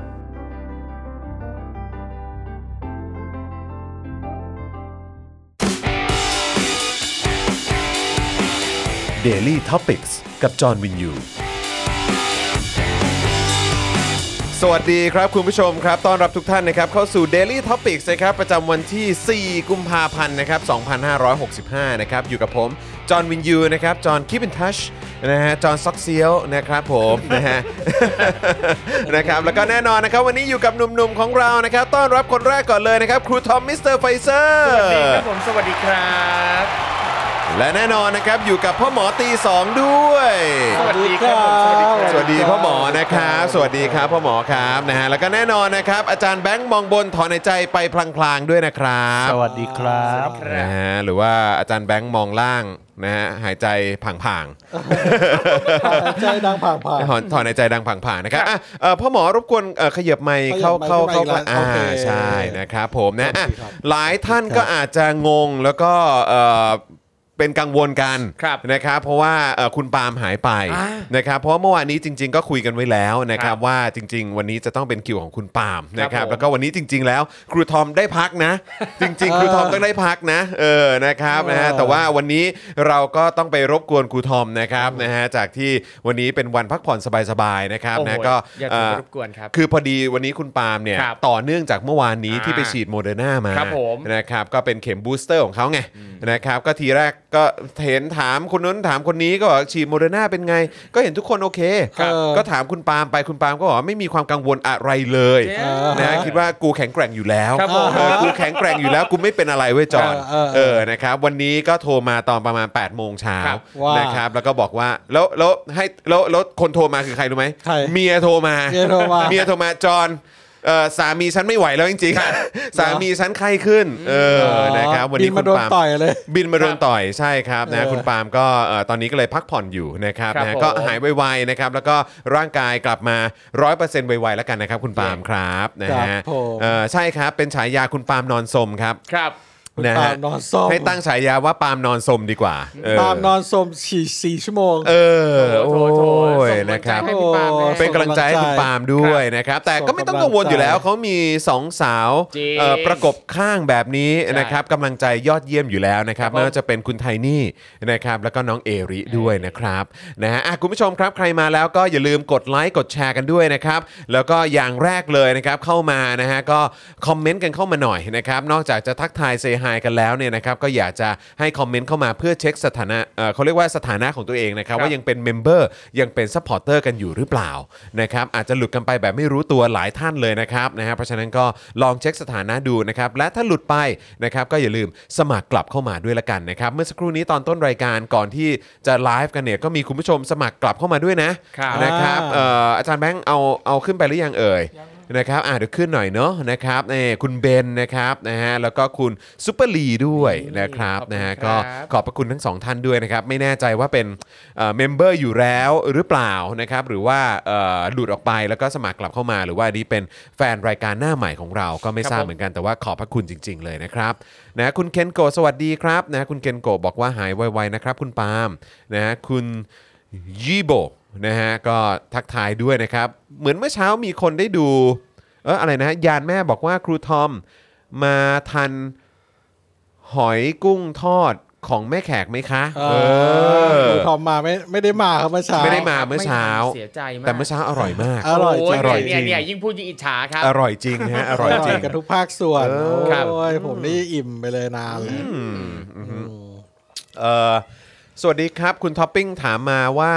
Daily Topics กับจอห์นวินยู สวัสดีครับคุณผู้ชมครับ ต้อนรับทุกท่านนะครับ เข้าสู่ Daily Topics นะครับประจำวันที่ 4 กุมภาพันธ์นะครับ 2565 นะครับ อยู่กับผม จอห์นวินยูนะครับ จอห์นคิปินทัชนะฮะ จอห์นซอกเซียวนะครับผมนะฮ ะ นะครับ แล้วก็แน่นอนนะครับ วันนี้อยู่กับหนุ่มๆของเรานะครับ ต้อนรับคนแรกก่อนเลยนะครับ ครูทอมมิสเตอร์ไฟเซอร์ สวัสดีครับผมสวัสดีครับ และแน่นอนนะครับอยู่กับพ่อหมอตีสองด้วย สวัสดีครับผมสวัสดีครับ สวัสดีพ่อหมอนะครับ สวัสดีครับพ่อหมอครับนะฮะแล้วก็แน่นอนนะครับ อาจารย์แบงค์มองบนถอนหายใจไปพลางๆด้วยนะครับ สวัสดีครับ นะฮะหรือว่าอาจารย์แบงค์มองล่างนะฮะหายใจผ่าง ใจดังผ่านผ่าน ๆถอนถอนหายใจดังผ่างๆนะครับอ่ะเอ่อพ่อหมอรบกวนเอ่อขยับไมค์เข้าเข้าเข้า ขยับไมค์ อ่า โอเค ใช่นะครับผมนะอ่ะหลายท่านก็อาจจะงงแล้วก็เอ่อเป็นกังวลกัน ครับ นะครับเพราะว่าเอ่อคุณปาล์มหายไป อ่า นะครับเพราะเมื่อวานนี้จริง ๆ ก็คุยกันไว้แล้วนะค ครั รับบ ว่าจริง ๆ วันนี้จะต้องเป็นคิวของคุณปาล์มนะค ครั รับบ ผม แล้วก็วันนี้จริง ๆ แล้วครูทอมได้พักนะ จริง ๆ ครูทอมก็ได้พักนะเออนะครับนะฮะแต่ว่าวันนี้เราก็ต้องไปรบกวนครูทอมนะครับนะฮะจากที่วันนี้เป็นวันพักผ่อนสบายๆนะครับ โอ้โห นะก็ อย่า เอ่อ ถือว่ารบกวนครับ คือพอดีวันนี้คุณปาล์มเนี่ย ครับ ต่อเนื่องจากเมื่อวานนี้ที่ไป อ่า ฉีดโมเดอร์นามา ครับผม นะครับก็เป็นเข็มบูสเตอร์ของเขาไงนะครับก็ทีแรกก็เห็นถามคนนู้นถามคนนี้ก็บอกฉีดโมเดอร์นาเป็นไง ก็เห็นทุกคนโอเค ครับ ก็ถามคุณปาล์มไปคุณปาล์มก็บอกว่าไม่มีความกังวลอะไรเลย เจ๊ นะคิดว่ากูแข็งแกร่งอยู่แล้ว ครับผม เออกูแข็งแกร่งอยู่แล้วกูไม่เป็นอะไรเว้ยจอน เออเออ เออนะครับวันนี้ก็โทรมาตอนประมาณ8ปดโมงเช้า ครับ ว้าน นะครับแล้วก็บอกว่าแล้วแล้วให้แล้วแล้วคนโทรมาคือใครรู้ไหม ใคร เมียโทรมา เมียโทรมา เมียโทรมาจอนเอ่อสามีฉันไม่ไหวแล้วจริงๆ สามีฉันไข้ขึ้นเออนะครับวันนี้ บิ คุ มา ณ โดปานล์ม ต่อยเลย บินมาโดนต่อยใช่ครับนะ เออ คุณปาล์มก็เอ่อตอนนี้ก็เลยพักผ่อนอยู่นะครับ ครับ นะ ผม ก็หายไวๆนะครับแล้วก็ร่างกายกลับมา 100%ไวๆแล้วกันนะครับ คุณปาล์มครับนะฮะเอ่อใช่ครับเป็นฉายาคุณปาล์มนอนสมครับ ครับ นะ ปา ฮะ ล์มนอนส้ม ให้ตั้งฉายาว่าปาล์มนอนสมดีกว่าเออ ปาล์มนอนส้มฉี่สี่ชั่วโมง เออโอ้ โถโถ ย ส่งกำลังใจ นะครับ ให้พี่ปาล์ม โอ้ เป็นกำลังใจให้ ส่งกำลัคุงใจณปาล์มด้วยนะครับ แต่ก็ไม่ต้องกังวลอยู่แล้วเขามีสองสาว จริง เอ่อประกบข้างแบบนี้ ใช่ นะครับกำลังใจยอดเยี่ยมอยู่แล้วนะครับ ครับผม ไม่ว่าจะเป็นคุณไทนี่นะครับแล้วก็น้องเอริด้วยนะครับนะฮะอ่ะคุณผู้ชมครับใครมาแล้วก็อย่าลืมกดไลค์กดแชร์กันด้วยนะครับ แล้วก็อย่างแรกเลยนะครับเข้ามานะฮะก็คอมเมนต์กันเข้ามาหน่อยนะครับนอกจากจะทักทายเซฮายกันแล้วเนี่ยนะครับก็อยากจะให้คอมเมนต์เข้ามาเพื่อเช็คสถานะเอ่อเขาเรียกว่าสถานะของตัวเองนะครับ ครับ ว่ายัง ยังเป็นเมมเบอร์ยังเป็นซัพพอร์เตอร์กันอยู่หรือเปล่านะครับอาจจะหลุดกันไปแบบไม่รู้ตัวหลายท่านเลยนะครับนะฮะเพราะฉะนั้นก็ลองเช็คสถานะดูนะครับและถ้าหลุดไปนะครับก็อย่าลืมสมัครกลับเข้ามาด้วยละกันนะครับเมื่อสักครู่นี้ตอนต้นรายการก่อนที่จะไลฟ์กันเนี่ยก็มีคุณผู้ชมสมัครกลับเข้ามาด้วยนะครับ นะครับ อ่า เอ่ออาจารย์แบงค์เอาเอาขึ้นไปหรือยังเอ่ยนะครับอ่าเดี๋ยวขึ้นหน่อยเนาะนะครับนี่คุณเบนนะครับนะฮะแล้วก็คุณซุปเปอร์ลีด้วยนะครับนะฮะก็ ขอบพระคุณทั้งสองท่านด้วยนะครับไม่แน่ใจว่าเป็นเมมเบอร์อยู่แล้วหรือเปล่านะครับหรือว่าเอ่อหลุดออกไปแล้วก็สมัครกลับเข้ามา หรือว่าอันนี้เป็นแฟนรายการหน้าใหม่ของเราก็ไม่ ครับ ทราบ ผม เหมือนกันแต่ว่าขอบพระคุณจริง ๆ เลยนะครับนะคุณเคนโกะสวัสดีครับนะคุณเคนโกะบอกว่าหายไวๆนะครับคุณปาล์มนะคุณ ยีโบนะฮะก็ทักทายด้วยนะครับ เหมือนเมื่อเช้ามีคนได้ดูเอออะไรนะฮะยานแม่บอกว่าครูทอมมาทันหอยกุ้งทอดของแม่แขกไหมคะ เออทอมมาไม่ไม่ได้มาครับเมื่อเช้า ไม่ได้มาเมื่อเช้า เสียใจมาก แต่เมื่อเช้าอร่อยมาก อร่อย โ จริง อร่อย เนี่ยเนี่ยยิ่งพูดยิ่งอิจฉาครับ อร่อยจริงฮะอร่อยจริง กันทุกภาคส่วน เออ ครับ โอ้ยผมนี่อิ่มไปเลยนานเลย อืมอืมเอ่อสวัสดีครับคุณท็อปปิ้งถามมาว่า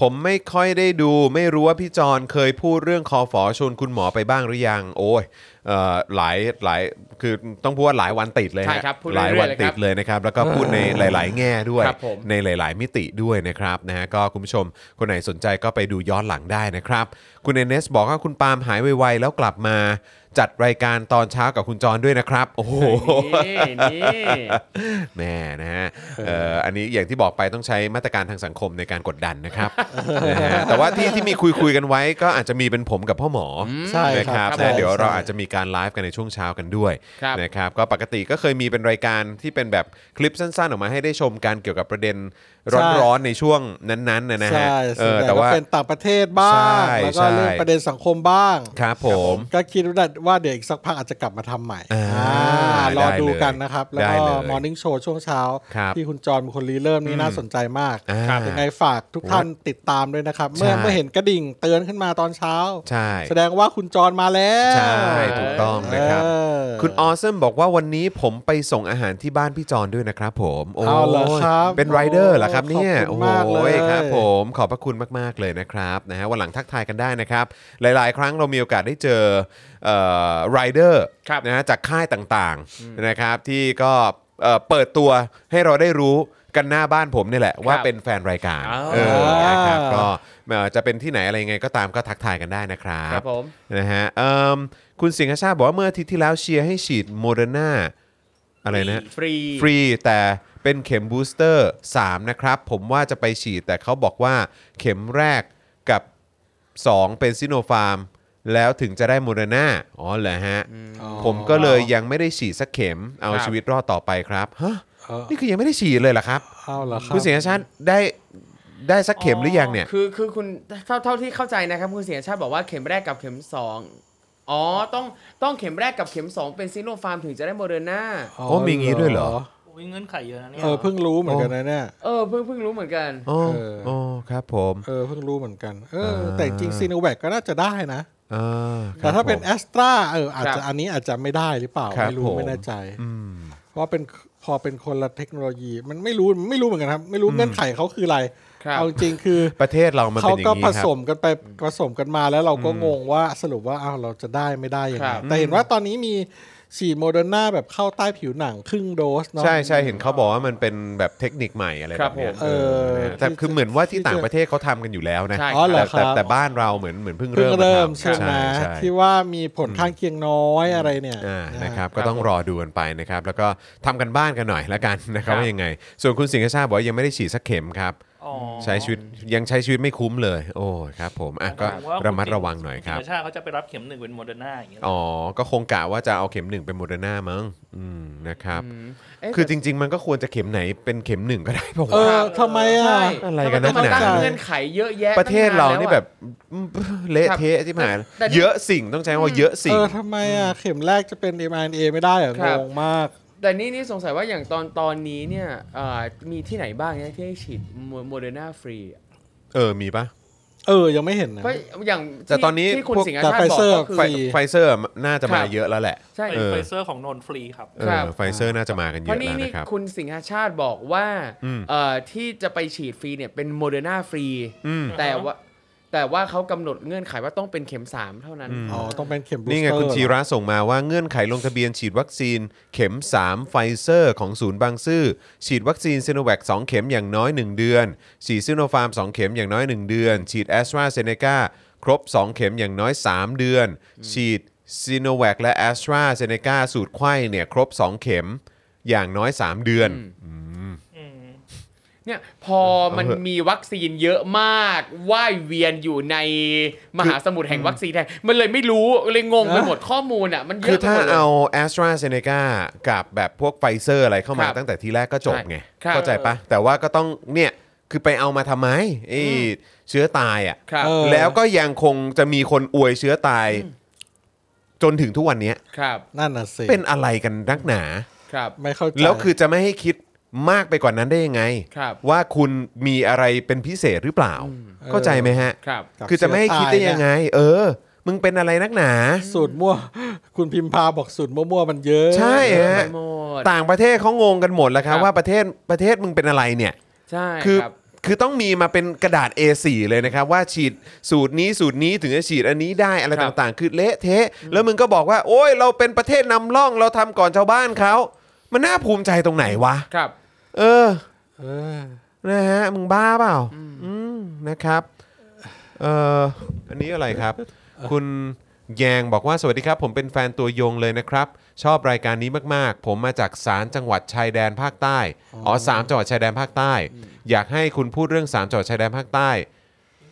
ผมไม่ค่อยได้ดู ไม่รู้ว่าพี่จอนเคยพูดเรื่องคอฝอชวนคุณหมอไปบ้างหรือยัง โอ้ยเอ่อหลายหลายคือต้องพูดว่าหลายวันติดเลยฮะ ใช่ครับพูดหเรื่อ ลาย ย ๆ วันติดเลยนะครับ แล้วก็พูดในหลาย ๆ แง่ด้วย ครับผม ในหลาย ๆ มิติด้วยนะครับนะฮะก็คุณผู้ชมคนไหนสนใจก็ไปดูย้อนหลังได้นะครับ คุณเอเนสบอกว่าคุณปาล์มหายไวๆแล้วกลับมา จัดรายการตอนเช้ากับคุณจอนด้วยนะครับ โอ้โห นี่นี่ แม่นะฮะเอ่ออันนี้อย่างที่บอกไปต้องใช้มาตรการทางสังคมในการกดดันนะครับนะฮะแต่ว่าที่ที่มีคุยคุยๆกันไว้ก็อาจจะมีเป็นผมกับพ่อหมออ ใช่ นะ ค ครัรับบใช่ นะเดี๋ยวเราอาจ ใช่ จะมีการไลฟ์กันในช่วงเช้ากันด้วย ครับ นะครับก็ปกติก็เคยมีเป็นรายการที่เป็นแบบคลิปสั้นๆ ออกมาให้ได้ชมกันเกี่ยวกับประเด็นร้อนๆในช่วงนั้นๆนะนะฮะ ใช่ เอ ส่วน อ ใหญ่ แต่ ก็ ว่า เป็นต่างประเทศบ้าง ใช่ แล้วก็เรื่อง ใช่ ประเด็นสังคมบ้าง ครับผม ก็คิดว่าว่าเดี๋ยวอีกสักพักอาจจะกลับมาทำใหม่ อ่า อ่ารอดู ได้เลย กันนะครับ แล้ว ได้ ก็ เลย มอร์นิ่งโชว์ช่วงเช้า ครับ ที่คุณจอห์นเป็นคนรีเริ่มนี่น่าสนใจมาก อ่าครับ ยังไงฝากทุกท่านติดตามด้วยนะครับ เมื่อ ใช่ เมื่อเห็นกระดิ่งเตือนขึ้นมาตอนเช้า ใช่ แสดงว่าคุณจอห์นมาแล้ว ใช่ถูกต้องนะครับ เออ คุณออส m มบอกว่าวันนี้ผมไปส่งอาหารที่บ้านพี่จอนด้วยนะครับผมโอ้ เอาเหรอย ครับ เป็นไรเดอร์เหรอครับเนี่ย ขอบคุณมากเลย โอ้ครับผมขอบพระคุณมาก ๆ เลยนะครับนะฮะวันหลังทักทายกันได้นะครับ หลาย ๆ ครั้งเรามีโอกาสได้เจอไรเดอร์ ครับ นะฮะจากค่ายต่างๆนะครับที่ก็เอ่อเปิดตัวให้เราได้รู้กันหน้าบ้านผมเนี่ยแหละ ว่าเป็นแฟนรายการ อ๋อ เออนะครับก็เอ่อจะเป็นที่ไหนอะไรยังไงก็ตามก็ทักทายกันได้นะครั ครับ บผม นะฮะเอิ่มคุณสิงห์ชาติบอกว่าเมื่ออาทิตย์ที่แล้วเชียร์ให้ฉีดโมเดอร์นาอะไรนะ ฟรี ฟรีแต่เป็นเข็มบูสเตอร์ 3 นะครับ ผมว่าจะไปฉีดแต่เขาบอกว่าเข็มแรกกับ 2 เป็นซิโนฟาร์ม แล้วถึงจะได้โมเดอร์นาอ๋อเหรอฮะ ผมก็เลยยังไม่ได้ฉีดสักเข็มเอา ครับ ชีวิตรอดต่อไปครับฮะ เออ นี่คือยังไม่ได้ฉีดเลยเหรอครับ เอาเหรอครับ คุณสิงห์ชาติได้ได้สักเข็มหรือยังเนี่ย คือคือคุณเท่าเท่าที่เข้าใจนะครับคุณเสียชาติบอกว่าเข็มแรกกับเข็มสองอ๋อต้องต้องเข็มแรกกับเข็มสองเป็นซิโนฟาร์มถึงจะได้โมเดอร์นา โอ้มีงี้ด้วยเหรอ อุ้ยเงื่อนไขเยอะนะเนี่ย เออเพิ่งรู้เหมือนกันนะเนี่ย เออเพิ่งเพิ่งรู้เหมือนกัน อ๋อ เอออ๋ อ๋อครับผม เออเพิ่งรู้เหมือนกันเออ เออ แต่จริงซีโนแวคก็น่าจะได้นะ อ่าครับ แต่ถ้าเป็น ผม แอสตราเอออาจ ครั จะ บ อันนี้อาจจะไม่ได้หรือเปล่า ครับ ไม่รู้ ผม ไม่แน่ใจ อืม เพราะเป็นพอเป็นคนละเทคโนโลยี มันไม่รู้ไม่รู้เหมือนกันครับ ไม่รู้เงื่อนไขเขาคืออะไร ครับ เอาจริงๆคือ ประเทศเรามัน เขา เป็นอย่า ก็ งนี้ ผ ครั ส บ มกันไปผสมกันมาแล้วเราก็งงว่าสรุปว่าอ้าวเราจะได้ไม่ได้ยังคไงรับ แต่เห็นว่าตอนนี้มีฉีดโมเดอร์นาแบบเข้าใต้ผิวหนังครึ่งโดสเนาะ ใช่ใช่เห็นเขาบอกว่ามันเป็นแบบเทคนิคใหม่อะไร ค แบ รับบ เนี้ย ผม เออนะ เออ แต่คือเหมือนว่าที่ ที่จะ ต่างประเทศเขาทำกันอยู่แล้วนะ ใช่ อ๋อเหร แต่ อค แต่ รับ แต่บ้านเราเหมือนเหมือนเพิ่ง เพิ่ง เริ่เริ่มมาทำ ใช่ไหม ใช่ ที่ว่ามีผลข้างเคียงน้อยอะไรเนี่ย อ่า อ่า นะครับก็ ครับ ต้องรอดูกันไปนะครับ แล้วก็ทำกันบ้านกันหน่อยละกันนะครับ ครับ ว่ายังไง ส่วนคุณสิงห์ชาติบอกว่ายังไม่ได้ฉีดสักเข็มครับ อ๋อ ใช้ชีวิตยังใช้ชีวิตไม่คุ้มเลย โอ้ยครับผมอ่ะก็ หายถึงว่า ระมัดระวังหน่อยครับ ธรรมชาติเขาจะไปรับเข็มหนึ่งเป็นโมเดอร์นาอย่างเงี้ย อ๋อก็คงกะว่าจะเอาเข็มหนึ่งเป็นโมเดอร์นามั้งอืมนะครับ เะ คือจริง ๆ มันก็ควรจะเข็มไหนเป็นเข็มหนึ่งก็ได้เพราะ เอ ว่า อทำไมอ่ะ ใช่ อะไรกันนัก ทำม หนา ต้องตั้งเงื่อนไขเยอะแยะ ประเทศเรานี่ ตั้ง แบ ล้วอะ บเละเทะที่หมาย แต่แต่ เยอะสิ่งต้องใช้คำว่าเยอะสิ่ เอง อทำไมอ่ะ เข็มแรกจะเป็น m r n a ไม่ได้เหรอ ครั ง บ งมาก แต่นี่นี่สงสัยว่าอย่างตอนตอนนี้เนี่ยเอ่อมีที่ไหนบ้างเนี่ยที่ให้ฉีดโมเดอร์นาฟรี เออมีปะ เออ ยังไม่เห็นนะ เพราะอย่าง แต่ตอนนี้ ที่คุณ พวก สิงห์ แต่ ชาติบอก Pfizer ก็คือ ไฟ ฟรี ไฟเซอร์น่าจะมา ครับ เยอะแล้วแหละ ใช่ เออ ไฟเซอร์ของนนท์ฟรีครับ เอ ครั อบ ไฟเซอร์น่าจะมากันเย เพราะ อะ นี่ แล้ว นี่ นะครับ คุณสิงหชาติบอกว่า อืม เอ่อที่จะไปฉีดฟรีเนี่ยเป็นโมเดอร์นาฟรี อืม แต่ว่าแต่ว่าเขากำหนดเงื่อนไขว่าต้องเป็นเข็ม 3 เท่านั้น อ๋อ ต้องเป็นเข็ม booster นี่ไงคุณธี เหรอ ระส่งมาว่าเงื่อนไขลงทะเบียนฉีดวัคซีนเข็ม 3 ไฟเซอร์ของศูนย์บางซื่อ ฉีดวัคซีนซ i โนแวค2เข็มอย่างน้อย 1 เดือน ฉีดซิโนฟาร์ม 2 เข็มอย่างน้อย 1 เดือน ฉีดแอสตราเซเนกาครบ 2 เข็มอย่างน้อย 3 เดือน ฉีดซิโนแวคและแอสตราเซเนกาสูตรไข้เนี่ยครบ 2 เข็มอย่างน้อย 3 เดือน เนี่ยพอมันมีวัคซีนเยอะมากว่ายเวียนอยู่ในมหาสมุทรแห่งวัคซีนไทยมันเลยไม่รู้เลยงงไปหมดข้อมูลอ่ะมันเย คือ อะไป ถ้า หมดเลย เอา a s t r a z เซ e c a กับแบบพวกไฟเซอร์อะไรเข้ามา ครับ ตั้งแต่ทีแรกก็จบไง ครับ เข้าใจปะแต่ว่าก็ต้องเนี่ย คือไปเอามาทำไมไอ้เชื้อตายอ่ะ ครับ เออ แล้วก็ยังคงจะมีคนอวยเชื้อตาย จนถึงทุกวันเนี้ย ครับ นั่นน่ะสิ เป็นอะไรกันนักหนา ครับ ไม่เข้าใจ แล้วคือจะไม่ให้คิดมากไปกว่านั้นได้ยังไง ครับ ว่าคุณมีอะไรเป็นพิเศษหรือเปล่า เข้าใจไหมฮะ ครับ กับ คือจะไม่ให้คิดได้ยังไง เออ มึงเป็นอะไรนักหนา สูตรมั่ว คุณพิมพาบอกสูตรมั่วๆมันเยอะ ใช่ ฮะ ไปหมด ต่างประเทศเขางงกันหมดแล้วครับ ครับ ว่าประเทศประเทศมึงเป็นอะไรเนี่ย ใช่ คือ ครับ คือต้องมีมาเป็นกระดาษ A4 เลยนะครับ ว่าฉีดสูตรนี้สูตรนี้ถึงจะฉีดอันนี้ได้อะไร ครับ ต่างๆ คือเละเทะ แล้วมึงก็บอกว่า โอ้ยเราเป็นประเทศนำร่องเราทำก่อนชาวบ้านเขามันน่าภูมิใจตรงไหนวะ ครับ เออ เออ นะฮะ มึงบ้าเปล่า อืมนะครับ เอ่อ อันนี้อะไรครับ คุณแยงบอกว่าสวัสดีครับ ผมเป็นแฟนตัวยงเลยนะครับ ชอบรายการนี้มากๆ ผมมาจากสามจังหวัดชายแดนภาคใต้ อ๋อสามจังหวัดชายแดนภาคใต้ อยากให้คุณพูดเรื่องสามจังหวัดชายแดนภาคใต้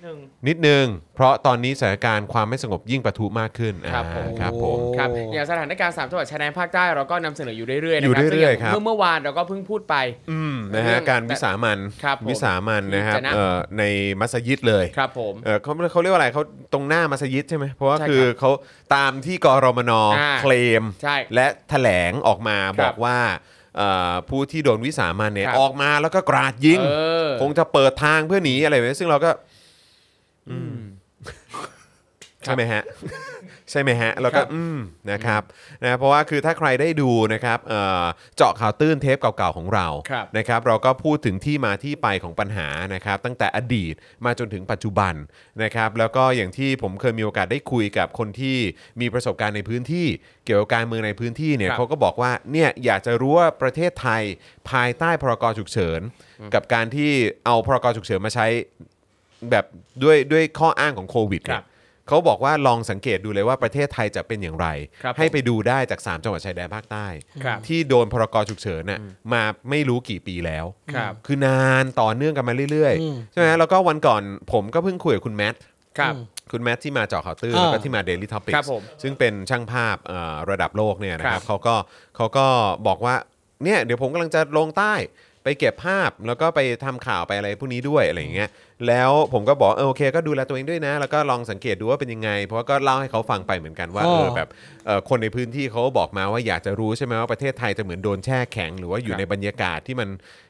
นิดนึง นิดนึง เพราะตอนนี้สถานการณ์ความไม่สงบยิ่งปะทุมากขึ้น ครับ อ่า ผม ครับผม โอ้ ครับอย่างสถานการณ์สามจังหวัดชายแดนภาคใต้เราก็นำเสนออยู่เรื่อยๆนะ อยู่ ครับ เรื่อยๆครับ ซึ่งางเมื่อเมื่อวานเราก็เพิ่งพูดไป อืมนะฮะ การวิสามัน ครับผม วิสามันนะครับ ที่จะนะ เอ่อในมัสยิดเลย ครับผม เออเขาเขาเรียกว่าอะไรเขาตรงหน้ามัสยิดใช่ไหมเพราะว่า ใช่ คือเขาตามที่กรมน อ่า เคลม ใช่ และแถลงออกมา ครับ บอกว่าเอ่อผู้ที่โดนวิสามันเนี่ย ครับ ออกมาแล้วก็กราดยิง เออ คงจะเปิดทางเพื่อหนีอะไรแบบนี้ซึ่งเราก็ อืม คใช่รับไหม ฮะ ใช่ไหมฮะแล้วก็ ครับ อืมนะครับนะเพราะว่าคือถ้าใครได้ดูนะครับเอ่อเจาะข่าวตื้นเทปเก่าๆของเรา ครับ นะครับเราก็พูดถึงที่มาที่ไปของปัญหานะครับตั้งแต่อดีตมาจนถึงปัจจุบันนะครับแล้วก็อย่างที่ผมเคยมีโอกาสได้คุยกับคนที่มีประสบการณ์ในพื้นที่ เกี่ยวกับการเมืองในพื้นที่เนี่ย ครับ เขาก็บอกว่าเนี่ยอยากจะรู้ว่าประเทศไทยภายใต้พรกฉุกเฉิน กับการที่เอาพรกฉุกเฉินมาใช้แบบด้วยด้วยข้ออ้างของโควิดเนี่ย ครับ เขาบอกว่าลองสังเกตดูเลยว่าประเทศไทยจะเป็นอย่างไร ครับผม ให้ไปดูได้จาก 3 จังหวัดชายแดนภาคใต้ ครับ ที่โดนพรกฉุกเฉินน่ะมาไม่รู้กี่ปีแล้ว ครับ คือนานต่อเนื่องกันมาเรื่อย อืม ๆ ใช่ไหมแล้วก็วันก่อนผมก็เพิ่งคุยกับคุณแมท ครับ คุณแมทที่มาเจาะข่าวตื้น อ่า แล้วก็ที่มา Daily Topics ครับผม ซึ่งเป็นช่างภาพเอ่อระดับโลกเนี่ยนะค ครั รับบ เขาก็เขาก็บอกว่าเนี่ยเดี๋ยวผมกำลังจะลงใต้ไปเก็บภาพแล้วก็ไปทำข่าวไปอะไรพวกนี้ด้วยอะไรอย่างเงี้ยแล้วผมก็บอกเออโอเค ก็ดูแลตัวเองด้วยนะ แล้วก็ลองสังเกตดูว่าเป็นยังไง เพราะว่าก็เล่าให้เขาฟังไปเหมือนกันว่า อ๋ เอ อ อแบบเอ่อคนในพื้นที่เขาบอกมาว่าอยากจะรู้ใช่ไหมว่าประเทศไทยจะเหมือนโดนแช่แข็ง หรือว่าอยู่ ครับ ในบรรยากาศที่มัน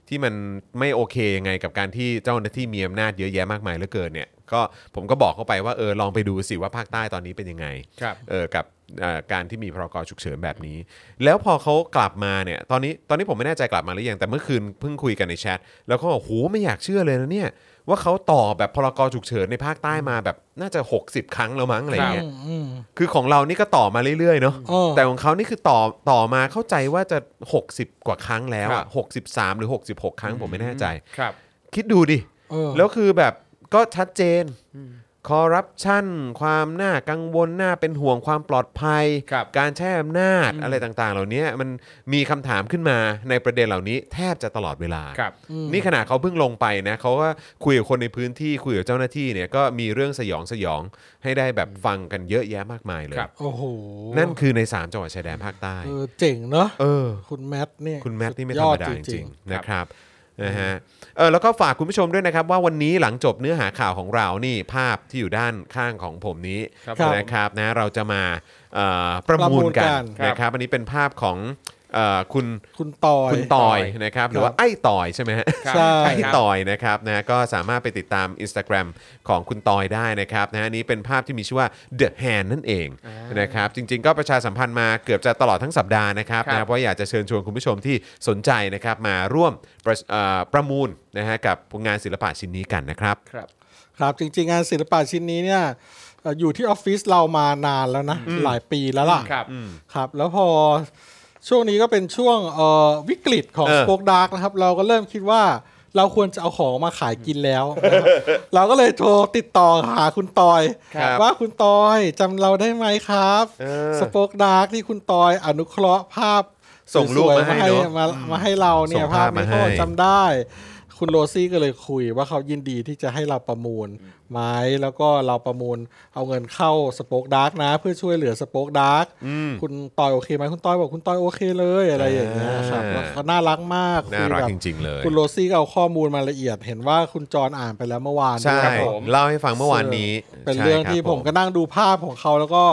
ที่มันไม่โอเคยังไงกับการที่เจ้าหน้าที่มีอำนาจเยอะแยะมากมายเหลือเกินเนี่ยก็ผมก็บอกเขาไปว่าเออลองไปดูสิว่าภาคใต้ตอนนี้เป็นยังไง ครับ เออกับเอ่อการที่มีพรกฉุกเฉินแบบนี้ แล้วพอเขากลับมาเนี่ยตอนนี้ตอนนี้ผมไม่แน่ใจกลับมาหรือยังแต่เมื่อคืนเพิ่งคุยกันในแชทแล้วเขาบอกโหไม่อยากเชื่อเลยนะเนี่ยว่าเขาต่อแบบพรกฉุกเฉินในภาคใต้มาแบบน่าจะ 60 ครั้งแล้วมั้งอะไรอย่างเงี้ย อืมอืม คือของเรานี่ก็ต่อมาเรื่อยๆเนาะ เออ แต่ของเขานี่คือต่อต่อมาเข้าใจว่าจะ 60 กว่าครั้งแล้ว ครั อะ บ 63 หรือ 66 ครั้งผมไม่แน่ใจ ครับ คิดดูดิ เออ แล้วคือแบบก็ชัดเจนคอร์รัปชันความน่ากังวลน่าเป็นห่วงความปลอดภัย ครับ การใช้อำนาจอะไรต่างๆ เหล่านี้มันมีคำถามขึ้นมาในประเด็นเหล่านี้แทบจะตลอดเวลา ครับ นี่ขนาดเขาเพิ่งลงไปนะเขาก็คุยกับคนในพื้นที่คุยกับเจ้าหน้าที่เนี่ยก็มีเรื่องสยองสยองให้ได้แบบฟังกันเยอะแยะมากมายเลย ครับ โอ้โห นั่นคือใน 3 จังหวัดชายแดนภาคใต้ เออเจ๋งเนาะ เออ คุณแมทเนี่ย คุณแมทนี่ไม่ธรรมสุยอ ดาจริง ๆ ครั นะ บ ครับนะฮะเออแล้วก็ฝากคุณผู้ชมด้วยนะครับ ว่าวันนี้หลังจบเนื้อหาข่าวของเรานี่ภาพที่อยู่ด้านข้างของผมนี้ ครับ นะครับนะเราจะมาเอ่อประมูลกัน ประมูลกัน นะครับอันนี้เป็นภาพของเอ่อคุณ ๆคุณตอย คุณตอยนะครับหรือว่าไอ้ตอยใช่ไหมฮะ ครับ ใช่ ใช่ พี่ ครับ ต่อยนะครับนะก็สามารถไปติดตาม Instagram ของคุณตอยได้นะครับนะอันนี้เป็นภาพที่มีชื่อว่า The Hand นั่นเองนะครับจริง ๆ ก็ประชาสัมพันธ์มาเกือบจะตลอดทั้งสัปดาห์นะครับ ครับ นะเพราะอยากจะเชิญชวนคุณผู้ชมที่สนใจนะครับมาร่วมประเอ่อประมูลนะฮะกับงานศิลปะชิ้นนี้กันนะครับ ครับ ครับจริงๆ งานศิลปะชิ้นนี้เนี่ยเอ่ออยู่ที่ออฟฟิศเรามานานแล้วนะ หลายปีแล้วล่ะ ครับ ครับแล้วพอช่วงนี้ก็เป็นช่วงเอ่อวิกฤตของ เออ สป o กดาร์กนะครับ เราก็เริ่มคิดว่าเราควรจะเอาของมาขายกินแล้ว นะครับเราก็เลยโทรติดต่อหาคุณตอย ครับ ว่าคุณตอยจำเราได้ไหมครับสป o กดาร์กที่คุณตอยอนุเคราะห์ภาพ ส่งรูป สวย มา ๆ ให้เนอะ มามาให้เราเนี่ ส่ ย ง ภา ภา พ พมา นี้ก็ ให้ จำได้ คุณโรซี่ก็เลยคุยว่าเขายินดีที่จะให้เราประมูลไม้แล้วก็เราประมูลเอาเงินเข้าสป o อ e ดาร์กนะ เพื่อช่วยเหลือสป o อ e ดาร์ก อืม คุณต้อยโอเคไหมคุณต้อยบอกคุณต้อยโอเคเลยอะไรอย่างเงี้ยครับ อ่า แล้วเขาน่ารักมาก น่า คุย รัก แบบ จริง ๆ เลย คุณโรซี่ก็เอาข้อมูลมาละเอียด เห็นว่าคุณจรอ่านไปแล้วเมื่อวาน ใช่ ด้วยครับผม เล่าให้ฟังเมื่อวานนี้ เป็น ใช่ เรื่อง คบ ที่ผมก็นั่งดูภาพของเขาแล้วก็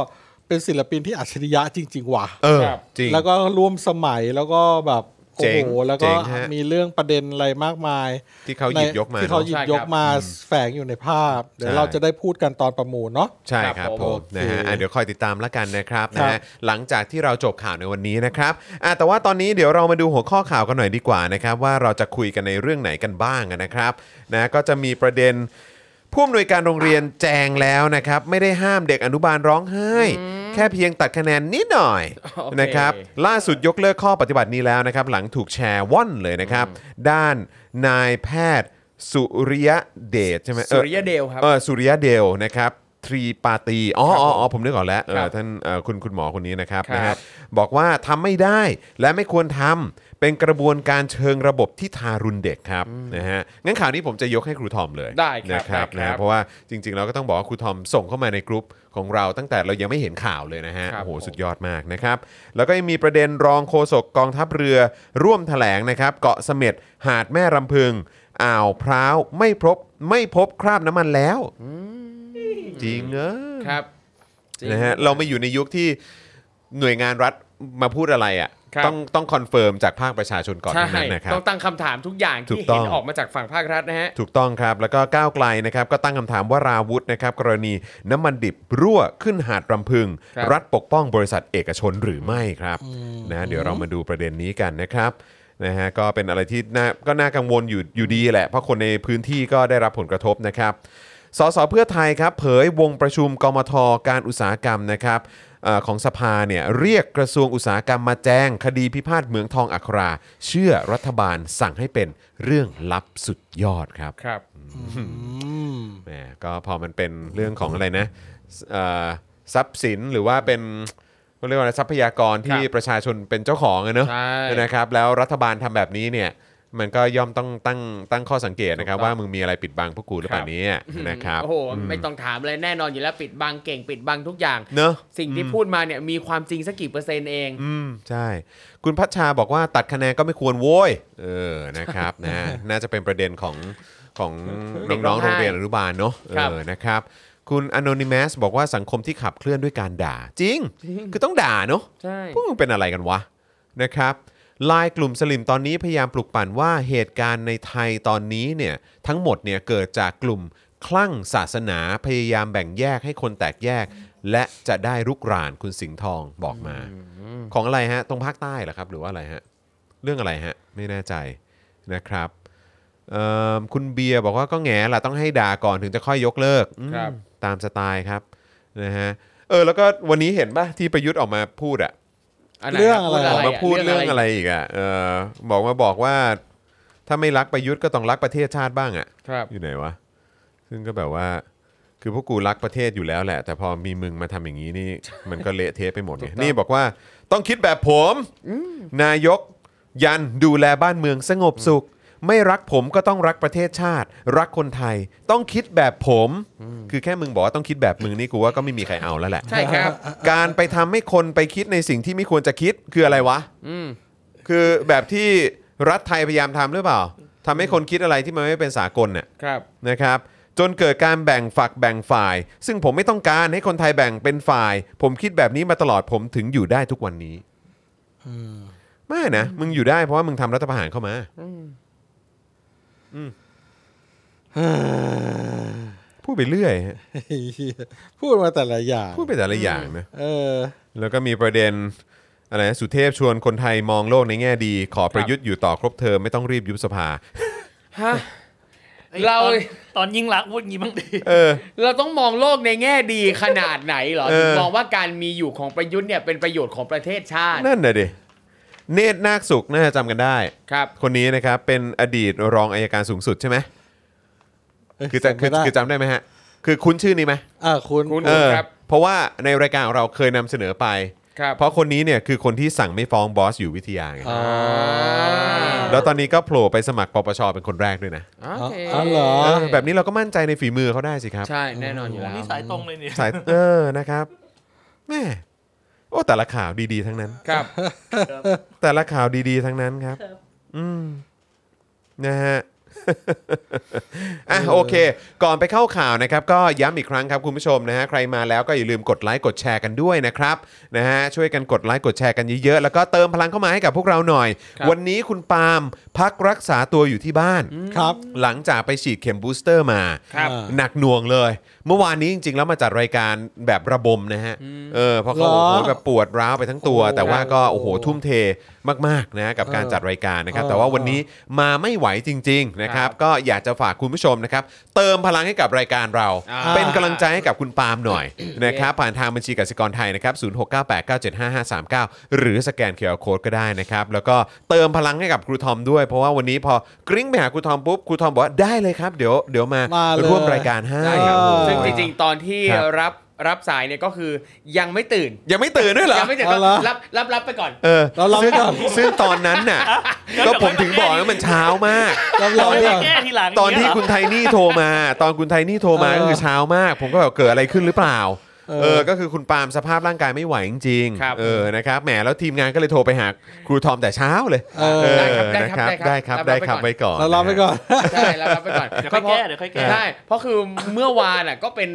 เป็นศิลปินที่อัจฉริยะจริง ๆ ว่ะ เออ ครับ จริง แล้วก็ร่วมสมัยแล้วก็แบบโอ้ เจ๋ง โหแล้วก็ เจ๋งฮะ มีเรื่องประเด็นอะไรมากมาย ที่เขาหยิบยกมา ที่เขาห เนอะ ยิบยกมาแฝงอยู่ในภาพ เดี๋ย ใช่ วเราจะได้พูดกันตอนประมูลเนาะ ใช่ครับ ครับ ผ ผม ม นะฮะ โอเค อ่ะเดี๋ยวคอยติดตามละกันนะครับ ค นะ รับ ฮะหลังจากที่เราจบข่าวในวันนี้นะครับอ่ะแต่ว่าตอนนี้เดี๋ยวเรามาดูหัวข้อข่าวกันหน่อยดีกว่านะครับว่าเราจะคุยกันในเรื่องไหนกันบ้างนะครับนะก็จะมีประเด็นผู้อำนวยการโรงเรียนแจงแล้วนะครับไม่ได้ห้ามเด็กอนุบาลร้องไห้ แค่เพียงตัดคะแนนนิดหน่อย โอเค นะครับ ล่าสุดยกเลิกข้อปฏิบัตินี้แล้วนะครับ หลังถูกแชร์ว่อนเลยนะครับ ด้านนายแพทย์สุริยะเดชใช่ไหม สุ อ่อ ริยเดลครับ เออสุริยะเดลนะครับทรีปาตีอ๋ออ๋ออ๋อผมนึกออกแล้วเออ ครับ ท่านเอ่อคุณคุณหมอคนนี้นะครับ ครับ นะฮะบอกว่าทำไม่ได้และไม่ควรทำเป็นกระบวนการเชิงระบบที่ทารุณเด็กครับนะฮะงั้นข่าวนี้ผมจะยกให้ครูทอมเลย ได้ครับ นะครับ ได้ครับ นะฮะเพราะว่าจริงๆเราก็ต้องบอกว่าครูทอมส่งเข้ามาในกรุ๊ปของเราตั้งแต่เรายังไม่เห็นข่าวเลยนะฮะ ครับ โอ้โห ผม สุดยอดมากนะครับ แล้วก็ยังมีประเด็นรองโฆษกกองทัพเรือร่วมแถลงนะครับ เกาะเสม็ดหาดแม่รำพึง อ่าวพร้าวไม่พบไม่พบคราบน้ำมันแล้ว จริงเออ ครับจริง นะฮะเราไม่อยู่ในยุคที่หน่วยงานรัฐมาพูดอะไรอ่ะ ครับ ต้องต้องคอนเฟิร์มจากภาคประชาชนก่อน ใช่ ทั้งนั้นนะครับ ต้องตั้งคำถามทุกอย่าง ถู ที่ กต้อง เห็นออกมาจากฝั่งภาครัฐนะฮะ ถูกต้องครับ แล้วก็ก้าวไกลนะครับก็ตั้งคำถามว่าราวุธนะครับกรณีน้ำมันดิบรั่วขึ้นหาดรำพึง ครับ รัฐปกป้องบริษัทเอกชนหรือไม่ครับนะเดี๋ยวเรามาดูประเด็นนี้กันนะครับนะฮะก็เป็นอะไรที่น่าก็น่ากังวลอยู่อยู่ดีแหละ เพราะคนในพื้นที่ก็ได้รับผลกระทบนะครับสสเพื่อไทยครับเผยวงประชุมกมทการอุตสาหกรรมนะครับเอ่อของสภาเนี่ยเรียกกระทรวงอุตสาหกรรมมาแจ้ง คดีพิพาทเหมืองทองอัครา เชื่อรัฐบาลสั่งให้เป็นเรื่องลับสุดยอดครับ ครับ แหมก็พอมันเป็นเรื่องของอะไรนะสเอ่อทรัพย์สินหรือว่าเป็นเขาเรียกว่าอะไรทรัพยากรที่ ครับ ประชาชนเป็นเจ้าของอะเนอะ ใช่ นะครับ แล้วรัฐบาลทำแบบนี้เนี่ยมันก็ย่อมต้องตั้งตั้งข้อสังเกตนะครับ ถูกต้อง ว่ามึงมีอะไรปิดบังพวกกูหรือเปล่าเนี้นะครับ โอ้โหไม่ต้องถามเลยแน่นอนอยู่แล้วปิดบังเก่งปิดบังทุกอย่าง เนอะ สิ่งที่พูดมาเนี่ยมีความจริงสักกี่เปอร์เซ็นต์เอง อืมใช่ คุณพัชชาบอกว่าตัดคะแนนก็ไม่ควรโว้ยเออนะครับ นะน่าจะเป็นประเด็นของของ เด็กร้ น้อ องๆงโรไห้งเรียนอนุบาลเนอะ ครับ เออนะครับ คุณ Anonymous บอกว่าสังคมที่ขับเคลื่อนด้วยการด่า จริง คือต้องด่าเนอะ ใช่ พวกมึงเป็นอะไรกันวะนะครับไลายกลุ่มสลิมตอนนี้พยายามปลุกปั่นว่าเหตุการณ์ในไทยตอนนี้เนี่ยทั้งหมดเนี่ยเกิดจากกลุ่มคลั่งศาสนาพยายามแบ่งแยกให้คนแตกแยก และจะได้รุกรานคุณสิงห์ทองบอกมา ของอะไรฮะ ตรงภาคใต้เหรอครับ หรือว่าอะไรฮะ เรื่องอะไรฮะ ไม่แน่ใจนะครับเอิ่มคุณเบียร์บอกว่าก็แง่ละต้องให้ด่าก่อนถึงจะค่อยยกเลิกอืม ครับ ตามสไตล์ครับนะฮะเออแล้วก็วันนี้เห็นป่ะที่ประยุทธ์ออกมาพูดอะ นไหน เรื่องอะพูไรด ออก อะไร มาพูดเรื่องอะไร ะ อีกอ่ะเออบอกมาบอกว่าถ้าไม่รักประยุทธ์ก็ต้องรักประเทศชาติบ้างอ่ะ ครับ อยู่ไหนวะ ซึ่งก็แบบว่า คือพวกกูรักประเทศอยู่แล้วแหละ แต่พอมีมึงมาทำอย่างนี้นี่ มันก็เละเทะไปหมด ถู เนี่ย กต้อง นี่บอกว่าต้องคิดแบบผม นายก ยันดูแลบ้านเมืองสงบสุข ไม่รักผมก็ต้องรักประเทศชาติ รักคนไทย ต้องคิดแบบผม คือแค่มึงบอกว่าต้องคิดแบบมึงนี่กูว่าก็ไม่มีใครเอาแล้วแหละ ใช่ครับ การไปทำให้คนไปคิดในสิ่งที่ไม่ควรจะคิดคืออะไรวะ อืม คือแบบที่รัฐไทยพยายามทำหรือเปล่าทำให้คนคิดอะไรที่มันไม่เป็นสากลน่ะ ครับ นะครับ จนเกิดการแบ่งฝักแบ่งฝ่าย ซึ่งผมไม่ต้องการให้คนไทยแบ่งเป็นฝ่าย ผมคิดแบบนี้มาตลอดผมถึงอยู่ได้ทุกวันนี้ไม่นะ มึงอยู่ได้เพราะว่ามึงทำรัฐประหารเข้ามา เฮ้ย พูดไปเรื่อยฮะ พูดมาแต่ละอย่าง พูดไปแต่ละอย่างนะ เออ แล้วก็มีประเด็นอะไรนะสุเทพชวนคนไทยมองโลกในแง่ดี ขอประยุทธ์อยู่ต่อครบเทอมไม่ต้องรีบยุบสภา ฮะ อ้ย เรา ตอนตอนยิ่งรักษณ์พูดงี้บ้างดิ เออ เราต้องมองโลกในแง่ดีขนาดไหนเหรอ เออ ถึงมองว่าการมีอยู่ของประยุทธ์เนี่ยเป็นประโยชน์ของประเทศชาติ นั่นน่ะดิเนตรนาคสุขน่าจะจำกันได้ ครับ คนนี้นะครับเป็นอดีตรองอายการสูงสุดใช่ไหมคือจะ จำ คื ไม่ อ ได้ คือจำได้ไหมฮะ คือคุ้นชื่อนี้ไหม อ่ะคุณ คุณ เออ ครับ เพราะว่าในรายการของเราเคยนำเสนอไป ครับ เพราะคนนี้เนี่ยคือคนที่สั่งไม่ฟ้องบอสอยู่วิทยาไง อ๋อ แล้วตอนนี้ก็โผล่ไปสมัครปปชเป็นคนแรกด้วยนะ อ่าโอเค อ๋อเหรอ เออแบบนี้เราก็มั่นใจในฝีมือเขาได้สิครับ ใช่แน่นอนอยู่แล้ว นี่สายตรงเลยเนี่ย สายเออนะครับแม่โอ้แต่ละข่าวดีๆทั้งนั้น ครับ แต่ละข่าวดีๆทั้งนั้นครับ อืมนะฮะ อ่ะโอเค ก่อนไปเข้าข่าวนะครับ ก็ย้ำอีกครั้งครับคุณผู้ชมนะฮะใครมาแล้วก็อย่าลืมกดไลค์กดแชร์กันด้วยนะครับนะฮะช่วยกันกดไลค์กดแชร์กันเยอะๆแล้วก็เติมพลังเข้ามาให้กับพวกเราหน่อย ครับ วันนี้คุณปาล์มพักรักษาตัวอยู่ที่บ้าน ครับ หลังจากไปฉีดเข็มบูสเตอร์มา ครับ อ่า หนักหน่วงเลย เมื่อวานนี้จริงๆ แล้วมาจัดรายการแบบระบมนะฮะ เออเพราะเขา เหรอ โอ้โหแบบปวดร้าวไปทั้งตัว โอ้โห แต่ว่าก็โอ้โหทุ่มเทมากๆนะกับการ เออ จัดรายการนะครับ เออ แต่ว่าวันนี้มาไม่ไหวจริง ๆ นะครับ ก็อยากจะฝากคุณผู้ชมนะครับ เติมพลังให้กับรายการเรา อ่า เป็นกำลังใจให้กับคุณปาล์มห น่อย นะครับ ผ่านทางบัญชีกสิกรไทยนะครับศูนย์หกเหรือสแกนเคอร์โคดก็ได้นะครับ แล้วก็เติมพลังให้กับครูทอมด้วย เพราะว่าวันนี้พอกริ้งไปหาครูทอมปุ๊บครูทอมบอกว่าได้เลยครับเดี๋ยวเดี๋ยวมา มาเลย ร่วมรายการให้ ได้ครับซึ่งจริงๆ ตอนที่ ครับ รับรับสายเนี่ยก็คือยังไม่ตื่น ยังไม่ตื่นด้วยเหรอ ยังไม่ตื่น เอาละ รับรับรับไปก่อน เออ เราเล่า ซึ่ง ก่อน ซึ่งตอนนั้นน่ะ ก็ผมถึงบอกว่ามันเช้ามาก รับร เรา อง ไม่ เนี่ยได้แก้ทีหลัง ตอนที่คุณไทนี่โทรมา ตอนคุณไทนี่โทรมา เออ ก็คือเช้ามาก ผมก็แบบเกิดอะไรขึ้นหรือเปล่า เออ เออ ก็คือคุณปาล์มสภาพร่างกายไม่ไหวจริงๆ ครับ เออ นะครับ แหม แล้วทีมงานก็เลยโทรไปหาครูทอมแต่เช้าเลย เออ เออ ได้ นะค ครั รับบ ได้ ได้ ค ครั รับบ ได้ ได้ ค ครั รับบ ไว้ก่อน เราเล่าไปก่อน ใช่รับรับไปก่อน เดี๋ยวค่อยแก้เดี๋ยวค่อยแก้ ใช่เพราะคือเมื่อวานอ่ะก็เป็น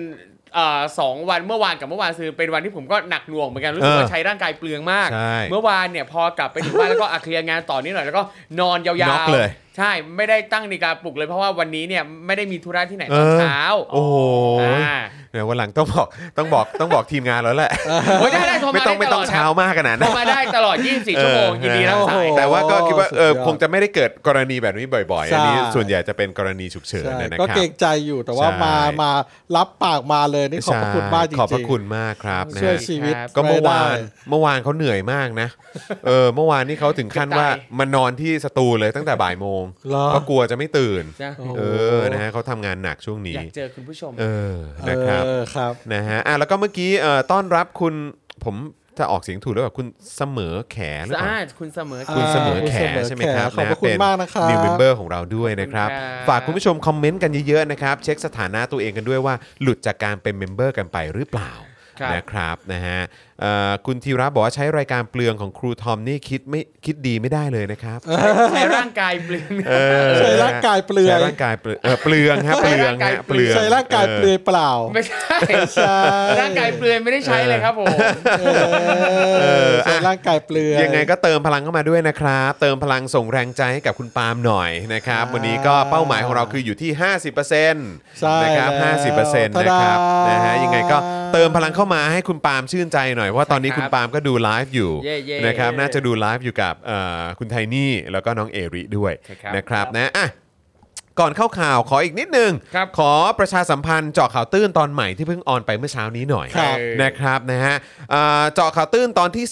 เอ่อสองวันเมื่อวานกับเมื่อวานซืนเป็นวันที่ผมก็หนักหน่วงเหมือนกันรู้สึกว่าใช้ร่างกายเปลืองมาก ใช่ เมื่อวานเนี่ยพอกลับไปถึงบ้านแล้วก็อะเคลียร์งานต่อนิดหน่อยแล้วก็นอนยา น็อ ว กเลย ๆ ใช่ไม่ได้ตั้งนาฬิกาปลุกเลยเพราะว่าวันนี้เนี่ยไม่ได้มีธุระที่ไหน เอ ตอน อ เช้า โอ้โห อ่า เดี๋ยววันหลังต้องบอกต้องบอกต้องบอกทีมงานแล้วแหละ โอ้ยได้ได้โทร ไม่ มา ต้อ ได้ งไม่ ต ต้ ล อ อง ดค เช้า รับ มากขนาด โท นั้น รมาได้ตลอด 24 ชั่วโมง เออ ยินดีรับสาย โอ้โห แต่ว่าก็คิดว่าเออ สุดยอด คงจะไม่ได้เกิดกรณีแบบนี้บ่อยๆ อันนี้ ใช่ ส่วนใหญ่จะเป็นกรณีฉุกเฉิน ใช่ นะค ก็ รับ เกรงใจอยู่แต่ว่า ใช่ มามารับปากมาเลยนี่ขอบพระคุณมากจริง ขอบ ๆ พระคุณมากครับนะ ช่วย ฮะ ชีวิต ก็เมื่อวาน ไได้ เมื่อวานเขาเหนื่อยมากนะ เออเมื่อวานนี่เขาถึงขั้นว่า จะตาย มานอนที่สตูเลยตั้งแต่บ่ายโมง เหรอ เพราะกลัวจะไม่ตื่น นะ โอ้โห เออนะฮะเขาทำงานหนักช่วง อ นี้ ยากเจอคุณผู้ชม เออนะครับ เออครับ นะฮะอ่ะแล้วก็เมื่อกี้เอ่อต้อนรับคุณผมจะออกเสียงถูกหรือเปล่าคุณเสมอแขหรือเปล่า อ่าคุณเสมอ คุณ อ่า เสมอแข คุณเสมอแข ใช่ไหมครับ ขอบพระคุณมากนะครับ นิวเมมเบอร์ของเราด้วยนะครับ ขอบคุณครับ ฝากคุณผู้ชมคอมเมนต์กันเยอะๆนะครับ เช็คสถานะตัวเองกันด้วยว่า หลุดจากการเป็นเมมเบอร์กันไปหรือเปล่า ครับ นะครับนะฮะเอ่อคุณธีระบอกว่าใช้รายการเปลืองของครูทอมนี่คิดไม่คิดดีไม่ได้เลยนะครับ ใช้ร่างกายเปลือง เออ ใช้ร่างกายเปลือย ใช้ร่างกายเปลือยเออเปลืองฮะเปลืองฮะเปลือง ใช้ร่างกายเปลือยเปล่า ไม่ใช่ ใช่ ร่างกายเปลือยไม่ได้ใช้เลยครับผม เออใช้ร่างกายเปลือย ยังไงก็เติมพลังเข้ามาด้วยนะครับ เติมพลังส่งแรงใจให้กับคุณปาล์มหน่อยนะครับ วันนี้ก็เป้าหมายของเราคืออยู่ที่ 50% ใช่ นะครับ แล้ว 50% ตา นะ ดา ครับนะฮะยังไงก็เติมพลังเข้ามาให้คุณปาล์มชื่นใจหน่อยเพราะว่าตอนนี้ ใช่ค คุ รับ ณปาล์มก็ดูไลฟ์อยู่ เย่ๆ นะครับน่าจะดูไลฟ์อยู่กับเอ่อคุณไทนี่แล้วก็น้องเอริด้วย ใช่ครับ นะครับนะอ่ะก่อนเข้าข่าวขออีกนิดนึง ครับ ขอประชาสัมพันธ์เจาะข่าวตื้นตอนใหม่ที่เพิ่งออนไปเมื่อเช้านี้หน่อย ครับ นะครับนะฮะเอ่อเจาะข่าวตื้นตอนที่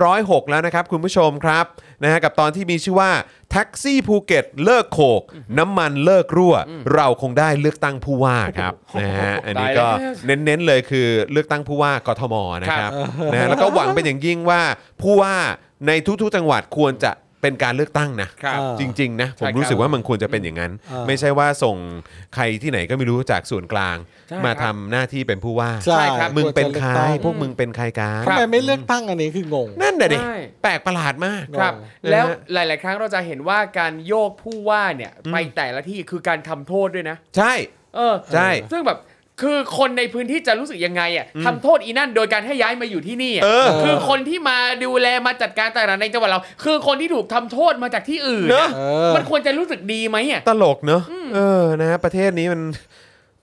306 แล้วนะครับคุณผู้ชมครับนะฮะกับตอนที่มีชื่อว่าแท็กซี่ภูเก็ตเลิกโขก น้ำมันเลิกรั่ว เราคงได้เลือกตั้งผู้ว่าครับนะฮะอันนี้ก็ ตายแล้ว เน้นๆเลยคือเลือกตั้งผู้ว่ากทมนะครับนะฮะแล้วก็หวังเป็นอย่างยิ่งว่าผู้ว่าในทุกๆจังหวัดควรจะเป็นการเลือกตั้งนะ ครับ เออ จริง ๆ นะ ผ ใช่ ม ครับ รู้สึกว่ามันควรจะเป็นอย่างนั้น เออ ไม่ใช่ว่าส่งใครที่ไหนก็ไม่รู้จากส่วนกลาง ใช่ มา ครั ทำ บ หน้าที่เป็นผู้ว่า ใช่ ใช่ครับ มึงเป็นใคร วจะลือก พวตั้งกมึงเป็นใครกัน ทำไมไม่เลือกตั้งอันนี้คืองง นั่นน่ะดิ ใช่ แปลกประหลาดมาก งง ครับ นะฮะ แล้วหลาย ๆ ครั้งเราจะเห็นว่าการโยกผู้ว่าเนี่ยไปแต่ละที่คือการทำโทษด้วยนะ ใช่ เออ ใช่ ซึ่งแบบคือคนในพื้นที่จะรู้สึกยังไงอ่ะทำโทษอีนั่นโดยการให้ย้ายมาอยู่ที่นี่อะ เออ คือคนที่มาดูแลมาจัดการต่างๆในจังหวัดเรา คือคนที่ถูกทำโทษมาจากที่อื่น เน อะ อะ เออ มันควรจะรู้สึกดีไหมอ่ะ ตลกเนอะเออนะฮะประเทศนี้มัน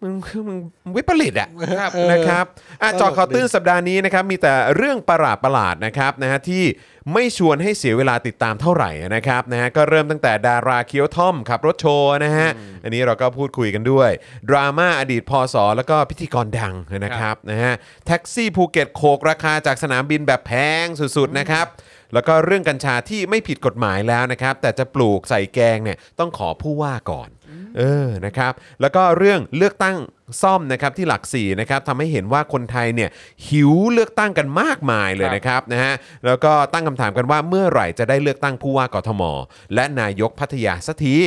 มันมันวิปริตอ่ะ ครับ เออนะครับอ่ะ ตลกเจอดิข่าวตื้นสัปดาห์นี้นะครับ มีแต่เรื่องประหลาดประหลาดๆนะครับนะฮะที่ไม่ชวนให้เสียเวลาติดตามเท่าไหร่นะครับนะฮะก็เริ่มตั้งแต่ดาราเคี้ยวท่อมขับรถโชว์นะฮะอันนี้เราก็พูดคุยกันด้วย ดราม่าอดีตพศแล้วก็พิธีกรดังนะครับนะฮะแท็กซี่ภูเก็ตโขกราคาจากสนามบินแบบแพงสุดๆนะครับ แล้วก็เรื่องกัญชาที่ไม่ผิดกฎหมายแล้วนะครับ แต่จะปลูกใส่แกงเนี่ยต้องขอผู้ว่าก่อน เออนะครับแล้วก็เรื่องเลือกตั้งซ่อมนะครับที่หลักสี่นะครับทำให้เห็นว่าคนไทยเนี่ยหิวเลือกตั้งกันมากมายเลยนะครับนะฮะแล้วก็ตั้งคำถามกันว่าเมื่อไหร่จะได้เลือกตั้งผู้ว่ากทม และนายกพัทยาสักที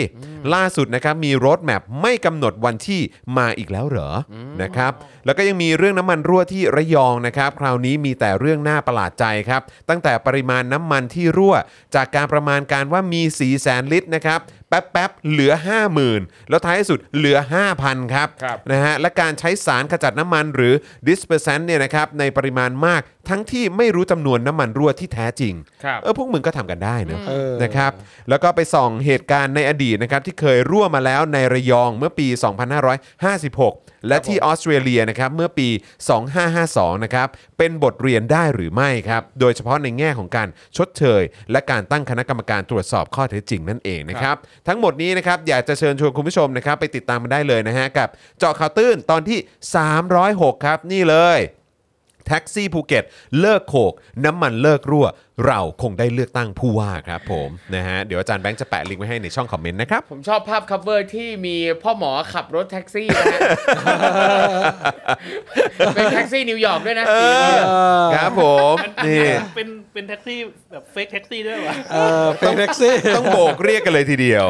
ล่าสุดนะครับมีรถแมพไม่กำหนดวันที่มาอีกแล้วเหรออนะครับแล้วก็ยังมีเรื่องน้ำมันรั่วที่ระยองนะครับ คราวนี้มีแต่เรื่องน่าประหลาดใจครับ ตั้งแต่ปริมาณน้ำมันที่รั่ว จากการประมาณการว่ามี4ี่แสนลิตรนะครับ แป๊บๆ เหลือ 50,000 แล้วท้ายสุดเหลือ 5,000 ครับ ครับ นะฮะและการใช้สารขจัดน้ำมันหรือ dispersant เนี่ยนะครับในปริมาณมากทั้งที่ไม่รู้จำนวนน้ำมันรั่วที่แท้จริง ครับ เออพวกมึงก็ทำกันได้เนอะ เออ นะครับ แล้วก็ไปส่องเหตุการณ์ในอดีตนะครับ ที่เคยรั่วมาแล้วในระยองเมื่อปี 2556 และที่ออสเตรเลียนะครับ เมื่อปี 2552 นะครับ เป็นบทเรียนได้หรือไม่ครับ โดยเฉพาะในแง่ของการชดเชย และการตั้งคณะกรรมการตรวจสอบข้อเท็จจริงนั่นเองนะครับ ทั้งหมดนี้นะครับอยากจะเชิญชวนคุณผู้ชมนะครับ ไปติดตามมาได้เลยนะฮะกับเจาะข่าวตื้นตอนที่ 306 ครับนี่เลย แท็กซี่ภูเก็ต เลิกโขก น้ำมันเลิกรั่ว เราคงได้เลือกตั้งผู้ว่าครับผมนะฮะเดี๋ยวอาจารย์แบงค์จะแปะลิงก์ไว้ให้ในช่องคอมเมนต์นะครับ ผมชอบภาพคัฟเวอร์ที่มีพ่อหมอขับรถแท็กซี่นะฮะ เป็นแท็กซี่นิวยอร์กด้วยนะสีเหลือง ครับผมนี่ เป็นเป็นแท็กซี่แบบเฟกแท็กซี่ด้วยวะ เออเป็นแท็กซี่ ต้องโบกเรียกกันเลยทีเดียว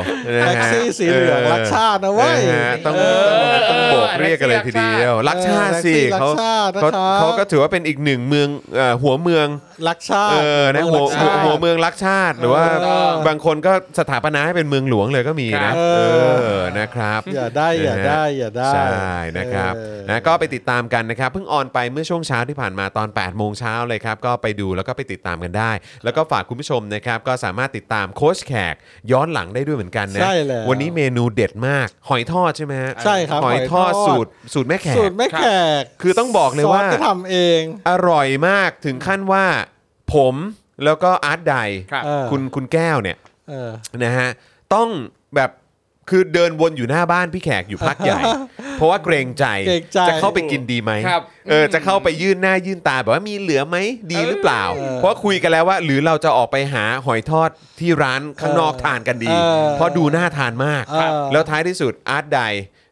นะฮะ แท็กซี่สีเหลืองรักชาตินะเว้ย นะฮะต้อง เออ ต้องโบกเรียกกันเลยทีเดียว รักชาติสิ เออแท็กซี่ เขา รักชาตินะครับ เขาเขาก็ถือว่าเป็นอีกหนึ่งเมืองเอ่อหัวเมือง รักชาติ เออนะหัว รักชา หัว ติ หัวเมืองรักชาติหรือว่า เออ บางคนก็สถาปนาให้เป็นเมืองหลวงเลยก็มี ครั นะ บ เออนะครับ อย่าได้อย่าได้อย่าได้ ใช่นะครับ เออ นะก็ไปติดตามกันนะครับ เพิ่งออนไปเมื่อช่วงเช้าที่ผ่านมาตอน 8 โมงเช้าเลยครับ ก็ไปดูแล้วก็ไปติดตามกันได้ แล้วก็ฝากคุณผู้ชมนะครับ ก็สามารถติดตามโค้ชแขกย้อนหลังได้ด้วยเหมือนกันนะ ใช่แล้ว นนี้เมนูเด็ดมาก หอยทอดใช่ไหมฮะ ใช่ครับ หอยทอด หอยทอด สูตรสูตรแม่แข สู ก ตรไม่แขก คือต้องบอกเลยว่า ซสก็ทำเอง อร่อยมากถึงขั้นว่าผมแล้วก็อาร์ตได ครับ เออ คุณคุณแก้วเนี่ย เออ นะฮะต้องแบบคือเดินวนอยู่หน้าบ้านพี่แขกอยู่พัก ใหญ่ เพราะว่าเกรงใจ เกรงใจ จะเข้าไปกินดีไหม ครับ เออจะเข้าไปยื่นหน้ายื่นตาแบบว่ามีเหลือไหมดีหรือเปล่า เออ เพราะคุยกันแล้วว่า หรือเราจะออกไปหาหอยทอดที่ร้านข้างนอก เออ ทานกันดี เออ เพราะดูน่าทานมาก เออ แล้วท้ายที่สุดอาร์ตได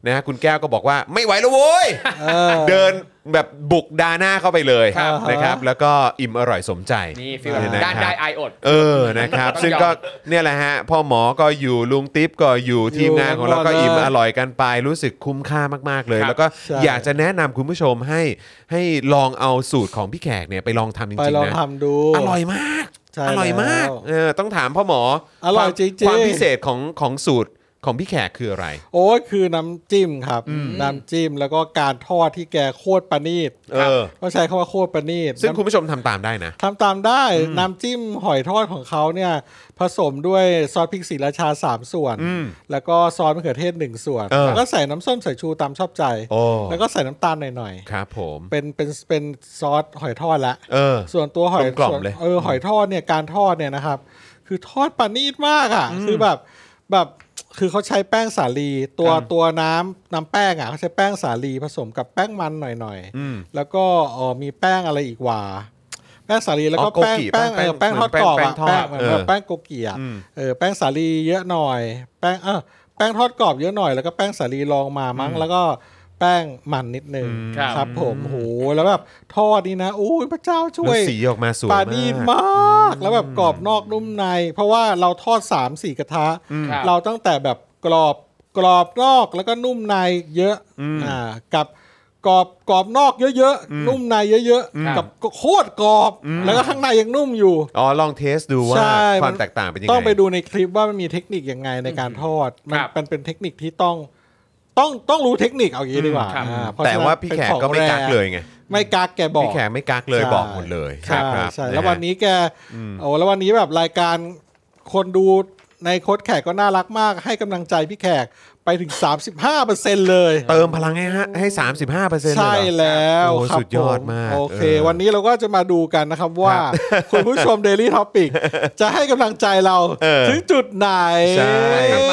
นะฮะคุณแก้วก็บอกว่าไม่ไหวแล้วโว้ย เออ เดินแบบบุกดาหน้าเข้าไปเลย ครับ นะครับ แล้วก็อิ่มอร่อยสมใจ นี่ฟีลแบบ เยะ ด้าน ครับ ได้ไออด เออ นะครับ ต้องยอม ซึ่งก็เนี่ยแหละฮะ พ่อหมอก็อยู่ ลุงติ๊บก็อยู่ อยู่ ทีมงานของเรา หมด ก็อิ่ม เลย อร่อยกันไป รู้สึกคุ้มค่ามากๆเลย แล้วก็ ใช่ อยากจะแนะนำคุณผู้ชมให้ให้ลองเอาสูตรของพี่แขกเนี่ย ไปลองทำจ ไป ริง ลอ ๆ ง นะ ทำดู อร่อยมาก ใช่ อร่อยมาก แล้ว เออ ต้องถามพ่อหมอ อร่อย ความ จริคงๆวามพิเศษของของสูตรของพี่แขกคืออะไร โอ้ยคือน้ำจิ้มครับ น้ำจิ้มแล้วก็การทอดที่แกโคตรประณีต เออ ต้องใช้คำว่าโคตรประณีต ซึ่ง น้ำ คุณผู้ชมทำตามได้นะ ทำตามได้น้ำจิ้มหอยทอดของเขาเนี่ยผสมด้วยซอสพริกศรีราชา 3 ส่วน อืม แล้วก็ซอสมะเขือเทศ 1 ส่วน เออ แล้วก็ใส่น้ำส้มสายชูตามชอบใจ โอ้ แล้วก็ใส่น้ำตาลหน่อย ครับผม ๆ เป็นเป็นเป็นซอสหอยทอดละ เออ ส่วนตัวหอย กลมกล่อม ส่วน เลย เออหอยทอดเนี่ยการทอดเนี่ยนะครับ คือทอดปานีตมากอ่ะ คือแบบแบบคือเขาใช้แป้งสาลีตัวตัวน้ำน้ำแป้งอ่ะเขาใช้แป้งสาลีผสมกับแป้งมันหน่อย อืม ๆแล้วก็เอ่อมีแป้งอะไรอีกว่า แป้งสาลีแล้ว อ๋ ก็ อโก แป้ง กิ แป้ง แป้ เอง อแป้ง เหมือนทอดแป้ง กรอบ แป้ง อะ ทอด แป้งเหมือนแบบ เออ แป้งโกกิอ่ะ อืม เออแป้งสาลีเยอะหน่อย แป้งเออแป้งทอดกรอบเยอะหน่อยแล้วก็แป้งสาลีรองมามั้งแล้วก็แป้งมันนิดนึง ครับ ครับผมโหแล้วแบบทอดนี่นะอู้ยพระเจ้าช่ แล้ว วย สีออกมาสวปลายามก ดีมากแล้วแบบกรอบนอกนุ่มใน เพราะว่าเราทอด 3 4 กระทะ ครับ เราตั้งแต่แบบกรอบกรอบนอกแล้วก็นุ่มในเยอะอ่ากับกรอบกรอบนอกเยอะๆนุ่มในเยอะ ครับ ๆกับโคตรกรอบแล้วก็ข้างในยังนุ่มอยู่ อ๋อ ลองเทสดูว่า ใช่ ค มั วาม น แตกต่างเป็นยัง ต้อง ไง ไปดูในคลิปว่ามันมีเทคนิคยังไงในการทอดมัน ครับ มันเป็นเทคนิคที่ต้องต้องต้องรู้เทคนิคเอาอย่างนี้ดีกว่า ครับ อ่เพระ แต่ ฉะนั้น ว่าพี่ เป็น แขก ของ ก็ไม่กัก แร์ เลยไง ไม่กักแกบอก พี่แขกไม่กักเลย ใช่ บอกหมดเลย ใช่ ครัใช่บะฮะ แล้ววันนี้แกโอ้แล้ววันนี้แบบรายการคนดูในโค้ดแขกก็น่ารักมาก ให้กำลังใจพี่แขกไปถึง 35%เลย เติมพลังให้ฮะให้สามสิบห้าเปอร์เซ็นต์เลย ใช่ เหรอ แล้ว โอ้ ครับ สุดยอดมาก ผโอเค เออ วันนี้เราก็จะมาดูกันนะครับว่า คุณผู้ชม Daily Topic จะให้กำลังใจเรา เออ ถึงจุดไหน ใช่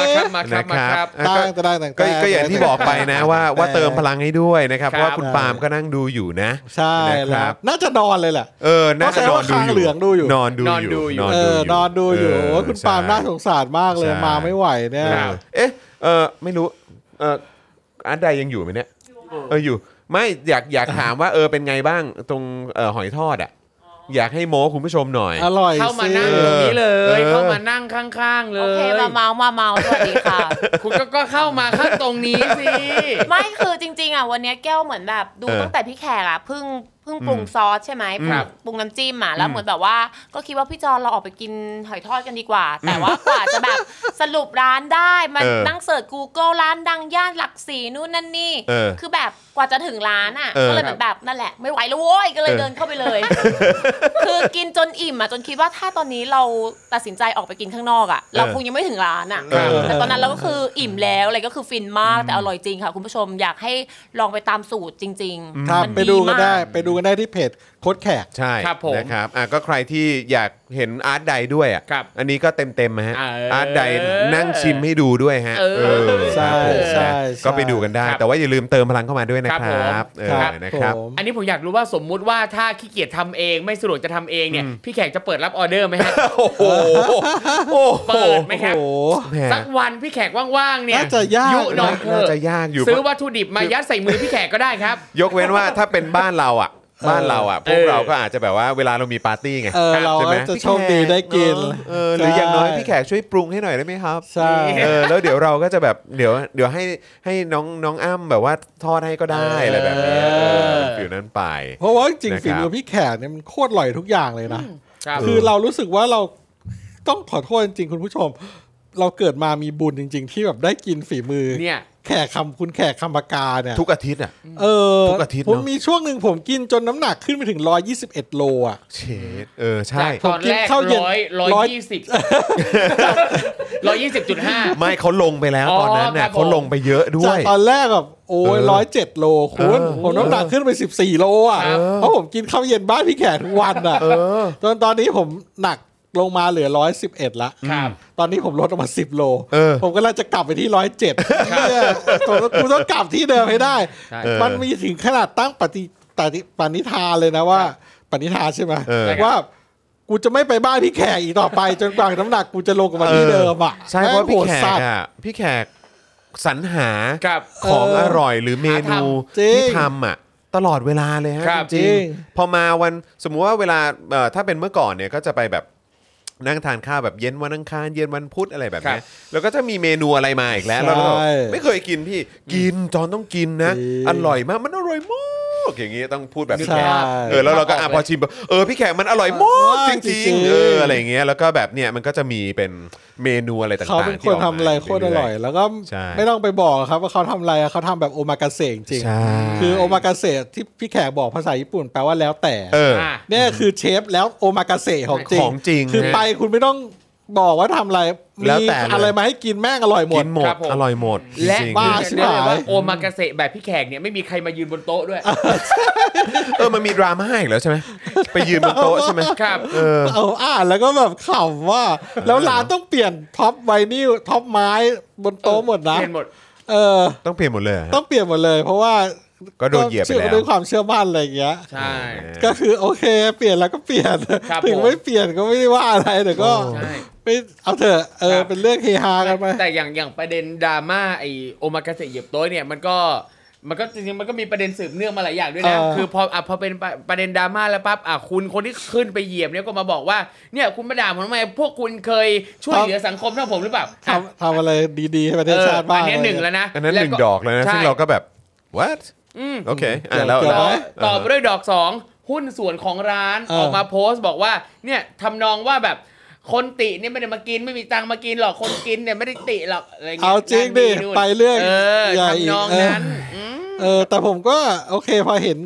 มาครับมาครับมา นะ ค ครั รับ บ ตั้งแต่ได้แต่ง ก็ แต่ ก็อย่างที่บอกไปนะว่าว่าเติมพลังให้ด้วยนะครับ ครัเพบราะว่าคุณปาล์มก็นั่งดูอยู่นะ ใช่ นะครัแล้ว บ น่าจะนอนเลยแหละ เออน่าจะนอนดู เพราะแสดงว่าข้างเหลืองดูอยู่ นอนดูอยู่ นอนดูอยู่ เออนอนดูอยู่ เ โอ้ยคุณปาล์ม ใช่ น่าสงสารมากเลย ใช่ มาไม่ไหวเนี่ย เออเอ๊ะ เออไม่รู้เอออาร์ตไดยังอยู่ไหมเนี่ยเอออยู่ ไม่อยากอยากถามว่าเออเป็นไงบ้างตรงเออหอยทอดอ่ะอยากให้โม้คุณผู้ชมหน่อย อร่อย เข้ามานั่ง สิ ตรงนี้เลย เออ เข้ามานั่งข้างๆเล โอเค ย มาเมามาเมาสวัสดีค่ะ คุณก็ก็เข้ามาข้างตรงนี้สิ ไม่คือจริง ๆอ่ะวันเนี้ยแก้วเหมือนแบบดู เออ ตั้งแต่พี่แขกอ่ะเพิ่งเพิ่งปรุงซอสใช่ไหมป ค รุ รั ง บ ปรุงน้ำจิ้มอ่ะแล้วเหมือนแบบว่า ก็คิดว่าพี่จอนเราออกไปกินหอยทอดกันดีกว่า แต่ว่ากว่าจะแบบ สรุปร้านได้มัน เออ นั่งเสิร์ช Google ร้านดังย่านหลักสี่นู่นนั่นนี่ เออ คือแบบกว่าจะถึงร้านอ่ะ เออ ก็เลยเหมือนแบบนั่นแหละไม่ไหวแล้วโว้ยก็เลย เออ เดินเข้าไปเลย คือกินจนอิ่มอ่ะจนคิดว่าถ้าตอนนี้เราตัดสินใจออกไปกินข้างนอกอ่ะเราคงยังไม่ถึงร้านอ่ะ เออ แต่ตอนนั้นเราก็คืออิ่มแล้วอะไรก็คือฟินมากแต่อร่อยจริงค่ะ คุณผู้ชมอยากให้ลองไปตามสูตรจริงๆ ครับ มัน ไปดูกันได้ มาก ไปดูกันได้ที่เพจโค้ดแขก ใช่ ครับผม นะครับอ่ะก็ใครที่อยากเห็นอาร์ตไดด้วยอ่ะ ครับ อันนี้ก็เต็มเต็มๆนะฮะ เออ อาร์ตไดนั่งชิมให้ดูด้วยฮะ เออ ครัใช่บผม ใช่ นะ ใช่ ก็ไปดูกันได้ ครับ แต่ว่าอย่าลืมเติมพลังเข้ามาด้วยนะค ครั รับบ ผม เออนะครับ ผม อันนี้ผมอยากรู้ว่าสมมุติว่าถ้าขี้เกียจทำเองไม่สะดวกจะทำเองเนี่ย พี่แขกจะเปิดรับออเดอร์ไหมฮะ โอ้โหโอ้โห เปิดไหมคโอ้โห รับ แหม สักวันพี่แขกว่างๆเนี่ย น่าจะยาก ยุหน่อยเถ น่า อะ จะยากอยู่ ซื้อวัตถุดิบมายัดใส่มือพี่แขกก็ได้ครับ ยกเว้นว่าถ้าเป็นบ้านเราอ่ะ บ้านเราอ่ะ พวกเราก็อาจจะแบบว่าเวลาเรามีปาร์ตี้ไง เออเรา ใช่ไหม จะโชคดีได้กิน เออหรืออย่างน้อยพี่แขกช่วยปรุงให้หน่อยได้ไหมครับ ใช่ เออแล้วเดี๋ยวเราก็จะแบบเดี๋ยวเดี๋ยวให้ให้น้องน้องอ้ำแบบว่าทอดให้ก็ได้อะไรแบบนี้เออฟิวนั้นไป เพราะว่าจริง นะครับๆฝีมือพี่แขกเนี่ยมันโคตรอร่อยทุกอย่างเลยนะ ครับ คือเรารู้สึกว่าเราต้องขอโทษจริงๆคุณผู้ชม เราเกิดมามีบุญจริง ๆ ที่แบบได้กินฝีมือ เนี่ย แขกคำคุณแขกคำปากาเนี่ย ทุกอาทิตย์อ่ะ เออ ทุกอาทิตย์ ผม เนอะ มีช่วงหนึ่งผมกินจนน้ำหนักขึ้นไปถึง 121 โลอ่ะ เชดเออ จา ใช่ กตอนแรก ผมกินข้าวเย็น ร้อยร้อย ร้อย ยี่ สิบร้อยยี่สิบจุดห้า ไม่เขาลงไปแล้ว อ๋ตออนนั้น ครั น่ะ บผม เขาลงไปเยอะด้ว จาก ย ตอนแรกแบบโอ้ย เออ ร้อยเจ็ดโลคุณ เออ ผมน้ำหนักขึ้นไป 14 โลอ่ะ ครับ เพราะผมกินข้าวเย็นบ้านพี่แขกทุกวันอ่ะ เออ จนตอนนี้ผมหนักลงมาเหลือ 111ละ ครับ ตอนนี้ผมลดออกมาสิบโล เออ ผมก็ลังจะกลับไปที่ร้อยเจ็ดผมกูต้องกลับที่เดิมให้ได้ ใช่ มันมีถึงขนาดตั้งปฏิปฏิปณิธานเลยนะว่า ปณิธานใช่ไหม เออ ว่า กูจะไม่ไปบ้านพี่แขกอีกต่อไป จนกว่าน้ำหนักกูจะลงกลับมาที่เดิมอ่ะ ใช่เพราะ แม่ง พี่ โหด แข สั ก ตว์ อ่ะพี่แขกสรรหา ครับ ของ เออ อ อ ร่อยหรือเมนู จริง ที่ทำอ่ะตลอดเวลาเลยฮะ ครับ จริ จริ ง ง ๆพอมาวันสมมุติว่าเวลาเอ่อถ้าเป็นเมื่อก่อนเนี่ยก็จะไปแบบนั่งทานข้าวแบบเย็นวันอังคารเย็นวันพุธอะไรแบบเนี้ยแล้วก็จะมีเมนูอะไรมาอีกแล้วแล้วเราก็ไม่เคยกินพี่กินจอนต้องกินนะ จริง อร่อยมากมันอร่อยมากอย่างงี้ต้องพูดแบบพี่แขก ใช่ เออแล้วเราก็อ่ะ ครับ พอชิมแบบเออพี่แขกมันอร่อยมากจ จริ ริง ง ๆ ๆ เอออะไร อย่างเงี้ยแล้วก็แบบเนี่ยมันก็จะมีเป็นเมนูอะไรต่างๆ เขาเป็นคนทำอะไรโคตรอร่อย ที่กมา แล้วก็ ใช่ ไม่ต้องไปบอกครับว่าเขาทำอะไรเขาทำแบบโอมากาเสะจ เรื่อริย ง ๆใช่ ๆคือโอมากาเสะที่พี่แขกบอกภาษาญี่ปุ่นแปลว่าแล้วแต่ เออ อ่ะ เนี่ยคือเชฟแล้วโอมากาเสะของจริง ของจริง คือ นะ ไปคุณไม่ต้องบอกว่าทำอะไร มี แล้วแต่เลย อะไรมาให้กินแม่งอร่อยหม กิ ด นหม ครั ด บผม อร่อยหมด และ จริง บ้า เรียก ชิบ ได้ หาย ว่าโอมากาเสะแบบพี่แขกเนี่ยไม่มีใครมายืนบนโต๊ะด้วย เออมันมีดราม่าอีกแล้วใช่ไหมไปยืนบนโต๊ะใช่ไหม ครับ เออ เอาอ่านแล้วก็แบบขำว่า แล้วร้านต้องเปลี่ยนท็อปไวนิลท็อปไม้บนโต๊ะหมดนะ เห็นหมด เออ ต้องเปลี่ยนหมดเลยเหรอฮะ ต้องเปลี่ยนหมดเลย เพราะว่า ก็โดนเหยียบไปแล้ว ชื่อด้วยความเชื่อมั่นอะไรอย่างเงี้ย ใช่ ก็คือโอเค เปลี่ยนแล้วก็เปลี่ยน ครับ ถึง ผม ไม่เปลี่ยนก็ไม่ได้ว่าอะไรแต่ก็ ใช่ ไม่เอาเถอะเออ ครับ เป็นเรื่องเฮฮากันไป แต่อย่างอย่างประเด็นดราม่าไอโอมากาเสะเหยียบโต๊ะเนี่ยมันก็มันก็จริงๆมันก็มีประเด็นสืบเนื่องมาหลายอย่างด้วยนะ เออ คือพออ่ะพอเป็นประประเด็นดราม่าแล้วปั๊บอ่ะคุณคนที่ขึ้นไปเหยียบเนี่ยก็มาบอกว่าเนี่ยคุณมาด่าผมทำไมพวกคุณเคยช่วย ครับ เหลือสังคมเท่าผมหรือเปล่า ทำทำอะไรดีๆให้ประเทศชาติบ้าง เอออันเนี้ยหะไรย่า นึ่ง เย แล้วนะ อันนั้นหนึ่ง แว ดอกแล้วนะซึ่ง ใช่ เราก็แบบ what โอเคอ่ะแล้ว เกี่ แล้ ยว วไหม เออ ต่อไปด้วยดอก 2 หุ้นส่วนของร้าน เออ ออกมาโพสต์บอกว่าเนี่ยทำนองว่าแบบคนติเนี่ยไม่ได้มากินไม่มีตังค์มากินหรอกคนกินเนี่ยไม่ได้ติหรอกอะไรเงี้ย เอาจริงดิ นั่นนี่นู่น ไปเรื่อง เออ ใหญ่อีก ทำนองนั้นม เออแต่ผมก็โอเคพอเห็น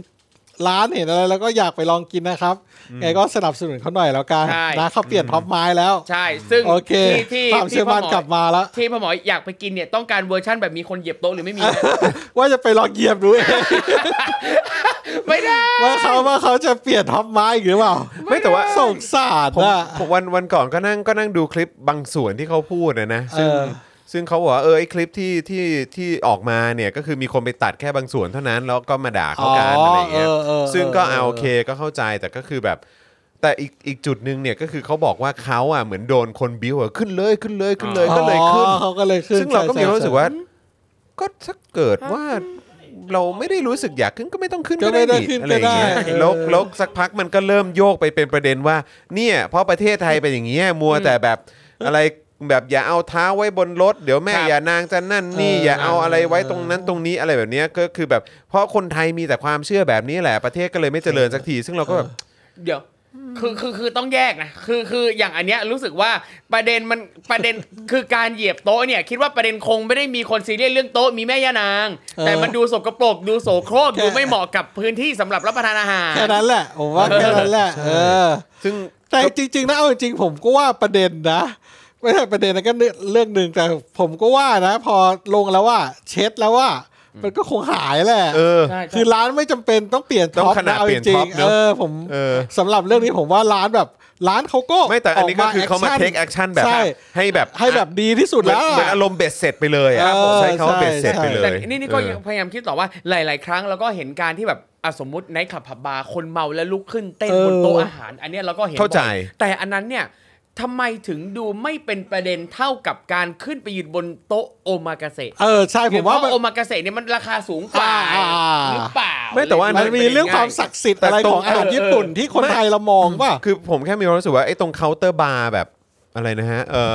ร้านเห็นอะไรแล้วก็อยากไปลองกินนะครับไงก็สนับสนุนเขาหน่อยแล้วกัน ใช่ นะเขาเปลี่ยนท็อปไม้แล้ว ใช่ ซึ่ง โอเค ที่ที่ ความเชื่อมั่น ที่พ่ห กลับมาแล้ว ที่พ่อหมออยากไปกินเนี่ยต้องการเวอร์ชั่นแบบมีคนเหยียบโต๊ะหรือไม่มีนะ ว่าจะไปลองเหยียบดู เอง ไม่ได้ ว่าเขาว่าเขาจะเปลี่ยนท็อปไม้อีกหรือเปล่า ไม่แต่ว่า สงสาร ผม นะ ผมวันวันก่อนก็นั่งก็นั่งดูคลิปบางส่วนที่เขาพูดนะนะ เอ ซึ่ง อ ซึ่งเขาบอกว่าเออไอคลิปที่ที่ที่ออกมาเนี่ยก็คือมีคนไปตัดแค่บางส่วนเท่านั้นแล้วก็มาด่าเขากัน อ๋อ อะไรอย่างเงี้ย เออเออเออ ซึ่งก็เอา เออ โอเคก็เข้าใจแต่ก็คือแบบ แต่อีกอีกจุดหนึ่งเนี่ยก็คือเขาบอกว่าเขาอ่ะเหมือนโดนคนบิ้วอ่ะขึ้นเลยขึ้นเลยขึ้นเลย อ๋อ ก็เลยขึ้น เขาก็เลยขึ้น ซึ่งเราก็ ใช่ มีความรู้สึกว่า ใช่ ก็ถ้าเกิดว่าเราไม่ได้รู้สึกอยากขึ้นก็ไม่ต้องขึ้น ก็ ก็ ไม่ ได้ ได้ นี่ ขึ้น อะ ก็ ไรอย่างเงี้ย ได้เออ แล้วแล้วสักพักมันก็เริ่มโยกไปเป็นประเด็นว่า เนี่ยเพราะประเทศไทยเป็นอย่างเงี้ยมัวแต่แบบอะไรแบบอย่าเอาเท้าไว้บนรถ เดี๋ยวแม่ ครับ อย่านางจะนั่นนี่ เออ อ อ ย่าเอาอะไรไว้ตรงนั้นตรงนี้อะไรแบบเนี้ยก็คือแบบเพราะคนไทยมีแต่ความเชื่อแบบนี้แหละประเทศก็เลยไม่เจริญสักที ซึ่งเราก็แบบ เดี๋ยวคือคือคือต้องแยกนะคือคืออย่างอันเนี้ยรู้สึกว่าประเด็นมันประเด็น คือการเหยียบโต๊ะเนี่ย คิดว่าประเด็นคงไม่ได้มีคนซีเรียสเรื่องโต๊ะมีแม่ย่านาง เออ แต่มันดูสกปรกดูโสโครก แค่ ดูไม่เหมาะกับพื้นที่สำหรับรับประทานอาหาร แค่นั้นแหละผมว่า เออ แค่นั้นแหละ ใช่ เออ ซึ่ง แต่จริงๆนะเอาจริงๆผมก็ว่าประเด็นนะ ไม่ใช่ประเด็นนะก็เรื่องหนึ่งแต่ผมก็ว่านะ พอลงแล้วว่า เช็ดแล้วว่า มันก็คงหายแหละ เออ ใช่ คือร้านไม่จำเป็นต้องเปลี่ยน ต้อง ท็อป ขนาด นะเอา เปลี่ยจน ริ ท็องป ๆ เน เอ อะ อผม เออ สำหรับเรื่องนี้ผมว่าร้านแบบร้านเขาก็ ไม่แต่อันนี้ก็คือเขามา แชั่น take action แบบ ใช่ ให้แบบ ให้แบบดีที่สุด เหมือน แล้ว เหมือน อะ อารมณ์เบ็ดเสร็จไปเลยอะ เออ ใช้คำว่า ใช่ เบ็ดเสร็จไปเล แต่ ย นี่นี่ก็ยัง เออ พยายามคิดต่อว่าหลาย ๆ ครั้งเราก็เห็นการที่แบบอ่ะสมมติในขับผับบาร์คนเมาแล้วลุกขึ้นเต้น เออ บนโต๊ะอาหาร อันเนี้ยเราก็เห็น เข้าใจ บ่อยแต่อันนั้นเนี่ยทำไมถึงดูไม่เป็นประเด็นเท่ากับการขึ้นไปยืนบนโต๊ะโอมากาเสะ เออใช่ผมว่า เพ มั ระ น โอมากาเสะเนี่ยมันราคาสูงกว่า อ่า หรือเปล่า ไม่แต่ว่า มันมีเรื่องความศักดิ์สิทธิ์อะไร แต่ตร ข ง องอาหารญี่ปุ่นที่คนไทยเรามองว่า คือผมแค่มีความรู้สึกว่าไอ้ตรงเคาน์เตอร์บาร์แบบอะไรนะฮะเออ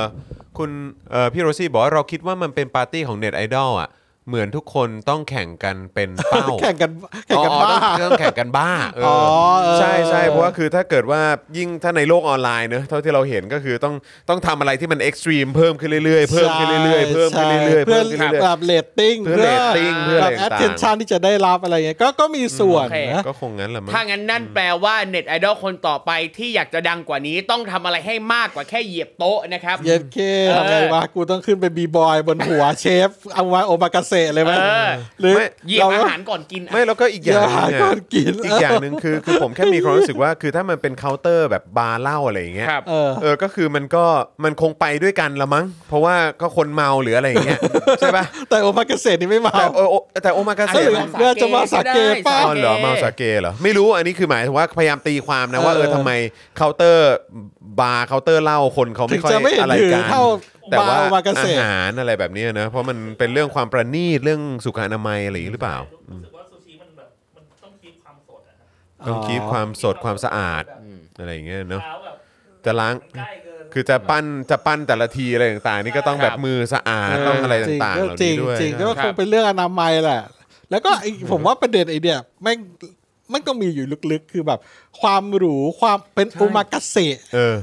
คุณเออพี่โรซี่บอกว่าเราคิดว่ามันเป็นปาร์ตี้ของเน็ตไอดอลอ่ะเหมือนทุกคนต้องแข่งกันเป็นเป้า แข่งกันแข่งกันบ้า อ๋อต้องต้องแข่งกันบ้าเอออ อเออ ใช่ใช่เพราะว่าคือถ้าเกิดว่ายิ่งถ้าในโลกออนไลน์เนอะเท่าที่เราเห็นก็คือต้องต้องทำอะไรที่มันเอ็กซ์ตรีมเพิ่มขึ้นเรื่อยๆเพิ่มขึ้นเรื่อยๆเพิ่มขึ้นเรื่อยๆ เพื่ เพิ่ อ มขึ้นเรื่อย แบบเลตติ้ง ๆเพื่อเรตติ้งเพื่อ แบ อะไร บ ต่าง attention ที่จะได้รับอะไรเงี้ยก็ก็มีส่วน โอเค นะ ๆก็คงงั้นแหละมั้ง ถ้างั้นนั่นแปลว่าเน็ตไอดอลคนต่อไปที่อยากจะดังกว่านี้ต้องทำอะไรให้มากกว่าแค่เหยียบโต๊ะนะครับ เย็นเค เออ ทำไงวะกูต้องขึ้นไปบีบอยบนหัว เชฟเอามาโอมากาเสะเลยไหม เออ หรือ ไม่ เหยียบอาหารก่อนกิน ไม่แล้วก็อีกอย่อา ย่าง หนึง ก่อ อะ นกิน อีกอย่างหนึ่งคือคือผมแค่มีความรู้สึกว่าคือถ้ามันเป็นเคาน์เตอร์แบบบาร์เหล้าอะไรอย่างเงี้ย ครับ เออ เออก็คือมันก็มันคงไปด้วยกันละมั้ง เพราะว่าก็คนเมาหรืออะไรอย่างเงี้ยใช่ปะ แต่โอมากาเสะนี่ไม่มา แต่โอโอแต่โอมากา เอ เสะ อ มัน น่าจะมาสาเกป่ะ อ๋อเหรอเมาสาเกเหรอไม่รู้อันนี้คือหมายถึงว่าพยายามตีความนะว่าเอ เออ อทำไมเคาน์เตอร์บาร์เคาน์เตอร์เหล้าคนเขา ถึ ไม่ ง ค่อย จะไม่เห็น อะไร ถือ กัน เท่า แต่ บา ว่า ร์โอมากา อา เสะ หารอะไรแบบเนี้ยนะเพราะมันเป็นเรื่องความประณีตเรื่องสุขอนามัยอะไรอย่างงี้หรือเปล่า รู้สึกว่าซูชิมันแบบมันต้องคีบความสดอะครับ ต้องคีบความสดความสะอาดอะไรอย่างเงี้ยเนาะ เท้าแบบ จะล้าง มันใกล้เกิน คือจะปั้นจะปั้นแต่ละทีอะไรต่างๆ นี่ก็ต้องแบบมือสะอาดต้องอะไรต่างๆเหล่า จริ นี้ ง ด้วย จริงก็ ครับ คงเป็นเรื่องอนามัยแหละ แล้วก็ไอ้ผมว่าประเด็นไอเดียแม่งมันก็มีอยู่ลึกๆ คือแบบ ความหรูความเป็นโอมากาเสะ เออ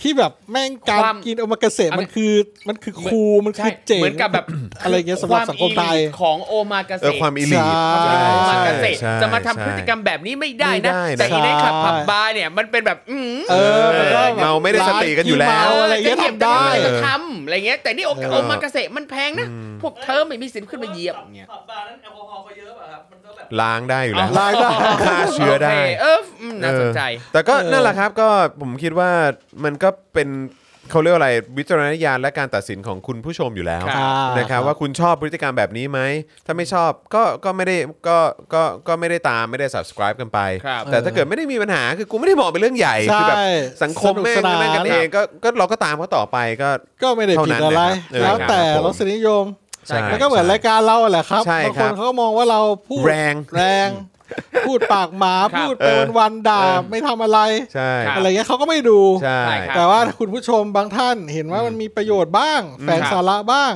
ที่แบบแม่งการ ความ กินโอมากาเสะ อะไร มันคือมันคือคูลมันคือเจ๋ง เหมือนกับแบบ อะไรเงี้ยสำหรับสังคมไทย วาอีลิทของโอมากา เออ เสะ ความอิลีท ใช่ โอมากาเสะ ใช่ จะมาทำ ใช่ พฤติกรรมแบบนี้ไม่ได้นะ ไม่ได้นะ แต่อีในขับผับบาร์เนี่ยมันเป็นแบบอืม เออ เออ มันก็แบบ เมาไม่ได้สติกันอยู่แล้ว เมาอะไรเงี้ยทำได้ จะทำอะไรเงี้ยแต่นี่โอ เออ โอมากาเสะมันแพงนะ พวกเธอไม่มีสิทธิ์ขึ้นมาเหยียบเงี้ย ผับบาร์นั้นแอลกอฮอล์ก็เยอะป่ะครับ มันก็แบบ ล้างได้อยู่แล้ว ล้างได้ ฆ่าเชื้อได้ โคเอออืมน่าสนใจ เออแต่ก็ เออ นั่นแหละครับก็ผมคิดว่ามันก็เป็นเขาเรียกว่าอะไรวิจารณญาณและการตัดสินของคุณผู้ชมอยู่แล้ว ครับ นะครับว่าคุณชอบพฤติกรรมแบบนี้ไหม ถ้าไม่ชอบก็ก็ไม่ได้ก็ก็ก็ไม่ได้ตามไม่ได้ subscribe กันไป ครับ แต่ถ้าเกิดไม่ได้มีปัญหาคือกูไม่ได้มองเป็นเรื่องใหญ่ ใช่ คืแบบสังคมแม่ง สนุกสนาน นั่นกันเองก็ก็เราก็ตามเขาต่อไปก็ ก็ไม่ได้ผิดอะไร เท่านั้นนะครับ แล้วแต่ เออครับผม รสนิยม ใช่ แล้วก็เหมือน ใช่ รายการเราแหละครับ ใช่ บาง ค ค รั น บ เขาก็มองว่าเราพูด แรง แรง พูดปากหมา ครับ พูดไปวันๆด่า เออ ไม่ทำอะไร ใช่ ครับ อะไรเงี้ยเขาก็ไม่ดู ใช่ ใช่ครับ แต่ว่าคุณผู้ชมบางท่านเห็นว่ามันมีประโยชน์บ้าง แฝง ครับ สาระบ้าง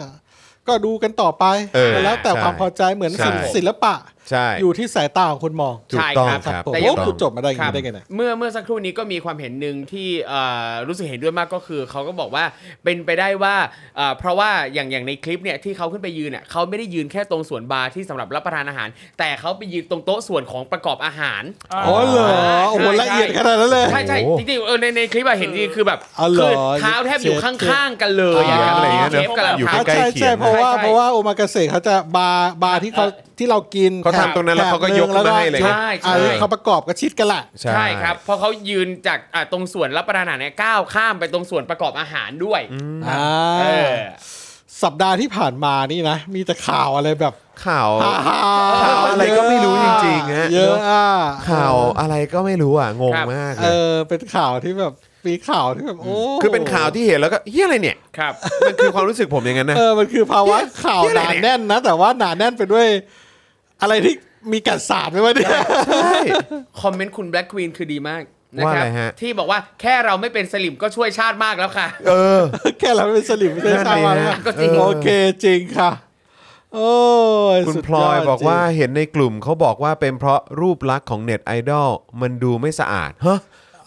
ก็ดูกันต่อไป เออ แล้วแต่ ใช่ ความพอใจเหมือน ใช่ ศิลศิลปะ ใช่ อยู่ที่สายตาของคนมอง ถูกต้อง ใช่ ค ครั รับบ ผม แต่ โอ้ ยัง คุณจบมาได้อยัง ค ไง รับ ได้ไงเนี่ย เมื่อเมื่อสักครู่นี้ก็มีความเห็นหนึ่งที่เอ่อรู้สึกเห็นด้วยมากก็คือเขาก็บอกว่าเป็นไปได้ว่าเอ่อเพราะว่าอย่างอย่างในคลิปเนี่ยที่เขาขึ้นไปยืนเนี่ยเขาไม่ได้ยืนแค่ตรงส่วนบาร์ที่สำหรับรับประทานอาหาร แต่เขาไปยืนตรงโต๊ะส่วนของประกอบอาหาร อ๋อเหรอโอ้โห ใช่ ละเอียดขนาดนั้นเลย ใช่ใช่จริงๆเออในในคลิปอะเห็นจริงๆคือแบบ อ๋อเหรอ คืเท้าแทบอยู่ข้างๆกันเลย อ๋ออ ะะไรอย่างเงี้ย เน เชฟกำลัง อะอยู่ ทำ ใกล้ ใช่ ๆเคี ใช่ ยง เพราะว่า ใช่ใช่ เพราะว่าโอมากาเสะเขาจะบาร์บาร์ที่เขาที่เรากิน เขาทำตรงนั้นแล้วเขาก็ยกขึ้นมาให้เลย ใช่ใช่ อ่าเขาประกอบก็ชิดกันละ ใช่ ใช่ครับเพราะเขายืนจากอ่ะตรงส่วนรับประทานอาหารเนี่ยก้าวข้ามไปตรงส่วนประกอบอาหารด้วย อ่า เออ สัปดาห์ที่ผ่านมานี่นะ มีแต่ข่าวอะไรแบบ ข่าว ฮ่าๆ ข่าวอะไรก็ไม่รู้จริง งฮะ เยอะอ่ะ ข่าวอะไรก็ไม่รู้อ่ะงงมาก เอ เลย อเป็นข่าวที่แบบมีข่าวที่แบบโอ้ คือเป็นข่าวที่เห็นแล้วก็เฮียอะไรเนี่ย ครับ มันคือความรู้สึกผมอย่างนั้นนะ เออมันคือภาวะข่าว เหี้ย ห อะไร นา เนี่ย แน่นนะ แต่ว่าหนาแน่นไปด้วย อะไรที่มีกัดสารไม่ว่าเนี่ย ใช่ คอมเมนต์คุณแบล็กควีนคือดีมากนะคว่ารับ อะไรฮะ ที่บอกว่าแค่เราไม่เป็นสลิมก็ช่วยชาติมากแล้วค่ะ เออ แค่เราไม่เป็นสลิมไม่ใช่ชาวบ้านนะ ก็จริง โอเคจริงค่ะ โอ้ย คุณ สุด พลอย ด บอก จริง ว่าเห็นในกลุ่มเขาบอกว่าเป็นเพราะรูปลักษณ์ของเน็ตไอดอลมันดูไม่สะอาดฮะ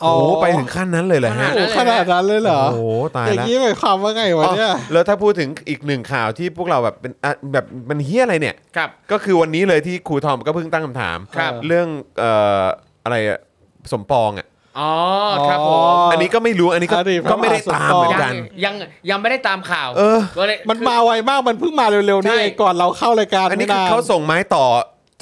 อ๋อ โอ้ไปถึงขั้นนั้นเลยเหรอฮะ โอ้ขนาดนั้นเลยเหรอ โอ้ตาย อย่าง แล้ว นี้หมายความว่าไงวะเนี่ย อ๋อแล้วถ้าพูดถึงอีกหนึ่งข่าวที่พวกเราแบบเป็นอ่ะแบบมันเฮี้ยอะไรเนี่ย ครับ ก็คือวันนี้เลยที่ครูทอมก็เพิ่งตั้งคำถาม ครับ เรื่องเอ่ออะไรอะสมปองอ่ะ อ๋อครับผม อันนี้ก็ไม่รู้อันนี้ก็ อดีตพระ ก็ไม่ได้ตาม มหาสมปอง เหมือน ยั กัน งยังยังไม่ได้ตามข่าว เออ ก็เลย มันมาไวมากมันเพิ่งมาเร็วๆนี่ ใช่ เองก่อนเราเข้ารายการ อันนี้คือนไม่าน เขาส่งไม้ต่อ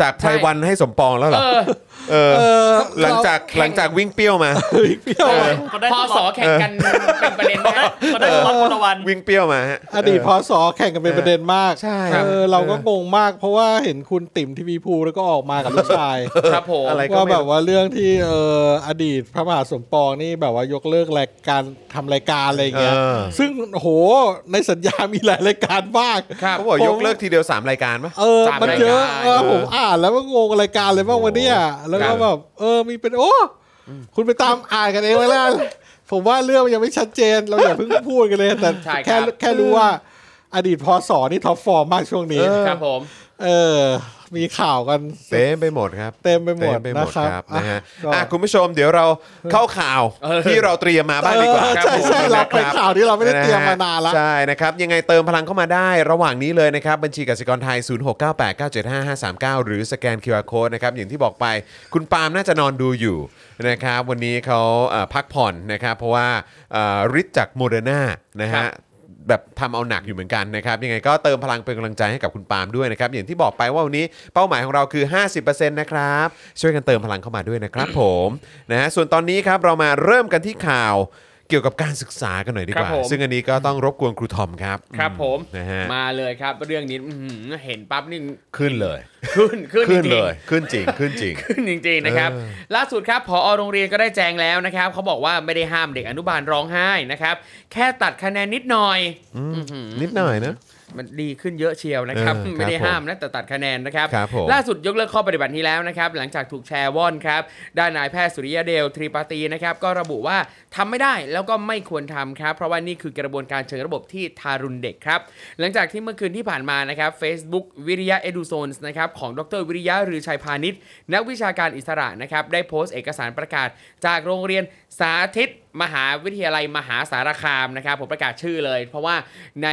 จากไพรวันให้สมปองแล้วเหรอ เออ เออ เออ หลังจากหลังจากวิ่งเปรี้ยวมา เฮ้ยเปรี้ยวอะ เขาได้ พอสอแข่งกันเป็นประเด็นนะฮะ เขาได้รางวัลคนละวัน วิ่งเปรี้ยวมาฮะ อดีตพศแข่งกันเป็นประเด็นมาก ใช่ เออเราก็ เออ งงมากเพราะว่าเห็นคุณติ๋มทีวีภูแล้วก็ออกมากับลูกชาย ครับผม อะไรก็ ว่า ไม่ แบบว่าเรื่องที่เอออดีตพระมหาสมปองนี่แบบว่ายกเลิกรายการทำรายการอะไรอย่าง เอ เงี้ย อ ซึ่งโหในสัญญามีหลายรายการมาก ครับ เขาบอกยกเลิกทีเดียว 3 รายการปะ เออ สาม มันเยอะ รายการ เออผมอ่านแล้วก็งงรายการเลยบ้างวันนี้แล้ว ค ก็ รับ แบบเออมีเป็นโอ้คุณไปตามอ่านกันเองแล้วกันผมว่าเรื่องมันยังไม่ชัดเจน เราอย่าเพิ่งพูดกันเลยแต่ ใช่ครั แค่ บ แค่รู้ว่าอดีตพอสอนี่ท็อปฟอร์มมากช่วงนี้ ครับผม เออ มีข่าวกัน เต็มไปหมดครับ เต็มไปหมด เต็ นะครั ครับ บนะฮะ ก็ อ่ะคุณผู้ชมเดี๋ยวเราเข้าข่าว เออ ที่เราเตรียมมาบ้างดีกว่า เออ ครับ ใช่ใช่ ผม เรา นะค ไป บ ข่าวที่เราไม่ได้เตรียมมานานละ ใช่นะครับ ยังไงเติมพลังเข้ามาได้ระหว่างนี้เลยนะครับ บัญชีกสิกรไทย 0698975539 หรือสแกน QR Code นะครับ อย่างที่บอกไปคุณปาล์มน่าจะนอนดูอยู่นะครับ วันนี้เขาเอ่อพักผ่อนนะครับ เพราะว่าเอ่อฤทธิ์จากโมเดอร์นานะ ครั ฮะ บ แบบทำเอาหนักอยู่เหมือนกันนะครับ ยังไงก็เติมพลังเป็นกำลังใจให้กับคุณปาล์มด้วยนะครับ อย่างที่บอกไปว่าวันนี้เป้าหมายของเราคือ 50%นะครับ ช่วยกันเติมพลังเข้ามาด้วยนะครับ ผมนะฮะส่วนตอนนี้ครับเรามาเริ่มกันที่ข่าวเกี่ยวกับการศึกษากันหน่อยดีกว่า ครับผม ซึ่งอันนี้ก็ต้องรบกวนครูทอมครับ ครับผม นะฮะ มาเลยครับ เรื่องนี้อื้อหือเห็นปั๊บนี่ ขึ้นเลย ขึ้นขึ้นจ ขึ้น ริ เล ง ยขึ้นจริงขึ้นจริง ๆขึ้นจริงๆนะครับ เออ ล่าสุดครับพอโรงเรียนก็ได้แจงแล้วนะครับเขาบอกว่าไม่ได้ห้ามเด็กอนุบาลร้องไห้นะครับ แค่ตัดคะแนนนิดหน่อย อื้อหือ นิดหน่อยนะ มันดีขึ้นเยอะเชียวนะครับ เออครับ ไม่ได้ ผม ห้ามนะแต่ตัดคะแนนนะครับ ครับผม ล่าสุดยกเลิกข้อปฏิบัตินี้แล้วนะครับ หลังจากถูกแชร์ว่อนครับ ด้านนายแพทย์สุริยเดลทรีปาตีนะครับ ก็ระบุว่าทำไม่ได้แล้วก็ไม่ควรทำครับ เพราะว่านี่คือกระบวนการเชิงระบบที่ทารุณเด็กครับ หลังจากที่เมื่อคืนที่ผ่านมานะครับ Facebook วิริยะ Edu Zones นะครับของดรวิริยะหรือชัยพาณิชย์นักวิชาการอิสระนะครับได้โพสต์เอกสารประกาศ จากโรงเรียนสาธิต มหาวิทยาลัยมหาสารคามนะครับผมประกาศชื่อเลย เพราะว่าใน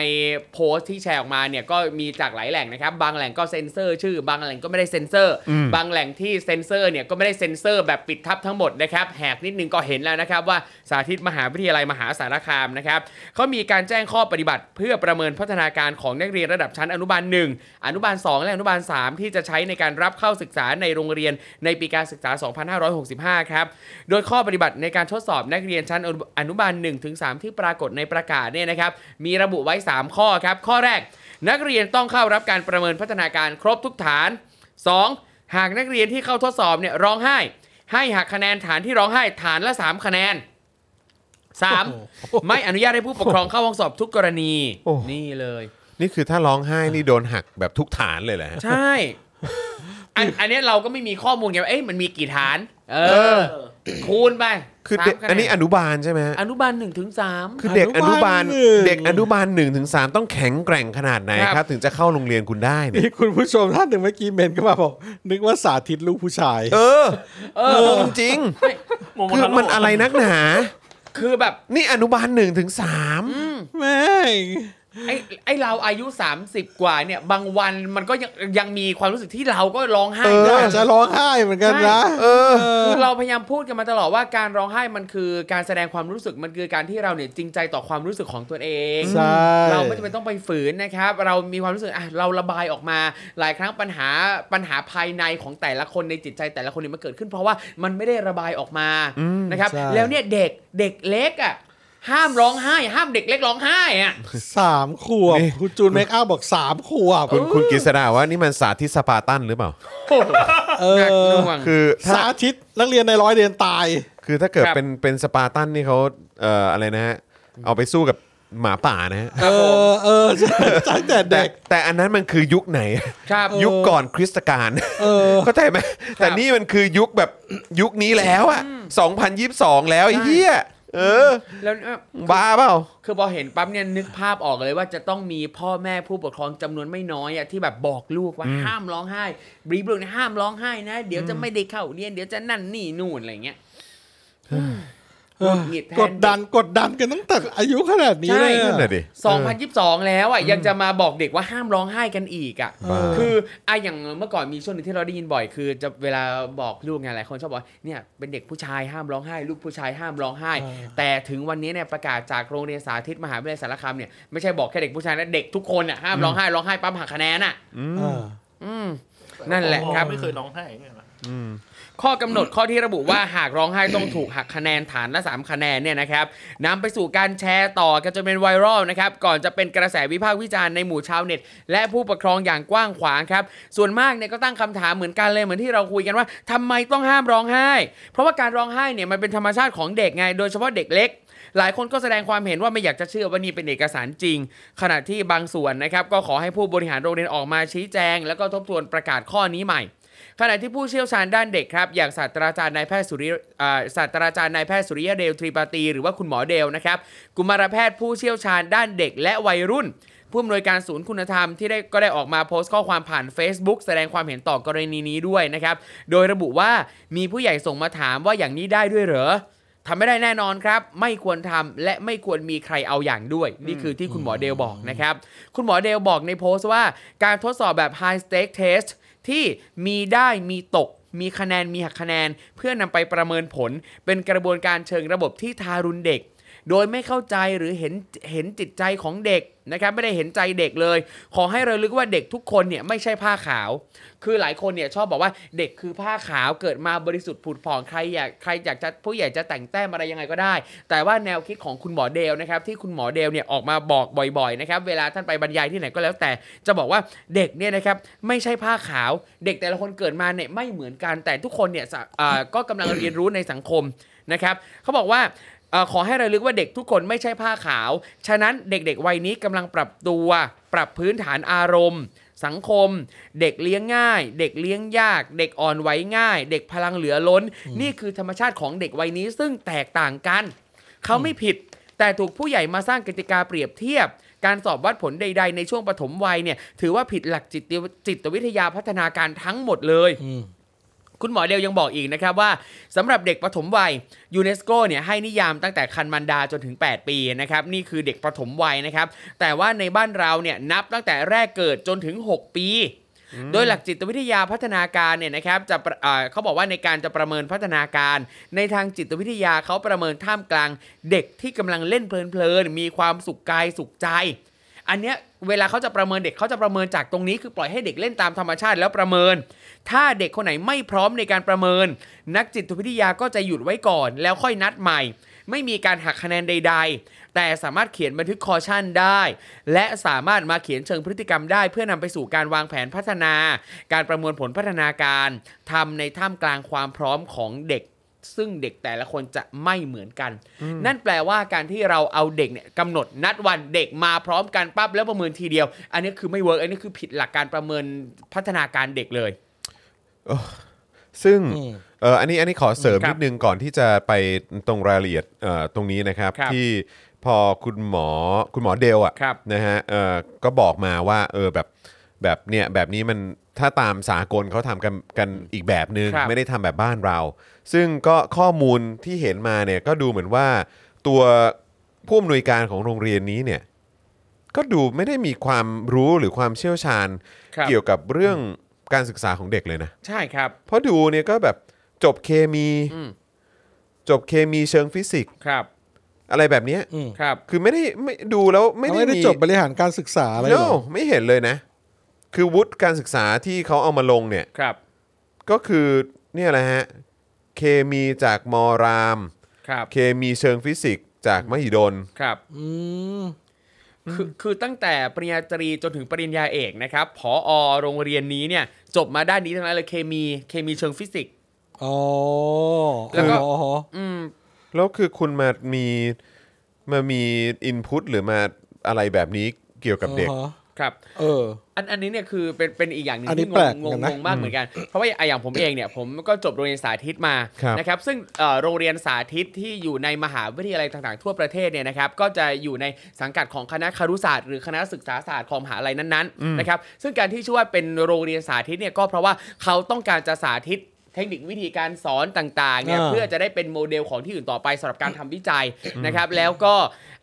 โพสต์ที่แชร์ออกมาเนี่ยก็มีจากหลายแหล่งนะครับ บางแหล่งก็เซ็นเซอร์ชื่อบางแหล่งก็ไม่ได้เซ็นเซอร์ บางแหล่งที่เซ็นเซอร์เนี่ยก็ไม่ได้เซ็นเซอร์แบบปิดทับทั้งหมดนะครับแหกนิดนึงก็เห็นแล้วนะครับว่าสาธิตมหาวิทยาลัยมหาสารคามนะครับเขามีการแจ้งข้อปฏิบัติ เพื่อประเมินพัฒนาการของนักเรียนระดับชั้นอนุบาลหนึ่งอนุบาลสองและอนุบาลสามที่จะใช้ในการรับเข้าศึกษาในโรงเรียนในปีการศึกษา 2565 ครับ โดยข้อปฏิบัติในการทดสอบนักเรียนชั้นอนุอนุบาล1ถึง3ที่ปรากฏในประกาศเนี่ยนะครับ มีระบุไว้ 3 ข้อครับ ข้อแรก นักเรียนต้องเข้ารับการประเมินพัฒนาการครบทุกฐาน 2. หากนักเรียนที่เข้าทดสอบเนี่ยร้องไห้ ให้หักคะแนนฐานที่ร้องไห้ฐานละ 3 คะแนน 3. ไม่อนุญาตให้ผู้ปกครองเข้าห้องสอบทุกกรณี โอ้ นี่เลย นี่คือถ้าร้องไห้นี่โดนหักแบบทุกฐานเลยแหละ ใช่ อันอันเนี้ยเราก็ไม่มีข้อมูลไงว่าเอ้ยมันมีกี่ฐาน เออ คูณไป คือ สาม เด็ก คะแ อันนี้อนุบาลใช่ไหมฮะ อนุบาลหนึ่งถึงสาม คือเด็กอนุบาล อนุบาลหนึ่ง เด็กอนุบาล1นงถึงสามต้องแข็งแกร่งขนาดไหน ครับ ครับ ถึงจะเข้าโรงเรียนคุณได้เนี่ย นี่คุณผู้ชมท่านหนึ่งเมื่อกี้เมนเข้ามาบอกนึกว่าสาธิตลูกผู้ชาย เออ เอ เอ อ อจริงๆ โมโม คือ ทาโร่ มันอะไรนักหนา คือแบบ นี่อนุบาลหนึ่งถึงสาม แม่ง ไอ้ไอ้เราอายุ 30 กว่าเนี่ย บางวันมันก็ยังยังมีความรู้สึกที่เราก็ร้องไห้ อ ได้ ยากจะร้องไห้เหมือนกันนะ เออ คือเราพยายามพูดกันมาตลอดว่าการร้องไห้มันคือการแสดงความรู้สึกมันคือการที่เราเนี่ยจริงใจต่อความรู้สึกของตัวเอง ใช่ เราไม่จำเป็นต้องไปฝืนนะครับ เรามีความรู้สึกอ่ะเราระบายออกมา หลายครั้งปัญหาปัญหาภายในของแต่ละคนในจิตใจแต่ละคนเนี่ยมันเกิดขึ้น เพราะว่ามันไม่ได้ระบายออกมานะครับ ใช่ แล้วเนี่ยเด็กเด็กเล็กอ่ะ ห้ามร้องไห้ ห้ามเด็กเล็กร้องไห้อ่ะ สามขวบ นี่ คุณจูนเมคอัพบอกสามขวบ คุณคุณกิษดาว่านี่มันสาธิตสปาร์ตันหรือเปล่า เอ หนัก อ หน่วง คือถ้า สาธิตนักเรียนในร้อยเรียนตาย คือถ้าเกิด ครับ เป็นเป็นสปาร์ตันนี่เขาเอ่ออะไรนะฮะเอาไปสู้กับหมาป่านะฮะ เออเออตั้งแต่ แต่ เด็ก แต่อันนั้นมันคือยุคไหน ครับ ยุคก่อนคริสตกาล เออ เข้าใจไหมแต่นี่มันคือยุคแบบยุคนี้แล้วอ่ะ2022 แล้วไอ้เฮียเออ แล้วเนี่ย บ้าเปล่า คือพอเห็นปั๊บเนี่ยนึกภาพออกเลยว่าจะต้องมีพ่อแม่ผู้ปกครองจำนวนไม่น้อยอ่ะที่แบบบอกลูกว่าห้ามร้องไห้บรีบลูกนะห้ามร้องไห้นะ เดี๋ยวจะไม่ได้เข้าเรียนเดี๋ยวจะนั่นนี่นู่นอะไรเงี้ย เอหองุดหงิดแทน กดดันกดดันกันตั้งแต่อายุขนาดนี้เลย ใช่นั่น อะ น่ะดิ 2022 แล้วอ่ะยังจะมาบอกเด็กว่าห้ามร้องไห้กันอีกอ่ะ บ้า คืออ่ะอย่างเมื่อก่อนมีช่วงหนึงที่เราได้ยินบ่อย คือจะเวลาบอกลูกไงหลายคนชอบบอกเนี่ยเป็นเด็กผู้ชายห้ามร้องไห้ ลูกผู้ชายห้ามร้องไห้ อ่า แต่ถึงวันนี้เนี่ยประกาศจากโรงเรียนสาธิตมหาวิทยาลัยสารคามเนี่ยไม่ใช่บอกแค่เด็กผู้ชายนะเด็กทุกคนอ่ะห้ามร้องไห้ร้องไห้ปั๊มหักคะแนนอ่ะ เออ อืม นั่นแหละครับ ไม่เคยร้องไห้เนี่ยนะ ข้อกำหนดข้อที่ระบุว่าหากร้องไห้ต้องถูกหักคะแนนฐานละ 3 คะแนนเนี่ยนะครับนำไปสู่การแชร์ต่อกันจนเป็นไวรัลนะครับ ก่อนจะเป็นกระแสวิพากษ์วิจารณ์ในหมู่ชาวเน็ต และผู้ปกครองอย่างกว้างขวางครับ ส่วนมากเนี่ยก็ตั้งคำถามเหมือนกันเลยเหมือนที่เราคุยกันว่าทำไมต้องห้ามร้องไห้ เพราะว่าการร้องไห้เนี่ยมันเป็นธรรมชาติของเด็กไง โดยเฉพาะเด็กเล็ก หลายคนก็แสดงความเห็นว่าไม่อยากจะเชื่อว่านี่เป็นเอกสารจริง ขณะที่บางส่วนนะครับก็ขอให้ผู้บริหารโรงเรียนออกมาชี้แจง แล้วก็ทบทวนประกาศข้อนี้ใหม่ ขณะที่ผู้เชี่ยวชาญด้านเด็กครับ อย่างศาสตราจารย์นายแพทย์สุริอ่าศาสตราจารย์นายแพทย์สุริยเดลทรีปาตี หรือว่าคุณหมอเดลนะครับ กุมารแพทย์ผู้เชี่ยวชาญด้านเด็กและวัยรุ่น ผู้อำนวยการศูนย์คุณธรรมที่ได้ก็ได้ออกมาโพสต์ข้อความผ่าน Facebook แสดงความเห็นต่อกรณีนี้ด้วยนะครับ โดยระบุว่ามีผู้ใหญ่ส่งมาถามว่าอย่างนี้ได้ด้วยเหรอทำไม่ได้แน่นอนครับ ไม่ควรทำและไม่ควรมีใครเอาอย่างด้วย นี่คือที่คุณหมอเดลบอกนะครับ คุณหมอเดลบอกในโพสต์ว่าการทดสอบแบบ High Stake Test ที่มีได้มีตก มีคะแนนมีหักคะแนน เพื่อนำไปประเมินผล เป็นกระบวนการเชิงระบบที่ทารุณเด็ก โดยไม่เข้าใจหรือเห็นเห็นจิตใจของเด็กนะครับไม่ได้เห็นใจเด็กเลย ขอให้เราลึกว่าเด็กทุกคนเนี่ยไม่ใช่ผ้าขาว คือหลายคนเนี่ยชอบบอกว่าเด็กคือผ้าขาวเกิดมาบริสุทธิ์ผุดผ่องใครอยากใครอยากจะผู้ใหญ่จะแต่งแต้มอะไรยังไงก็ได้ แต่ว่าแนวคิดของคุณหมอเดลนะครับที่คุณหมอเดลเนี่ยออกมาบอกบ่อยๆนะครับเวลาท่านไปบรรยายที่ไหนก็แล้วแต่ จะบอกว่าเด็กเนี่ยนะครับไม่ใช่ผ้าขาว เด็กแต่ละคนเกิดมาเนี่ยไม่เหมือนกันแต่ทุกคนเนี่ยสะอ่าก็กำลังเรียนรู้ในสังคมนะครับเขาบอกว่า เอ่อขอให้ระลึกว่าเด็กทุกคนไม่ใช่ผ้าขาว ฉะนั้นเด็กๆวัยนี้กำลังปรับตัว ปรับพื้นฐานอารมณ์ สังคม เด็กเลี้ยงง่าย เด็กเลี้ยงยาก เด็กอ่อนไหวง่าย เด็กพลังเหลือล้น นี่คือธรรมชาติของเด็กวัยนี้ซึ่งแตกต่างกัน เขาไม่ผิด แต่ถูกผู้ใหญ่มาสร้างกติกาเปรียบเทียบ การสอบวัดผลใด ๆ ในช่วงปฐมวัยเนี่ยถือว่าผิดหลักจิตวิจิตวิทยาพัฒนาการทั้งหมดเลย อืม คุณหมอเดลยังบอกอีกนะครับว่าสำหรับเด็กปฐมวัยยูเนสโกเนี่ยให้นิยามตั้งแต่คันมันดาจนถึง 8 ปีนะครับนี่คือเด็กปฐมวัยนะครับแต่ว่าในบ้านเราเนี่ยนับตั้งแต่แรกเกิดจนถึง 6 ปี โดยหลักจิตวิทยาพัฒนาการเนี่ยนะครับจะประอ่าเขาบอกว่าในการจะประเมินพัฒนาการ ในทางจิตวิทยาเขาประเมินท่ามกลาง เด็กที่กำลังเล่นเพลินๆมีความสุขกายสุขใจ อันเนี้ยเวลาเขาจะประเมินเด็กเขาจะประเมินจากตรงนี้คือปล่อยให้เด็กเล่นตามธรรมชาติแล้วประเมิน ถ้าเด็กคนไหนไม่พร้อมในการประเมิน นักจิตวิทยาก็จะหยุดไว้ก่อน แล้วค่อยนัดใหม่ ไม่มีการหักคะแนนใด ๆ แต่สามารถเขียนบันทึกคอชั่นได้ และสามารถมาเขียนเชิงพฤติกรรมได้ เพื่อนำไปสู่การวางแผนพัฒนา การประมวลผลพัฒนาการทำในท่ามกลางความพร้อมของเด็ก ซึ่งเด็กแต่ละคนจะไม่เหมือนกัน นั่นแปลว่าการที่เราเอาเด็กเนี่ยกำหนดนัดวันเด็กมาพร้อมกันปั๊บแล้วประเมินทีเดียว อันนี้คือไม่เวิร์กอันนี้คือผิดหลักการประเมินพัฒนาการเด็กเลย ซึ่ง อืม เอออันนี้อันนี้ขอเสริม ครับ นิดนึงก่อนที่จะไปตรงรายละเอียดเอ่อตรงนี้นะครับ ครับ ที่พอคุณหมอคุณหมอเดลอ่ะ ครับ นะฮะเออก็บอกมาว่าเออแบบแบบเนี่ยแบบนี้มันถ้าตามสากลเขาทำกันกันอีกแบบนึง ครับ ไม่ได้ทำแบบบ้านเรา ซึ่งก็ข้อมูลที่เห็นมาเนี่ยก็ดูเหมือนว่าตัวผู้อำนวยการของโรงเรียนนี้เนี่ยก็ดูไม่ได้มีความรู้หรือความเชี่ยวชาญ ครับ เกี่ยวกับเรื่องการศึกษาของเด็กเลยนะ ใช่ครับ เพราะดูเนี่ยก็แบบจบเคมี อืม จบเคมีเชิงฟิสิกส์ ครับ อะไรแบบเนี้ย อืม ครับ คือไม่ได้ไม่ดูแล้วไม่ เขาไม่ได้จบบริหารการศึกษาอะไรหร no, อ ไม่เห็นเลยนะ คือวุฒิการศึกษาที่เขาเอามาลงเนี่ย ครับ ก็คือเนี่ยแหละฮะเคมีจากมอราม ครับ เคมีเชิงฟิสิกส์ จากมหิดล ครับ อืม คือคือตั้งแต่ปริญญาตรีจนถึงปริญญาเอกนะครับผอโรงเรียนนี้เนี่ยจบมาด้านนี้ทั้งนั้นเลยเคมีเคมีเชิงฟิสิกส์ อ๋อ แล้วก็ อ๋อ อืม แล้วคือคุณมามีมามีอินพุตหรือมาอะไรแบบนี้เกี่ยวกับเด็ก อ๋อ ครับ เออ อันอันนี้เนี่ยคือเป็นเป็นอีกอย่างหนึ่ง อันนี้ ที่ง แปลก ง เหมื งงอนกันนะ งมากเหมือนกัน เพราะว่าอย่างผมเองเนี่ยผมก็จบโรงเรียนสาธิตมา ครับ นะครับซึ่งเอ่อโรงเรียนสาธิตที่อยู่ในมหาวิทยาลัยต่างๆ ทั่วประเทศเนี่ยนะครับก็จะอยู่ในสังกัดของคณะครุศาสตร์หรือคณะศึกษาศาสตร์ของมหาลัยนั้น อืม ๆนะครับซึ่งการที่ชื่อว่าเป็นโรงเรียนสาธิตเนี่ยก็เพราะว่าเขาต้องการจะสาธิตเทคนิควิธีการสอนต่างๆเนี่ย อ่า เพื่อจะได้เป็นโมเดลของที่อื่นต่อไปสำหรับการทำวิจัยนะครับแล้วก็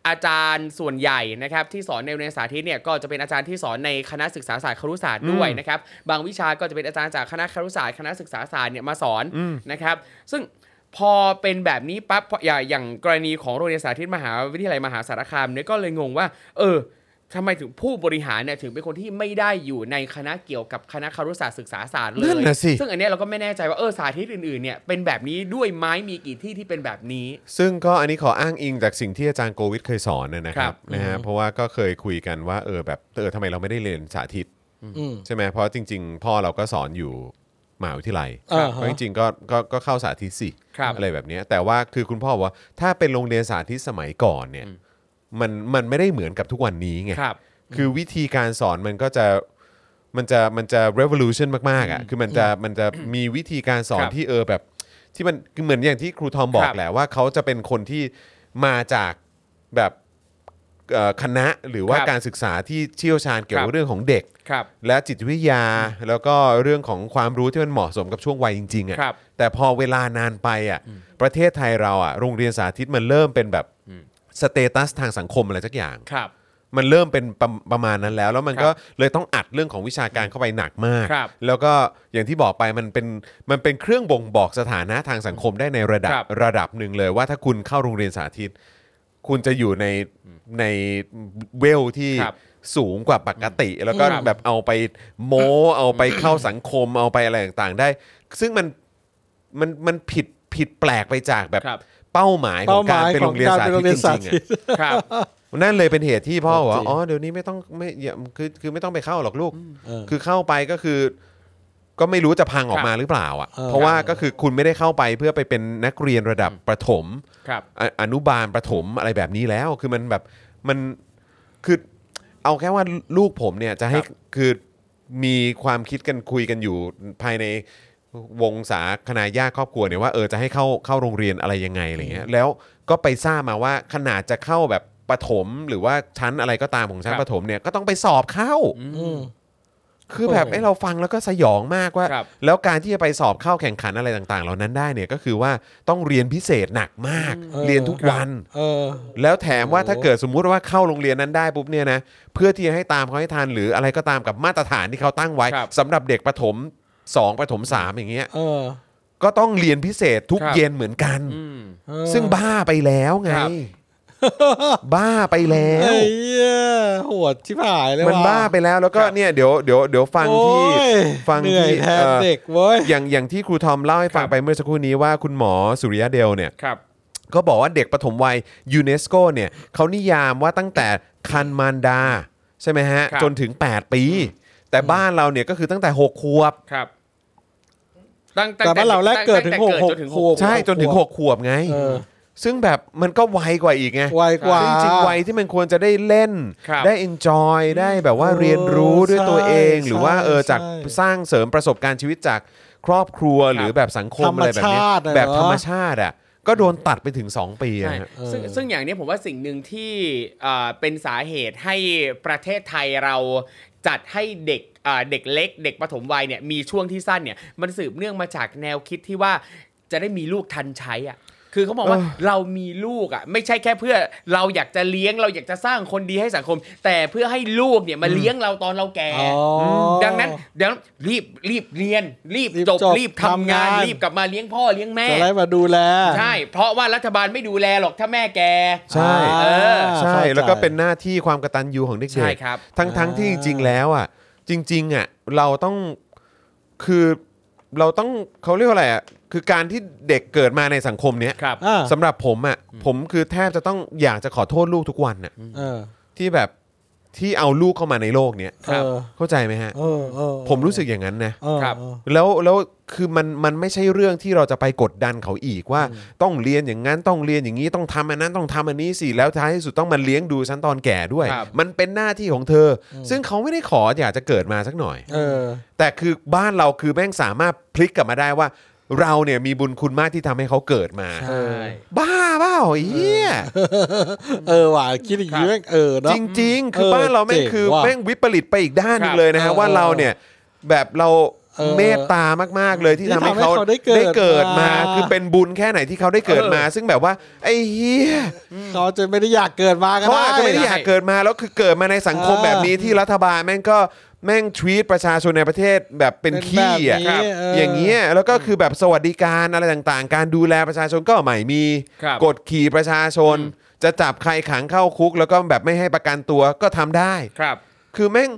อาจารย์ส่วนใหญ่นะครับที่สอนในโรงเรียนสาธิตเนี่ยก็จะเป็นอาจารย์ที่สอนในคณะศึกษาศาสตร์ครุศาสตร์ด้วย อืม นะครับบางวิชาก็จะเป็นอาจารย์จากคณะครุศาสตร์คณะศึกษาศาสตร์เนี่ยมาสอน อืม นะครับ ซึ่งพอเป็นแบบนี้ปั๊บพออย่างอย่างกรณีของโรงเรียนสาธิตมหาวิทยาลัยมหาสารคามเนี่ยก็เลยงงว่า เออทำไมถึงผู้บริหารเนี่ยถึงเป็นคนที่ไม่ได้อยู่ในคณะเกี่ยวกับคณะครุศาสตร์ศึกษาศาสตร์เล นั่ ย นน่ะสิ ซึ่งอันเนี้ยเราก็ไม่แน่ใจว่าเออสาธิตอื่นๆเนี่ยเป็นแบบนี้ด้วยไหมมีกี่ที่ที่เป็นแบบนี้ ซึ่งก็อันนี้ขออ้างอิงจากสิ่งที่อาจารย์โกวิทเคยสอนนะนะครั ครับ บ นะฮะเพราะว่าก็เคยคุยกันว่าเออแบบเออทำไมเราไม่ได้เรียนสาธิต อืม ใช่ไหมเพราะจริง ๆ พ่อเราก็สอนอยู่มหาวิทยาลัย อ่าฮะ เพราะจริงๆก็ก็ก็เข้าสาธิตสิ ครับ อะไรแบบเนี้ยแต่ว่าคือคุณพ่อบอกว่าถ้าเป็นโรงเรียนสาธิตสมัยก่อนเนี่ยมันมันไม่ได้เหมือนกับทุกวันนี้ไง ครับ คือวิธีการสอนมันก็จะมันจะมันจะ revolution มากๆอ่ะคือมันจะมันจะมีวิธีการสอน ครับ ที่เออแบบ ที่มันคือเหมือนอย่างที่ครูทอมบอ ค ก รับ แหละว่าเขาจะเป็นคนที่มาจากแบบเอ่อคณะหรือว่า ครับ การศึกษาที่เชี่ยวชาญเกี่ยว ครั กับบ เรื่องของเด็ก ครับ และจิตวิทยาแล้วก็เรื่องของความรู้ที่มันเหมาะสมกับช่วงวัยจริงๆ ครั อ่ะ บ แต่พอเวลานานไปอ่ะประเทศไทยเราอ่ะโรงเรียนสาธิตมันเริ่มเป็นแบบสเตตัสทางสังคมอะไรสักอย่าง ครับ มันเริ่มเป็นประประมาณนั้นแล้ว แล้วมัน ครับ ก็เลยต้องอัดเรื่องของวิชาการเข้าไปหนักมาก ครับ แล้วก็อย่างที่บอกไปมันเป็นมันเป็นเครื่องบ่งบอกสถานะทางสังคมได้ในระดับ ครับ ระดับหนึ่งเลยว่าถ้าคุณเข้าโรงเรียนสาธิต คุณจะอยู่ในในเวลที่ ครับ สูงกว่าปกติ แล้วก็ ครับ แบบเอาไปโม้เอาไปเข้าสังคมเอาไปอะไรต่างๆได้ ซึ่งมันมันมันผิดผิดแปลกไปจากแบบ ครับ เป้าหมายข เป้า องกามหารย เป็น ข โร อง งเรียน การ สา เป็น ธิ โร ต งเรียน จ สา ริงๆอะ ธิต ครับ นั่นเลยเป็นเหตุที่พ่อบอกว่า จริง อ๋อเดี๋ยวนี้ไม่ต้องไม่อย่าคือคือไม่ต้องไปเข้าหรอกลูก เออ คือเข้าไปก็คือ ก็ไม่รู้จะพังออกมาหรือเปล่าอ่ะ เออ เพราะว่าก็คือคุณไม่ได้เข้าไปเพื่อไปเป็นนักเรียนระดับประถม ครับ ออนุบาลประถมอะไรแบบนี้แล้ว คือมันแบบมันคือเอาแค่ว่าลูกผมเนี่ยจะให้ ครับ คือมีความคิดกันคุยกันอยู่ภายในวงสาคณะญาติครอบครัวเนี่ยว่าเออจะให้เข้าเข้าโรงเรียนอะไรยังไงอะไรเงี้ยแล้วก็ไปทราบมาว่าขนาดจะเข้าแบบประถมหรือว่าชั้นอะไรก็ตามของชั้นประถมเนี่ยก็ต้องไปสอบเข้า อืม คือแบบ โอ้โห ไอ้เราฟังแล้วก็สยองมากว่า ครับ แล้วการที่จะไปสอบเข้าแข่งขันอะไรต่างๆ เหล่านั้นได้เนี่ยก็คือว่าต้องเรียนพิเศษหนักมาก ออ เรียนทุกวัน เออ แล้วแถมว่า โอ้โห ถ้าเกิดสมมุติว่าเข้าโรงเรียนนั้นได้ปุ๊บเนี่ยนะเพื่อที่จะให้ตามเขาให้ทันหรืออะไรก็ตามกับมาตรฐานที่เขาตั้งไว้ ครับ สำหรับเด็กประถม2ประถม3อย่างเงี้ย เออ ก็ต้องเรียนพิเศษทุก ครับ เย็นเหมือนกัน อืม เออ ซึ่งบ้าไปแล้วไง ครับ บ้าไปแล้ว เอ้ยเหี้ยโหดชิบหายเลย มัน ว่ะ บ้าไปแล้วแล้วก็เนี่ยเดี๋ยวเดี๋ยวเดี๋ยวฟังที่ โอ้ย ฟังที่ เหนื่อยแทน เอ่อ เด็กเว้ย อย่างอย่างที่ครูทอมเล่าให้ฟัง ครับ ไปเมื่อสักครู่นี้ว่าคุณหมอสุริยะเดลเนี่ย ครับ ก็บอกว่าเด็กปฐมวัยยูเนสโกเนี่ยเขานิยามว่าตั้งแต่คันมารดา ใช่ไหมฮะ ครับ จนถึง 8 ปี แต่บ้านเราเนี่ยก็คือตั้งแต่ 6 ขวบ ครับตั้ง แต่บ้านเราแรกเกิดถึง ตั้แต่ หก จนถึง หก หก ใช่จนถึง 6 ขวบไง เออ ซึ่งแบบมันก็ไวกว่าอีกไง ไวกว่า ซึ่งจริงๆวัยที่มันควรจะได้เล่น ครับ ได้ enjoy ได้แบบว่า เออ เรียนรู้ด้วยตัวเอง ใช่ หรือว่าเออจาก ใช่ สร้างเสริมประสบการณ์ชีวิตจากครอบครัวหรือแบบสังคมอะไรแบบเนี้ย ธรรมชาติอะ แบบ เนอะ ธรรมชาติอ่ะก็โดนตัดไปถึง 2 ปีอะ ใช่ ฮะ ซึ่ง เออ ซึ่งอย่างเนี้ยผมว่าสิ่งหนึ่งที่อ่าเป็นสาเหตุให้ประเทศไทยเราจัดให้เด็กอ่าเด็กเล็ก เด็กปฐมวัยเนี่ยมีช่วงที่สั้นเนี่ยมันสืบเนื่องมาจากแนวคิดที่ว่าจะได้มีลูกทันใช้อ่ะคือเขาบอกว่า เออ เรามีลูกอ่ะไม่ใช่แค่เพื่อเราอยากจะเลี้ยงเราอยากจะสร้างคนดีให้สังคม แต่เพื่อให้ลูกเนี่ยมาเลี้ยงเราตอนเราแก่ อ๋อ ดังนั้นเดี๋ยวรีบรีบเรียน รีบ รีบ จบ จบ รีบทำงาน ทำงาน รีบกลับมาเลี้ยงพ่อเลี้ยงแม่ จะได้มาดูแล ใช่ เพราะว่ารัฐบาลไม่ดูแลหรอกถ้าแม่แก ใช่ เออ อ่า ใช่ ข้าจ แล้วก็เป็นหน้าที่ความกระตันยูของเด็กๆ ใช่ครับ ทั้งทั้ง อ่า ที่จริง ๆ แล้วอ่ะจริง ๆ อ่ะ เราต้องคือเราต้องเขาเรียกว่าอะไรอ่ะ คือการที่เด็กเกิดมาในสังคมเนี้ย ครับ อ่า สำหรับผมอ่ะผมคือแทบจะต้องอยากจะขอโทษลูกทุกวันน่ะ เออ ที่แบบที่เอาลูกเข้ามาในโลกเนี้ย เออ เข้าใจไหมฮะ เออเออ ผมรู้สึกอย่างนั้นนะ เออ ครับ เออ แล้วแล้วคือมันมันไม่ใช่เรื่องที่เราจะไปกดดันเขาอีกว่า ต้องเรียนอย่างนั้นต้องเรียนอย่างนี้ต้องทำอันนั้นต้องทำอันนี้สิแล้วท้ายที่สุดต้องมาเลี้ยงดูฉันตอนแก่ด้วย ครับ มันเป็นหน้าที่ของเธออซึ่งเขาไม่ได้ขออยากจะเกิดมาสักหน่อย เออ แต่คือบ้านเราคือแม่งสามารถพลิกกลับมาได้ว่า เราเนี่ยมีบุญคุณมากที่ทำให้เขาเกิดมา ใช่ ใช่ บ้าเปล่าไอ้เฮีย เออว่ะคิดอย่างนี้แม่งเออเนาะ จริง ๆ คือ เออ บ้านเราแม่ง เจ๋ง คือ ว่ะ แม่งวิปริตไปอีกด้านหนึ ค ง รับ เลยนะฮะ เออ ว่าเราเนี่ยแบบเรา เออ เมตตามากๆเลยที่ ที่ ทำให้ ทำให้ เขา เขาได้เกิด ได้เกิดมา มา คือเป็นบุญแค่ไหนที่เขาได้เกิดมา ซึ่งแบบว่าไอ้เฮีย เขาจะไม่ได้อยากเกิดมาก็ เขา ได้ อาจจะไม่ได้อยากเกิดมาแล้วคือเกิดมาในสังคม เออ แบบนี้ที่รัฐบาลแม่งก็แม่งทวีตประชาชนในประเทศแบบเป็นขี้อ่ะ เป็นแบบนี้เ อย่างเงี้ยแล้วก็คือแบบสวัสดิการอะไรต่างๆ การดูแลประชาชนก็ไม่มี ครับ กดขี่ประชาชน อืม จะจับใครขังเข้าคุก แล้วก็แบบไม่ให้ประกันตัวก็ทำได้ ครับ คือแม่ง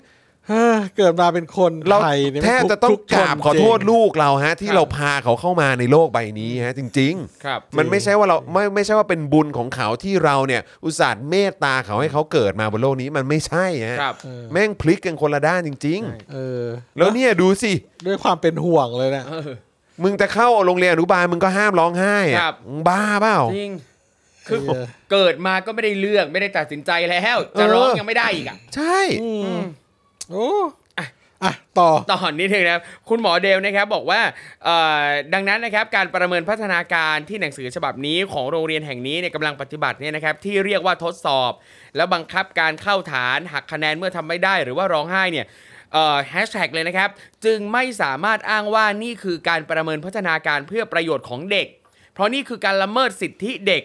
เฮ้อเกิดมาเป็นคน เรา ไทยเนี่ย แทบจะต้องกราบขอโทษ ลูก ลูกเราฮะ ที่ ครับ เราพาเขาเข้ามาในโลกใบนี้ฮะจริง ๆ ครับ มันไม่ใช่ว่าเราไม่ไม่ใช่ว่าเป็นบุญของเขาที่เราเนี่ย อุตส่าห์เมตตาเขาให้เขาเกิดมาบนโลกนี้มันไม่ใช่ฮะ ครับ เออ แม่งพลิกกันคนละด้านจริง เออ ๆ แล้วเนี่ยดูสิ ด้วยความเป็นห่วงเลยนะ เออ มึงจะเข้าโรงเรียนอนุบาลมึงก็ห้ามร้องไห้อะ ครับ มึงบ้าเปล่า จริง คือ เออ เกิดมาก็ไม่ได้เลือกไม่ได้ตัดสินใจแล้วจะร้องยังไม่ได้อีกอ่ะ ใช่ อืมโอ้อ่ะต่อ ตอนนี้ถึงนะครับคุณหมอเดลนะครับบอกว่าเอ่อดังนั้นนะครับการประเมินพัฒนาการที่หนังสือฉบับนี้ของโรงเรียนแห่งนี้เนี่ยกำลังปฏิบัติเนี่ยนะครับที่เรียกว่าทดสอบ แล้วบังคับการเข้าฐานหักคะแนนเมื่อทำไม่ได้หรือว่าร้องไห้เนี่ยแฮชแท็กเลยนะครับ จึงไม่สามารถอ้างว่านี่คือการประเมินพัฒนาการเพื่อประโยชน์ของเด็ก เพราะนี่คือการละเมิดสิทธิเด็ก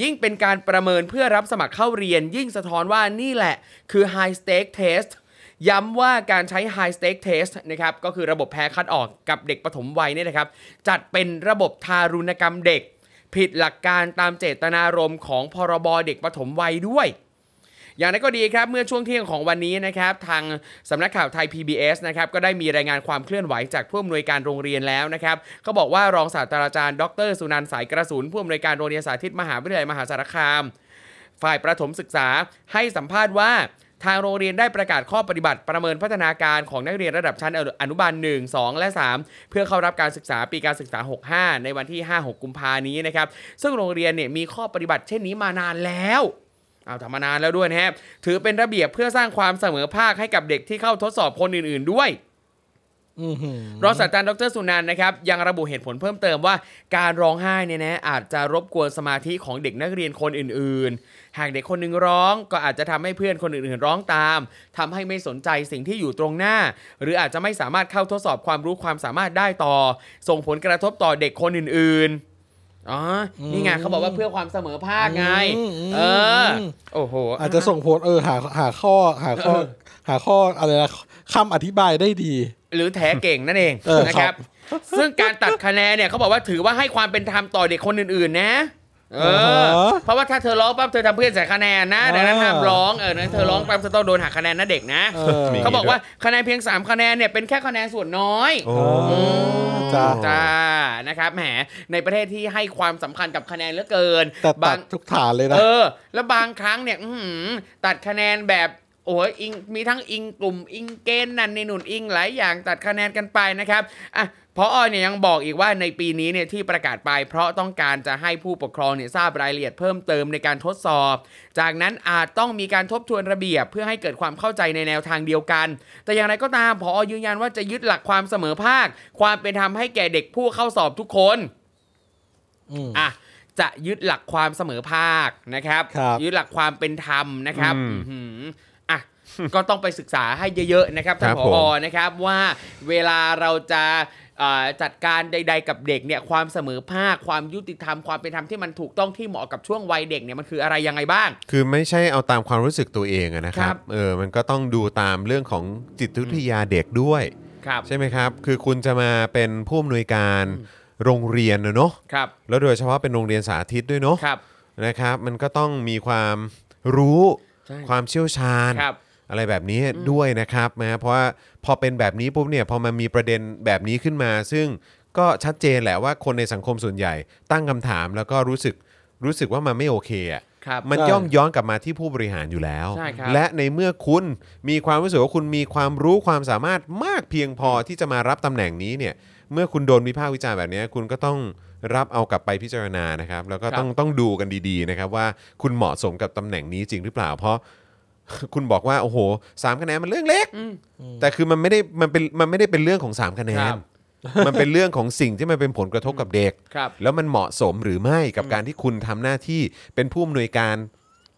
ยิ่งเป็นการประเมินเพื่อรับสมัครเข้าเรียน ยิ่งสะท้อนว่านี่แหละคือ high stake test ย้ำว่าการใช้ high stake test นะครับก็คือระบบแพ้คัดออกกับเด็กปฐมวัยเนี่ยนะครับ จัดเป็นระบบทารุณกรรมเด็ก ผิดหลักการตามเจตนารมณ์ของพรบเด็กปฐมวัยด้วย อย่างนั้นก็ดีครับ เมื่อช่วงเที่ยงของวันนี้นะครับ ทางสำนักข่าวไทย PBS นะครับ ก็ได้มีรายงานความเคลื่อนไหวจากผู้อำนวยการโรงเรียนแล้วนะครับเขาบอกว่ารองศาสตราจารย์ดรสุนันท์สายกระสุนผู้อำนวยการโรงเรียนสาธิตมหาวิทยาลัยมหาสารคาม ฝ่ายประถมศึกษาให้สัมภาษณ์ว่า ทางโรงเรียนได้ประกาศข้อปฏิบัติประเมินพัฒนาการของนักเรียนระดับชั้นอนุบาล 1 2 และ 3 เพื่อเข้ารับการศึกษาปีการศึกษา 65 ในวันที่ 5-6 กุมภานี้นะครับ ซึ่งโรงเรียนเนี่ยมีข้อปฏิบัติเช่นนี้มานานแล้วเอาทำมานานแล้วด้วยนะฮะถือเป็นระเบียบเพื่อสร้างความเสมอภาคให้กับเด็กที่เข้าทดสอบคนอื่น ๆ ด้วย อือหือ รองศาสตราจารย์ดรสุนันท์นะครับยังระบุเหตุผลเพิ่มเติมว่า การร้องไห้เนี่ยนะอาจจะรบกวนสมาธิของเด็กนักเรียนคนอื่นๆ หากเด็กคนหนึ่งร้องก็อาจจะทำให้เพื่อนคนอื่นๆ ร้องตามทำให้ไม่สนใจสิ่งที่อยู่ตรงหน้า หรืออาจจะไม่สามารถเข้าทดสอบความรู้ความสามารถได้ต่อ ส่งผลกระทบต่อเด็กคนอื่นๆอ๋อนี่ไงเขาบอกว่าเพื่อความเสมอภาคไง อืมอืม เอออ ม โอ้โห อาจจะส่งผลเออหาหาข้อหาข้อ เออ หาข้ออะไรนะคำอธิบายได้ดี หรือแถเก่งนั่นเอง เออ นะครับ ซึ่งการตัดคะแนนเนี่ยเขาบอกว่าถือว่าให้ความเป็นธรรมต่อเด็กคนอื่นๆ นะ เอ อ่า อ ฮะ เพราะว่าถ้าเธอร้องปั๊บเธอทำเพื่อนใส่คะแนนนะ อ่า ดังนั้นห้ามร้องเออนั้นเธอร้องปั๊บเธอต้องโดนหักคะแนนนะเด็กนะ เออ มี เขาบอกว่าคะแนนเพียง 3 คะแนนเนี่ยเป็นแค่คะแนนส่วนน้อย โอ้ อ๋อจ้า จ้านะครับแหมในประเทศที่ให้ความสำคัญกับคะแนนเหลือเกิน แต่ตั บา ด ง ทุกฐานเลยนะ เออ แล้วบางครั้งเนี่ยอื้อหือตัดคะแนนแบบโอ้ยอิงมีทั้งอิงกลุ่มอิงเกณฑ์นั่นนี่หนุนอิงหลายอย่างตัดคะแนนกันไปนะครับอ่ะพออเนี่ยยังบอกอีกว่าในปีนี้เนี่ยที่ประกาศไป เพราะต้องการจะให้ผู้ปกครองเนี่ยทราบรายละเอียดเพิ่มเติมในการทดสอบ จากนั้นอาจต้องมีการทบทวนระเบียบ เพื่อให้เกิดความเข้าใจในแนวทางเดียวกัน แต่อย่างไรก็ตามพออยืนยันว่าจะยึดหลักความเสมอภาค ความเป็นธรรมให้แก่เด็กผู้เข้าสอบทุกคน อืม อ่ะจะยึดหลักความเสมอภาคนะครับ ครับ ยึดหลักความเป็นธรรมนะครับ อืม อื้อหือ อ่ะ ก็ต้องไปศึกษาให้เยอะๆนะครับ ครั ท่าน บ ผ ผ อ ม นะครับว่าเวลาเราจะเอ่อจัดการใด ๆ กับเด็กเนี่ยความเสมอภาค ความยุติธรรมความเป็นธรรมที่มันถูกต้องที่เหมาะกับช่วงวัยเด็กเนี่ยมันคืออะไรยังไงบ้าง คือไม่ใช่เอาตามความรู้สึกตัวเองอะนะค ค รั รั บบ เออมันก็ต้องดูตามเรื่องของจิตวิทยาเด็กด้วย ครับ ใช่ไหมครับ คือคุณจะมาเป็นผู้อำนวยการโรงเรียนนะเนาะ ครับ แล้วโดยเฉพาะเป็นโรงเรียนสาธิตด้วยเนาะ ครับ นะครับ มันก็ต้องมีความรู้ ใช่ ความเชี่ยวชาญ ครับ อะไรแบบนี้ด้วยนะครับนะเพราะว่าพอเป็นแบบนี้ปุ๊บเนี่ยพอมันมีประเด็นแบบนี้ขึ้นมา ซึ่ง ก็ชัดเจนแหละว่าคนในสังคมส่วนใหญ่ตั้งคำถามแล้วก็รู้สึกรู้สึกว่ามันไม่โอเคอะ ครับ มัน ใช่ ย่อมย้อนกลับมาที่ผู้บริหารอยู่แล้ว ใช่ครับ และในเมื่อคุณมีความรู้สึกว่าคุณมีความรู้ความสามารถมากเพียงพอที่จะมารับตำแหน่งนี้เนี่ย เมื่อคุณโดนวิพากษ์วิจารณ์แบบเนี้ยคุณก็ต้องรับเอากลับไปพิจารณานะครับ แล้วก็ต้องต้องดูกันดีๆนะครับว่าคุณเหมาะสมกับตำแหน่งนี้จริงหรือเปล่า เพราะ คุณบอกว่าโอ้โหสามคะแนนมันเรื่องเล็ก แต่คือมันไม่ได้มันเป็นมันไม่ได้เป็นเรื่องของสามคะแนน ครับ มันเป็นเรื่องของสิ่งที่มันเป็นผลกระทบกับเด็ก ครับ แล้วมันเหมาะสมหรือไม่กับการที่คุณทำหน้าที่เป็นผู้อำนวยการ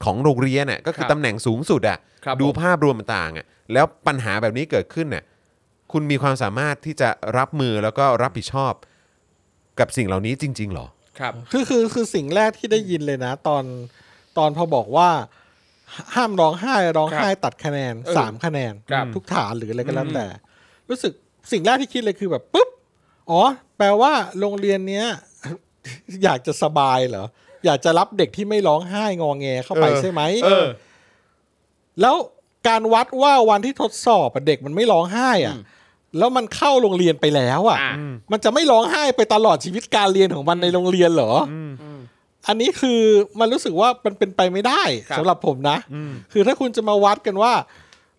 ของโรงเรียนน่ะก็คือ ครับ ตำแหน่งสูงสุดอ่ะ ครับ ดู ผม ภาพรวมต่างๆอ่ะแล้วปัญหาแบบนี้เกิดขึ้นน่ะคุณมีความสามารถที่จะรับมือแล้วก็รับผิดชอบ กับสิ่งเหล่านี้จริง ๆ หรอ ครับ คือคือคือสิ่งแรกที่ได้ยินเลยนะ ตอนตอนพอบอกว่า ห้ามร้องไห้ร้องไห้ตัดคะแนน เออ สามคะแนน ครับ ทุกฐานหรืออะไรก็แล้วแต่ รู้สึกสิ่งแรกที่คิดเลยคือแบบปุ๊บอ๋อ แปลว่าโรงเรียนเนี้ย อยากจะสบายเหรอ อยากจะรับเด็กที่ไม่ร้องไห้งองแงเข้าไป เออ ใช่ไหม เออ แล้วการวัดว่าวันที่ทดสอบอะเด็กมันไม่ร้องไห้อ่ะ แล้วมันเข้าโรงเรียนไปแล้วอ่ะ อ่ะ มันจะไม่ร้องไห้ไปตลอดชีวิตการเรียนของมันในโรงเรียนเหรอออันนี้คือมันรู้สึกว่ามันเป็นไปไม่ได้ ครับ สำหรับผมนะ คือถ้าคุณจะมาวัดกันว่า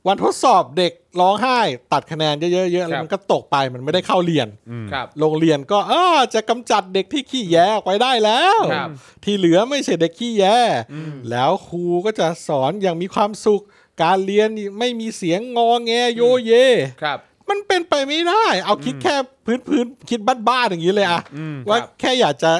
วันทดสอบเด็กร้องไห้ ตัดคะแนนเยอะๆๆแล้วมันก็ตกไปมันไม่ได้เข้าเรียน ครับ โรงเรียนก็เออจะกำจัดเด็กที่ขี้แย่ออกไปได้แล้ว ครับ ที่เหลือไม่ใช่เด็กขี้แยแล้วครูก็จะสอนอย่างมีความสุข การเรียนไม่มีเสียงงอแงโยเย ครับ มันเป็นไปไม่ได้ เอาคิดแค่พื้นพื้นๆคิดบ้านๆอย่างนี้เลยอะว่า ครับ แค่อยากจะ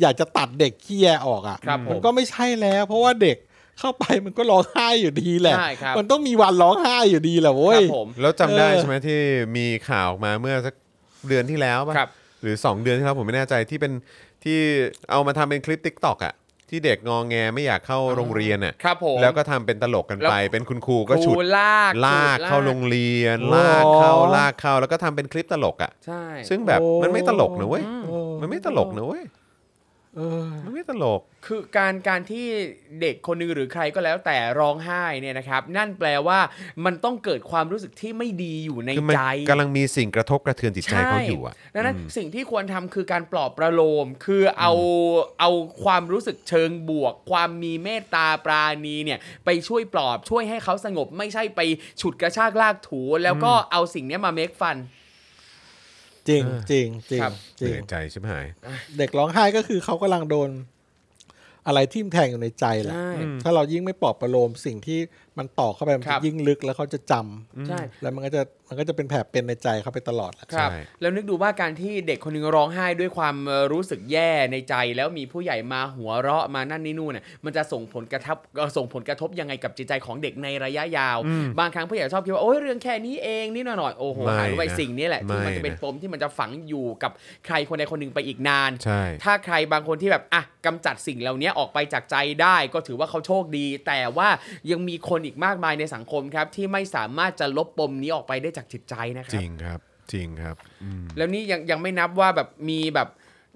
อยากจะตัดเด็กขี้แยออกอะ ครับผม มันก็ไม่ใช่แล้ว เพราะว่าเด็กเข้าไปมันก็ร้องไห้อยู่ดีแหละ ใช่ครับ มันต้องมีวันร้องไห้อยู่ดีแหละ ค เว้ รั ย บผม แล้วจำได้ เออ ใช่ไหมที่มีข่าวออกมาเมื่อสักเดือนที่แล้วป่ะ ครับ หรือ 2 เดือนที่แล้วผมไม่แน่ใจที่เป็นที่เอามาทำเป็นคลิปทิกตอกอ่ะที่เด็กงองแงไม่อยากเข้าโรงเรียนอ่ะ ครับผม แล้วก็ทำเป็นตลกกันไป เป็นคุณครูก็ฉุด ครูลาก ลาก ฉุด เข้าโรงเรียน โอ้ ลากเข้าลากเข้าแล้วก็ทำเป็นคลิปตลกอ่ะ ใช่ ซึ่งแบบ โอ้ มันไม่ตลกนะเว้ย เออ มันไม่ตลกนะเว้ย เออ มันไม่ตลก คือการการที่เด็กคนหนึงหรือใครก็แล้วแต่ร้องไห้เนี่ยนะครับ นั่นแปลว่ามันต้องเกิดความรู้สึกที่ไม่ดีอยู่ใน คือมั ใจ กำลังมีสิ่งกระทบกระเทือนจิตใจเขาอยู่อ่ะ ดังนั้นสิ่งที่ควรทำคือการปลอบประโลม คือเอาเอาความรู้สึกเชิงบวก ความมีเมตตาปราณีเนี่ยไปช่วยปลอบช่วยให้เขาสงบไม่ใช่ไปฉุดกระชากลากถู แล้วก็เอาสิ่งเนี้ยมาเมคฟัน จริงจริงจริง ครับ จริ เหนื่ ง อยใจใช่ไหมหาย เด็กร้องไห้ก็คือเขากำลังโดน อะไรทิ่มแทงอยู่ในใจแหละ ใช่ ถ้าเรายิ่งไม่ปลอบประโลมสิ่งที่มันต่อกเข้าไปมัน ครั จะ บ ยิ่งลึกแล้วเขาจะจำ ใช่ แล้วมันก็จะมันก็จะเป็นแผลเป็นในใจเขาไปตลอดแหละ ครับ ใช่ แล้วนึกดูว่าการที่เด็กคนหนึงร้องไห้ด้วยความเอ่อรู้สึกแย่ในใจ แล้วมีผู้ใหญ่มาหัวเราะมานั่นนี่นู่นน่ะมันจะส่งผลกระทบเอ่อส่งผลกระทบยังไงกับจิตใจของเด็กในระยะยาว บางครั้งผู้ใหญ่ชอบคิดว่าโอ้ยเรื่องแค่นี้เองนี่หน่อยๆโอ้โห ไม่ หายไป นะ สิ่งนี้แหละที่มัน ไม่ จะเป็น นะ ปมที่มันจะฝังอยู่กับใครคนใดคนหนึ่งไปอีกนาน ใช่ ถ้าใครบางคนที่แบบอ่ะกำจัดสิ่งเหล่านี้ออกไปจากใจได้ ก็ถือว่าเขาโชคดี แต่ว่ายังมีคนอีกมากมายในสังคมครับที่ไม่สามารถจะลบปมนี้ออกไปได้จากจิตใจนะค จ รับ ริงครับ จริงครับอืม แล้วนี่ยังยังไม่นับว่าแบบมีแบบ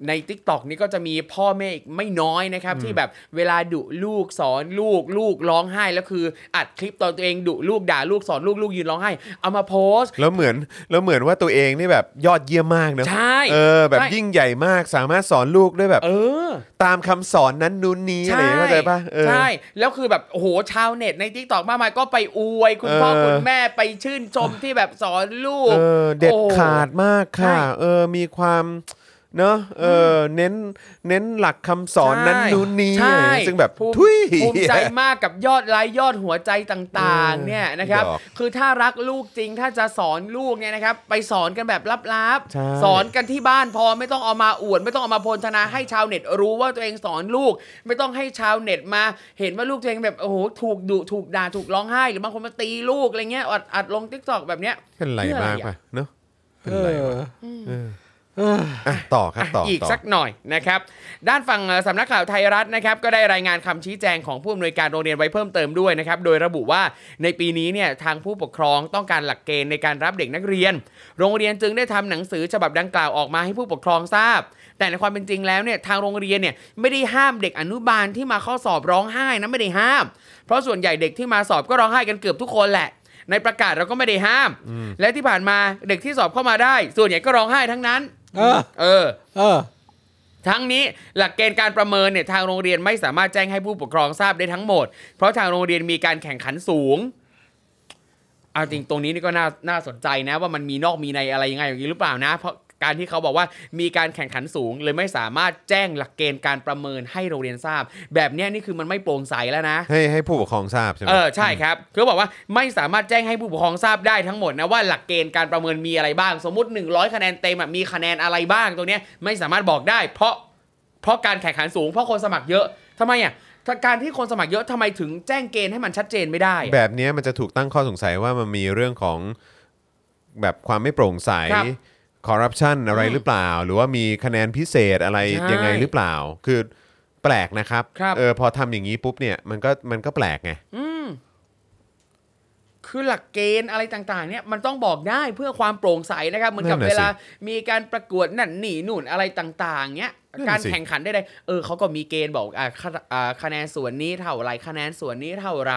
ใน t ิ k t o k นี่ก็จะมีพ่อแม่อีกไม่น้อยนะครับ ที่แบบเวลาดุลูกสอนลูกลูกร้องไห้ แล้วคืออัดคลิปตอนตัวเองดุลูกด่าลูกสอนลูกลูกยืนร้องไห้ เอามาโพสต์ แล้วเหมือนแล้วเหมือนว่าตัวเองนี่แบบยอดเยี่ยมมากเนอะ ใช่ เออแบบ ใช่ ยิ่งใหญ่มากสามารถสอนลูกได้แบบ เออ ตามคำสอนนั้นนู้นนี้อะไรอย่างเงี้ยเข้าใจปะเออ ใช่ แล้วคือแบบโอ้โหชาวเน็ตในทิกตอกมากมายก็ไปอวยคุณพ่อ เออ คุณแม่ไปชื่นชมที่แบบสอนลูก เออเด็ด โอ้ ขาดมากค่ะ ใช่ เออมีความเนอะเออเน้นเน้นหลักคำสอน ใช่ นั้นนู้นนี้ ใช่ อะไรอย่างเงี้ยซึ่งแบบ ภูมิ ทุย ภูมิใจมากกับยอดไลค์ยอดหัวใจต่าง เออ ๆ เนี่ยนะครับ ดอก คือถ้ารักลูกจริงถ้าจะสอนลูกเนี่ยนะครับ ไปสอนกันแบบลับ ใช่ ๆ สอนกันที่บ้านพอไม่ต้องเอามาอวดไม่ต้องเอามาโพลธนาให้ชาวเน็ตรู้ว่าตัวเองสอนลูก ไม่ต้องให้ชาวเน็ตมาเห็นว่าลูกตัวเองแบบโอ้โหถูกดุถูกด่าถูกร้องไห้ หรือบางคนมาตีลูกอะไรเงี้ยอัดอัดลงทิกตอกแบบเนี้ย เป็นไร เพื่ออะไร มาก อ่ะ ปะเนอะเป็นไรวะเออ เออ อ่ะต่อครับต่อ อีก ต่ สักหน่อยนะครับ ด้านฝั่งเอ่อสำนักข่าวไทยรัฐนะครับ ก็ได้รายงานคำชี้แจงของผู้อำนวยการโรงเรียนไว้เพิ่มเติมด้วยนะครับ โดยระบุว่าในปีนี้เนี่ยทางผู้ปกครองต้องการหลักเกณฑ์ในการรับเด็กนักเรียน โรงเรียนจึงได้ทำหนังสือฉบับดังกล่าวออกมาให้ผู้ปกครองทราบ แต่ในความเป็นจริงแล้วเนี่ยทางโรงเรียนเนี่ยไม่ได้ห้ามเด็กอนุบาลที่มาเข้าสอบร้องไห้นะไม่ได้ห้าม เพราะส่วนใหญ่เด็กที่มาสอบก็ร้องไห้กันเกือบทุกคนแหละ ในประกาศเราก็ไม่ได้ห้าม และที่ผ่านมาเด็กที่สอบเข้ามาได้ ส่วนใหญ่ก็ร้องไห้ทั้งนั้น เออ เออ เออ ทั้งนี้หลักเกณฑ์การประเมินเนี่ยทางโรงเรียนไม่สามารถแจ้งให้ผู้ปกครองทราบได้ทั้งหมด เพราะทางโรงเรียนมีการแข่งขันสูงเอาจริงตรงนี้นี่ก็น่าน่าสนใจนะ ว่ามันมีนอกมีในอะไรยังไงอย่างนี้หรือเปล่านะ เพราะการที่เขาบอกว่ามีการแข่งขันสูงเลยไม่สามารถแจ้งหลักเกณฑ์การประเมินให้โรงเรียนทราบ แบบเนี้ยนี่คือมันไม่โปร่งใสแล้วนะ ให้ให้ผู้ปกครองทราบใช่ไหม เออใช่ครับคือบอกว่าไม่สามารถแจ้งให้ผู้ปกครองทราบได้ทั้งหมดนะว่าหลักเกณฑ์การประเมินมีอะไรบ้าง สมมติ 100 คะแนนเต็มอะมีคะแนนอะไรบ้างตรงเนี้ยไม่สามารถบอกได้ เพราะเพราะการแข่งขันสูงเพราะคนสมัครเยอะทำไมอ่ะถ้าการที่คนสมัครเยอะทำไมถึงแจ้งเกณฑ์ให้มันชัดเจนไม่ได้อะ แบบเนี้ยมันจะถูกตั้งข้อสงสัยว่ามันมีเรื่องของแบบความไม่โปร่งใส ครับ คอร์รัปชันอะไร อืม หรือเปล่า หรือว่ามีคะแนนพิเศษอะไร ใช่ ยังไงหรือเปล่า คือแปลกนะครับ ครับ เออพอทำอย่างนี้ปุ๊บเนี่ยมันก็มันก็แปลกไง คือหลักเกณฑ์อะไรต่างๆเนี่ยมันต้องบอกได้เพื่อความโปร่งใสนะครับเหมือนกับ นั่นน่ะสิ เวลามีการประกวดนั่นนี่นู่นอะไรต่างๆเนี่ย นั่นน่ะสิ การแข่งขันได้ๆเออเขาก็มีเกณฑ์บอกอ่าคะอ่าคะแนนส่วนนี้เท่าไหรคะแนนส่วนนี้เท่าไหร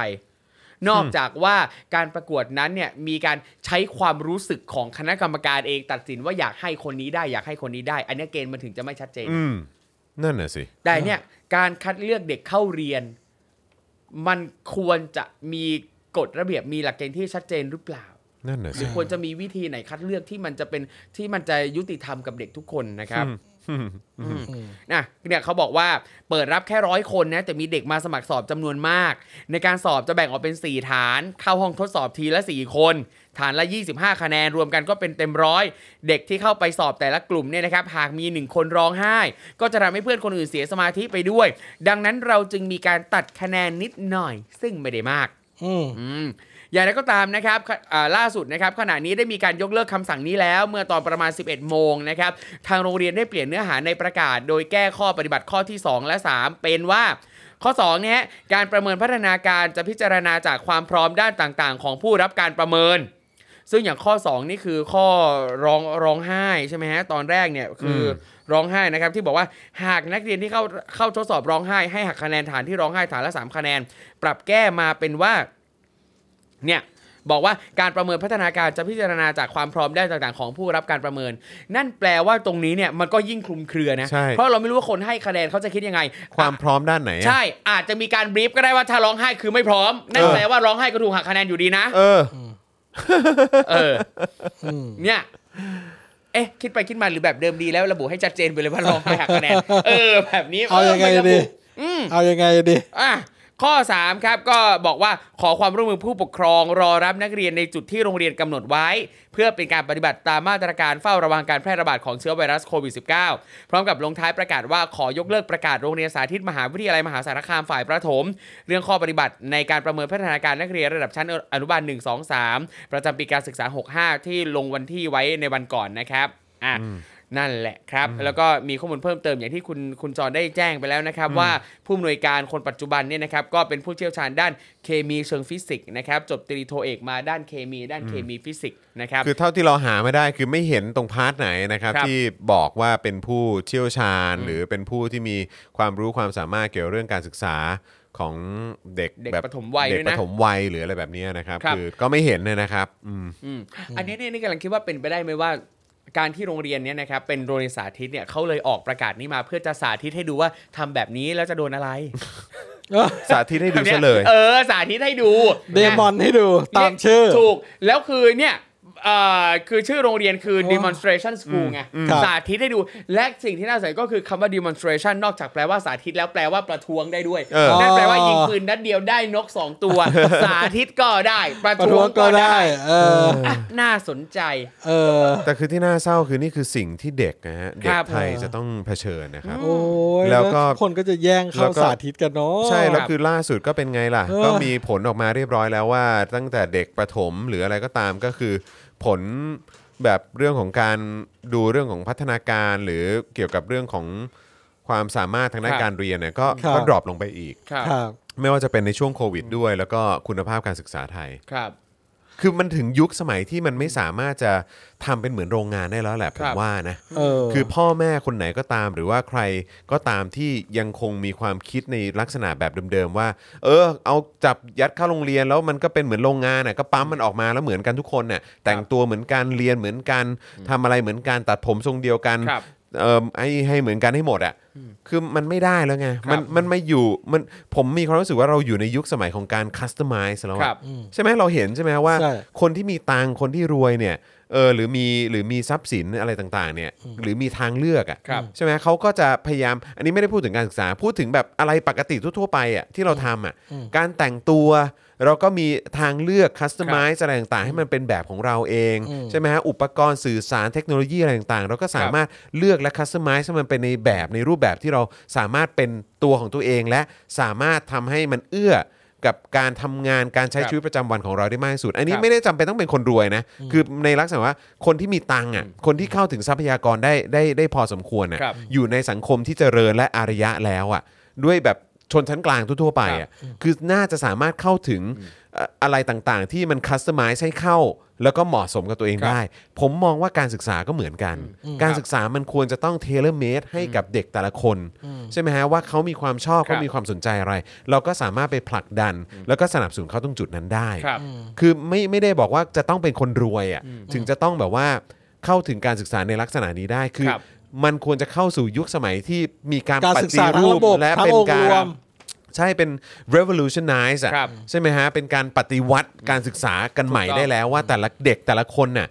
นอกจากว่าการประกวดนั้นเนี่ยมีการใช้ความรู้สึกของคณะกรรมการเองตัดสินว่าอยากให้คนนี้ได้อยากให้คนนี้ได้ อันเนี้ยเกณฑ์มันถึงจะไม่ชัดเจน อืมนั่นน่ะสิ แต่เนี่ยการคัดเลือกเด็กเข้าเรียน มันควรจะมีกฎระเบียบมีหลักเกณฑ์ที่ชัดเจนหรือเปล่า นั่นน่ะ ห สิ รือควรจะมีวิธีไหนคัดเลือกที่มันจะเป็นที่มันจะยุติธรรมกับเด็กทุกคนนะครับ อืม นะเนี่ยเขาบอกว่าเปิดรับแค่ร้อยคนนะแต่มีเด็กมาสมัครสอบจำนวนมาก ในการสอบจะแบ่งออกเป็น 4 ฐาน เข้าห้องทดสอบทีละ 4 คน ฐานละ 25 คะแนนรวมกันก็เป็นเต็มร้อยเด็กที่เข้าไปสอบแต่ละกลุ่มเนี่ยนะครับหากมี 1 คนร้องไห้ ก็จะทำให้เพื่อนคนอื่นเสียสมาธิไปด้วย ดังนั้นเราจึงมีการตัดคะแนนนิดหน่อย ซึ่งไม่ได้มาก อืม อืมอย่างไรก็ตามนะครับขะอ่าล่าสุดนะครับขณะนี้ได้มีการยกเลิกคำสั่งนี้แล้ว เมื่อตอนประมาณ 11 โมงนะครับทางโรงเรียนได้เปลี่ยนเนื้อหาในประกาศ โดยแก้ข้อปฏิบัติข้อที่ 2 และ 3 เป็นว่า ข้อ2เนี่ยการประเมินพัฒนาการจะพิจารณาจากความพร้อมด้านต่างๆ ของผู้รับการประเมิน ซึ่งอย่างข้อ 2 นี่คือข้อร้องร้องไห้ใช่ไหมฮะตอนแรกเนี่ยคืออร้องไห้นะครับที่บอกว่าหากนักเรียนที่เข้าเข้าทดสอบร้องไห้ให้หักคะแนนฐานที่ร้องไห้ฐานละสามคะแนน ปรับแก้มาเป็นว่า เนี่ยบอกว่าการประเมินพัฒนาการจะพิจารณาจากความพร้อมได้านต่างๆ ของผู้รับการประเมิน นั่นแปลว่าตรงนี้เนี่ยมันก็ยิ่งคลุมเครือนะ ใช่ เพราะเราไม่รู้ว่าคนให้คะแนนเขาจะคิดยังไง ความ อ่ะ พร้อมด้านไหนอะ ใช่อาจจะมีการบรีฟก็ได้ว่าถ้าร้องไห้คือไม่พร้อมนั่นแปลว่าร้องไห้ก็ถูกหักคะแนนอยู่ดีนะ เออ เออ อืม เนี่ยเอ๊ะคิดไปคิดมาหรือแบบเดิมดีแล้วระบุให้ชัดเจนไปเลยว่าร้องไห้หักคะแนนเออแบบนี้ เอายังไง ม่ระบุ ดี อืม เอายังไงดี อ่ะข้อ 3 ครับก็บอกว่าขอความร่วมมือผู้ปกครอง รอรับนักเรียนในจุดที่โรงเรียนกำหนดไว้ เพื่อเป็นการปฏิบัติตามมาตรการเฝ้าระวังการแพร่ระบาดของเชื้อไวรัสโควิด -19 พร้อมกับลงท้ายประกาศว่าขอยกเลิกประกาศโรงเรียนสาธิตมหาวิทยาลัยมหาสารคามฝ่ายประถม เรื่องข้อปฏิบัติในการประเมินพัฒนาการนักเรียนระดับชั้นอนุบาล 1 2 3 ประจำปีการศึกษา 65 ที่ลงวันที่ไว้ในวันก่อนนะครับอ่ะ นั่นแหละครับ แล้วก็มีข้อมูลเพิ่มเติมอย่างที่คุณคุณจรได้แจ้งไปแล้วนะครับ ว่าผู้อำนวยการคนปัจจุบันเนี่ยนะครับก็เป็นผู้เชี่ยวชาญด้านเคมีเชิงฟิสิกส์นะครับจบตรีโทเอกมาด้านเคมี ด้านเคมีฟิสิกส์นะครับ คือเท่าที่เราหามาได้คือไม่เห็นตรงพาร์ทไหนนะครับ ครับ ที่บอกว่าเป็นผู้เชี่ยวชาญ หรือเป็นผู้ที่มีความรู้ความสามารถเกี่ยวเรื่องการศึกษาของเด็ก เด็ก แบบ ประถมวัย เด็ ด้ ก วยนะ ประถมวัยหรืออะไรแบบเนี้ยนะครับ ครับ อก็ไม่เห็นเนยนะครับอืม อืมอันนี้เนี่ยนี่กำลังคิดว่าเป็นไปได้ไหมว่าการที่โรงเรียนเนี่ยนะครับเป็นโรงเรียนสาธิตเนี่ยเขาเลยออกประกาศนี้มาเพื่อจะสาธิตให้ดูว่าทำแบบนี้แล้วจะโดนอะไร สาธิตให้ดูเฉลย เออสาธิตให้ดู เดมอนให้ดูตามชื่อ ถูกแล้วคือเนี่ยเอ่อคือชื่อโรงเรียนคือ โอ้ demonstration school ไง อืม ครับ สาธิตให้ดู และสิ่งที่น่าสนใจก็คือคำว่า demonstration นอกจากแปลว่าสาธิตแล้วแปลว่าประท้วงได้ด้วย เออ นั่นแปลว่ายิงปืนนัดเดียวได้นก 2 ตัว สาธิตก็ได้ ประ ประ ท้ ท้ ว ว ง ง ก็ ก็ ได้ ได้ เออ อ่ะน่าสนใจ เออ แต่คือที่น่าเศร้าคือนี่คือสิ่งที่เด็กนะฮะเด็ ค ก รับ ไทยจะต้องเผชิญนะครับ โอ้ย แล้วก็ ทุคนก็จะแย่ง แล้ เข้าว ก็ สาธิตกันเนาะ ใช่แล้วคือล่าสุดก็เป็นไงล่ะ เออ ก็มีผลออกมาเรียบร้อยแล้วว่า ตั้งแต่เด็กประถมหรืออะไรก็ตามก็คือ ผลแบบเรื่องของการดูเรื่องของพัฒนาการหรือเกี่ยวกับเรื่องของความสามารถทางด้าน ครับ การเรียนเนี่ยก็ก็ดรอปลงไปอีก ครับ ครับ ไม่ว่าจะเป็นในช่วงโควิดด้วย แล้วก็คุณภาพการศึกษาไทย ครับ คือมันถึงยุคสมัยที่มันไม่สามารถจะทำเป็นเหมือนโรงงานได้แล้วแหละผ ครั ม บ ว่านะ เออ คือพ่อแม่คนไหนก็ตามหรือว่าใครก็ตามที่ยังคงมีความคิดในลักษณะแบบเดิมๆว่า เออ เอาจับยัดเข้าโรงเรียนแล้วมันก็เป็นเหมือนโรงงานน่ะก็ปั๊มมันออกมาแล้วเหมือนกันทุกคนน่ะแต่งตัวเหมือนกันเรียนเหมือนกันทำอะไรเหมือนกันตัดผมทรงเดียวกัน ครับ เออให้ให้เหมือนกันให้หมดอ่ะคือมันไม่ได้แล้วไงมันมันไม่อยู่มันผมมีความรู้สึกว่าเราอยู่ในยุคสมัยของการคัสตอมไมซ์แล้ว ค อะ รับ ใช่ไหมเราเห็นใช่ไหมว่า ใช่ คนที่มีตังค์คนที่รวยเนี่ยเออหรือมีหรือมีทรัพย์สินอะไรต่างๆเนี่ยหรือมีทางเลือก ครั อะ่ะ บ ใช่ไหมเขาก็จะพยายามอันนี้ไม่ได้พูดถึงการศึกษา พูดถึงแบบอะไรปกติทั่วๆไปอะ่ะที่เราทำอะ่ะการแต่งตัว เราก็มีทางเลือกคัสตอมไมซ์อะไรต่างๆ ให้มันเป็นแบบของเราเอง ใช่ไหมฮะอุปกรณ์สื่อสารเทคโนโลยีอะไรต่างๆ เราก็สามารถเลือกและคัสตอมไมซ์ให้มันเป็นในแบบในรูปแบบที่เราสามารถเป็นตัวของตัวเอง และสามารถทำให้มันเอื้อ กับการทำงานการใช้ ครับ ชีวิตประจำวันของเราได้มากที่สุด อันนี้ ครับ ไม่ได้จำเป็นต้องเป็นคนรวยนะ คือในลักษณะว่าคนที่มีตังค์อ่ะคนที่เข้าถึงทรัพยากรได้ได้ได้พอสมควรอ่ะ ครับ อยู่ในสังคมที่เจริญและอารยะแล้วอ่ะด้วยแบบชนชั้นกลางทั่วๆไปอ่ะคือน่าจะสามารถเข้าถึงเอ่ออะไรต่างๆ ที่มันคัสตอมไมซ์ให้เข้า แล้วก็เหมาะสมกับตัวเอง ครับ ได้ ผมมองว่าการศึกษาก็เหมือนกัน การศึกษามันควรจะต้องเทเลเมดให้กับเด็กแต่ละคน ใช่ไหมฮะว่าเขามีความชอบ ครั เขา บ มี ความสนใจอะไรเราก็สามารถไปผลักดัน แล้วก็สนับสนุนเขาตรงจุดนั้นได้ ครับ คือไม่ไม่ได้บอกว่าจะต้องเป็นคนรวยอะ่ะถึงจะต้องแบบว่าเข้าถึงการศึกษาในลักษณะนี้ได้คือ ครับ มันควรจะเข้าสู่ยุคสมัยที่มีการ การ ป ศึก ฏิ ษาทั้ง รู ระ ป บบ และ ทั้ง เป็น องค์ การ ว ร ม ใช่เป็น revolutionize อะ ครับ ใช่ไหมฮะ เป็นการปฏิวัติการศึกษากันใหม่ ถูกต้อง ได้แล้วว่าแต่ละเด็กแต่ละคนน่ะ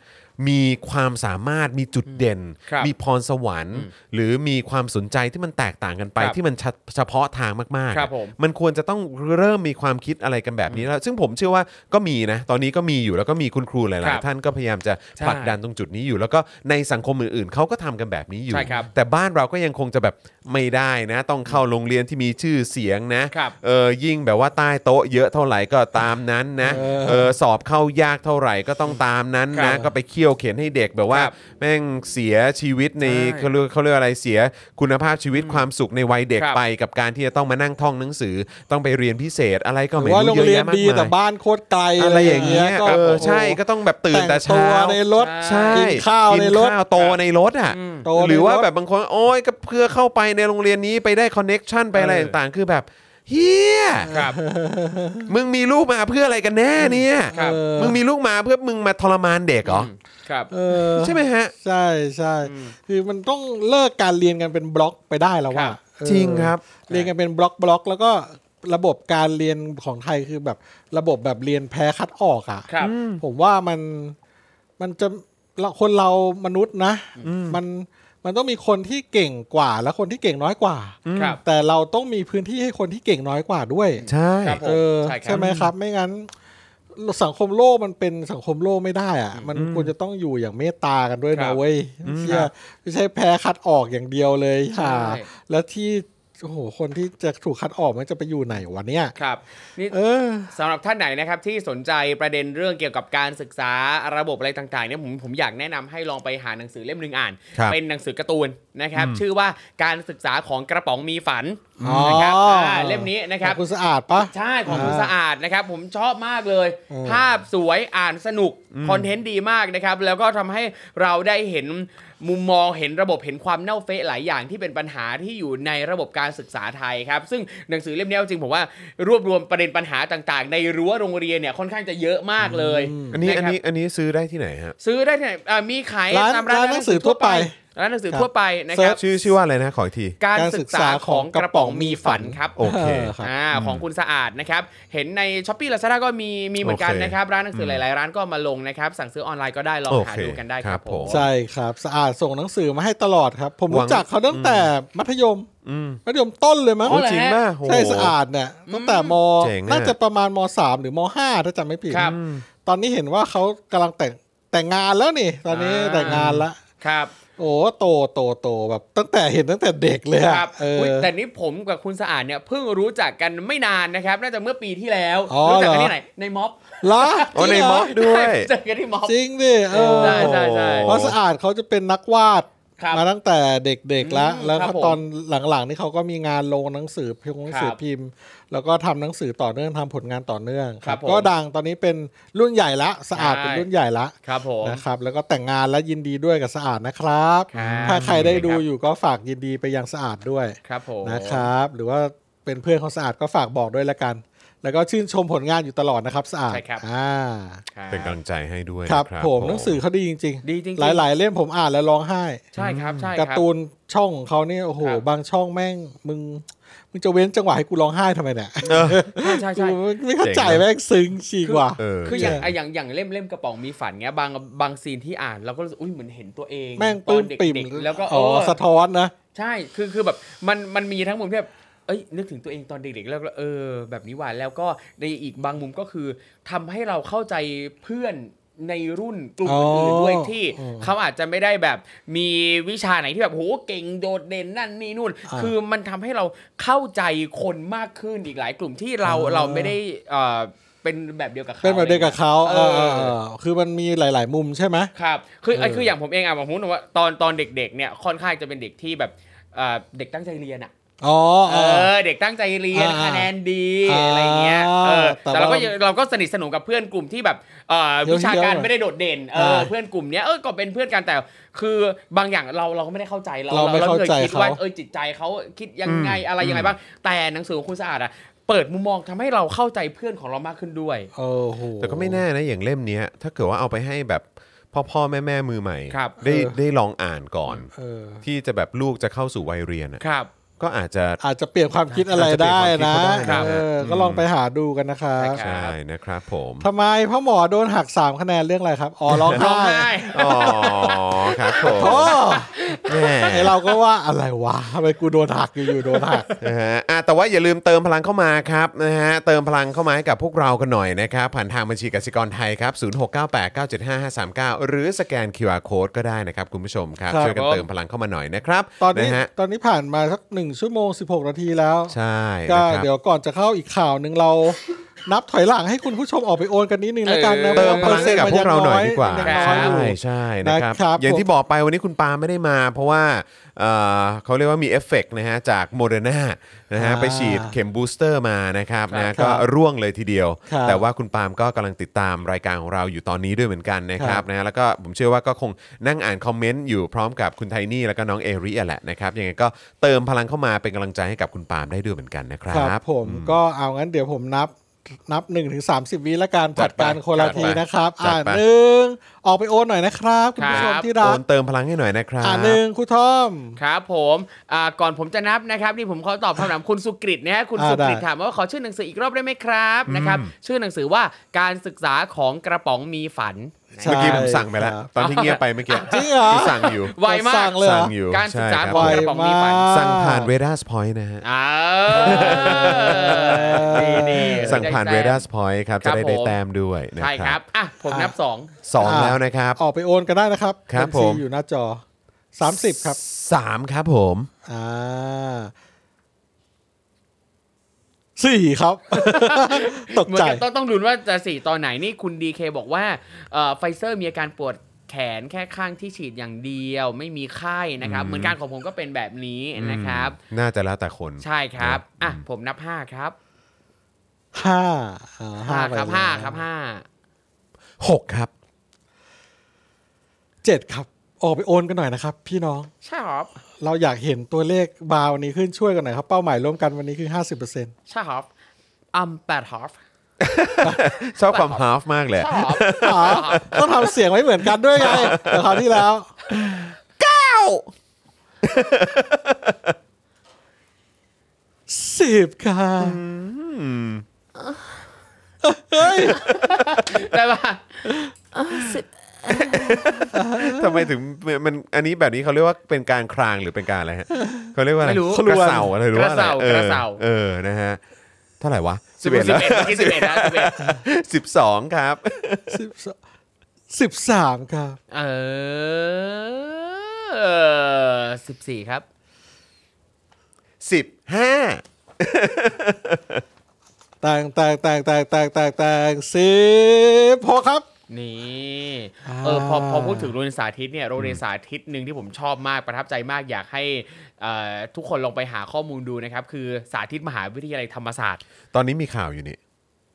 มีความสามารถมีจุดเด่น ครับ มีพรสวรรค์ หรือมีความสนใจที่มันแตกต่างกันไป ครับ ที่มันเฉเฉพาะทางมากๆ ครับผม นควรจะต้องเริ่มมีความคิดอะไรกันแบบนี้แล้ว ซึ่งผมเชื่อว่าก็มีนะ ตอนนี้ก็มีอยู่แล้วก็มีคุณครูห ครั ลาย บ ๆ ท่านก็พยายามจะ ใช่ ผลักดันตรงจุดนี้อยู่ แล้วก็ในสังคมอื่นๆเขาก็ทำกันแบบนี้อยู่ ใช่ครับ แต่บ้านเราก็ยังคงจะแบบไม่ได้นะ ต้องเข้าโรงเรียนที่มีชื่อเสียงนะ ครับ เออยิ่งแบบว่าใต้โต๊ะเยอะเท่าไหร่ก็ตามนั้นนะ เออ เออสอบเข้ายากเท่าไหร่ก็ต้องตามนั้น ครั นะ บ ก็ไปเคี่ยวเข็นให้เด็กแบบว่า ครับ แม่งเสียชีวิตใน ใช่ เขาเรียกเขาเรียกอะไรเสียคุณภาพชีวิตความสุขในวัยเด็ก ครับ ไปกับการที่จะต้องมานั่งท่องหนังสือ ต้องไปเรียนพิเศษอะไรก็ ห ไม่ รือว่าโร รู้ ง เยอะ เรียน แยะมาก ดีแต่ มาย บ้านโคตรไกล อะไรอย่างเงี้ย ก็ เออ โโห ใช่ก็ต้องแบบตื่นแต่ ง เช้า วในรถ ใช่ กินข้าวในรถ กิข้าวโตในรถอ่ะ อืม โตในรถ หรือว่าแบบบางคนโอ้ยก็เพื่อเข้าไปในโรงเรียนนี้ไปได้คอนเน็กชันไปอะไร เออ ต่างๆ คือแบบเฮีย ครับ มึงมีลูกมาเพื่ออะไรกันแน่เนี่ย ครับ เออ มึงมีลูกมาเพื่อมึงมาทรมานเด็กเหรอ ครับ เออ ใช่ไหมฮะ ใช่ใช่คือมันต้องเลิกการเรียนกันเป็นบล็อกไปได้แล้ว ครั ว่า บ เออ จริงครับ เรียนกันเป็นบล็อกบล็อกแล้วก็ระบบการเรียนของไทยคือแบบระบบแบบเรียนแพ้คัดออกอ่ะ ครับ ผมว่ามันมันจะเราคนเรามนุษย์นะมันมันต้องมีคนที่เก่งกว่าและคนที่เก่งน้อยกว่า ครับ แต่เราต้องมีพื้นที่ให้คนที่เก่งน้อยกว่าด้วย ใช่ ครับ ผม เออ ใช่ครับ ใช่ไหมครับ ไม่งั้น สังคมโลกมันเป็นสังคมโลกไม่ได้อะมันควรจะต้องอยู่อย่างเมตตากันด้วย ครั นะ บ เว้ยเชี่ยไม่ใช่แพ้คัดออกอย่างเดียวเลยค่ะ ใช่ แล้วที่โอ้โหคนที่จะถูกคัดออกมันจะไปอยู่ไหนวะเนี่ย ครับนี่ เออ สำหรับท่านไหนนะครับที่สนใจประเด็นเรื่องเกี่ยวกับการศึกษาระบบอะไรต่างๆเนี่ยผมผมอยากแนะนำให้ลองไปหาหนังสือเล่มหนึ่งอ่าน ครับ เป็นหนังสือการ์ตูนนะครับ ชื่อว่าการศึกษาของกระป๋องมีฝัน อ๋อ นะครับอ่าเล่มนี้นะครับ คุณสะอาดปะ ใช่ของคุณ อ่า สะอาดนะครับ ผมชอบมากเลย อืม ภาพสวยอ่านสนุก คอนเทนต์ดีมากนะครับ แล้วก็ทำให้เราได้เห็นมุมมองเห็นระบบเห็นความเน่าเฟะหลายอย่างที่เป็นปัญหาที่อยู่ในระบบการศึกษาไทยครับ ซึ่งหนังสือเล่มนี้จริงๆผมว่ารวบรวมประเด็นปัญหาต่างๆ ในรั้วโรงเรียนเนี่ยค่อนข้างจะเยอะมากเลย อืม อันนี้ ะค อัน รับ นี้อันนี้ซื้อได้ที่ไหนฮะ ซื้อได้ที่ไหนอ่ามีขาย ร้าน ตาม ร้านหนังสือทั่วไป ร้านหนังสือ ครับ ทั่วไปนะครับ ชื่อชื่อว่าอะไรนะขออีกที การ การศึ ศึ ก ก ษา ษา ข ข อ อง ง ก ก ระ ระ ป๋ ป๋ อ อง ง มี มี ฝั ฝั น นครับ โอเค ครับ อ่าของคุณสะอาดนะครับ เห็นในช้อปปี้ลาซาด้าก็มีมีเหมือนกัน โอเค นะครับ ร้านหนังสือหลาย ๆ ร้านก็มาลงนะครับ สั่งซื้อออนไลน์ก็ได้ลองหา โอเค ดูกันได้ ค ค รั รั บบ ผ ผม ม ใช่ครับ สะอาดส่งหนังสือมาให้ตลอดครับ ผม หวัง รู้จักเขาตั้งแต่มัธยม อืม มัธยมต้นเลยมั้ง อ๋ โอ้ อเหรอ จริงป่ะโอ้โห ใช่สะอาดเนี่ยตั้งแต่ม เจ๋งอะ น่าจะประมาณมสามหรือมห้าถ้าจำไม่ผิด ครับ ตอนนี้เห็นว่าเขากำลังแต่งแต่งงานแล้วนี่ ตอนนี้ อ่า แต่งงานละ ครับ โอ้โตโตโตแบบ ตั้งแต่เห็นตั้งแต่เด็กเลย ครั อะ บ เออ อุ๊ยแต่นี่ผมกับคุณสะอาดเนี่ยเพิ่งรู้จักกันไม่นานนะครับ น่าจะเมื่อปีที่แล้ว อ๋อ รู้จักันที่ไหน ในม็อบ ละ โอ้ใน จริงเหร ม็อบด้วย เจอกันที่ม็อบ จริงดิเออ ใช่ใช่ใช่ เพราะสะอาดเขาจะเป็นนักวาด ครับ มาตั้งแต่เด็กๆแล้ว อืม แล้ว ครับ ก็ ผม ตอนหลังๆนี่เขาก็มีงานลงหนังสือพิมพ์หนังสือพิมพ์ แล้วก็ทำหนังสือต่อเนื่องทำผลงานต่อเนื่อง ครับผม ก็ดังตอนนี้เป็นรุ่นใหญ่ละสะอาด ใช่ เป็นรุ่นใหญ่ละ ครับผม นะครับ แล้วก็แต่งงานและยินดีด้วยกับสะอาดนะครับ ครับ ถ้าใครได้ดูอยู่ก็ฝากยินดีไปยังสะอาดด้วย ครับผม นะครับ หรือว่าเป็นเพื่อนของสะอาดก็ฝากบอกด้วยละกัน แล้วก็ชื่นชมผลงานอยู่ตลอดนะครับสะอาดอ่า ครับ เป็นกำลังใจให้ด้วย ครับ นะ ผมหนังสือเขาดีจริง ดีจริงๆ หลาย ๆ เล่มผมอ่านแล้วร้องไห้ ใช่ครับใช่การคั ร์ บ ตูนช่องของเขาเนี่ยโอ้โห ครับ บางช่องแม่งมึงมึงจะเว้นจังหวะให้กูร้องไห้ทำไมเนี่ย เออ ใช่ใช่ใช่ กูไม่เข้าใจแม่งซึ้งชีกว่า เออ คืออย่าง เจ๋ง ไอ้อย่างอย่างเล่มเล่มกระป๋องมีฝันเงี้ยบางบางซีนที่อ่านเราก็รู้สึกอุ้ยเหมือนเห็นตัวเอง แม่ง ตอ ปื้ น ม เด็ก ปิ่ม ๆแล้วก็เอ อ๋อ อ สะท้อนนะ ใช่คือคือแบบมันมันมีทั้งมุมที่แบบเอ้ยนึกถึงตัวเองตอนเด็กๆแล้วก็เออ แบบนี้ว่าแล้วก็ในอีกบางมุมก็คือทำให้เราเข้าใจเพื่อนในรุ่นกลุ่มอื่นๆด้วย อ๋อ ที่ อืม เขาอาจจะไม่ได้แบบมีวิชาไหนที่แบบโหเก่งโดดเด่นนั่นนี่นู่น อ่า คือมันทำให้เราเข้าใจคนมากขึ้นอีกหลายกลุ่มที่เรา อ๋อ เราไม่ได้เอ่อเป็นแบบเดียวกับเขา เป็นแบบเดียวกับเขา อะ เอ ไร อเอ งี้ย อเออคือมันมีหลาย ๆ มุมใช่ไหม ครับ คือไอ้ เออ คืออย่างผมเองอ่ะผมพูดว่าตอนตอนเด็กๆเนี่ยค่อนข้างจะเป็นเด็กที่แบบเอ่อเด็กตั้งใจเรียนอ่ะ ๋อ เอ เออ อ เด็กตั้งใจเรียน อ่า คะแนนดี อ่า อะไรเงี้ย เออ แต่ แต่เราก็ ว่า ยังเราก็สนิทสนมกับเพื่อนกลุ่มที่แบบเอ่อ เยอะๆ วิชาการ หน่อย ไม่ได้โดดเด่น เออ อ่า เพื่อนกลุ่มเนี้ยเออ ก็เป็นเพื่อนกันแต่ คือบางอย่างเราเราก็ไม่ได้เข้าใจเรา เราไม่ เรา เข้า เคย ใจ คิดว่า เขา เออจิตใจเขาคิดยังไงอะไรยังไงบ้าง แต่หนังสือของคุณสะอาดอ่ะเปิดมุมมองทำให้เราเข้าใจเพื่อนของเรามากขึ้นด้วย โอ้โห แต่ก็ไม่แน่นะอย่างเล่มเนี้ยถ้าเกิดว่าเอาไปให้แบบพ่อพ่อแม่แม่มือใหม่ ครับ ได้ เออ ได้ลองอ่านก่อน เออ ที่จะแบบลูกจะเข้าสู่วัยเรียนอะ ครับ ก็อาจจะ อาจจะเปลี่ยนความคิดอะไรได้นะ อาจจะเปลี่ยนความคิดเขาได้นะ เออ ครับ ก็ลองไปหาดูกันนะครับ ใช่ ใช่นะครับผม ทำไมพ่อหมอโดนหักสามคะแนนเรื่องอะไรครับอ๋อร้อง ร้อง ไห้ ไห้ อ๋อครับผม โอ้ แม่ ไอเราก็ว่าอะไรวะทำไมกูโดนหักอยู่ๆโดนหัก นะฮะอ่ะแต่ว่าอย่าลืมเติมพลังเข้ามาครับนะฮะเติมพลังเข้ามาให้กับพวกเรากันหน่อยนะครับ ผ่านทางบัญชีกสิกรไทยครับ 0698975539 หรือสแกน QR Code ก็ได้นะครับคุณผู้ชมครับ ครับ ช่วยกัน ผม เติมพลังเข้ามาหน่อยนะครับ ตอนนี้ ะฮะ ตอนนี้ผ่านมาสักหนึ่งชั่วโมง 16 นาทีแล้ว ใช่ ก็ นะครับ เดี๋ยวก่อนจะเข้าอีกข่าวหนึ่งเรา นับถอยหลังให้คุณผู้ชมออกไปโอนกันนิดนึงแล้วกันนะ เออ เติมพลังให้กับ ป พ ซ็ วก ต์ เรา มันง หน่อยดีกว่า มัน เ งน้ ใช่ อยอยู่ ใช่นะครับ นะครับ อย่างที่ ผม บอกไปวันนี้คุณปาไม่ได้มา เพราะว่าเอ่อเขาเรียกว่ามีเอฟเฟกต์นะฮะจากโมเดอร์นานะฮะไปฉีดเข็มบูสเตอร์มานะครับนะฮะ ครับ ก็ร่วงเลยทีเดียว ครับ แต่ว่าคุณปาล์มก็กำลังติดตามรายการของเราอยู่ตอนนี้ด้วยเหมือนกันนะค ครั รับบ นะฮะแล้วก็ผมเชื่อว่าก็คงนั่งอ่านคอมเมนต์อยู่พร้อมกับคุณไทนี่แล้วก็น้องเอริอะแหละนะครับยังไงก็เติมพลังเข้ามาเป็นกำลังใจให้กับคุณปาล์มได้ด้วยเหมือนกันนะครั ครับ บผมก็เอางั้นเดี๋ยวผมนับนับ1นถึงสาวิละกัน จั ผั ด ด ไป การคนละ จัดไป ทีนะครับ จัด อ่า ไป หนึ่งออกไปโอนหน่อยนะครับ คุณผู้ชม ครับ ที่ โอ รัก นเติมพลังให้หน่อยนะครับ อ่าหนึ่งคุณทอม ครับผมอ่าก่อนผมจะนับนะครับนี่ผมขอตอบคำถามคุณสุกฤตนะฮะคุณ อ่า สุกฤต ได้ ถามว่าขอชื่อหนังสืออีกรอบได้ไหมครับนะครับชื่อหนังสือว่าการศึกษาของกระป๋องมีฝัน ใช่ เมื่อกี้ผมสั่งไปแล้ว ครับ ตอนที่เงียบไปเมื่อกี้ จริงเหรอ ที่สั่งอยู่ ไวมาก สั่งเลยเหร สั่ อง อยู่ การศึกษา ใช่ ข ค อง บ กระป๋องมีฝัน ไวมก สั่งผ่านเรด a r s Point นะฮะ อ้า เอ ดี อ ดี สั่งผ่านเร ได้ ด a r แต้ม s Point ครับ ครั จะ บ ได้ได้ ผม แต้มด้วยนะ ใช่ค ค รั รั บบ อ่ะผมนับสอง สองแล้วนะครับ ออกไปโอนกันได้นะครับ ครับ บัญชี ผม อยู่หน้าจอ 30 ครับ สามครับผม อ่าสี่ ครับ ตก เหมือน ใจ กันต้องต้องดูว่าจะสี่ตอนไหนนี่คุณดีเคบอกว่าไฟเซอร์มีอาการปวดแขนแค่ข้างที่ฉีดอย่างเดียว ไม่มีไข้นะครับ เหมือนการของผมก็เป็นแบบนี้นะครับ อืมน่าจะแล้วแต่คน ใช่ครับ อ่ะ อืม ผมนับห้าครับ ห้าอ่า ห้า ไป ครับ แล้ว ห้าครับห้า หกครับ เจ็ดครับ ออกไปโอนกันหน่อยนะครับ พี่น้อง ใช่ครับ เราอยากเห็นตัวเลขบาวนี้ขึ้นช่วยกันหน่อยครับ เป้าหมายร่วมกันวันนี้คือ 50%อ ใช่ครับอัมแปดฮอฟ ชอบความฮาฟมากเลย ใช่ครับ ๋อต้องทำเสียงไม่เหมือนกันด้วยไงแต่คราวที่แล้ว เก้า สิบค่ะเฮ้ย ได้ป่ะ ทำไมถึงมันอันนี้แบบนี้เขาเรียกว่าเป็นการครางหรือเป็นการอะไรฮะ เขาเรียกว่าอะไร ไม่รู้ กระเสาอะไรหรือว่าอะไรเออก ระเสา เออนะฮะเท่าไหร่วะ สิบเอ็ดสิบเอ็ดสิบเอ็ดนะสิบเอ็ด สิบสองครับ สิบสองสิบสามครับ เออสิบสี่ครับ สิบห้า แต่งแต่งแต่งแต่งแต่งแต่งแต่งสิบหกครับ นี่ อ่า เออพอพอพูดถึงโรงเรียนสาธิตเนี่ยโรงเรียนสาธิตหนึ่งที่ผมชอบมากประทับใจมากอยากให้เอ่อทุกคนลองไปหาข้อมูลดูนะครับ คือสาธิตมหาวิทยาลัยธรรมศาสตร์ ตอนนี้มีข่าวอยู่นี่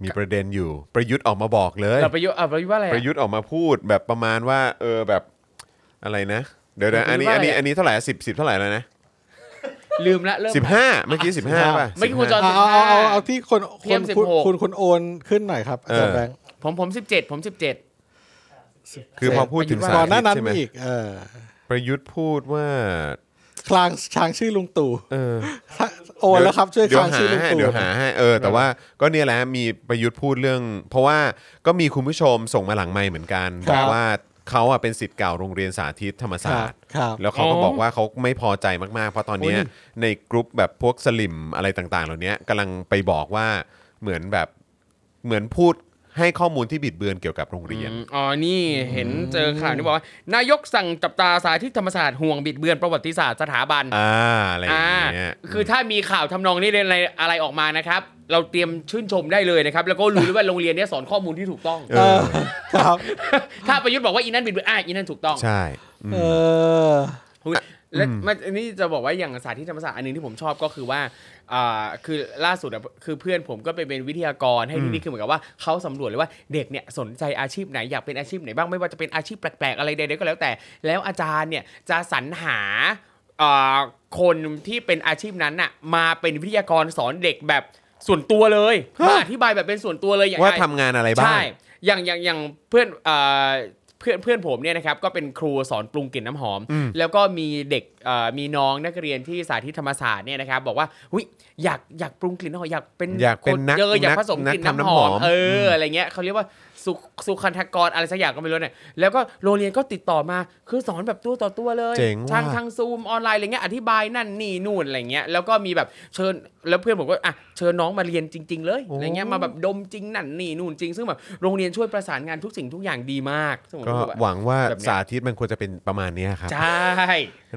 มีประเด็นอยู่ ประยุทธ์ออกมาบอกเลย เราประยุทธ์อ่ะประยุทธ์ว่าอะปไรระ อ่ะ ยุทธ์ออกมาพูดแบบประมาณว่า เออแบบอะไรนะ เดี๋ยวนะอันนี้อันนี้อันนี้เท่าไหร่สิบสิบเท่าไหร่แล้วนะ ลืมละเริ่ม สิบห้าเมื่อกี้สิบห้าป่ะ เมื่อกี้คุณ15จต ร น เอาเอาเอาเอาเอาที่คน เที่ ค ย น ง คุณ 16 คุณคุณโอนขึ้นหน่อยครับอาจารย์ เออ แบงค์ ผมผมสิบเจ็ดผมสิบเจ็ด คือพอพูดถึงสา ก่อนหน้า ธิต นั้น ใช่ไหม มีอีกเออ ประยุทธ์พูดว่า คลางช้างชื่อลุงตู่ เออ โอนแล้วครับช่วยคลางชื่อลุงตู่ เดี๋ยวหาให้เออแต่ว่าก็เนี่ยแหละมีประยุทธ์พูดเรื่อง เพราะว่าก็มีคุณผู้ชมส่งมาหลังไมค์เหมือนกัน ครับบ อกว่าเขาอ่ะเป็นสิทธิ์เก่าโรงเรียนสาธิตธรรม ค ศา รัสบตร์ ครับ แล้วเขาก็ อ๋อ บอกว่าเขาไม่พอใจมากๆ เพราะตอนเนี้ย โอ้ย ในกรุ๊ปแบบพวกสลิมอะไรต่างๆ เหล่านี้กำลังไปบอกว่าเหมือนแบบเหมือนพูดให้ข้อมูลที่บิดเบือนเกี่ยวกับโรงเรียน อืมอ๋อ นี่เห็นเจอข่าวนี่บอกว่า นายกสั่งจับตาสายที่ธรรมศาสตร์ห่วงบิดเบือนประวัติศาสตร์สถาบัน อ่าอะไรอย่างเงี้ย คือถ้ามีข่าวทำนองนี้เรียนอะไรอะไรออกมานะครับ เราเตรียมชื่นชมได้เลยนะครับ แล้วก็รู้ด้วยว่าโรงเรียนเนี้สอนข้อมูลที่ถูกต้อง เอ เอ อ อครับ ถ้าประยุทธ์บอกว่าอีนั่นบิดเบือนอ่ะอีนั่นถูกต้อง ใช่อืม เออ อุ๊ยและมันอันนี้จะบอกว่าอย่างศาสตร์ที่ธรรมศาสตร์อันหนึงที่ผมชอบก็คือว่าอ่าคือล่าสุดอะคือเพื่อนผมก็ไปเป็นวิทยากรให้ที่นี่คือเหมือนกับว่าเขาสำรวจเลยว่าเด็กเนี่ยสนใจอาชีพไหนอยากเป็นอาชีพไหนบ้างไม่ว่าจะเป็นอาชีพแปลกๆอะไรใดๆก็แล้วแต่ แล้วอาจารย์เนี่ยจะสรรหาเอ่อคนที่เป็นอาชีพนั้นน่ะมาเป็นวิทยากรสอนเด็กแบบส่วนตัวเลยมาอธิบายแบบเป็นส่วนตัวเลยอย่าง ว่า ไร ทำงานอะไรบ้าง ใช่ อย่างอย่างอย่างเพื่อนเอ่อเพื่อนเพื่อนผมเนี่ยนะครับก็เป็นครูสอนปรุงกลิ่นน้ำหอม อืม แล้วก็มีเด็กเอ่อมีน้องนักเรียนที่สาธิตธรรมศาสตร์เนี่ยนะครับบอกว่าหุยอยากอยากปรุงกลิ่นน้ำหอมอยากเป็น อยากเป็น ค นัก เยอะอยากผสม นั กลิ่น ทำ น้ำหอมเออ ม ออะไรเงี้ยเขาเรียกว่าสุสุคันธกรอะไรสักอย่างก็ไม่รู้เนี่ยแล้วก็โรงเรียนก็ติดต่อมาคือสอนแบบตัวต่อตัวเลย เจ๋งว่ะ ทางทางซูมออนไลน์อะไรเงี้ยอธิบายนั่นนี่นู่นอะไรเงี้ยแล้วก็มีแบบเชิญแล้วเพื่อนผมก็อ่ะเชิญน้องมาเรียนจริง ๆ เลยอะไรเงี้ยมาแบบ ดมจริงนั่นนี่นู่นจริง ซึ่งแบบโรงเรียนช่วยประสานงานทุกสิ่งทุกอย่างดีมากซึ่งผม ก็ รู้สึกว่า หวังว่า แบบเนี้ย สาธิตมันควรจะเป็นประมาณเนี้ยครับ ใช่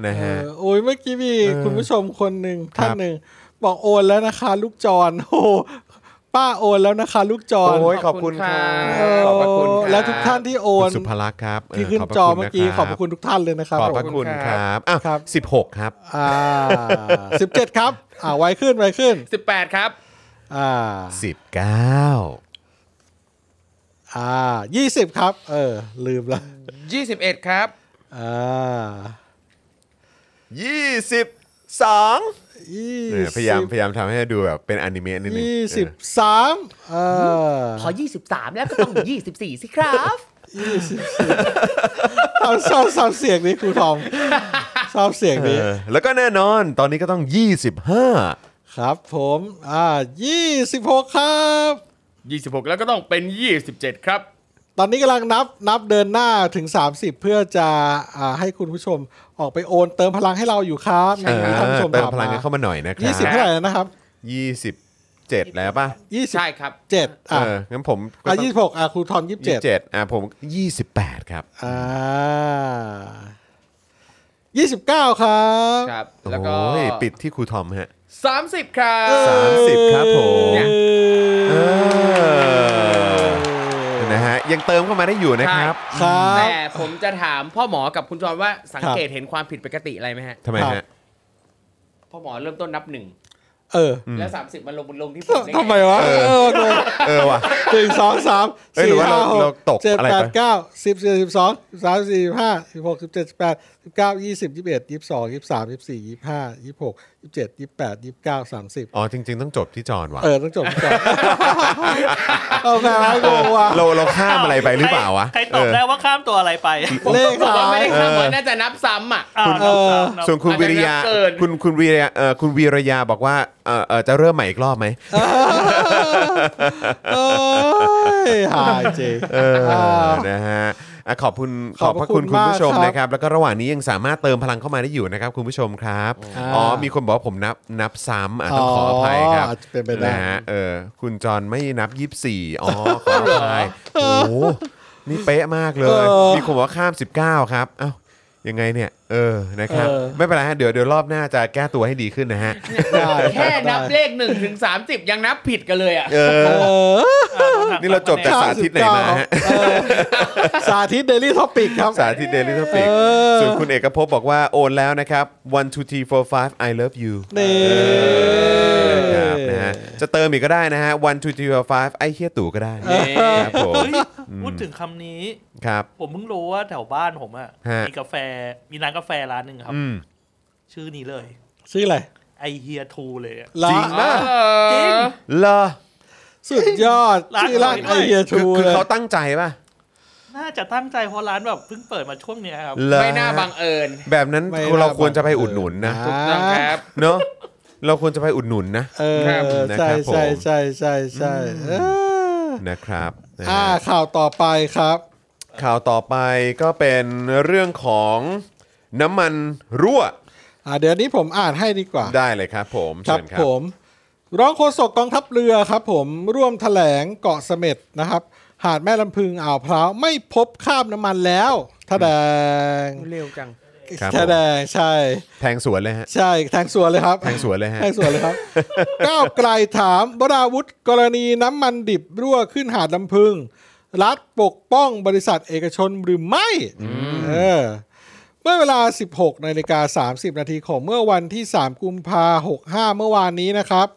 นะ เอ ฮะ อโอ้ยเมื่อกี้มี เออ คุณผู้ชมคนหนึ่ง ครับ ท่านหนึ่งบอกโอนแล้วนะคะ ลูกจอนโอ้ป้าโอนแล้วนะคะ ลูกจอน โอ้ยขอบคุณครับ ขอบพระคุณครับ แล้วทุกท่านที่โอ คุ น ณสุภลักษณ์ครับ ที่ขึ้นจอเมื่อกี้ขอบพระคุณทุกท่านเลยนะครับ ขอบพระคุณครับอ้าว ครับ สิบหกครับ อ่าสิบเจ็ดครับ อ่าไวขึ้นไวขึ้น 18 ครับ อ่า สิบเก้า อ่ายี่สิบครับ เออ ลืมละ 21 ครับ อ่า ยี่สิบสอง ยี่ พยายามพ สิบ ยายามทำให้ดูแบบเป็นอนิเมะนิดนึง ยี่สิบสามเออ ขอ 23 แล้วก็ต้อง 24 สิครับ เอาชอบชอบเสียงนี้ครูทอมชอบเสียง เอ นี้ อแล้วก็แน่นอนตอนนี้ก็ต้อง 25 ครับผมอ่า26 ครับ 26 แล้วก็ต้องเป็น 27 ครับ ตอนนี้กำลังนับนับเดินหน้าถึง 30 เพื่อจะอ่าให้คุณผู้ชมออกไปโอนเติมพลังให้เราอยู่ครับ เออ มีท่านผู้ชม เติม ถาม พลังกัน มา เข้ามาหน่อยนะครั ยี่สิบเท่าไหร่นะครับ บ27 แล้วป่ะ ยี่สิบ ใช่ครับ เจ็ด เอ อ่ะ องั้นผมก็ อ่ะ ต้อง ยี่สิบหกอ่ะครูทอนยี่สิบเจ็ด 27อ่ะผม 28 ครับ อ่ายี่สิบเก้าครับ ครับ โอ้ แล้วก็ ยปิดที่ครูทอมฮะ 30 ครับ สามสิบครับผม เนี่ย เออ นะฮะยังเติมเข้ามาได้อยู่นะครับ ครั ใช่ บ แต่ผมจะถามพ่อหมอกับคุณจอนว่าสังเกต ครับ เห็นความผิดปกติอะไรไหมฮะ ทำไมฮะ พ่อหมอเริ่มต้นนับหนึ่ง เออ แล้ว 30 มันลงบนลงที่ผมด้ง ทำไมวะ เออ เออทำไม เออว่ะ หนึ่งสองสาม เอ้ยห สี่ รือว่า ห้า เรา ห เรา ก ตก เจ็ด อะไร แป ไป ดเก้าสิบสิบเอ็ดสิบสองสิบสามสิบสี่สิบห้าสิบหกสิบเจ็ดสิบแปดสิบเก้ายี่สิบยี่สิบเอ็ดยี่สิบสองยี่สิบสามยี่สิบสี่ยี่สิบห้ายี่สิบหกยี่สิบเจ็ดยี่สิบแปดยี่สิบเก้าสามสิบ อ๋อจริง ๆ ต้องจบที่จอนว่ะ เออต้องจบก่อน เอาไงวะงงวะ เราเราข้ามอะไรไปหรือเปล่าวะ ใครตอบ เออ ได้ว่าข้ามตัวอะไรไป เลข บอกว่า ท้า ไม่ ย ได้ข้ามมันน่าจะนับซ้ำอ่ะ คุณเออ า ส่วนคุณ อันนั้ วิ น ริยา น่าเกิน คุณคุณวีระยาเอ่อคุณวีระยาบอกว่าเอ่อเอ่อจะเริ่มใหม่อีกรอบไหม เอ้ยหายจริง เออนะฮะอ่ะขอบคุณข ข อ อ บบพ พ ระ ระ คุณ คุณ คุณผู้ชม มากครันะครับบแล้วก็ระหว่างนี้ยังสามารถเติมพลังเข้ามาได้อยู่นะครับ คุณผู้ชมครับ อ่า อ๋อมีคนบอกว่าผมนับนับซ้ำอ่ะต้องขออภัยครับ อาจจะเป็นไปได้ นะฮะเออคุณจอนไม่นับ 24อ๋อขออภัยโอ้โหนี่เป๊ะมากเลย เออ มีคนบอกว่าข้าม 19 ครับเอ้ายังไงเนี่ย เออนะครับ เออ ไม่เป็นไรฮะเดี๋ยวเดี๋ยวรอบหน้าจะแก้ตัวให้ดีขึ้นนะฮะ ได้ แค่นับ ได้ เลข1นถึงสายังนับผิดกันเลยอ่ะ เอ เอ อ อ นี่เราจบจาก สธิตไหนมาฮะ เออสาธิตเดลี่ท็อปิกครับ สาธิตเดลิทอปิก เออ ส่วนคุณเอกภพบอกว่าโอนแล้วนะครับ one two three four five I love you นี่ นะครับนะฮะจะเติมอีกก็ได้นะฮะ one two three four five ไอเฮียตู่ก็ได้ เออ ครับผม เฮ้ยพูดถึงคำนี้ ครับ ผมเพิ่งรู้ว่าแถวบ้านผมอ่ะ ฮะ มีกาแฟมีร้านกาแฟร้านหนึ่งครับ อืม ชื่อนี้เลย ชื่ออะไร ไอเฮียทูเลยอะ ละ จริง เออ จริง เหรอ สุดยอด ร้าน ชื่อร้าน อ ไอ ร่อยด้วย เฮีย คื ทู อคือ เลย เขาตั้งใจป่ะ น่าจะตั้งใจเพราะร้านแบบเพิ่งเปิดมาช่วงเนี้ยครับ เหรอ ไม่น่าบังเอิญ แบบนั้น ไม่ เราควรจะไปอุดหนุนนะ อ่า ถูกต้องครับ เนอะเราควรจะไปอุดหนุนนะ เออ ครับ นะครั ใช่ บผม ใช่ใช่ใช่ใช่เออ นะครับนะฮะ อ่าข่าวต่อไปครับ ข่าวต่อไปก็เป็นเรื่องของน้ำมันรั่ว อ่าเดี๋ยวนี้ผมอ่านให้ดีกว่า ได้เลยครับผม ครับ เชิญ ผมรองโฆษกกองทัพเรือครับผมร่วมถแถลงเกาะเสม็ดนะครับ หาดแม่ลำพึงอ่าวพร้าวไม่พบคราบน้ำมันแล้วแถลง เร็วจัง ครับผม แถลงใช่ แทงสวนเลยฮะ ใช่แทงสวนเลยครับ แทงสวนเลยฮะ แทงสวนเลย ครับ ก้าวไกลถามวราวุธกรณีน้ำมันดิบรั่วขึ้นหาดลำพึง รัฐปกป้องบริษัทเอกชนหรือไม่เออ เมื่อเวลา 16นาฬิกา30 นาทีของเมื่อวันที่ 3 กุมภา65 เมื่อวานนี้นะครับ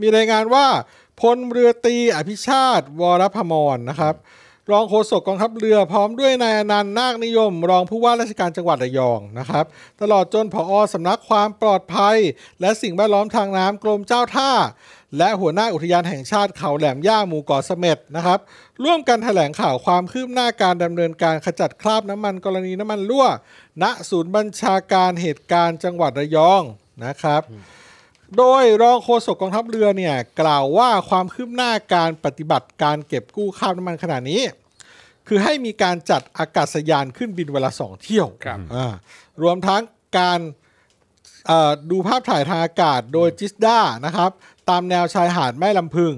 มีรายงานว่าพลเรือตรีอภิชาติ วรพมรนะครับ รองโฆษกกองทัพเรือพร้อมด้วยนายอนันต์นาคนิยม รองผู้ว่าราชการจังหวัดระยองนะครับ ตลอดจนผออสำนักความปลอดภัย และสิ่งแวดล้อมทางน้ำกรมเจ้าท่า และหัวหน้าอุทยานแห่งชาติเขาแหลมย่าหมู่เกาะเสม็ดนะครับ ร่วมกันแถลงข่าวความคืบหน้าการดำเนินการขจัดคราบน้ำมันกรณีน้ำมันรั่ว ณศูนย์บัญชาการเหตุการณ์จังหวัดระยองนะครับ โดยรองโฆษกกองทัพเรือเนี่ยกล่าวว่าความคืบหน้าการปฏิบัติการเก็บกู้คราบน้ำมันขณะนี้ คือให้มีการจัดอากาศยานขึ้นบินเวลาสองเที่ยว ครับ อ่ารวมทั้งการเอ่อดูภาพถ่ายทางอากาศโดยจิสด้านะครับตามแนวชายหาดแม่ลำพึง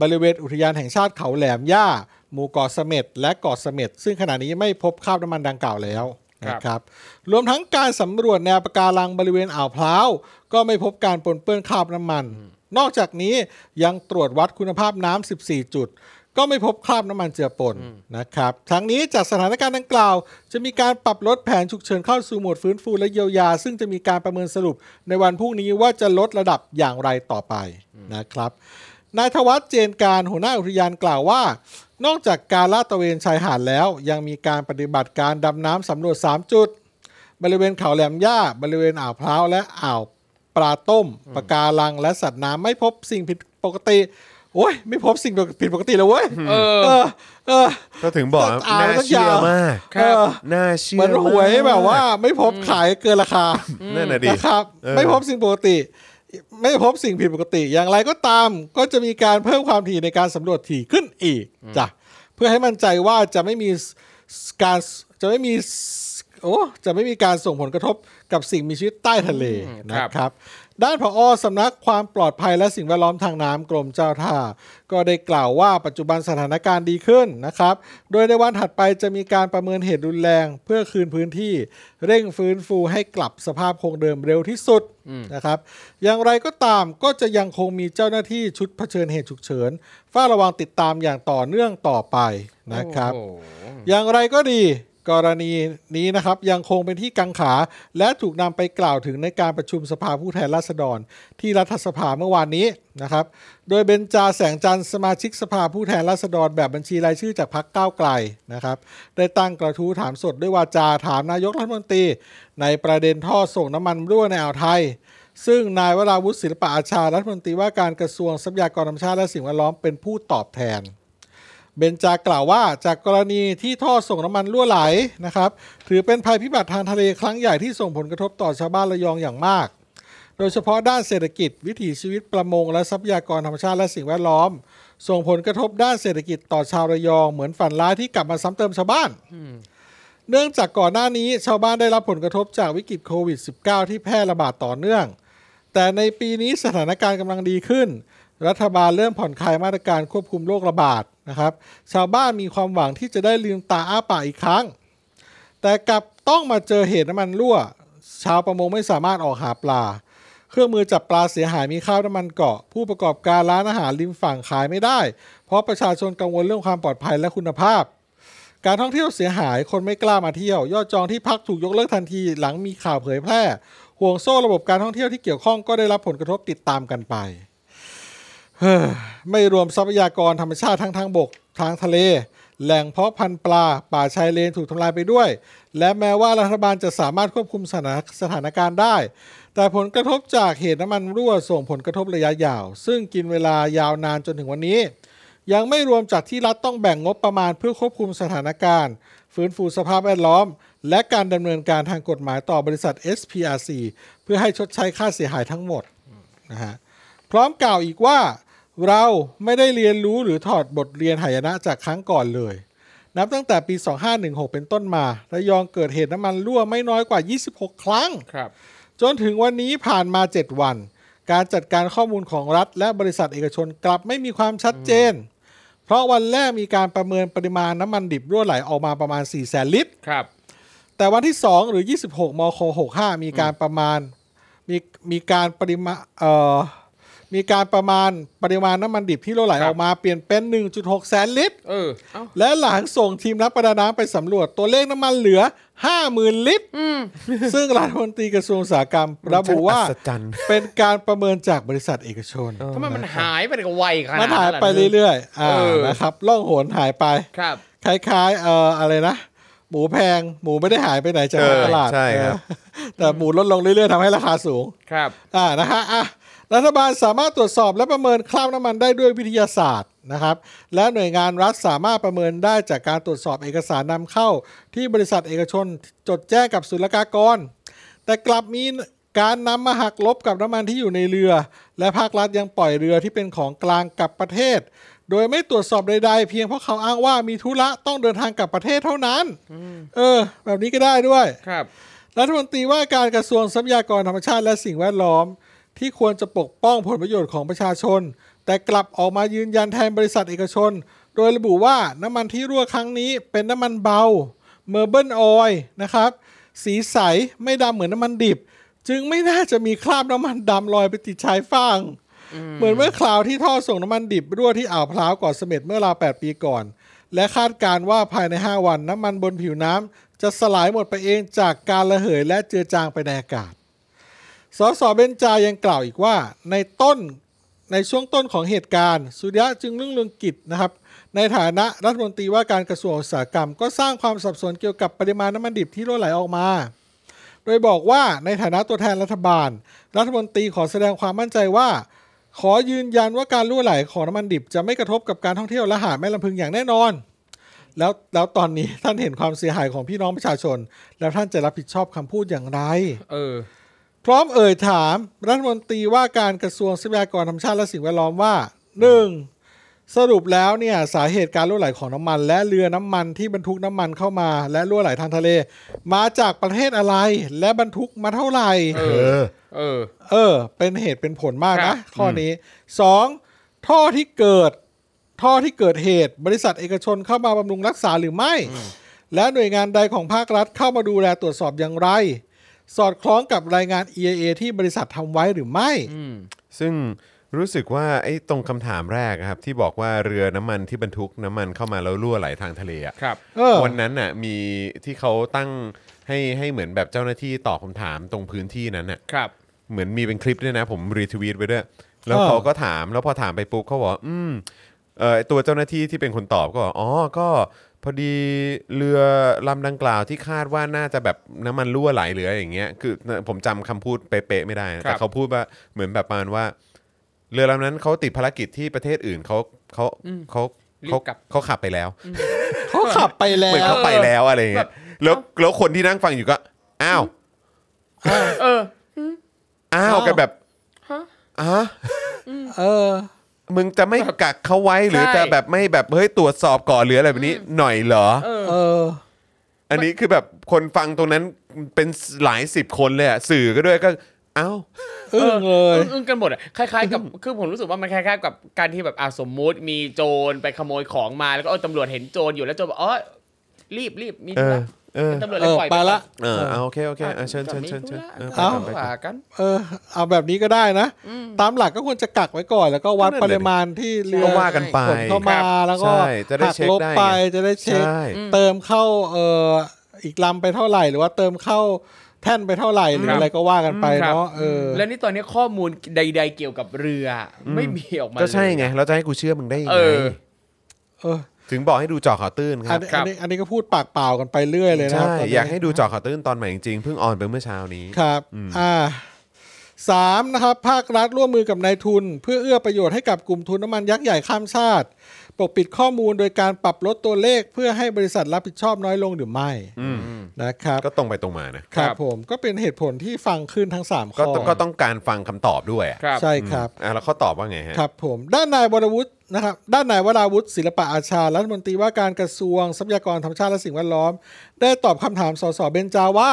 บริเวณอุทยานแห่งชาติเขาแหลมย่า หมู่เกาะเสม็ดและเกาะเสม็ดซึ่งขณะนี้ไม่พบคราบน้ำมันดังกล่าวแล้ว ครับ นะครับ รวมทั้งการสำรวจแนวปะการังบริเวณอ่าวพร้าว ก็ไม่พบการปนเปื้อนคราบน้ำมัน นอกจากนี้ยังตรวจวัดคุณภาพน้ำ 14 จุด ก็ไม่พบคราบน้ำมันเจือปนนะครับ ทั้งนี้จากสถานการณ์ดังกล่าว จะมีการปรับลดแผนฉุกเฉินเข้าสู่โหมดฟื้นฟูและเยียวยา ซึ่งจะมีการประเมินสรุปในวันพรุ่งนี้ว่าจะลดระดับอย่างไรต่อไปนะครับ นายธวัชเจนการหัวหน้าอุทยานกล่าวว่า นอกจากการลาดตระเวนชายหาดแล้ว ยังมีการปฏิบัติการดำน้ำสำรวจ 3 จุด บริเวณเขาแหลมย่า บริเวณอ่าวพร้าวและอ่าวปลาต้มปะการังและสัตว์น้ำไม่พบสิ่งผิดปกติ โอ้ย ไม่พบสิ่งผิดปกติเลยเว้ย เออ เออ เออ ก็ถึงบอกว่า อ่า น่า สักอ เชื่ ย่าง อมาก เออ น่าเชื่อ เหมือนหวยแบบว่า ไม่พบขายเกินราคา นั่นน่ะดิ นะครับ เออ ไม่พบสิ่งปกติ ไม่พบสิ่งผิดปกติ อย่างไรก็ตาม ก็จะมีการเพิ่มความถี่ในการสำรวจถี่ขึ้นอีกจ้ะเพื่อให้มั่นใจว่าจะไม่มีสการจะไม่มีสโอ้จะไม่มีการส่งผลกระทบกับสิ่งมีชีวิตใต้ทะเล อืม นะครับ ครับ ด้านผอสำนักความปลอดภัยและสิ่งแวดล้อมทางน้ำกรมเจ้าท่า ก็ได้กล่าวว่าปัจจุบันสถานการณ์ดีขึ้นนะครับ โดยในวันถัดไปจะมีการประเมินเหตุรุนแรงเพื่อคืนพื้นที่ เร่งฟื้นฟูให้กลับสภาพคงเดิมเร็วที่สุดนะครับ อย่างไรก็ตามก็จะยังคงมีเจ้าหน้าที่ชุดเผชิญเหตุฉุกเฉินเฝ้าระวังติดตามอย่างต่อเนื่องต่อไปนะครับ โอ้โห อย่างไรก็ดีกรณีนี้นะครับยังคงเป็นที่กังขา และถูกนำไปกล่าวถึงในการประชุมสภาผู้แทนราษฎร ที่รัฐสภาเมื่อวานนี้นะครับ โดยเบนจาแสงจันทร์สมาชิกสภาผู้แทนราษฎร แบบบัญชีรายชื่อจากพรรคก้าวไกลนะครับ ได้ตั้งกระทู้ถามสดด้วยวาจาถามนายกรัฐมนตรี ในประเด็นท่อส่งน้ำมันรั่วในอ่าวไทย ซึ่งนายวราวุฒิศิลปะอาชารัฐมนตรีว่าการกระทรวงทรัพยากรธรรมชาติและสิ่งแวดล้อมเป็นผู้ตอบแทน เบนจากล่าวว่าจากกรณีที่ท่อส่งน้ำมันรั่วไหลนะครับ ถือเป็นภัยพิบัติทางทะเลครั้งใหญ่ที่ส่งผลกระทบต่อชาวบ้านระยองอย่างมาก โดยเฉพาะด้านเศรษฐกิจ วิถีชีวิตประมง และทรัพยากรธรรมชาติและสิ่งแวดล้อม ส่งผลกระทบด้านเศรษฐกิจต่อชาวระยองเหมือนฝันร้ายที่กลับมาซ้ำเติมชาวบ้าน เนื่องจากก่อนหน้านี้ชาวบ้านได้รับผลกระทบจากวิกฤตโควิด -19 ที่แพร่ระบาดต่อเนื่อง แต่ในปีนี้สถานการณ์กำลังดีขึ้น รัฐบาลเริ่มผ่อนคลายมาตรการควบคุมโรคระบาดนะครับ ชาวบ้านมีความหวังที่จะได้ลืมตาอ้าปากอีกครั้ง แต่กลับต้องมาเจอเหตุน้ำมันรั่ว ชาวประมงไม่สามารถออกหาปลา เครื่องมือจับปลาเสียหายมีข้าวน้ำมันเกาะ ผู้ประกอบการร้านอาหารริมฝั่งขายไม่ได้ เพราะประชาชนกังวลเรื่องความปลอดภัยและคุณภาพ การท่องเที่ยวเสียหายคนไม่กล้ามาเที่ยว ยอดจองที่พักถูกยกเลิกทันทีหลังมีข่าวเผยแพร่ห่วงโซ่ระบบการท่องเที่ยวที่เกี่ยวข้องก็ได้รับผลกระทบติดตามกันไปเฮ้อไม่รวมทรัพยากรธรรมชาติทั้งทางบกทางทะเล แหล่งเพาะพันธุ์ปลา ป่าชายเลนถูกทำลายไปด้วย และแม้ว่ารัฐบาลจะสามารถควบคุมสถานสถานการณ์ได้ แต่ผลกระทบจากเหตุน้ำมันรั่วส่งผลกระทบระยะยาว ซึ่งกินเวลายาวนานจนถึงวันนี้ ยังไม่รวมจากที่รัฐต้องแบ่งงบประมาณเพื่อควบคุมสถานการณ์ ฟื้นฟูสภาพแวดล้อม และการดำเนินการทางกฎหมายต่อบริษัท SPRC เพื่อให้ชดใช้ค่าเสียหายทั้งหมดนะฮะพร้อมกล่าวอีกว่า เราไม่ได้เรียนรู้หรือถอดบทเรียนหายนะจากครั้งก่อนเลย นับตั้งแต่ปี 2516 เป็นต้นมาระยองเกิดเหตุน้ำมันรั่วไม่น้อยกว่า 26 ครั้ง ครับ จนถึงวันนี้ผ่านมา 7 วัน การจัดการข้อมูลของรัฐ และบริษัทเอกชนกลับไม่มีความชัดเจน เพราะวันแรกมีการประเมินปริมาณน้ำมันดิบรั่วไหลออกมาประมาณ 4 0 0แสนลิตร ครับ แต่วันที่ 2 หรือ 26 มค65 มีการประมาณมีมีการปริมาเอ่อมีการประมาณปริมาณน้ำมันดิบที่รั่วไหล ครับ ออกมาเปลี่ยนเป็น 1.6 แสนลิตร เออเอ้า และหลังส่งทีมนักประดาน้ำไปสำรวจตัวเลขน้ำมันเหลือ 50,000 ลิตร ซึ่งรัฐมนตรีกระทรวงอุตสาหกรรมระบุว่า อัศจรรย์ เป็นการประเมินจากบริษัทเอกชน ทำไมมันหายไปกับไวขนาด มันหายไป นั้นล่ะ เรื่อยๆ อ่า เออ นะครับล่องหนหายไป ครับ คล้ายๆ เอ่อ อะไรนะ หมูแพง หมูไม่ได้หายไปไหนจาก เออ ตลาด ใช่ครับ เออแต่หมูลดลงเรื่อยๆทำให้ราคาสูง ครับ อ่านะฮะอ่ะรัฐบาลสามารถตรวจสอบและประเมินคราบน้ำมันได้ด้วยวิทยาศาสตร์นะครับ และหน่วยงานรัฐสามารถประเมินได้จากการตรวจสอบเอกสารนำเข้า ที่บริษัทเอกชนจดแจ้งกับศุลกากร แต่กลับมีการนำมาหักลบกับน้ำมันที่อยู่ในเรือ และภาครัฐยังปล่อยเรือที่เป็นของกลางกลับประเทศ โดยไม่ตรวจสอบใดๆ เพียงเพราะเขาอ้างว่ามีธุระต้องเดินทางกลับประเทศเท่านั้น เออ แบบนี้ก็ได้ด้วย ครับ รัฐมนตรีว่าการกระทรวงทรัพยากรธรรมชาติและสิ่งแวดล้อม ที่ควรจะปกป้องผลประโยชน์ของประชาชน แต่กลับออกมายืนยันแทนบริษัทเอกชน โดยระบุว่าน้ำมันที่รั่วครั้งนี้เป็นน้ำมันเบาเมอร์เบิลออยนะครับ สีใสไม่ดำเหมือนน้ำมันดิบ จึงไม่น่าจะมีคราบน้ำมันดำลอยไปติดชายฝั่ง เหมือนเมื่อคราวที่ท่อส่งน้ำมันดิบรั่วที่อ่าวพร้าวเก่อเสม็ดเมื่อราว8ปีก่อน และคาดการณ์ว่าภายใน 5 วันน้ำมันบนผิวน้ำจะสลายหมดไปเองจากการระเหยและเจือจางไปในอากาศ สสเบนจายังกล่าวอีกว่าในต้นในช่วงต้นของเหตุการณ์สุริยะจึงรุ่งเรืองกิจนะครับ ในฐานะรัฐมนตรีว่าการกระทรวงอุตสาหกรรม ก็สร้างความสับสนเกี่ยวกับปริมาณน้ำมันดิบที่รั่วไหลออกมา โดยบอกว่าในฐานะตัวแทนรัฐบาล รัฐมนตรีขอแสดงความมั่นใจว่า ขอยืนยันว่าการรั่วไหลของน้ำมันดิบ จะไม่กระทบกับการท่องเที่ยวและหาดแม่ลำพึงอย่างแน่นอน แล้วแล้วตอนนี้ท่านเห็นความเสียหายของพี่น้องประชาชน แล้วท่านจะรับผิดชอบคำพูดอย่างไร เออ พร้อมเอ่ยถามรัฐมนตรีว่าการกระทรวงทรัพยากรธรรมชาติและสิ่งแวดล้อมว่า 1. สรุปแล้วเนี่ยสาเหตุการรั่วไหลของน้ำมัน และเรือน้ำมันที่บรรทุกน้ำมันเข้ามา และรั่วไหลทางทะเล มาจากประเทศอะไร และบรรทุกมาเท่าไหร่ เอ เออ เออ เออ เป็นเหตุเป็นผลมาก ครั นะ บ ข้อนี้สองท่อที่เกิด ท่อที่เกิดเหตุ บริษัทเอกชนเข้ามาบำรุงรักษาหรือไม่ และหน่วยงานใดของภาครัฐเข้ามาดูแลตรวจสอบอย่างไร สอดคล้องกับรายงาน EIA ที่บริษัททำไว้หรือไม่ ซึ่งรู้สึกว่าไอ้ตรงคำถามแรกอะครับ ที่บอกว่าเรือน้ำมันที่บรรทุกน้ำมันเข้ามาแล้วรั่วไหลทางทะเลอะ ครับ เออ วันนั้นน่ะมีที่เขาตั้งให้ให้เหมือนแบบเจ้าหน้าที่ตอบคำถามตรงพื้นที่นั้นน่ะ ครับ เหมือนมีเป็นคลิปด้วยนะผมรีทวีตไว้ด้วย แล้ว เออ เขาก็ถามแล้วพอถามไปปุ๊บเขาบอกว่าอืมเออไอ้ตัวเจ้าหน้าที่ที่เป็นคนตอบก็บอกอ๋อก็พอดีเรือลำดังกล่าวที่คาดว่าน่าจะแบบน้ำมันรั่วไหลหรืออะไรอย่างเงี้ยคือผมจำคำพูดเป๊ะๆไม่ได้นะ ครั แต่ บ เขาพูดว่าเหมือนแบบประมาณว่า เรือลำนั้นเขาติดภารกิจที่ประเทศอื่นเขาเขาเขา รี เขา บกลับ เขาขับไปแล้ว เขาขับไปแล้ เหมือน ว เขาไปแล้วอะไรอย่างเงี้ยแล้วแล้วคนที่นั่งฟังอยู่ก็อ้าว เออ อ้าวกันแบบฮะ เออ มึงจะไม่กักเขาไว้หรือ ใช่ จะแบบไม่แบบเฮ้ยตรวจสอบก่อนหรืออะไรแบบนี้หน่อยเหรอ เออ เออ อันนี้คือแบบคนฟังตรงนั้นเป็นหลายสิบคนเลยอะสื่อก็ด้วยก็เอ้า อึ้งเลย อึ้งอึ้งกันหมดอะคล้ายๆกับ คือผมรู้สึกว่ามันคล้ายๆกับการที่แบบอาสมมุติมีโจรไปขโมยของมาแล้วก็เออตำรวจเห็นโจรอยู่แล้วโจรบอกอ๋อรีบรีบมี เอ ธุ อ ระ เออ ตำรวจ เอ เลย อ ปล่อย ไปละ เออเอาโอเคโอเคอ่ะเชิญเชิญเชิญเชิญเออไป เอ้า ก่อนไปก่อน ว่ากัน เออเอาแบบนี้ก็ได้นะ ตามหลักก็ควรจะกักไว้ก่อน แล้วก็วัด นั่น ป น่ะดิ ริมาณที่เรือ ก็ว่ากันไป ขนเข้ามาแล้วก็ ใช่จะได้ หั เช็ค ลบ ได้ไง ไปจะได้เช็ค ใช่ เติมเข้าเอ่ออีกลำไปเท่าไหร่ หรือว่าเติมเข้าแท่นไปเท่าไหร่หรืออะไรก็ว่ากันไปเนาะเออ แล้วนี่ตอนนี้ข้อมูลใด ๆ เกี่ยวกับเรืออไม่มีออกมา ก็ใช่ไง เลย เราจะให้กูเชื่อมึงได้ยัง เอ ไง อ เออ ถึงบอกให้ดูเจอข่าวตื้นค อั รั น บ นี้ ครั อัน บ นี้อันนี้ก็พูดปากเปล่ากันไปเรื่อยเลยนะครับ ใช่ ตนนี้ อยากให้ดูเจอข่าวตื้นตอนใหม่จริงๆเพิ่งออนไปเมื่อเช้านี้ ครับอ่าสามนะครับ ภาครัฐร่วมมือกับนายทุน เพื่อเอื้อประโยชน์ให้กับกลุ่มทุนน้ำมันยักษ์ใหญ่ข้ามชาติ ปกปิดข้อมูลโดยการปรับลดตัวเลข เพื่อให้บริษัทรับผิดชอบน้อยลงหรือไม่ อืม นะครับ ก็ตรงไปตรงมานะ ค ครั รับบ ผมก็เป็นเหตุผลที่ฟังขึ้นทั้งสาม ก็ ข้อ ต้องก็ต้องการฟังคำตอบด้วยอะ ครับ ใช่ครับ อ่ะแล้วเขาตอบว่าไงฮะ ครับผมด้านนายวรวุฒินะครับด้านนายวราวุฒิศิลปะอาชา รัฐมนตรีว่าการกระทรวงทรัพยากรธรรมชาติและสิ่งแวดล้อม ได้ตอบคำถามสสเบนจาว่า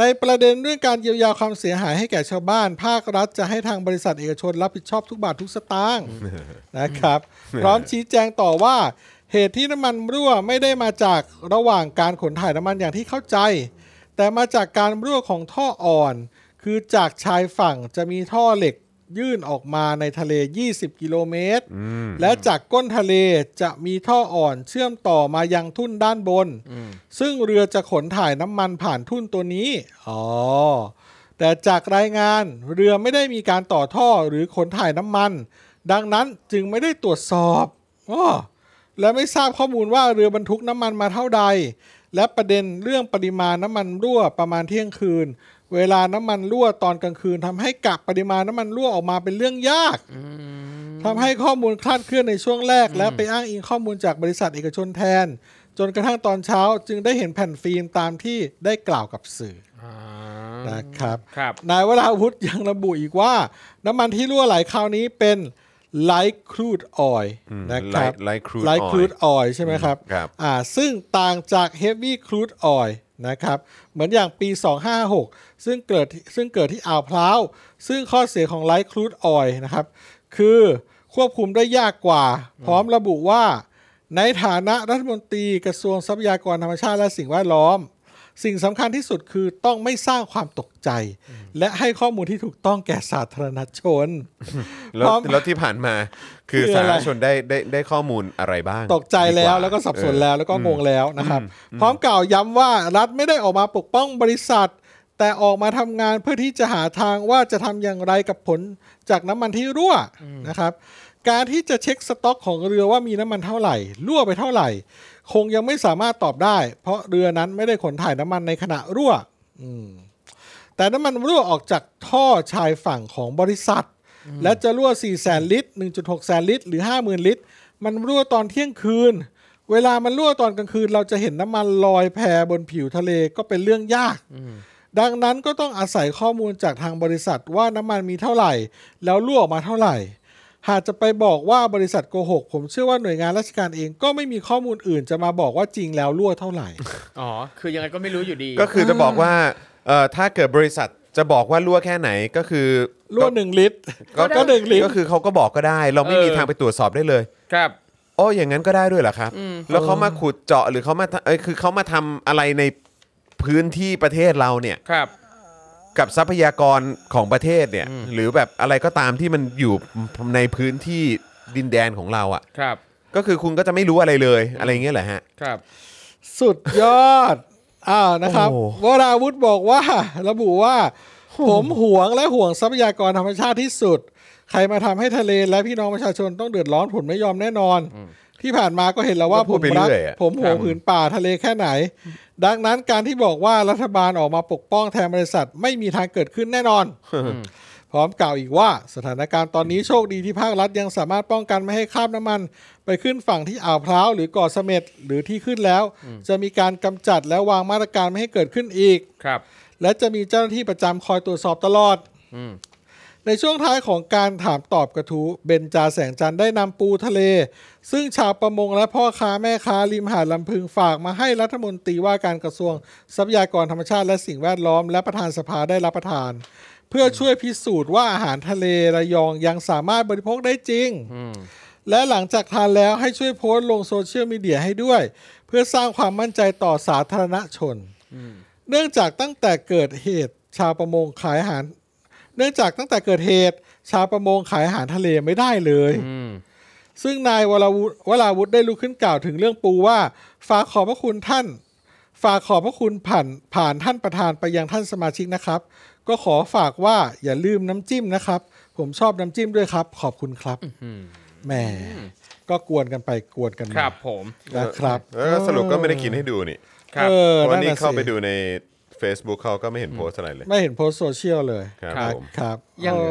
ในประเด็นเรื่องการเยียวยาความเสียหายให้แก่ชาวบ้าน ภาครัฐจะให้ทางบริษัทเอกชนรับผิดชอบทุกบาททุกสตางค์นะครับ พร้อมชี้แจงต่อว่า เหตุที่น้ำมันรั่วไม่ได้มาจากระหว่างการขนถ่ายน้ำมันอย่างที่เข้าใจ แต่มาจากการรั่วของท่ออ่อน คือจากชายฝั่งจะมีท่อเหล็กยื่นออกมาในทะเล 20 กิโลเมตร และจากก้นทะเลจะมีท่ออ่อนเชื่อมต่อมายังทุ่นด้านบน ซึ่งเรือจะขนถ่ายน้ำมันผ่านทุ่นตัวนี้ อ๋อ แต่จากรายงานเรือไม่ได้มีการต่อท่อหรือขนถ่ายน้ำมัน ดังนั้นจึงไม่ได้ตรวจสอบอ้อและไม่ทราบข้อมูลว่าเรือบรรทุกน้ำมันมาเท่าใด และประเด็นเรื่องปริมาณน้ำมันรั่วประมาณเที่ยงคืน เวลาน้ำมันรั่วตอนกลางคืนทำให้กะปริมาณน้ำมันรั่วออกมาเป็นเรื่องยากทำให้ข้อมูลคลาดเคลื่อนในช่วงแรก และไปอ้างอิงข้อมูลจากบริษัทเอกชนแทน จนกระทั่งตอนเช้าจึงได้เห็นแผ่นฟิล์มตามที่ได้กล่าวกับสื่อ อ่า อนะครับ ครับ นายวราวุธยังระบุอีกว่า น้ำมันที่รั่วไหลคราวนี้เป็นไลท์ครูดออยนะครับ Light- Light crude ไลท์ครูด oil ออยใช่ไหมครับ ครับ อ่าซึ่งต่างจากเฮฟวี่ครูดออยนะครับ เหมือนอย่างปี 256 ซึ่งเกิดซึ่งเกิดที่อ่าวพร้าว ซึ่งข้อเสียของไลท์ครูดออยนะครับ คือควบคุมได้ยากกว่า พร้อมระบุว่า ในฐานะรัฐมนตรีกระทรวงทรัพยากรธรรมชาติและสิ่งแวดล้อม สิ่งสำคัญที่สุดคือต้องไม่สร้างความตกใจ และให้ข้อมูลที่ถูกต้องแก่สาธารณชน แล้ว พร้อม แล้วที่ผ่านมาคือ คือ สา อะไร ธารณชนได้ได้ได้ข้อมูลอะไรบ้าง ตกใจแล้ว ดีา แล้วก็สับสน เออ แล้วแล้วก็งงแล้วนะครับ พร้อมกล่าวย้ำว่ารัฐไม่ได้ออกมาปกป้องบริษัท แต่ออกมาทำงานเพื่อที่จะหาทางว่าจะทำอย่างไรกับผลจากน้ำมันที่รั่วนะครับ การที่จะเช็คสต็อกของเรือว่ามีน้ำมันเท่าไหร่ รั่วไปเท่าไหร่ คงยังไม่สามารถตอบได้ เพราะเรือนั้นไม่ได้ขนถ่ายน้ำมันในขณะรั่วอืมแต่น้ำมันรั่วออกจากท่อชายฝั่งของบริษัท และจะรั่ว4แสนลิตร 1.6แสนลิตร หรือ 50,000 ลิตร มันรั่วตอนเที่ยงคืน เวลามันรั่วตอนกลางคืน เราจะเห็นน้ำมันลอยแพบนผิวทะเลก็เป็นเรื่องยาก ดังนั้นก็ต้องอาศัยข้อมูลจากทางบริษัทว่าน้ำมันมีเท่าไหร่ แล้วรั่วออกมาเท่าไหร่ หากจะไปบอกว่าบริษัทโกหก ผมเชื่อว่าหน่วยงานราชการเองก็ไม่มีข้อมูลอื่นจะมาบอกว่าจริงแล้วรั่วเท่าไหร่ อ๋อ คือยังไงก็ไม่รู้อยู่ดี ก็คือจะบอกว่าเอ่อถ้าเกิดบริษัทจะบอกว่ารั่วแค่ไหนก็คือ รั่วหนึ่งลิตร ก็หนึ่งลิตร ก็คือเขาก็บอกก็ได้ เราไม่ เออ มีทางไปตรวจสอบได้เลย ครับ โอ้อย่างนั้นก็ได้ด้วยเหรอครับ แล้วเขามาขุดเจาะหรือเขามาทำเอ้ยคือเขามาทำอะไรในพื้นที่ประเทศเราเนี่ย ครับ กับทรัพยากรของประเทศเนี่ย หรือแบบอะไรก็ตามที่มันอยู่ในพื้นที่ดินแดนของเราอ่ะ ครับ ก็คือคุณก็จะไม่รู้อะไรเลยอะไรอย่างเงี้ยเหรอฮะ ครับ สุดยอด อ้าวนะครับ โอ้ วราวุธบอกว่า ระบุว่า ผมหวงและห่วงทรัพยากรธรรมชาติที่สุด ใครมาทำให้ทะเลและพี่น้องประชาชนต้องเดือดร้อนผมไม่ยอมแน่นอน ที่ผ่านมาก็เห็นแล้วว่า ก็ ผ พูด ม ไป รัก เรื่อยอะ ผมหวง ครับ ผืนป่าทะเลแค่ไหน ดังนั้นการที่บอกว่ารัฐบาลออกมาปกป้องแทนบริษัทไม่มีทางเกิดขึ้นแน่นอน พร้อมกล่าวอีกว่าสถานการณ์ตอนนี้โชคดีที่ภาครัฐยังสามารถป้องกันไม่ให้ข้ามน้ำมัน ไปขึ้นฝั่งที่อ่าวพร้าวหรือเกาะเสม็ดหรือที่ขึ้นแล้ว จะมีการกำจัดและวางมาตรการไม่ให้เกิดขึ้นอีก ครับ และจะมีเจ้าหน้าที่ประจำคอยตรวจสอบตลอด ในช่วงท้ายของการถามตอบกระทู้เบนจาแสงจันทร์ได้นำปูทะเล ซึ่งชาวประมงและพ่อค้าแม่ค้าริมหาดลำพึงฝากมาให้รัฐมนตรีว่าการกระทรวงทรัพยากรธรรมชาติและสิ่งแวดล้อม และประธานสภาได้รับประทาน เพื่อช่วยพิสูจน์ว่าอาหารทะเลระยองยังสามารถบริโภคได้จริง และหลังจากทานแล้วให้ช่วยโพสต์ลงโซเชียลมีเดียให้ด้วย เ พื่อสร้างความมั่นใจต่อสาธารณชน เนื่องจากตั้งแต่เกิดเหตุชาวประมงขายอาหาร เนื่องจากตั้งแต่เกิดเหตุชาวประมงขายอาหารทะเลไม่ได้เลย อืม ซึ่งนายวราวุธวราวุธได้ลุกขึ้นกล่าวถึงเรื่องปูว่า ฝากขอบพระคุณท่าน ฝากขอบพระคุณผ่านผ่านท่านประธานไปยังท่านสมาชิกนะครับ ก็ขอฝากว่าอย่าลืมน้ำจิ้มนะครับ ผมชอบน้ำจิ้มด้วยครับ ขอบคุณครับแหมก็กวนกันไปกวนกัน ค มา รับผม นะครับ แล้วก็สรุปก็ไม่ได้กินให้ดูนี่ ครับ เออ เพราะว่านี่ ะสิ เข้าไปดูใน Facebook เขาก็ไม่เห็นโพสต์อะไรเลย ไม่เห็นโพสต์โซเชียลเลย ครับผม ครับ ยัง โอ้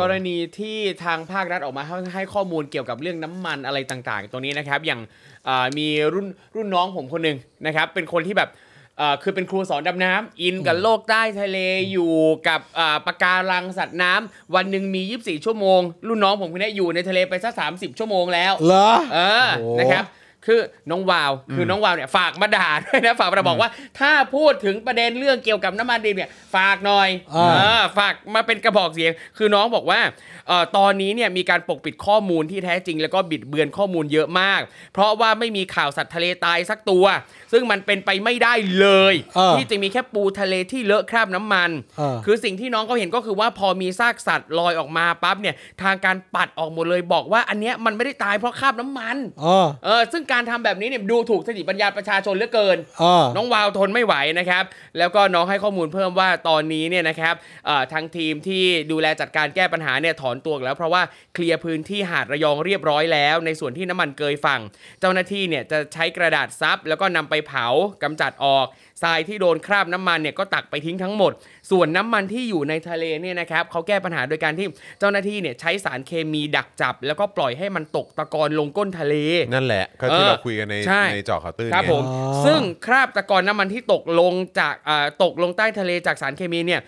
กรณีที่ทางภาครัฐออกมาให้ให้ข้อมูลเกี่ยวกับเรื่องน้ำมันอะไรต่างๆ ตัวนี้นะครับ อย่างเอ่อมีรุ่นรุ่นน้องผมคนหนึ่งนะครับ เป็นคนที่แบบเอ่อคือเป็นครูสอนดำน้ำอินกับโลกใต้ทะเลอยู่กับเอ่อปะการังสัตว์น้ำวันหนึ่งมี 24 ชั่วโมง รุ่นน้องผมคนนี้อยู่ในทะเลไปสัก30 ชั่วโมงแล้ว เหรอ เออ โอ้ นะครับ คือน้องวาว คือน้องวาวเนี่ยฝากมาด่าด้วยนะ ฝากมาบอกว่า ถ้าพูดถึงประเด็นเรื่องเกี่ยวกับน้ำมันดิบเนี่ย ฝากหน่อย อ่า เออ ฝากมาเป็นกระบอกเสียง คือน้องบอกว่าเอ่อตอนนี้เนี่ยมีการปกปิดข้อมูลที่แท้จริง แล้วก็บิดเบือนข้อมูลเยอะมาก เพราะว่าไม่มีข่าวสัตว์ทะเลตายสักตัว ซึ่งมันเป็นไปไม่ได้เลย เออ ที่จะมีแค่ปูทะเลที่เลอะคราบน้ำมัน เออ คือสิ่งที่น้องเขาเห็นก็คือว่าพอมีซากสัตว์ลอยออกมาปั๊บเนี่ย ทางการปัดออกหมดเลยบอกว่าอันเนี้ยมันไม่ได้ตายเพราะคราบน้ำมัน อ๋อ เออซึ่งการทำแบบนี้เนี่ยดูถูกสติปัญญาประชาชนเหลือเกิน อ๋อ น้องวาวทนไม่ไหวนะครับ แล้วก็น้องให้ข้อมูลเพิ่มว่าตอนนี้เนี่ยนะครับเอ่อทางทีมที่ดูแลจัดการแก้ปัญหาเนี่ยถอนตัวออกแล้ว เพราะว่าเคลียร์พื้นที่หาดระยองเรียบร้อยแล้ว ในส่วนที่น้ำมันเกยฝั่ง เจ้าหน้าที่เนี่ยจะใช้กระดาษซับแล้วก็นำไปเผากำจัดออกทรายที่โดนคราบน้ำมันเนี่ยก็ตักไปทิ้งทั้งหมด ส่วนน้ำมันที่อยู่ในทะเลเนี่ยนะครับเขาแก้ปัญหาโดยการที่เจ้าหน้าที่เนี่ยใช้สารเคมีดักจับ แล้วก็ปล่อยให้มันตกตะกอนลงก้นทะเล นั่นแหละ ก็ เอ ที่ อ เราคุยกันใน ใช่ ในจอข่าวตื้น ครับ เนี่ย ผม อ๋อ ซึ่งคราบตะกอนน้ำมันที่ตกลงจากอ่าตกลงใต้ทะเลจากสารเคมีเนี่ย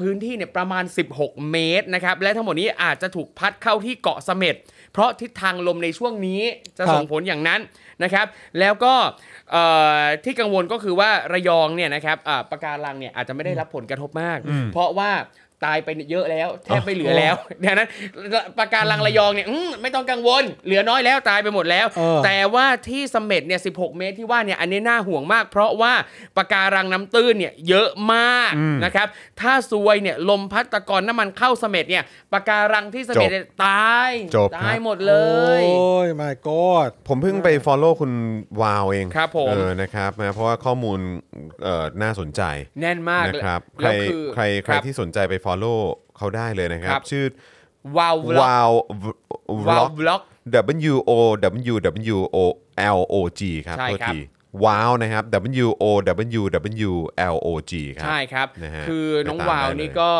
พื้นที่เนี่ยประมาณ 16 เมตรนะครับและทั้งหมดนี้อาจจะถูกพัดเข้าที่เกาะเสม็ดเพราะทิศทางลมในช่วงนี้จะส่งผลอย่างนั้นนะครับ แล้วก็เอ่อที่กังวลก็คือว่าระยองเนี่ยนะครับอ่าปะการังเนี่ยอาจจะไม่ได้รับผลกระทบมาก เพราะว่าตายไปเยอะแล้วแทบไม่เหลือแล้วดังนั้นปะการังระยองเนี่ยอืมไม่ต้องกังวล เหลือน้อยแล้วตายไปหมดแล้ว เออ แต่ว่าที่เสม็ดเนี่ย 16 เมตรที่ว่าเนี่ย อันนี้น่าห่วงมาก เพราะว่าปะการังน้ำตื้นเนี่ยเยอะมากนะครับ ถ้าซวยเนี่ยลมพัดตะกอนน้ำมันเข้าเสม็ดเนี่ยปะการังที่เสม็ดเนี่ยตาย จบค ตา รั ย บ หมดเลย โอ้ย my god ผมเพิ่งไป follow คุณวาวเอง ครับผม เออนะครับนะเพราะว่าข้อมูลเอ่อน่าสนใจ แน่นมากเลย นะครับใคร แล้วคือ ใครใคร รับ ที่สนใจไป Follow เขาได้เลยนะครั ครับ บ ชื่อ วาวล็อก wow วาว vlog ล็อก w o w w o l o g ครับ ใช่ โทษ ครับ ทีว้าวนะครับ w o w w l o g ครับ ใช่ครับ นะฮะ คือน้อง ไปตาม วาว ได้เลย นี่ก็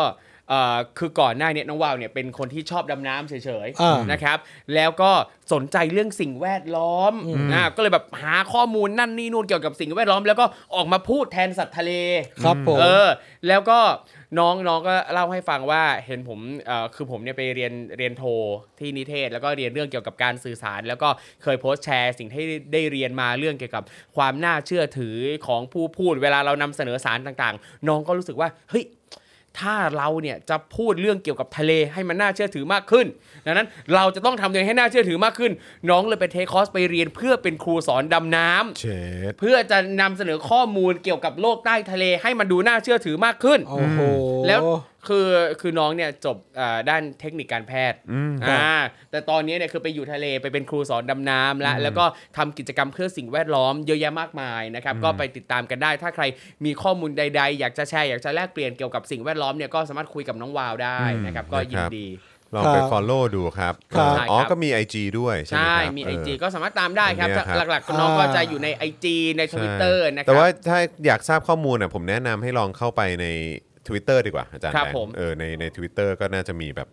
เอ่อคือก่อนหน้าเนี้น้องวาวเนี่ยเป็นคนที่ชอบดำน้ำเฉย อ่า ๆ น นะครับ แล้วก็สนใจเรื่องสิ่งแวดล้อมอ่าก็เลยแบบหาข้อมูลนั่นนี่นู่นเกี่ยวกับสิ่งแวดล้อม แล้วก็ออกมาพูดแทนสัตว์ทะเล ครับผม เออ แล้วก็น้องน้องก็เล่าให้ฟังว่าเห็นผมเอ่อคือผมเนี่ยไปเรียนเรียนโทที่นิเทศ แล้วก็เรียนเรื่องเกี่ยวกับการสื่อสาร แล้วก็เคยโพสต์แชร์สิ่งที่ได้เรียนมาเรื่องเกี่ยวกับความน่าเชื่อถือของผู้พูดเวลาเรานำเสนอสารต่างๆ น้องก็รู้สึกว่าเฮ้ย ถ้าเราเนี่ยจะพูดเรื่องเกี่ยวกับทะเลให้มันน่าเชื่อถือมากขึ้น ดังนั้นเราจะต้องทำตัวเองให้น่าเชื่อถือมากขึ้น น้องเลยไปเทคคอร์สไปเรียนเพื่อเป็นครูสอนดำน้ำ เชด เพื่อจะนำเสนอข้อมูลเกี่ยวกับโลกใต้ทะเลให้มันดูน่าเชื่อถือมากขึ้น โอ้โห แล้วคือคือน้องเนี่ยจบเอ่อด้านเทคนิคการแพทย์อ่าแต่ตอนนี้เนี่ยคือไปอยู่ทะเลไปเป็นครูสอนดำน้ำแล้วแล้วก็ทำกิจกรรมเพื่อสิ่งแวดล้อมเยอะแยะมากมายนะครับก็ไปติดตามกันได้ ถ้าใครมีข้อมูลใด ๆ อยากจะแชร์อยากจะแลกเปลี่ยนเกี่ยวกับสิ่งแวดล้อมเนี่ยก็สามารถคุยกับน้องวาวได้นะครับก็ยินดี ลองไป ครับ Follow ดูครับ ครับ เอออ๋อ ใช่ครับ ก็มี IG ด้วยใช่ไหม ใช่ ครับ มี เ IG ก็สามารถตามได้ครับ อันเนี้ยครับ หลักๆน้องก็จะอยู่ใน IG ใน ใช่ Twitter นะค แต่ รั ว่าถ้าอยากทราบข้อมูลอ่ะผมแนะนำให้ลองเข้าไปใน Twitter ดีกว่าอาจารย์ ครับ นะ ผม เออในในทวิตเตอร์ก็น่าจะมีแบบ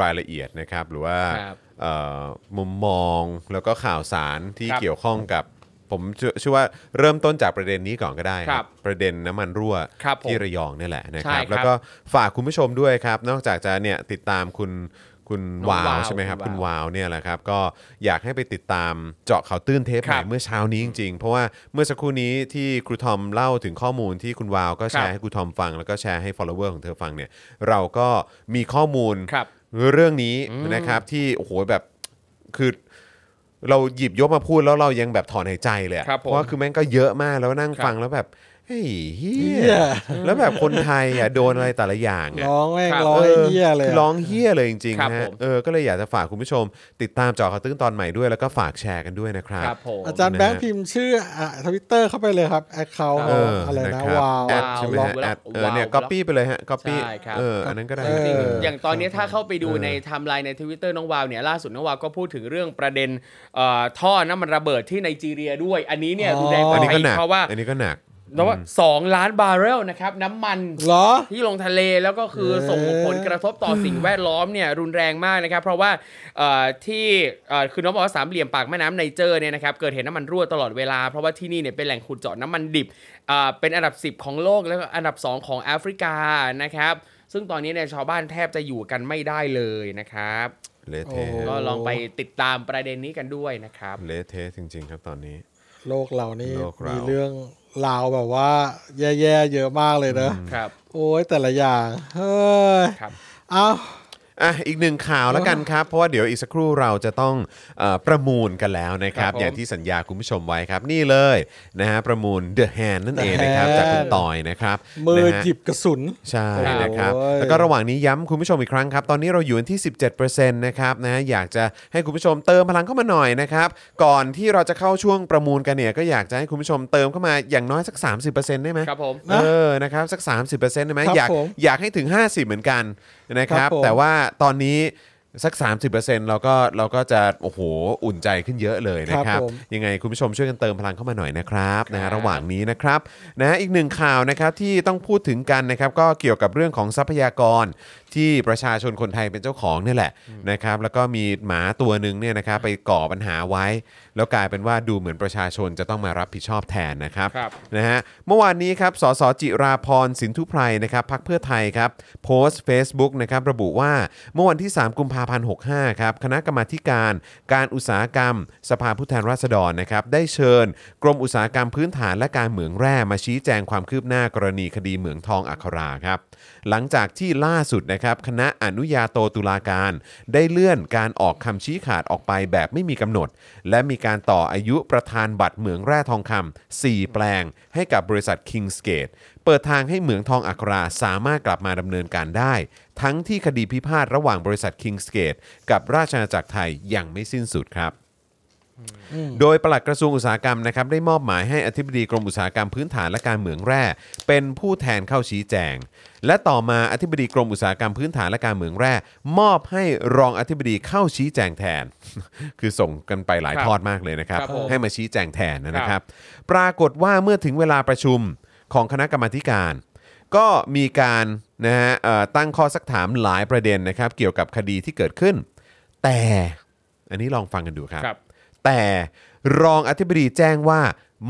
รายละเอียดนะครับ หรือว่า ครับ เอ่อมุมมองแล้วก็ข่าวสารที่ ครับ เกี่ยวข้องกับ ผมเชื่อเชื่อว่าเริ่มต้นจากประเด็นนี้ก่อนก็ได้นะครับ ประเด็นน้ำมันรั่ว ครับผม ที่ระยองนี่แหละนะครับ ใช่ครับ แล้วก็ฝากคุณผู้ชมด้วยครับ นอกจากจะเนี่ยติดตามคุณคุณ น้อง วาว าว ใช่ไหมครับ คุ คุณณ วาว วาวเนี่ยแหละครับ ก็อยากให้ไปติดตามเจาะข่าวตื้นเทปให ครั ม่ บ เมื่อเช้านี้จริงๆ เพราะว่าเมื่อสักครู่นี้ที่ครูทอมเล่าถึงข้อมูลที่คุณวาวก็แช ครับ ร์ให้ครูทอมฟัง แล้วก็แชร์ให้ follower ของเธอฟังเนี่ยเราก็มีข้อมูล ครับ เรื่องนี้นะครับที่โอ้โหแบบคือ เราหยิบยกมาพูดแล้วเรายังแบบถอนหายใจเลยอะ ครับผม เพราะว่าคือแม่งก็เยอะมากแล้วนั่ง ครับ ฟังแล้วแบบเฮ้ยเหี้ย เหี้ย แล้วแบบคนไทยอ่ะโดนอะไรแต่ละอย่างอ่ะ ร้องแม่ง ครับ ร้องไอ้เหี้ยเลย คือร้องเฮี้ยเลยจริง ครั ๆ บ นะฮะ ผม เออก็เลยอยากจะฝากคุณผู้ชม ติดตามเจอข่าวตื้นตอนใหม่ด้วยแล้วก็ฝากแชร์กันด้วยนะครับ ครับผม อาจารย์แบงค์พิมพ์ชื่อทวิตเตอร์เข้าไปเลยครับแอคเคาท์ เอออ อะไรนะ ครับ วาว แอดใช่ไหมฮะ วาว แอดเออเนี่ย วาว ก๊อปปี้ไปเลยฮะก๊อปปี้ ใช่ครับ เอออันนั้นก็ได้ เอ จริง อ อย่างตอนนี้ถ้าเข้าไปดู เออ ในไทม์ไลน์ในทวิตเตอร์น้องวาวเนี่ยล่าสุดน้องวาวก็พูดถึงเรื่องประเด็นเอ่อท่อน้ำมันระเบิดที่ไนจีเรียด้วย อันนี้เนี่ย อ๋อ รุนแรงก อัน ว่า นี้ ไท ก็ ย หนัก เพราะว่า อันนี้ก็หนัก เพราะว่าสองล้านบาร์เรลนะครับน้ำมัน เหรอ ที่ลงทะเลแล้วก็คือ เอ๊ะ ส่งผลกระทบต่อสิ่งแวดล้อมเนี่ยรุนแรงมากนะครับ เพราะว่าเอ่อที่เอ่อคือน้องบอกว่าสามเหลี่ยมปากแม่น้ำไนเจอร์เนี่ยนะครับเกิดเหตุน้ำมันรั่วตลอดเวลา เพราะว่าที่นี่เนี่ยเป็นแหล่งขุดเจาะน้ำมันดิบอ่าเป็นอันดับ 10 ของโลกแล้วก็อันดับ 2 ของแอฟริกานะครับ ซึ่งตอนนี้เนี่ยชาวบ้านแทบจะอยู่กันไม่ได้เลยนะครับ เละเทะ โอ้ ก็ลองไปติดตามประเด็นนี้กันด้วยนะครับ เละเทะจริง ๆ ครับตอนนี้ โลกเรานี่ โลกเรามี มีเรื่องราวแบบว่า แย่ๆเยอะมากเลยนะครับโอ้ยแต่ละอย่างเฮ้ย ครับ เอา อ่ะอีกหนึ่งข่าวแล้วกันครับ เพราะว่าเดี๋ยวอีกสักครู่เราจะต้องเอ่อประมูลกันแล้วนะครับ ครับผม อย่างที่สัญญาคุณผู้ชมไว้ครับ นี่เลยนะฮะประมูล The Hand นั่น The เองนะครับ Hand จากคุณตอยนะครับ มือ นะฮะ หยิบกระสุน ใช่ ครับ นะครับ โอ้ย แล้วก็ระหว่างนี้ย้ำคุณผู้ชมอีกครั้งครับ ตอนนี้เราอยู่ที่ 17%นะครับนะอยากจะให้คุณผู้ชมเติมพลังเข้ามาหน่อยนะครับ ก่อนที่เราจะเข้าช่วงประมูลกันเนี่ยก็อยากจะให้คุณผู้ชมเติมเข้ามาอย่างน้อยสัก 30%ได้ไหม ครับผม เออนะครับสัก 30%ได้ไหม ครับ อยาก ผม อยากให้ถึง 50 เหมือนกันนะค ครั รับ บผม แต่ว่าตอนนี้สัก 30%เราก็เราก็จะโอ้โหอุ่นใจขึ้นเยอะเลยนะครับ ผม ยังไงคุณผู้ชมช่วยกันเติมพลังเข้ามาหน่อยนะครับนะ ครั ฮะ บ ระหว่างนี้นะครับนะฮะอีกหนึ่งข่าวนะครับที่ต้องพูดถึงกันนะครับก็เกี่ยวกับเรื่องของทรัพยากรที่ประชาชนคนไทยเป็นเจ้าของเนี่ยแหละนะครับแล้วก็มีหมาตัวหนึ่งเนี่ยนะครับไปก่อปัญหาไว้ แล้วกลายเป็นว่าดูเหมือนประชาชนจะต้องมารับผิดชอบแทนนะครับ ครับ นะฮะเมื่อวานนี้ครับสสจิราพรสินทุไพรนะครับพักเพื่อไทยครับโพสต์ Facebook นะครับระบุว่าเมื่อวันที่ 3 กุมภาพันธ์65ครับคณะกรรมาธิการ การอุตสาหกรรม สภาผู้แทนราษฎรนะครับได้เชิญ กรมอุตสาหกรรมพื้นฐานและการเหมืองแร่มาชี้แจงความคืบหน้ากรณีคดีเหมืองทองอัคราครับหลังจากที่ล่าสุดนะครับคณะอนุญาโตตุลาการ ได้เลื่อนการออกคำชี้ขาดออกไปแบบไม่มีกำหนด และมีการต่ออายุประธานบัตรเหมืองแร่ทองคำ4แปลง ให้กับบริษัท Kingsgate เปิดทางให้เหมืองทองอัคราสามารถกลับมาดำเนินการได้ ทั้งที่คดีพิพาทระหว่างบริษัท Kingsgate กับราชอาณาจักรไทยยังไม่สิ้นสุดครับ โดยปลัดกระทรวงอุตสาหกรรมนะครับได้มอบหมายให้อธิบดีกรมอุตสาหกรรมพื้นฐานและการเหมืองแร่ เป็นผู้แทนเข้าชี้แจง และต่อมาอธิบดีกรมอุตสาหกรรมพื้นฐานและการเหมืองแร่ มอบให้รองอธิบดีเข้าชี้แจงแทน คือส่งกันไปหลาย ครับ ทอดมากเลยนะครับ ครับผม ให้มาชี้แจงแทนนะครับ ปรากฏว่าเมื่อถึงเวลาประชุมของคณะกรรมาธิการ ก็มีการนะฮะเอ่อตั้งข้อสักถามหลายประเด็นนะครับ เกี่ยวกับคดีที่เกิดขึ้น แต่อันนี้ลองฟังกันดูครับ ครับ แต่รองอธิบดีแจ้งว่า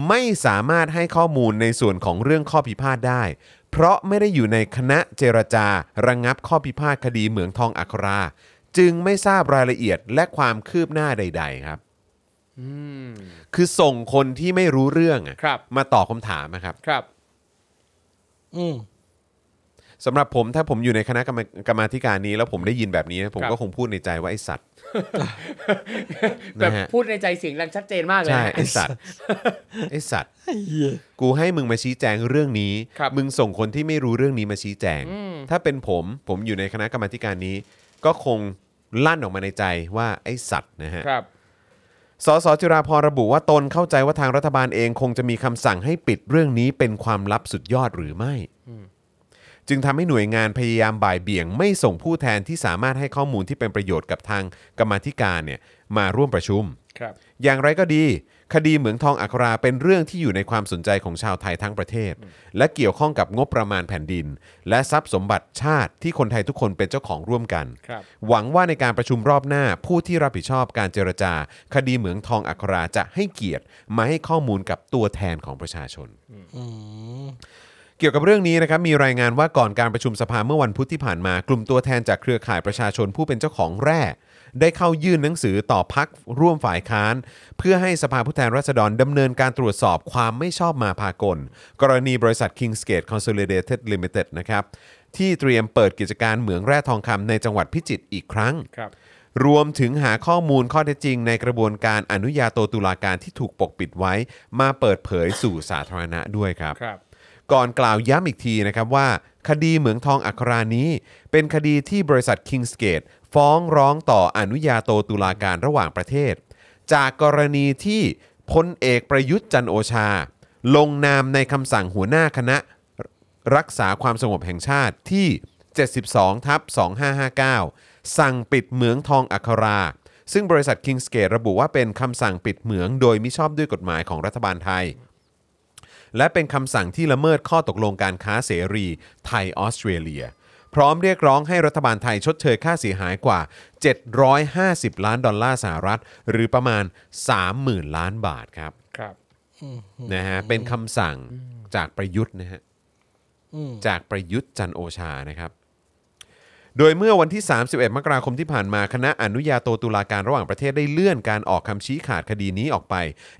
ไม่สามารถให้ข้อมูลในส่วนของเรื่องข้อพิพาทได้ เพราะไม่ได้อยู่ในคณะเจรจาระงงับข้อพิพาทคดีเหมืองทองอัครา จึงไม่ทราบรายละเอียดและความคืบหน้าใด ๆ ครับ อืม คือส่งคนที่ไม่รู้เรื่องอะ ครับ มาตอบคำถามอะครับ ครับ อืม สำหรับผมถ้าผมอยู่ในคณะกรรมกรรมาธิการนี้แล้วผมได้ยินแบบนี้ ผม ครับ ก็คงพูดในใจว่าไอสัตว์ แบบ นะฮะ พูดในใจเสียงดังชัดเจนมากเลย ใช่ นะ ไอสัตว์ไอสัตว์ ไอ้เหี้ย กูให้มึงมาชี้แจงเรื่องนี้ ครับ มึงส่งคนที่ไม่รู้เรื่องนี้มาชี้แจง ถ้าเป็นผม ผมอยู่ในคณะกรรมาธิการนี้ ก็คงลั่นออกมาในใจว่าไอสัตว์นะฮะ ครับ สสจิราพรระบุว่าตนเข้าใจว่าทางรัฐบาลเองคงจะมีคำสั่งให้ปิดเรื่องนี้เป็นความลับสุดยอดหรือไม่ จึงทำให้หน่วยงานพยายามบ่ายเบี่ยง ไม่ส่งผู้แทนที่สามารถให้ข้อมูลที่เป็นประโยชน์กับทางกรรมาธิการเนี่ยมาร่วมประชุม ครับ อย่างไรก็ดี คดีเหมืองทองอัคราเป็นเรื่องที่อยู่ในความสนใจของชาวไทยทั้งประเทศ และเกี่ยวข้องกับงบประมาณแผ่นดิน และทรัพย์สมบัติชาติที่คนไทยทุกคนเป็นเจ้าของร่วมกัน ครับ หวังว่าในการประชุมรอบหน้า ผู้ที่รับผิดชอบการเจรจา คดีเหมืองทองอัคราจะให้เกียรติมาให้ข้อมูลกับตัวแทนของประชาชน เกี่ยวกับเรื่องนี้นะครับมีรายงานว่าก่อนการประชุมสภาเมื่อวันพุธที่ผ่านมา กลุ่มตัวแทนจากเครือข่ายประชาชนผู้เป็นเจ้าของแร่ ได้เข้ายื่นหนังสือต่อพักร่วมฝ่ายค้าน เพื่อให้สภาผู้แทนราษฎรดำเนินการตรวจสอบความไม่ชอบมาพากล กรณีบริษัท Kingsgate Consolidated Limited นะครับที่เตรียมเปิดกิจการเหมืองแร่ทองคำในจังหวัดพิจิตรอีกครั้ง ครับ รวมถึงหาข้อมูลข้อเท็จจริง ในกระบวนการอนุญาโตตุลาการที่ถูกปกปิดไว้ มาเปิดเผยสู่สาธารณะด้วยครับ ครับ ก่อนกล่าวย้ำอีกทีนะครับว่า คดีเหมืองทองอัครานี้ เป็นคดีที่บริษัท Kingsgate ฟ้องร้องต่ออนุญาโตตุลาการระหว่างประเทศ จากกรณีที่พลเอกประยุทธ์จันทร์โอชา ลงนามในคำสั่งหัวหน้าคณะ รักษาความสงบแห่งชาติที่ 72 ทับ 2559 สั่งปิดเหมืองทองอัครา ซึ่งบริษัท Kingsgate ระบุว่าเป็นคำสั่งปิดเหมืองโดยมิชอบด้วยกฎหมายของรัฐบาลไทย และเป็นคำสั่งที่ละเมิดข้อตกลงการค้าเสรีไทยออสเตรเลีย พร้อมเรียกร้องให้รัฐบาลไทยชดเชยค่าเสียหายกว่า 750 ล้านดอลลาร์สหรัฐ หรือประมาณ 30,000 ล้านบาทครับ ครับ นะฮะเป็นคำสั่งจากประยุทธ์นะฮะ อืม จากประยุทธ์จันทร์โอชานะครับ โดยเมื่อวันที่ 31 มกราคมที่ผ่านมา คณะอนุญาโตตุลาการระหว่างประเทศได้เลื่อนการออกคำชี้ขาดคดีนี้ออกไป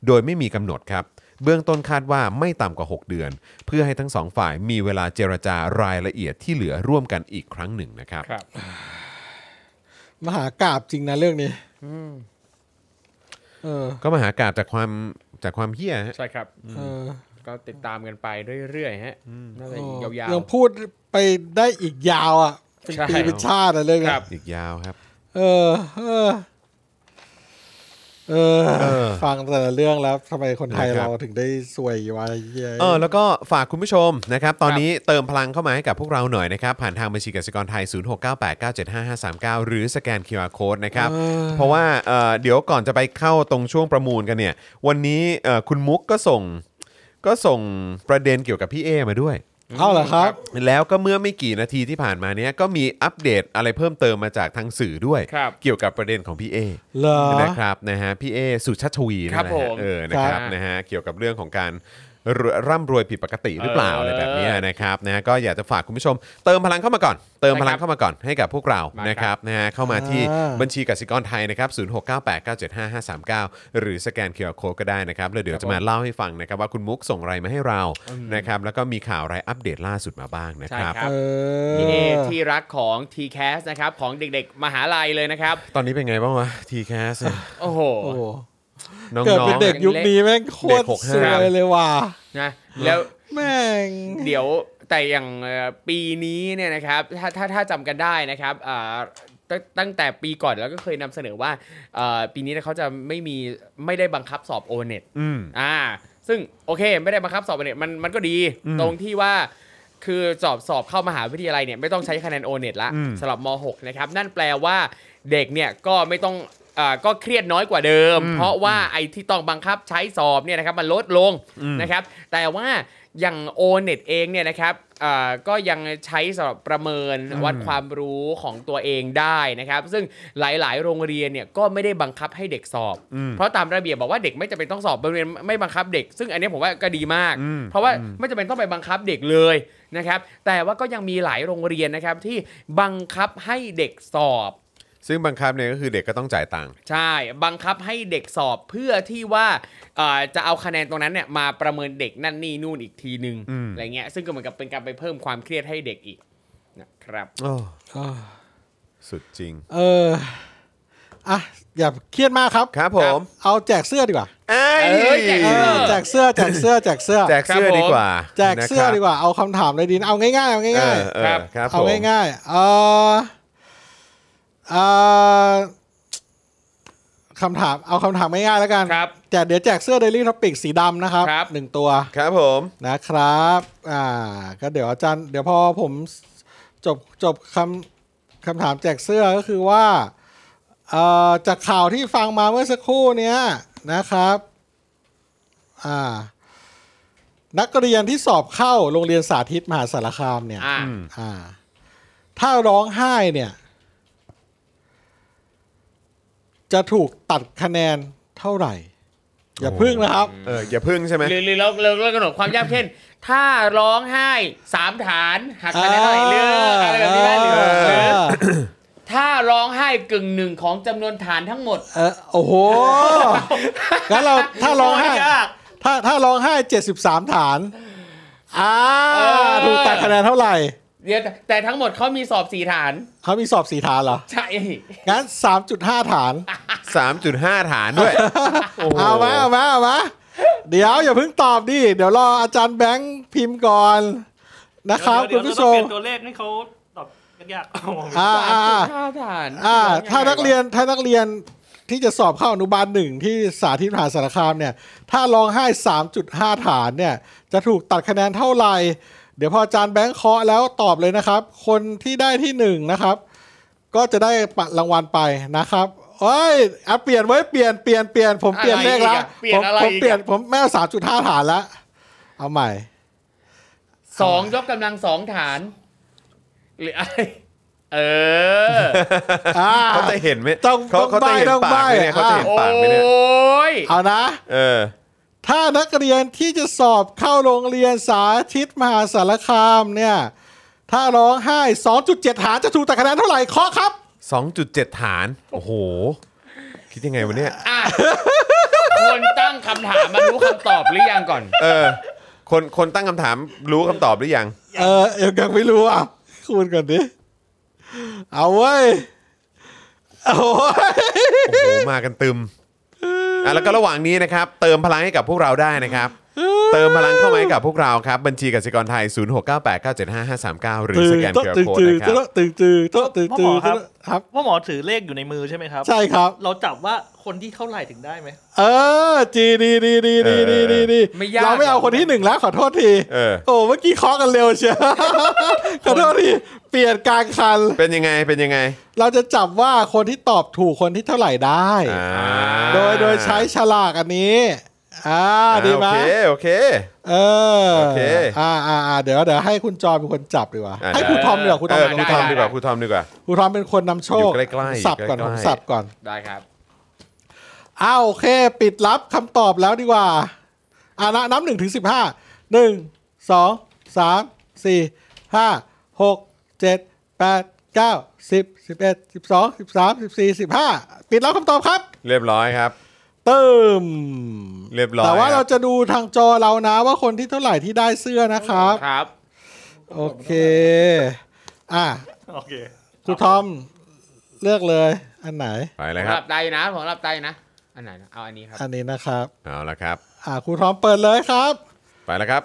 โดยไม่มีกำหนดครับ เบื้องต้นคาดว่าไม่ต่ำกว่า 6 เดือน เพื่อให้ทั้งสองฝ่ายมีเวลาเจรจารายละเอียดที่เหลือร่วมกันอีกครั้งหนึ่งนะครับ ครับ มหากราบจริงนะเรื่องนี้เออ ก็มหากราบจากความจากความเฮี้ยฮะ ใช่ครับ เออ ก็ติดตามกันไปเรื่อยๆฮะน่าจะอีกยาว ยังพูดไปได้อีกยาวอ่ะเป็น ใช่ ปีเป็นชาติอะเรื่อง ค นี้ รับ อีกยาวครับ เออ เออ เออ ฟังแต่ละเรื่อง แล้วทำไมคนไทย นะครับ เราถึงได้สวยไว้เย้ย เออแล้วก็ฝากคุณผู้ชมนะครับตอนนี้เติมพลังเข้ามาให้กับพวกเราหน่อยนะครับ ผ่านทางบัญชีกสิกรไทย 0698975539 หรือสแกน QR Code นะครับ เพราะว่าเอ่อเดี๋ยวก่อนจะไปเข้าตรงช่วงประมูลกันเนี่ย วันนี้เอ่อคุณมุกก็ส่งก็ส่งประเด็นเกี่ยวกับพี่เอมาด้วย เอาเหรอครับ แล้วก็เมื่อไม่กี่นาทีที่ผ่านมาเนี้ยก็มีอัปเดตอะไรเพิ่มเติมมาจากทางสื่อด้วย ครับ เกี่ยวกับประเด็นของพี่เอ เหรอ นะครับนะฮะพี่เอสุชัชวี ครับ นะฮะ ผม เออนะครับ ครับ นะฮะเกี่ยวกับเรื่องของการรวยร่ำรวยผิดปกติหรือเปล่า เอออ อะไรแบบเนี้ยนะครับนะฮะก็อยากจะฝากคุณผู้ชม เติมพลังเข้ามาก่อน เติมพลังเข้ามาก่อนให้กับพวกเรา มาครับ นะครับนะฮะเข้ามาที่ อ่า บัญชีกสิกรไทยนะครับ0698975539 หรือสแกนเคอร์โคก็ได้นะครับแล้วเดี๋ยวจะมาเล่าให้ฟังนะครับว่าคุณมุกส่งอะไรมาให้เรานะครับแล้วก็มีข่าวอะไรอัปเดตล่าสุดมาบ้างนะ ใช่ ครับ ครับ เออ พี่เอที่รักของ t c a s นะครับ ของเด็กๆ มหาลัยเลยนะครับ ตอนนี้เป็นไงบ้างวะทีแคส โอ้โห โอ้โห น้อง เกิดเป็น ๆ เด็กยุคนี้แม่งโคตร เด็กหก ส ห้า วยเลยว่ะ นะแล้ว แม่ง เดี๋ยวแต่อย่างเอ่อปีนี้เนี่ยนะครับถ้าถ้าถ้าจำกันได้นะครับอ่าตั้งตั้งแต่ปีก่อนแล้วก็เคยนำเสนอว่าเอ่อปีนี้เนี่ยเขาจะไม่มีไม่ได้บังคับสอบโอเน็ต อืม อ่าซึ่งโอเคไม่ได้บังคับสอบโอเน็ตมันมันก็ดี อืม ตรงที่ว่าคือสอบสอบเข้ามหาวิทยาลัยเนี่ยไม่ต้องใช้คะแนนโอเน็ตละ อืม สำหรับม .6 นะครับนั่นแปลว่าเด็กเนี่ยก็ไม่ต้องอ่าก็เครียดน้อยกว่าเดิม เพราะว่าไอ้ที่ต้องบังคับใช้สอบเนี่ยนะครับมันลดลง อืม นะครับแต่ว่าอย่าง o n e t เองเนี่ยนะครับอ่าก็ยังใช้สำหรับประเมินวัดความรู้ของตัวเองได้นะครับ ซึ่งหลายๆ โรงเรียนเนี่ยก็ไม่ได้บังคับให้เด็กสอบ อืม เพราะตามระเบียบบอกว่าเด็กไม่จำเป็นต้องสอบโรงเรียนไม่บังคับเด็ก ซึ่งอันนี้ผมว่าก็ดีมาก อืม เพราะว่าไม่จำเป็นต้องไปบังคับเด็กเลยนะครับ แต่ว่าก็ยังมีหลายโรงเรียนนะครับที่บังคับให้เด็กสอบ ซึ่งบังคับเนี่ยก็คือเด็กก็ต้องจ่ายตังค์ ใช่ บังคับให้เด็กสอบเพื่อที่ว่าเอ่อจะเอาคะแนนตรงนั้นเนี่ยมาประเมินเด็กนั่นนี่นู่นอีกทีนึง อืม อะไรเงี้ยซึ่งก็เหมือนกับเป็นการไปเพิ่มความเครียดให้เด็กอีกนะครับ โอ้ อ้าว สุดจริง เอออ่ะอย่าเครียดมากครับ ครับผม เอาแจกเสื้อดีกว่า เอ้ เอ้ยแจก เอ เสื้อ อแจกเสื้อแจกเสื้อแจกเสื้อ แจกเสื้อ ครับผม ดีกว่า แจกเสื้อดีกว่าเอาคำถามเลยดีนะเอาง่ายๆเอา นะครับเอ ง่าย อเออ ครับ ครับ ๆเอา ผม ง่ายๆเออเอ่อคำถามเอาคำถามง่ายๆแล้วกัน ครับ แจกเดี๋ยวแจกเสื้อ Daily Topic สีดำนะครับ ครับ หนึ่งตัว ครับผม นะครับอ่าก็เดี๋ยวอาจารย์ เดี๋ยวพอผมจบจบคำคำถามแจกเสื้อก็คือว่าเอ่อจากข่าวที่ฟังมาเมื่อสักครู่เนี้ยนะครับอ่านักเรียนที่สอบเข้าโรงเรียนสาธิตมหาสารคามเนี่ย อ่ะ อ่าถ้าร้องไห้เนี่ย จะถูกตัดคะแนนเท่าไหร่ อย่าพึ่งนะครับ เอออย่าพึ่งใช่ไหม หรือหรือเราเราเรากำหนดความยากเช่น ถ้าร้องไห้สามฐานหักคะแนนเท่าไหร่เลือกอะไรแบบนี้ได้หรือหรือ เออ ถ้าร้องไห้กึ่งหนึ่งของจำนวนฐานทั้งหมด เออโอ้โห งั้นเราถ้าร้องไห้ ยาก ถ้าถ้าร้องไห้73 ฐาน อ่า เออ ถูกตัดคะแนนเท่าไหร่ เดี๋ยวแต่แต่ทั้งหมดเขามีสอบสี่ฐาน เขามีสอบสี่ฐานเหรอ ใช่ งั้น 3.5 ฐาน 3.5 ฐานด้วย โอ้โห เอามาเอามาเอามาเดี๋ยวอย่าเพิ่งตอบดิ เดี๋ยวรออาจารย์แบงค์พิมพ์ก่อนนะครับ เดี๋ คุณยว ผู้ชมเดี๋ยวเดี๋ยวเราต้องเปลี่ยนตัวเลขให้เขาตอบยากๆเอา อ่า สามจุดอ่าอ่าห้าฐาน อ่า ถ้านักเรีย น นถ้านักเรียนที่จะสอบเข้าอนุบาลหนึ่งที่สาธิตมหาสารคามเนี่ย ถ้าร้องไห้ 3.5 ฐานเนี่ย จะถูกตัดคะแนนเท่าไหร่ เดี๋ยวพออาจารย์แบงค์เคาะแล้วตอบเลยนะครับ คนที่ได้ที่หนึ่งนะครับ ก็จะได้รางวัลไปนะครับเอ้ยอ่ะเปลี่ยนไว้ยเปลี่ยนเปลี่ยนเปลี่ยนผมเปลี่ยนเลขละผมผมเปลี่ยนผมแม่สามจุดห้า3.5 ฐานละเอาใหม่ สองยกกำลังสองฐาน หรืออะไรเออ อ่า เขาจะเห็นไหม ต้อง เขา ต้อง เขาจะเห็น ใบ้ต้ปากไหมองเนี่ย ใบ้ เขาจะเห็น โอ ปากไหมเนี่ย ้ย เอานะ เออ ถ้านักเรียนที่จะสอบเข้าโรงเรียนสาธิตมหาสารคามเนี่ย ถ้าร้องไห้ 2.7 ฐานจะถูกตัดคะแนนเท่าไหร่เคาะครับ 2.7 ฐาน โอ้โห คิดยังไงวะเนี่ย อ่ะคนตั้งคำถามมารู้คำตอบหรือยังก่อน เออ คนคนตั้งคำถามรู้คำตอบหรือยัง เออยังยังไม่รู้อ่ะ คูณก่อนดิ เอาเว้ย เอาเว้ย โอ้โห มากันตึมอ่ะแล้วก็ระหว่างนี้นะครับ เติมพลังให้กับพวกเราได้นะครับ เติมพลังเข้ามาให้กับพวกเราครับ บัญชีกสิกรไทย 0698975539 หรือสแกนเคอร์ ตึง โค้ด จื นะคดรับ ตึงจืดตึงจืดครับ พ่อหมอถือเลขอยู่ในมือใช่ไหมครับ ใช่ครับ เราจับว่าคนที่เท่าไหร่ถึงได้ไหม เออ จีดีดีดีดีดีดีดี ไม่ยาก เราไม่เอาคนที่หนึ่งแล้วขอโทษที เออ โอ้เมื่อกี้เคาะกันเร็วเชียว ขอโทษทีเปลี่ยนกลางคัน เป็นยังไง เป็นยังไง เราจะจับว่าคนที่ตอบถูกคนที่เท่าไหร่ได้ อ่า โดยโดยใช้ฉลากอันนี้ อ่า อ่า ดี โอ ไหม เค โอเค เออ โอเค อ่าอ่าอ่าเดี๋ยวเดี๋ยวให้คุณจอมเป็นคนจับดีกว่า อ่ะ ให้ครูทอมดีกว่าครูทอม เอ เป็น ครู คน ท จั อม บ ดีกว่าครูทอมดีกว่า ครูทอมเป็นคนนำโชค อยู่ใกล้ๆ ผมสับก่อน อยู่ ผม ใกล้ๆ สับก่อน ได้ครับ อ้าวโอเค ปิดรับคำตอบแล้วดีกว่าอ่านะนับหนึ่งถึงสิบห้าหนึ่งสองสามสี่ห้าหกเจ็ดแปดเก้าสิบสิบเอ็ดสิบสองสิบสามสิบสี่สิบห้าปิดรับคำตอบครับ เรียบร้อยครับ เติม เรียบร้อย แต่คว่ารับ เราจะดูทางจอเรานะว่าคนที่เท่าไหร่ที่ได้เสื้อนะครับ ครับ โอเค อ่ะ โอเค ครูทอมเลือกเลย อันไหน ไปเลย ผม ค ห รับ ลับใจนะ ผมหลับใจนะ อันไหนนะเอาอันนี้ครับ อันนี้นะครับ เอาละครับ อ่ะครูทอมเปิดเลยครับ ไปแล้วครับ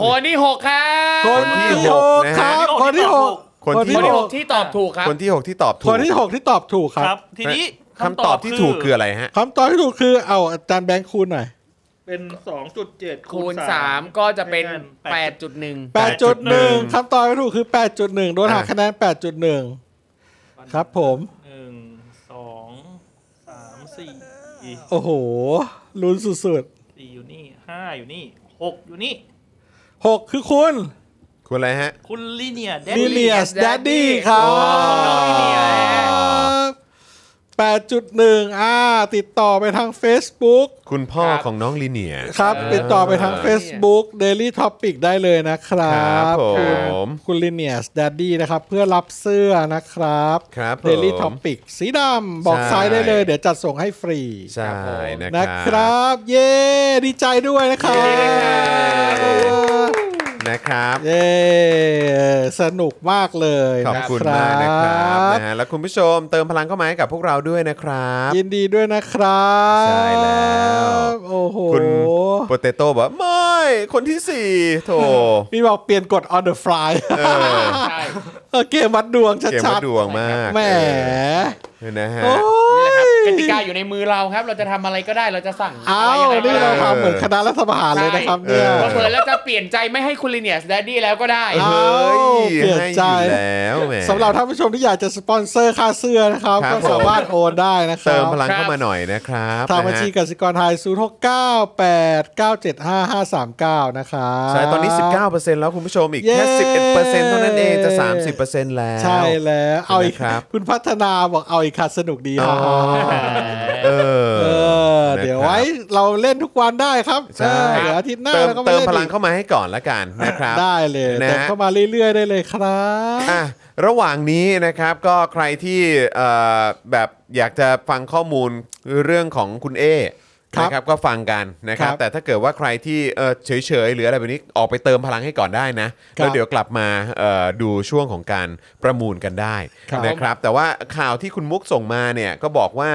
คนที่หกครับ คนที่ ห ห ก กครับ คนที่หก คนที่ คนที่หก คนที่หก ที่ตอบถูกครับ คนที่ 6 ที่ตอบถูก คนที่หกที่ตอบถูกค ครั รับบ ทีนี้ คำตอบที่ถูกคืออะไรฮะ คำตอบที่ถูกคือเอาอาจารย์แบงค์คูณหน่อย เป็นสองจุดเจ็ด คูณสามก็จะเป็นแปด 8 จุดหนึ่ง 8.1คำตอบที่ถูกคือ 8.1 โดนหักคะแนน 8.1 ครับผม หนึ่งสองสามสี่ โอ้โหลุ้นสุด สี่อยู่นี่ห้าอยู่นี่หกอยู่นี่ ๆหกคือคุณ คุณอะไรฮะ คุณลิเนียเด ลิ ลี่ เลียสแดดดี้ครับแปดจุดหนึ่งอ่า ติดต่อไปทาง Facebook คุณพ่อของน้องลีเนียร์ ครับ ติดต่อไปทาง Facebook Daily Topic ได้เลยนะครัครับบ คุณ ผม คุณลิเนียสแดดดี้นะครับ เพื่อรับเสื้อนะครับ ครับผม Daily Topic สีดำบอกไซส์ได้เลย เดี๋ยวจัดส่งให้ฟรี ใช่นะ นะค ครั รับ บ เย้ ดีใจด้วยนะครับ ดีใจครับ นะครับ เย้ สนุกมากเลย ขอบ นะ คุณ ครั มากนะครับนะฮะแล้วคุณผู้ชมเติมพลังเข้ามาให้กับพวกเราด้วยนะครับ ยินดีด้วยนะครับ ใช่แล้ว โอ้โห คุณโปเตโต้บอกว่าไม่ คนที่สี่โถ มีบอกเปลี่ยนกด on the fly เออ ใช่ เออเกมวัดดวงชัด เกม ๆ วัดดวงมาก แหม เออนะฮะ โอ้ นี่แหละครับ ย กติกาอยู่ในมือเราครับ เราจะทำอะไรก็ได้ เราจะสั่ง เอา ะไรยังไง นี่ ก็ เรา ได้ ทำเหมือนคณะรัฐประหารเลยนะครับเนี่ย ใช่ เผื่อๆแล้วจะเปลี่ยนใจไม่ให้คุณลิเนียสแดดดี้แล้วก็ได้ เฮ้ย เปลี่ยน ให้อ ใจ ยู่แล้วแหม สำหรับท่านผู้ชมที่อยากจะสปอนเซอร์ค่าเสื้อนะครับ ครับ ก็สามารถโอนได้นะครั เติ บ มพลังเข้ามาหน่อยนะครับ ทางบัญชี นะฮะ กสิกรไทย 0 6 9 8 9 7 5 5 3 9 นะครับ ใช่ตอนนี้ 19%แล้วคุณผู้ชมอีกแค่ เย้ 11%เท่านั้นเองจะ 30%แล้ว ใช่แล้วเอาอีก นะครับ คุณพัฒนาบอกเอาอีกค่ะสนุกดี อ๋อ ฮะ เออ เออ เดี๋ยว นะครับ ไว้เราเล่นทุกวันได้ครับ ใช่ เออเดี๋ยวอาทิตย์หน้า เติม เราก็มา เติม เล่น พลัง อีก เข้ามาให้ก่อนละกันนะครับ ได้เลย นะฮะ เติมเข้ามาเรื่อยๆได้เลยครับ อ่ะระหว่างนี้นะครับก็ใครที่เอ่อแบบอยากจะฟังข้อมูลเรื่องของคุณเอ ครับ นะครับก็ฟังกันนะครับ ครับ แต่ถ้าเกิดว่าใครที่เอ่อเฉยๆหรืออะไรแบบนี้ออกไปเติมพลังให้ก่อนได้นะ ครั แล้ บ วเดี๋ยวกลับมาเอ่อดูช่วงของการประมูลกันได้ ครับ นะครับแต่ว่าข่าวที่คุณมุกส่งมาเนี่ยก็บอกว่า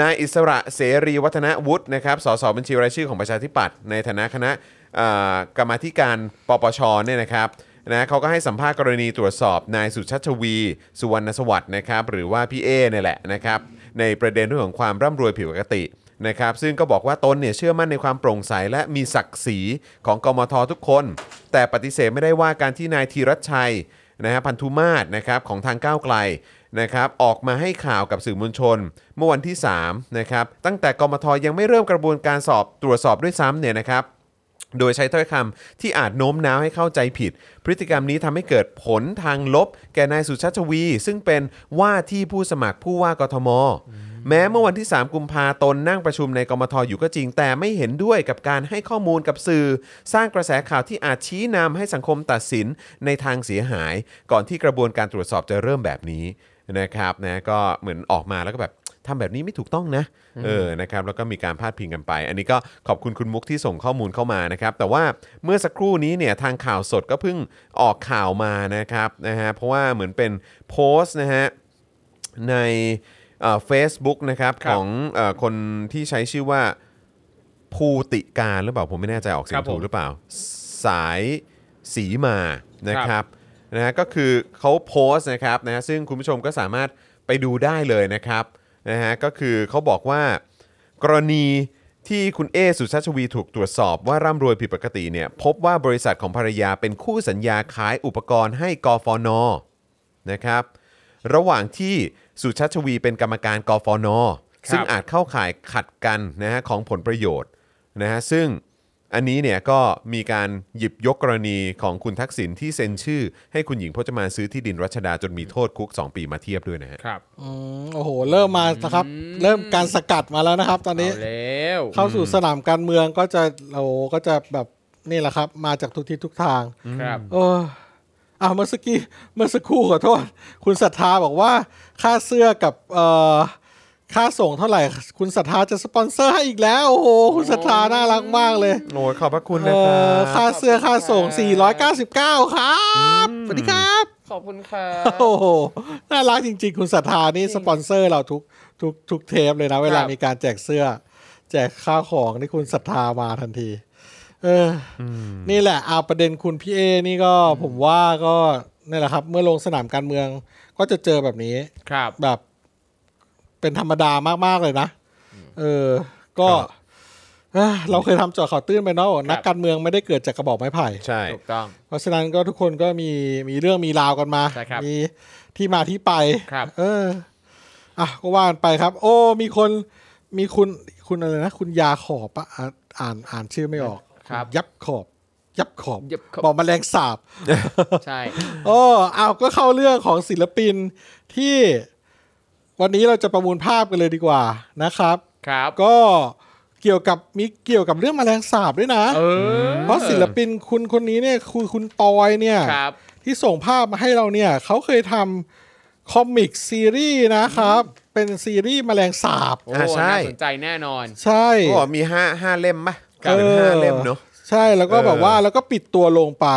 นายอิสระเสรีวัฒนวุฒินะครับสสบัญชีรายชื่อของประชาธิปัตย์ในฐานะคณะเอ่อกรรมาธิการปปชเนี่ยนะครับนะเขาก็ให้สัมภาษณ์กรณีตรวจสอบนายสุชัชวี สุวรรณสวัสดิ์นะครับหรือว่าพี่เอเนี่ยแหละนะครับในประเด็นเรื่องของความร่ำรวยผิดปกตินะครับซึ่งก็บอกว่าตนเนี่ยเชื่อมั่นในความโปร่งใสและมีศักดิ์ศรีของกมททุกคน แต่ปฏิเสธไม่ได้ว่าการที่นายธีรชัย นะฮะพันธุมาศนะครับของทางก้าวไกลนะครับออกมาให้ข่าวกับสื่อมวลชน เมื่อวันที่3นะครับตั้งแต่กมทยังไม่เริ่มกระบวนการสอบตรวจสอบด้วยซ้ำเนี่ยนะครับ โดยใช้ถ้อยคำที่อาจโน้มน้าวให้เข้าใจผิด พฤติกรรมนี้ทำให้เกิดผลทางลบ แก่นายสุชาติชวี ซึ่งเป็นว่าที่ผู้สมัครผู้ว่ากทม แม้เมื่อวันที่ 3 กุมภาตนนั่งประชุมในกมทอยู่ก็จริง แต่ไม่เห็นด้วยกับการให้ข้อมูลกับสื่อ สร้างกระแสข่าวที่อาจชี้นำให้สังคมตัดสินในทางเสียหาย ก่อนที่กระบวนการตรวจสอบจะเริ่มแบบนี้นะครับนะก็เหมือนออกมาแล้วก็แบบทำแบบนี้ไม่ถูกต้องนะ เออ นะครับ แล้วก็มีการพาดพิงกันไป อันนี้ก็ขอบคุณคุณมุกที่ส่งข้อมูลเข้ามานะครับ แต่ว่าเมื่อสักครู่นี้เนี่ยทางข่าวสดก็เพิ่งออกข่าวมานะครับนะฮะ เพราะว่าเหมือนเป็นโพสต์นะฮะ ในเฟซบุ๊กนะครับ ครับ ของเออคนที่ใช้ชื่อว่าภูติการหรือเปล่า ผมไม่แน่ใจออกเสีย ครั ง บ ถู ผ ก ม หรือเปล่า สายสีมานะค ครั รับบ นะฮะก็คือเขาโพสต์นะครับนะฮะซึ่งคุณผู้ชมก็สามารถไปดูได้เลยนะครับนะฮะก็คือเขาบอกว่า กรณีที่คุณเอสุชาติชวีถูกตรวจสอบว่าร่ำรวยผิดปกติเนี่ยพบว่าบริษัทของภรรยาเป็นคู่สัญญาขายอุปกรณ์ให้กฟน นะครับ ระหว่างที่สุชัชวีเป็นกรรมการกฟน ครับ ซึ่งอาจเข้าข่ายขัดกันนะฮะของผลประโยชน์นะฮะซึ่งอันนี้เนี่ยก็มีการหยิบยกกรณีของคุณทักษิณที่เซ็นชื่อ ให้คุณหญิงพจมานซื้อที่ดินรัชดาจนมีโทษคุก 2 ปีมาเทียบด้วยนะฮะ ครับ อืมโอ้โห เริ่มมานะครับ เริ่มการสกัดมาแล้วนะครับ ตอนนี้ เอาแล้ว เข้าสู่สนามการเมืองก็จะโอ้โหก็จะแบบนี่แหละครับ มาจากทุกทิศทุกทาง ครับ เอออ่าเมื่อสักกี้เมื่อสักครู่ขอโทษ คุณศรัทธาบอกว่า ค่าเสื้อกับเอ่อค่าส่งเท่าไหร่ คุณศรัทธาจะสปอนเซอร์ให้อีกแล้ว โอ้โห คุณศรัทธาน่ารักมากเลย โอ้ยขอบพระคุณ เอ นะครั อบ ค่าเสื้อค่าส่ง ขอบคุณครับ 499 ครับสวัสดีครับ ขอบคุณครับ โอ้โห น่ารักจริง ๆ คุณศรัทธานี่สปอนเซอร์เราทุกทุกทุกเทปเลยนะ เวลามีการแจกเสื้อ แจกข้าวของนี่คุณศรัทธามาทันที เอออนี่แหละเอาประเด็นคุณพี่เอนี่ก็ผมว่าก็นี่แหละครับ เมื่อลงสนามการเมืองก็จะเจอแบบนี้ ครับ แบบเป็นธรรมดามาก ๆ เลยนะ เออ ก็ ครับ เอ้อเราเคยทำเจอข่าวตื้นไปเนาะบอกนักการเมืองไม่ได้เกิดจากกระบอกไม้ไผ่ ใช่ ถูกต้อง เพราะฉะนั้นก็ทุกคนก็มีมีเรื่องมีราวกันมา ใช่ครับ มีที่มาที่ไป ครับ เอออ่ะก็ว่ากันไปครับ โอ้ มีคนมีคุณคุณอะไรนะ คุณยาขอบปะอ่านอ่านอ่านชื่อไม่ออก ครับ ยับขอบ ยับขอบ ยับขอบ บอกแมาแรงสาบ ใช่ โอ้เอาก็เข้าเรื่องของศิลปินที่วันนี้เราจะประมูลภาพกันเลยดีกว่านะครับ ครับ ก็เกี่ยวกับมีเกี่ยวกับเรื่องแมลงสาบด้วยนะ เออ เพราะศิลปินคุณคนนี้เนี่ยคือคุณปอยเนี่ย ครับ ที่ส่งภาพมาให้เราเนี่ย เขาเคยทำคอมิกซีรีส์นะครับ เป็นซีรีส์แมลงสาบ โอ้ อ่าใช่ น่าสนใจแน่นอน ใช่ ก็บอกมีห้าห้าเล่มปะกับเป็นห้าเล่มเนาะ ใช่แล้วก็ เออ แบบว่าแล้วก็ปิดตัวลงไป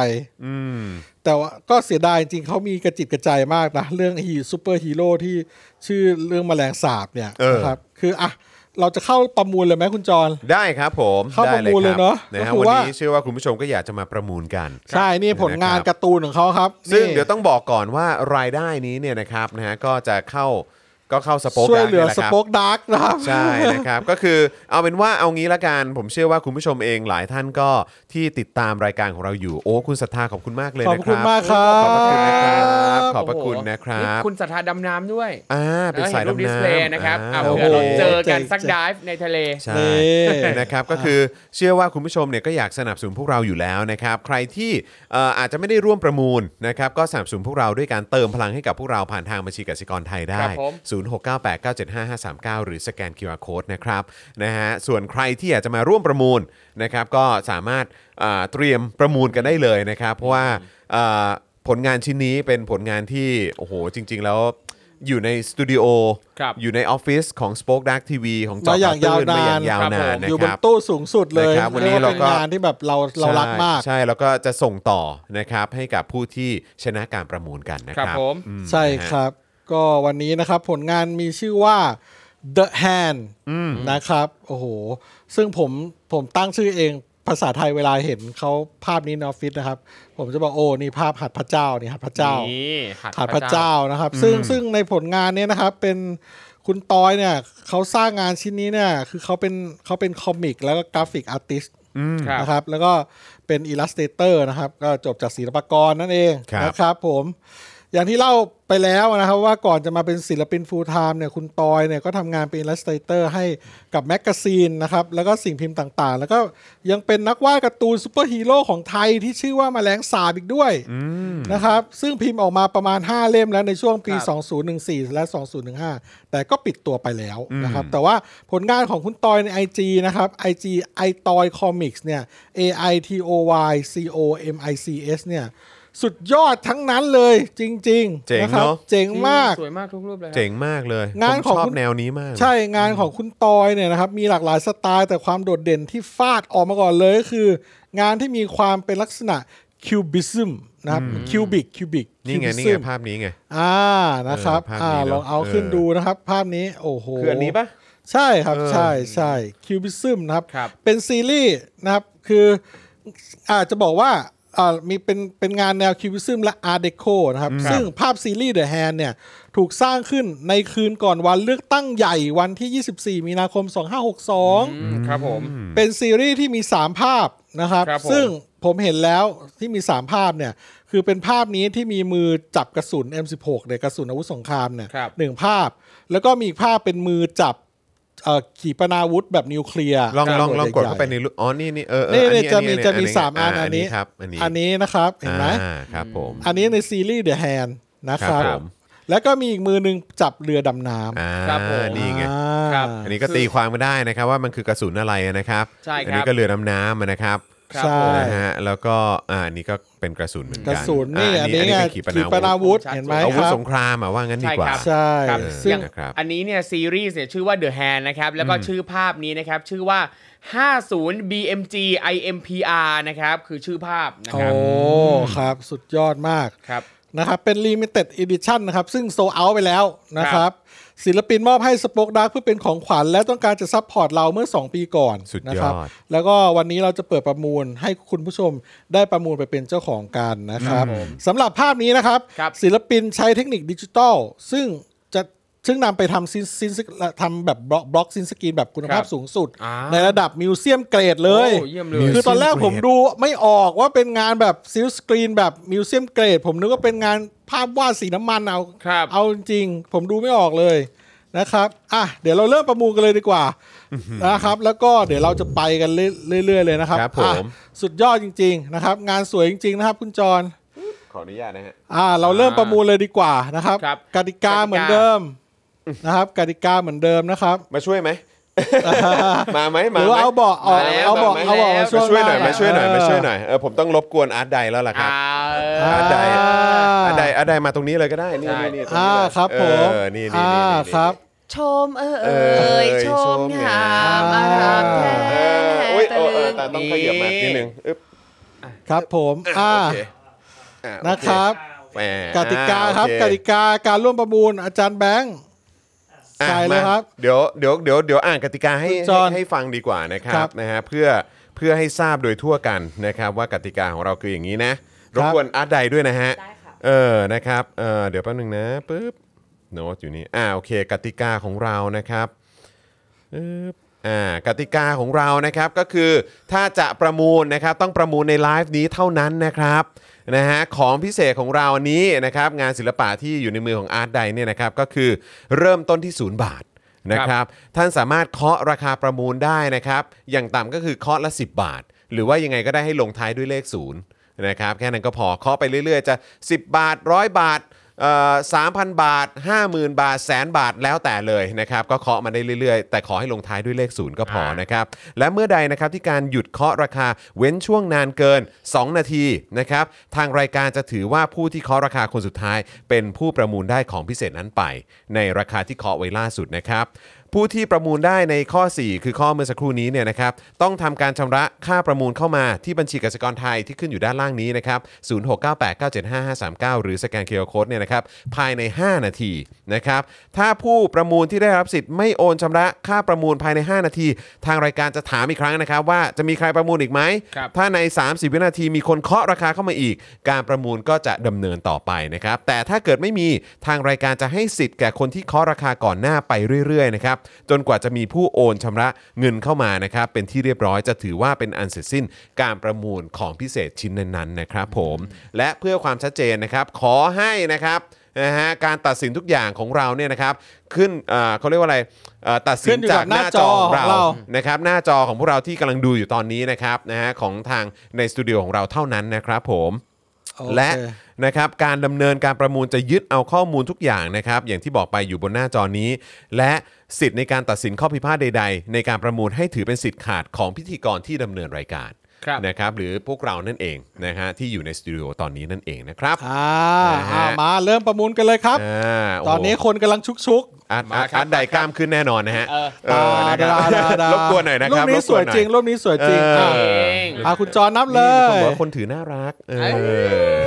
อืม แต่ว่าก็เสียดายจริงๆเขามีกระจิตกระใจมากนะเรื่องฮีซูเปอร์ฮีโร่ที่ชื่อเรื่องแมลงสาบเนี่ย เออ นะครับ คืออ่ะเราจะเข้าประมูลเลยไหมคุณจร ได้ครับผม เข้าประมูลเลยเนอะ ได้ครับนะฮะก็คือ วัน ว่า นี้เชื่อว่าคุณผู้ชมก็อยากจะมาประมูลกัน ใช่นี่ผลงานการ์ตูนของเขาครับ ซึ่ง นี่ เดี๋ยวต้องบอกก่อนว่ารายได้นี้เนี่ยนะครับนะฮะก็จะเข้าก็เข้าสปอค ช่วยเหลือ ดาร์กนี่แหละ ส ครับ ป็อกดาร์กนะครับ ใช่นะครับ ก็คือเอาเป็นว่าเอางี้ละกันผมเชื่อว่าคุณผู้ชมเองหลายท่านก็ที่ติดตามรายการของเราอยู่ โอ้คุณศรัทธาขอบคุณมากเลย ขอบ นะค คุณ รับ มากครั ขอบพระคุณนะครับบขอบพระคุณ โโห นะค นี่ รับ คุณสัทธาดำน้ำด้วย อ่าเป็นสาย เห็รูป ดำ ดิส น้ เพลย์ ำ นะครับ า เอา โโห เผื่อเราเจอกัน เจ๋ง สัก เจ๋ง ดิฟในทะเล ใช่ นี่ นะครับก็คือเชื่อว่าคุณผู้ชมเนี่ยก็อยากสนับสนุนพวกเราอยู่แล้วนะครับ ใครที่เอ่ออาจจะไม่ได้ร่วมประมูลนะครับก็สนับสนุนพวกเราด้วยการเติมพลังให้กับพวกเราผ่านทางบัญชีกสิกรไทยได้ ครับผม 0698975539 หรือสแกน QR Code นะครับนะฮะส่วนใครที่อยากจะมาร่วมประมูลนะครับก็สามารถเอ่อเตรียมประมูลกันได้เลยนะครับ เพราะว่าเอ่อผลงานชิ้นนี้เป็นผลงานที่โอ้โหจริง ๆ แล้ว อยู่ในสตูดิโอ ครับ อยู่ในออฟฟิศของ Spoke Dark TV ของจอ มาอย่าง ข่วตื้ ยาวนาน มาอย่างยาว ครับ นา ผ น ม นะ อยู่บ คน รับ ตู้สูงสุดเลย นะครับวันนี้ ยกเป็น เราก็ งานที่แบบเราเรารักมาก ใช่ใช่แล้วก็จะส่งต่อนะครับให้กับผู้ที่ชนะการประมูลกันนะคครั รั บบ ผม อืม ใช่ นะฮะ ครับ ก็วันนี้นะครับผลงานมีชื่อว่า The Hand นะครับ โอ้โห ซึ่งผมผมตั้งชื่อเองภาษาไทยเวลาเห็นเขาภาพนี้ในออฟฟิศนะครับ ผมจะบอกโอ้นี่ภาพหัดพระเจ้านี่หัดพระเจ้า นี่ ขาดพระเจ้านะครับ ซึ่งซึ่งในผลงานเนี้ยนะครับเป็นคุณตอยเนี่ยเขาสร้างงานชิ้นนี้เนี่ยคือเขาเป็นเขาเป็นคอมิกแล้วก็กราฟิกอาร์ติสต์ ครับ นะครับแล้วก็เป็นอิลลัสเตเตอร์นะครับ ก็จบจากศิลปากรนั่นเอง ครับ นะครับผม อย่างที่เล่าไปแล้วนะครับว่าก่อนจะมาเป็นศิลปิน full time เนี่ยคุณตอยเนี่ยก็ทำงานเป็น illustrator ให้กับแมกกาซีนนะครับแล้วก็สิ่งพิมพ์ต่างๆ แล้วก็ยังเป็นนักวาดการ์ตูนซูเปอร์ฮีโร่ของไทยที่ชื่อว่ามาแมลงสาบอีกด้วยนะครับซึ่งพิมพ์ออกมาประมาณ 5 เล่มแล้วในช่วงปี ครับ 2014 และ 2015 แต่ก็ปิดตัวไปแล้วนะครับแต่ว่าผลงานของคุณตอยใน IG นะครับ IG i t o y comics เนี่ย a i t o y c o m i c s เนี่ยสุดยอดทั้งนั้นเลยจริงๆ เจ๋ง นครับ เนอะ เจ๋งมาก สวยมากทุกรูปเลยครับ เจ๋งมากเลย งาน ผม ของ ชอบ คุณ แนวนี้มาก ใช่งานของคุณตอยเนี่ยนะครับมีหลากหลายสไตล์แต่ความโดดเด่นที่ฟาดออกมาก่อนเลยก็คือ งานที่มีความเป็นลักษณะคิวบิซึมนะครับคิวบิกคิวบิก นี่ไงนี่ไงภาพนี้ไง อ่านะครับ เออภาพ อ่า นี้เนอะ ลองเอาขึ้น เออ ดูนะครับ ภาพนี้โอ้โห คืออันนี้ปะ ใช่ครับ เออ ใช่ใช่คิวบิซึมนะครับ ครับ เป็นซีรีส์นะครับ คืออาจจะบอกว่าอ่ามีเป็นเป็นงานแนวคิวบิซึมและอาร์เดโคนะครับ ซึ่งภาพซีรีส์ The Hand เนี่ย ถูกสร้างขึ้นในคืนก่อนวันเลือกตั้งใหญ่วันที่ 24 มีนาคม 2562 อืมครับผม เป็นซีรีส์ที่มี 3 ภาพนะครับ ครับผม ซึ่งผมเห็นแล้วที่มี 3 ภาพเนี่ย คือเป็นภาพนี้ที่มีมือจับกระสุน M16 เนี่ยกระสุนอาวุธสงครามเนี่ย ครับ หนึ่งภาพ แล้วก็มีอีกภาพเป็นมือจับเอ่อขีปนาวุธแบบนิวเคลียร์ ลองลองลองกด ใหญ่ๆ เข้าไปในรูปอ๋อนี่นี่เออเออ นี่ อั นี่จะมี อั จะมี ไง สามอัน อ่า อันนี้ ครับอันนี้ อันนี้นะครับเห็นไหม อ่าครับผม อันนี้ในซีรีส์ The Hand นะครั ครับ บผม แล้วก็มีอีกมือหนึ่งจับเรือดำน้ำ อ่า ครับผม นี่ไง อ่า ครับ อันนี้ก็ตีความมาได้นะครับว่ามันคือกระสุนอะไรนะครับ ใช่ครับ อันี้ก็เรือดำน้ำนะครับ ครับ ใช่ ผม นะฮะแล้วก็อ่าอันนี้ก็เป็นกระสุนเหมือน ก กั ระสุนนี่ า อันนี้ไง เป็ขี ขีป ป นา นาวุธ วุธเห็นไหม อา ค วุธ รับ สงครามอ่ะว่างั้นดีกว่า ใช่ครับครับใช่ซึ่ อง ย่าง นะครับ อันนี้เนี่ยซีรีส์เนี่ยชื่อว่า The Hand นะครับ แล้วก็ชื่อภาพนี้นะครับ ชื่อว่า 50 BMG IMPR นะครับ คือชื่อภาพนะ โอ้ ครับ ครับสุดยอดมาก ครับ นะครับ เป็น Limited Edition นะครับ ซึ่งโซเอาไปแล้วนะค ครั รับ บ ศิลปินมอบให้สป o อกด a r k เพื่อเป็นของขวัญและต้องการจะซัพพอร์ตเราเมื่อ 2 ปีก่อน สุดยอด นะครัแล้วก็วันนี้เราจะเปิดประมูลให้คุณผู้ชมได้ประมูลไปเป็นเจ้าของกันนะครับสำหรับภาพนี้นะครับ ครับ ศิลปินใช้เทคนิคดิจิตอลซึ่งจะซึ่งนำไปทำซินซินทำแบบบล็อกบล็อกซินสกรีนแบบคุณภาพสูงสุด อ่า ในระดับมิวเซียมเกรดเลย โอ้เยี่ยมเลย คือตอนแรก Museum ผม Grade ดูไม่ออกว่าเป็นงานแบบซิลสกรีนแบบมิวเซียมเกรดผมนึกว่าเป็นงานภาพวาดสีน้ำมันเอา ครับ เอาจริงๆผมดูไม่ออกเลยนะครับอ่ะเดี๋ยวเราเริ่มประมูลกันเลยดีกว่านะครับ แล้วก็เดี๋ยวเราจะไปกันเรื่อยๆเรื่อยๆเลยนะครับ ครับผม อ่ะสุดยอดจริง ๆนะครับ งานสวยจริง ๆ นะครับ คุณจร ขออนุญาตนะฮะ อ่าเราเริ่มประมูลเลยดีกว่านะครับ ครับ กติกาเหมือนเดิมนะครับกติกาเหมือนเดิมนะครับ มาช่วยไหม มาไหม ห มา รืไหอม ว่าเอาเบาะออก มาแล้ว เอาเบาะ มาแล้ว เอาเบาะมาช่ มาช่ ว วย ย ห ห น่ น่ออย ยมาช่วยหน่อยมาช่วยหน่อยเออผมต้องรบกวนอาร์ตไดแล้วล่ะครับ อ่า อ่า อาร์ตไดอาร์ตไดอาร์ตไดมาตรงนี้เลยก็ได้นี่นี่นี่ตรงนี้ อ่า เลย ครับผม เออนี่นี่ อ่า นี่นี่ ครับ ชมเอ เอ่ ่ ย ย ช ช ม ม งาง าม มอารอาาร าม ม แท้ แท้ เออโอ้ย ต เออเอ ลึ อง แต่ต้องขยับมานิดนึงอึ๊บ ครับผมอ่า โเคอ่โอเ นะครับ แหม กติกาครับ อ่โอเ กติกาการร่วมประมูลอาจารย์แบงค์ อ่ะ ใช่เลย มา ครับ เดี๋ยวเดี๋ยวเดี๋ยวเดี๋ยวอ่านกติกาให้ คุณจ ให้ อห์น ให้ฟังดีกว่านะครั ครับ บ นะฮะเพื่อเพื่อให้ทราบโดยทั่วกันนะครับว่ากติกาของเราคืออย่างนี้นะร ครับบ กวนอาร์ตไดด้วยนะฮะ ได้ค่ะ เออนะครับเออเดี๋ยวแป๊บนึงนะปึ๊บโน้ตอยู่นี่อ่าโอเค กติกาของเรานะครับปึ๊บอ่ากติกาของเรานะครับก็คือถ้าจะประมูลนะครับต้องประมูลในไลฟ์นี้เท่านั้นนะครับนะฮะของพิเศษของเรานี้นะครับงานศิลปะที่อยู่ในมือของอาร์ตไดเนี่ยนะครับก็คือเริ่มต้นที่ศูนย์บาท นะครับท่านสามารถเคาะราคาประมูลได้นะครับอย่างต่ำก็คือเคาะละ 10 บาท หรือว่ายังไงก็ได้ให้ลงท้ายด้วยเลข0นะครับแค่นั้นก็พอเคาะไปเรื่อยๆ จะ 10 บาท 100 บาท สามพันบาท 50,000 บาทแสนบาทแล้วแต่เลยนะครับก็เคาะมาได้เรื่อยๆ แต่ขอให้ลงท้ายด้วยเลขศูนย์ก็พอนะครับและเมื่อใดนะครับที่การหยุดเคาะราคาเว้นช่วงนานเกิน 2 นาทีนะครับทางรายการจะถือว่าผู้ที่เคาะราคาคนสุดท้าย เป็นผู้ประมูลได้ของพิเศษนั้นไป ในราคาที่เคาะไว้ล่าสุดนะครับ ผู้ที่ประมูลได้ในข้อ 4 คือข้อเมื่อสักครู่นี้เนี่ยนะครับต้องทำการชำระค่าประมูลเข้ามาที่บัญชีกสิกรไทยที่ขึ้นอยู่ด้านล่างนี้นะครับ0698975539 หรือสแกนเคอร์โคดเนี่ยนะครับภายใน 5 นาทีนะครับถ้าผู้ประมูลที่ได้รับสิทธิ์ไม่โอนชำระค่าประมูลภายใน 5 นาที ทางรายการจะถามอีกครั้งนะครับ ว่าจะมีใครประมูลอีกไหม ครับ ถ้าใน 30 วินาทีมีคนเคาะราคาเข้ามาอีก การประมูลก็จะดำเนินต่อไปนะครับ แต่ถ้าเกิดไม่มีทางรายการจะให้สิทธิ์แก่คนที่เคาะราคาก่อนหน้าไปเรื่อยๆนะครับจนกว่าจะมีผู้โอนชำระเงินเข้ามานะครับ เป็นที่เรียบร้อยจะถือว่าเป็นอันเสร็จสิ้นการประมูลของพิเศษชิ้นนั้นๆนะครับผม และเพื่อความชัดเจนนะครับ ขอให้นะครับนะฮะการตัดสินทุกอย่างของเราเนี่ยนะครับ ขึ้นเอ่อเขาเรียกว่าอะไรเอ่อตัดสิ ขึ้ น นอยู่ จา กับ กหน้า หน้า จ จ อ อ ขอของ ง เรา เรา นะครับหน้าจอของพวกเราที่กำลังดูอยู่ตอนนี้นะครับนะฮะของทางในสตูดิโอของเราเท่านั้นนะครับผม โอเค และนะครับการดำเนินการประมูลจะยึดเอาข้อมูลทุกอย่างนะครับ อย่างที่บอกไปอยู่บนหน้าจอนี้ และสิทธิ์ในการตัดสินข้อพิพาทใด ๆ ในการประมูลให้ถือเป็นสิทธิ์ขาดของพิธีกรที่ดำเนินรายการ ครับ นะครับหรือพวกเรานั่นเองนะฮะที่อยู่ในสตูดิโอตอนนี้นั่นเองนะครับ อ่า นะฮะ อ่ามาเริ่มประมูลกันเลยครับ อ่าโโห ตอนนี้คนกำลังชุกชุก อาร์ตอา มา ร์ต ครับ อาร์ตใด มาคกรับล้ามขึ้นแน่นอนนะฮะ เออ เออนะครับ ดาดาดาร บกวนหน่อยนะค รู รับ ปนี้ บ ส ก วย นหน่อ จริงรูปนี้สวยจริง เอ เอา อ เอง อ่าคุณจอนับเล นี่มีคนบอยกว่าคนถือน่ารัก เอ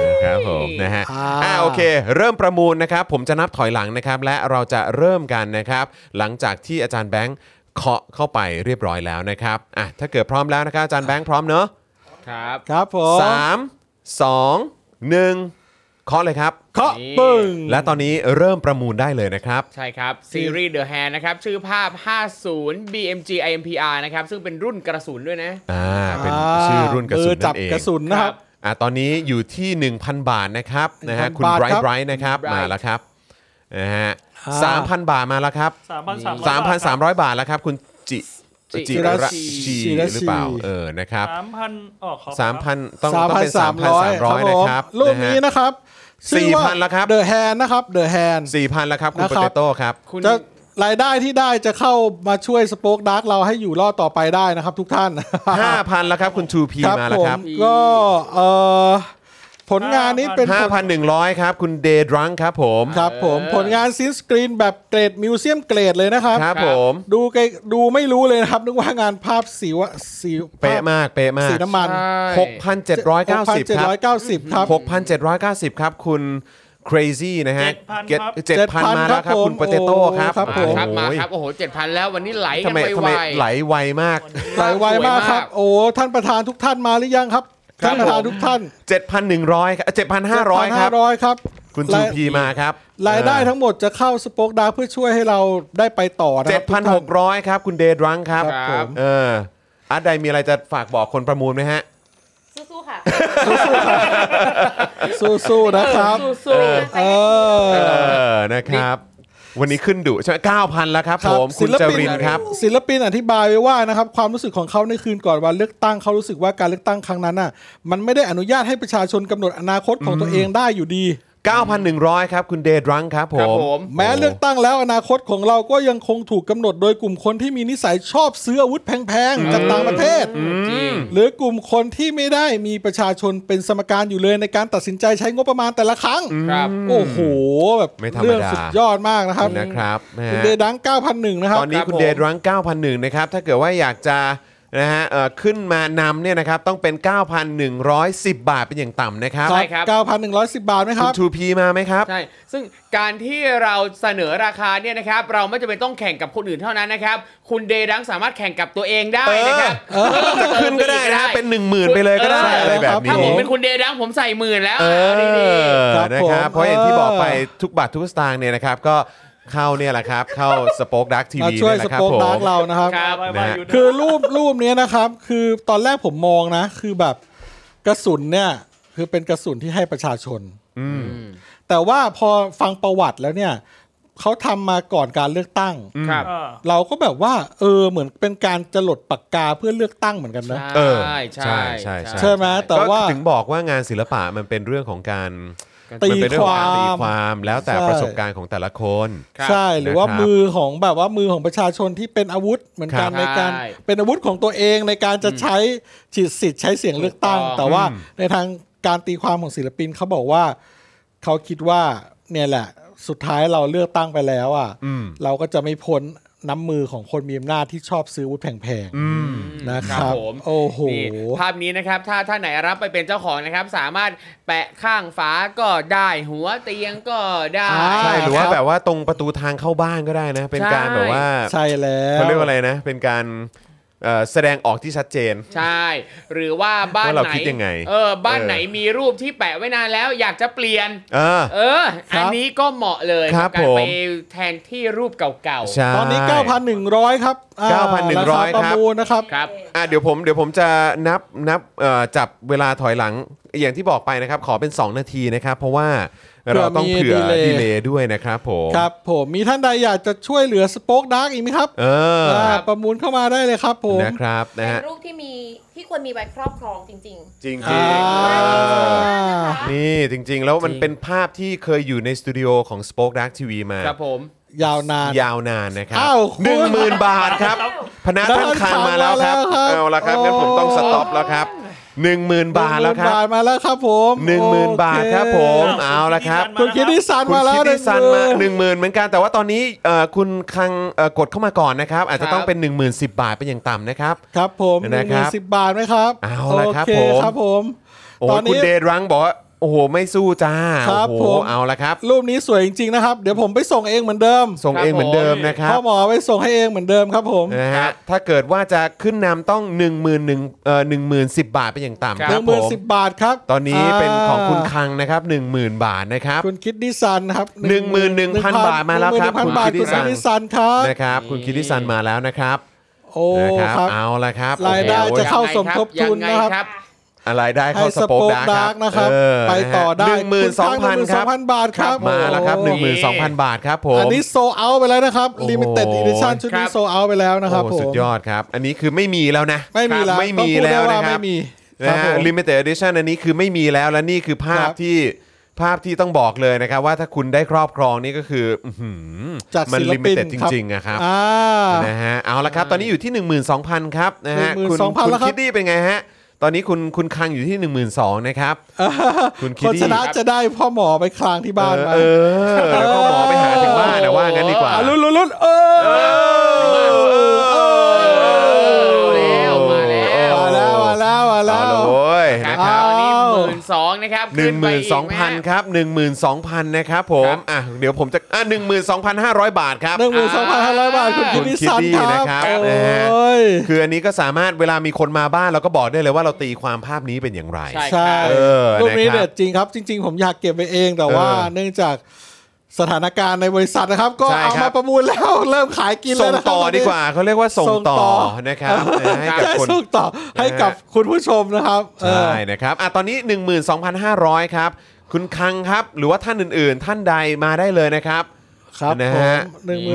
อครับผมนะฮะ อ่า อ่าโอเค เริ่มประมูลนะครับ ผมจะนับถอยหลังนะครับ และเราจะเริ่มกันนะครับ หลังจากที่อาจารย์แบงค์เคาะเข้าไปเรียบร้อยแล้วนะครับอ่ะถ้าเกิดพร้อมแล้วนะครับอาจารย์แบงค์พร้อมเนอะ ครับ ครับผม สามสองหนึ่งเคาะเลยครับ เคาะปึ้ง และตอนนี้เริ่มประมูลได้เลยนะครับ ใช่ครับ ซีรีส์ The Hand นะครับ ชื่อภาพ 50 BMG IMPR นะครับ ซึ่งเป็นรุ่นกระสุนด้วยนะ อ่าเป็นชื่อรุ่นกระสุน มือจั นั่ บ นเอง กระสุนนะครับ อ่ะตอนนี้อยู่ที่ 1,000 บาทนะครับนะฮะ 1,000 คุณ บาท ไบรท์ไบครับรท์นะครับ Bright มาแล้วครับนะฮะ อ่า สามพันบาทมาแล้วครับ สามพันสามร้อย 3,300 บาทแล้วครับ คุณจิ จิ จิ ร ระ ชี ชี จิรชี หรือเปล่าเออนะครับ สามพันอ๋อขอ สามพันต้อง สาม ต้อง พัน เป็น สา สาม ม พัน ร้อ สาย มร้อยนะครับ รูปนี้นะครับ สี่พันแล้วครับ เดอะแฮนนะครับเดอะแฮน สี่พันแล้วครับ คุณ นะ โป ครับ เตโต้ครับ คุณ จะรายได้ที่ได้จะเข้ามาช่วยสป o อ e ดาร์กเราให้อยู่รอดต่อไปได้นะครับทุกท่าน 5,000 แล้วครับ คุณทูพี ครับ มาแล้ว ผม ครับ ก็เอ่อผลงานนี้เป็นผล 5,100 ครับ คุณเดดรังครับผม ครับผม เออ ผลงานซินสกรีนแบบเกรดมิวเซียมเกรดเลยนะครับ ครับผม ดูไกลดูไม่รู้เลยนะครับ นึกว่างานภาพสีวะสี เป๊ะมากเป๊ะมาก สีน้ำมัน ใช่ 6,790 ครับ 6,790 6,790 คครับรับคุณ crazy นะฮะ 7,000ครับ เจ็ดพัน 7,000 มาแล้วค ครั รับบ ผคุมณ potato ครับ ครับ มา ผม ครับมา โอ้ย ครับ โอ้โห 7,000 แล้ววันนี้ไหลกั ทำ น ไม ไว ทำไมไหลไวมาก ๆ ไหลไวมาก สย ครับ โอ้ท่านประธานทุกท่านมาหรือยังครับ ครับ ท่านประธานทุกท่าน 7,100ครับ7,500 ครับ 7,500ครับ คุณทู ราย พีมาครับ รายได้ เออ ทั้งหมดจะเข้าสป o อ e ดาร์เพื่อช่วยให้เราได้ไปต่อนะครับทุกท่าน 7,600 ครับ คุณเดดรังครับ ครับผม เอออาร์ตใดมีอะไรจะฝากบอกคนประมูลไหมฮะ สู้ๆค่ะ สู้ๆนะครับ สู้ๆ เออ เออ นะครับ วันนี้ขึ้นดุใช่ไหม9,000 แล้วครับ ค ผ รับ ม คุณจรินครับ ศิลปินอธิบายไว้ว่านะครับความรู้สึกของเขาในคืนก่อนวันเลือกตั้งเขารู้สึกว่าการเลือกตั้งครั้งนั้นน่ะมันไม่ได้อนุญาตให้ประชาชนกำหนดอนาคตของตัวเองได้อยู่ดี 9,100 ครับ คุณเดดรังครับผ ครับ ม ผม แม้เลือกตั้งแล้วอนาคตของเราก็ยังคงถูกกำหนดโดยกลุ่มคนที่มีนิสัยชอบซื้ออาวุธแพงๆจากต่างประเทศ จริง หรือกลุ่มคนที่ไม่ได้มีประชาชนเป็นสมการอยู่เลยในการตัดสินใจใช้งบประมาณแต่ละครั้ง ครับ โอ้โหแบบ ไม่ธรรมดา เรื่องสุดยอดมากนะครับ นะครับนะ คุณ ฮะ เดดัง9,001นะครับ ตอนนี้ ครับ คุณ ผม เดชรั้ง9,001นะครับ ถ้าเกิดว่าอยากจะนะฮะเอ่อขึ้นมานำเนี่ยนะครับ ต้องเป็น 9,110 บาทเป็นอย่างต่ำนะครับ ใช่ครับ 9,110 บาทไหมค คุ รั ณ บ ทูพีมาไหมครับ ใช่ ซึ่งการที่เราเสนอราคาเนี่ยนะครับ เราไม่จำเป็นต้องแข่งกับคนอื่นเท่านั้นนะครับ คุณเดรังสามารถแข่งกับตัวเองได้นะครับ เออจะขึ้นก็ได้นะฮะเป็น 10,000 ไปเลยก็ได้ เอออ อะไรแบบ ครั ถ้า นี้ผมบเป็นคุณเดรังผมใส่หมื่นแล้ว เอ ดี อ ครับ นะ ผม ครับ เพราะอย่างที่บอกไป เออ ทุกบาททุกสตางค์เนี่ยนะครับ ก็เข้าเนี่ยแหละครับ เข้าสป็อคดักที มา วี ช่วย เนี่ยแห ส ละครับ ปอค ผม ดาร์กเรานะครับ ๆครับ ไว้ไว้ยู่นะ คือรูปรูปเนี้ยนะครับ คือตอนแรกผมมองนะ คือแบบกระสุนเนี่ย คือเป็นกระสุนที่ให้ประชาชน แต่ว่าพอฟังประวัติแล้วเนี่ย เขาทำมาก่อนการเลือกตั้ง ครับ เราก็แบบว่า เออเหมือนเป็นการจรดปากกาเพื่อเลือกตั้งเหมือนกันนะ เออ ใช่ ใช่ใช่ ใช่ไหมแต่ ก็ ว่า ถึงบอกว่างานศิลปะมันเป็นเรื่องของการ กัน ตี มันเป็นเรื่องของการ ความ ตีความแล้วแต่ ใช่ ประสบการณ์ของแต่ละคน ครับ ใช่หรือว่า นะครับ มือของแบบว่ามือของประชาชนที่เป็นอาวุธเหมือนกัคนรับ ในการ ใช่ เป็นอาวุธของตัวเองในการจะใช้ฉีดสิทธิ์ใช้เสียงเลือกตั้ง ถูกต้อง แต่ว่า อืม ในทางการตีความของศิลปินเขาบอกว่า เขาคิดว่าเนี่ยแหละ สุดท้ายเราเลือกตั้งไปแล้วอ่ะ อืม เราก็จะไม่พ้นน้ำมือของคนมีอำนาจที่ชอบซื้ออาวุธแพง อืม ๆนะครับ ผม โอ้โห นี่ภาพนี้นะครับ ถ้าถ้าไหนรับไปเป็นเจ้าของนะครับ สามารถแปะข้างฝาก็ได้หัวเตียงก็ได้ อ่า ใช่หรือว่า ครับ แบบว่าตรงประตูทางเข้าบ้านก็ได้นะ เป็นการ ใช่ แบบว่า ใช่แล้ว เขาเรียกว่าอะไรนะ เป็นการเอ่อแสดงออกที่ชัดเจน ใช่ หรือว่าบ้าน ว่าเรา ไหน คิดยังไง เออบ้าน เออ ไหนมีรูปที่แปะไว้นานแล้วอยากจะเปลี่ยน เออ เออ อันนี้ก็เหมาะเลย ครับ กัไป ผม แทนที่รูปเก่า ใช่ ตอนนี้ 9,100 ครับ9,100อ่าาาประ ครับ มูลนะครับ ๆ ครับ อ่ะเดี๋ยวผมเดี๋ยวผมจะนับนับเอ่อจับเวลาถอยหลังอย่างที่บอกไปนะครับ ขอเป็น 2 นาทีนะครับ เพราะว่าเราต้อง เผื่ เผื่อ อมี ดี delay เลย์ด้วยนะครับผม ครับผมมีท่านใดอยากจะช่วยเหลือสป็อคดักอีกไหมครับ เออ อ่าประมูลเข้ามาได้เลยครับผม นะครับนะ เป็น ฮะ รูปที่มีที่ควรมีไว้ครอบครองจริง จริง อ่า ๆ ๆนะคะ นี่จริง ๆ แล้วมัน จริง เป็นภาพที่เคยอยู่ในสตูดิโอของ Spoke Dark TV มา ครับผม ยาวนาน ยาวนานนะครับ อ้าว หนึ่งหมื่นบาทครับ พนักท่านคลังมาแล้วครับ พนักงานคลังมาแล้วครับ เอาละครับงั้นผมต้องสต็อปแล้วครับหนึ่งหมื่นบาทแล้วค หนึ่งหรัมื่นท บ มาแล้วครับผม หนึ่งหมื่นบาทครับผม โอเ เอาละครับ คุณคิดดิสัน คุณ มาแล้ คิ ว ดดิซันมาห หนึ่ นึ่ ง งหมื่นเหมือนกัน แต่ว่าตอนนี้เอ่อคุณคลังเอ่อกดเข้ามาก่อนนะครับ อาจจะ ครับ ต้องเป็น 1 0 0 0 0 บาทเป็นอย่างต่ำนะครับ ครับผมห นะ นึ่ง ค ห รับ มื่นสิบบาทไหมครับ เอาละครับ โอเค ผม ครับผม โอ้ ตอย น คุณ นี้ เดรังบอกว่าโอ้โห ไม่สู้จ้า ครับ โอ้โห ผม เอาละครับ รูปนี้สวยจริงๆนะครับ เดี๋ยวผมไปส่งเองเหมือนเดิม ส่ง ครับ เองเหมือนเดิม ผม นะครับ พ่อหมอไปส่งให้เองเหมือนเดิมครับผม นะฮะถ้าเกิดว่าจะขึ้นนำต้อง 1 1 0 0 0เอ่อ10,010 บาทเป็นอย่างต่ำ ห ค นึ่ รับ งห ผ มื่น ม สิบบาทครับ ตอนนี้เป็นของคุณ า คังนะครับ 10,000 บาทนะครับ คุณคิดดิสันครับ 11,000บาทมาแล้วครับ หนึ่งหมื่นหนึ่งคุคิพันบาทคุณ ณคิ ด ด ดิ ดิ สั สั น นครับ นะครับ คุณคิดดิซันมาแล้วนะครับ โอ้ นะครับ ครับ เอาละครับ รายได้ โอ้โห จะเข้า สมทบทุน ยังไง นะครับ อะไรได้ ให้ เข้าส ส ปอ ป ค อค ดา ดาร์ก นะ นะ ค ค รั รั บบ เออ ไปต่อได้ หนึ่งหมื่นสองพัน คุณ ค ค่า รับ หนึ่งหมื่นสองพันบาทครับ มาแล้วครับ12,000 บาทครับโอ้โหผม อันนี้โซเอาไปแล้วนะครับ โอ้โห ลิมิเต็ดอีดิชั่นชุด ครั นี้ บ โซเอาไปแล้วนะครับ โอ้ ผ โหสุ ม ดยอดครับ อันนี้คือไม่มีแล้วนะ ไม่มีแล้ว ไม่มี ต้องพูด แล้ว ได้า นะครั ไม่ บ มีค นะ รับ ฮะ ผม limited edition อันนี้คือไม่มีแล้วและนี่คือภาพ ครับ ที่ภาพที่ต้องบอกเลยนะครับ ว่าถ้าคุณได้ครอบครองนี่ก็คือ อื้อหือ จาก มัน ศิล ลิมิ ปิน เต็ดจริงๆอะครับ อ่า นะฮะเอาละครับตอนนี้อยู่ที่ 12,000 ครับนะฮะคุณ 12,000 คุณ แล้วครับ คิดดี้เป็นไงฮะ ตอนนี้คุณคุณคังอยู่ที่ 12,000นะครับ คุณคิด คน ดี้ ชนะจะได้พ่อหมอไปคลางที่บ้านมา เออเออแล้วก็หมอไปหาถึงบ้านนะว่างั้นดีกว่า อ่ะลุ้นลุ้นลุ้นเออ อมาแล้ว มาแล้วมาแล้วมาแล้ เอา ว ละโว้ย ครับ นะค อ้า รับวันวนี้หมื่นสองนะครับ หนึ่งหมื่นสองพัน ขึ้ไปคกะรับหนึ่งหมื่นสองพันนะครับผ ครั ม บ อ่ะเดี๋ยวผมจะอ่ะหนึ่งหมื่นสองพันห้าร้อยบาทครับ หนึ่งหมื่นสองพันห้าร้อยบาทคุณคิดดิสัน คุณคิดดินะค ค รั รั บบ นะฮะ โอ้ย คืออันนี้ก็สามารถเวลามีคนมาบ้านเราก็บอกได้เลยว่าเราตีความภาพนี้เป็นอย่างไร ใช่ ใช่ เออ รูปนี้ นะครับ เด็ดจริงครับ จริง ๆ ผมอยากเก็บไปเองแต่ว่า เออ เนื่องจากสถานการณ์ในบริษัทนะครับ ก็ ใช่ เอา ครั มา บ ประมูลแล้ว เริ่มขายกินแล้ ส่ ว ง นะครับ ต่อดีกว่าเขาเรียกว่าส่งต่อนะครับนะให้กับ ใช่ คน ส่งต่อให้กับ นะฮะ คุณผู้ชมนะครับเออ ใช่นะครับอ่ะตอนนี้ 12,500 ครับ คุณคังครับ หรือว่าท่านอื่นๆ ท่านใดมาได้เลยนะครับ ครับ นะฮะ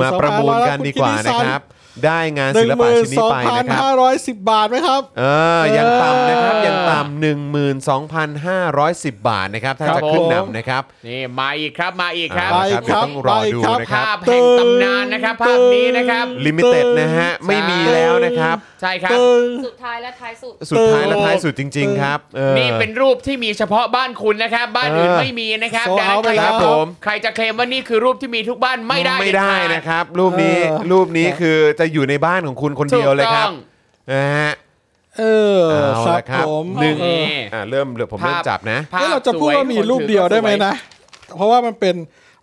ผม12,500 มาประมูลกันดีกว่านะครับ ได้งาน ห ศิ นึ่ลงห ปะ มื่น ชิ้นนี้ สอง ไป พัน นะครับ ห้าร้อยสิบบาทไหมครับ เออยังต่ำนะครับ เออ ยังต่ำ12,510 บาทนะครับ ถ้า ครั จะ บ ขึ้น ผม นำนะครับ นี่มาอีกครับมาอีกครับ เอาละ ไปครัเดี๋ยวบต้องรอ ไป ดู ครับ นะครับ ภาพแห่งตำนานนะครับ ภาพนี้นะครับ ลิมิเต็ดนะฮะ ไม่มีแล้วนะครับ ใช่ครับ ตึง สุดท้ายและท้ายสุด สุดท้ายและท้ายสุดจริง เอ ๆ อ ครับออ นี่เป็นรูปที่มีเฉพาะบ้านคุณนะครับ บ้านอื่น เออ ไม่มีนะครับ โซ ดัง เอา นั้น ไป ใคร แล้ว จะ ผม ใครจะเคลมว่านี่คือรูปที่มีทุกบ้านไม่ได้ ไม่ได้ เขา นะครับ รูปนี้ เออ รูปนี้คือจะอยู่ในบ้านของคุณคน ถู เดี ก ยวเลยค ต้ รั อบ ง นะฮะ เออ เอา ครับ ละครับ ผม หนึ่ง เออ อ่ะเริ่มเริ่มผมเริ่ม ภาพ จับนะ ภพ เอ้ยเราจะพูดว่ามี สย รูปเดียวได้ไหมนะ เพราะว่ามันเป็น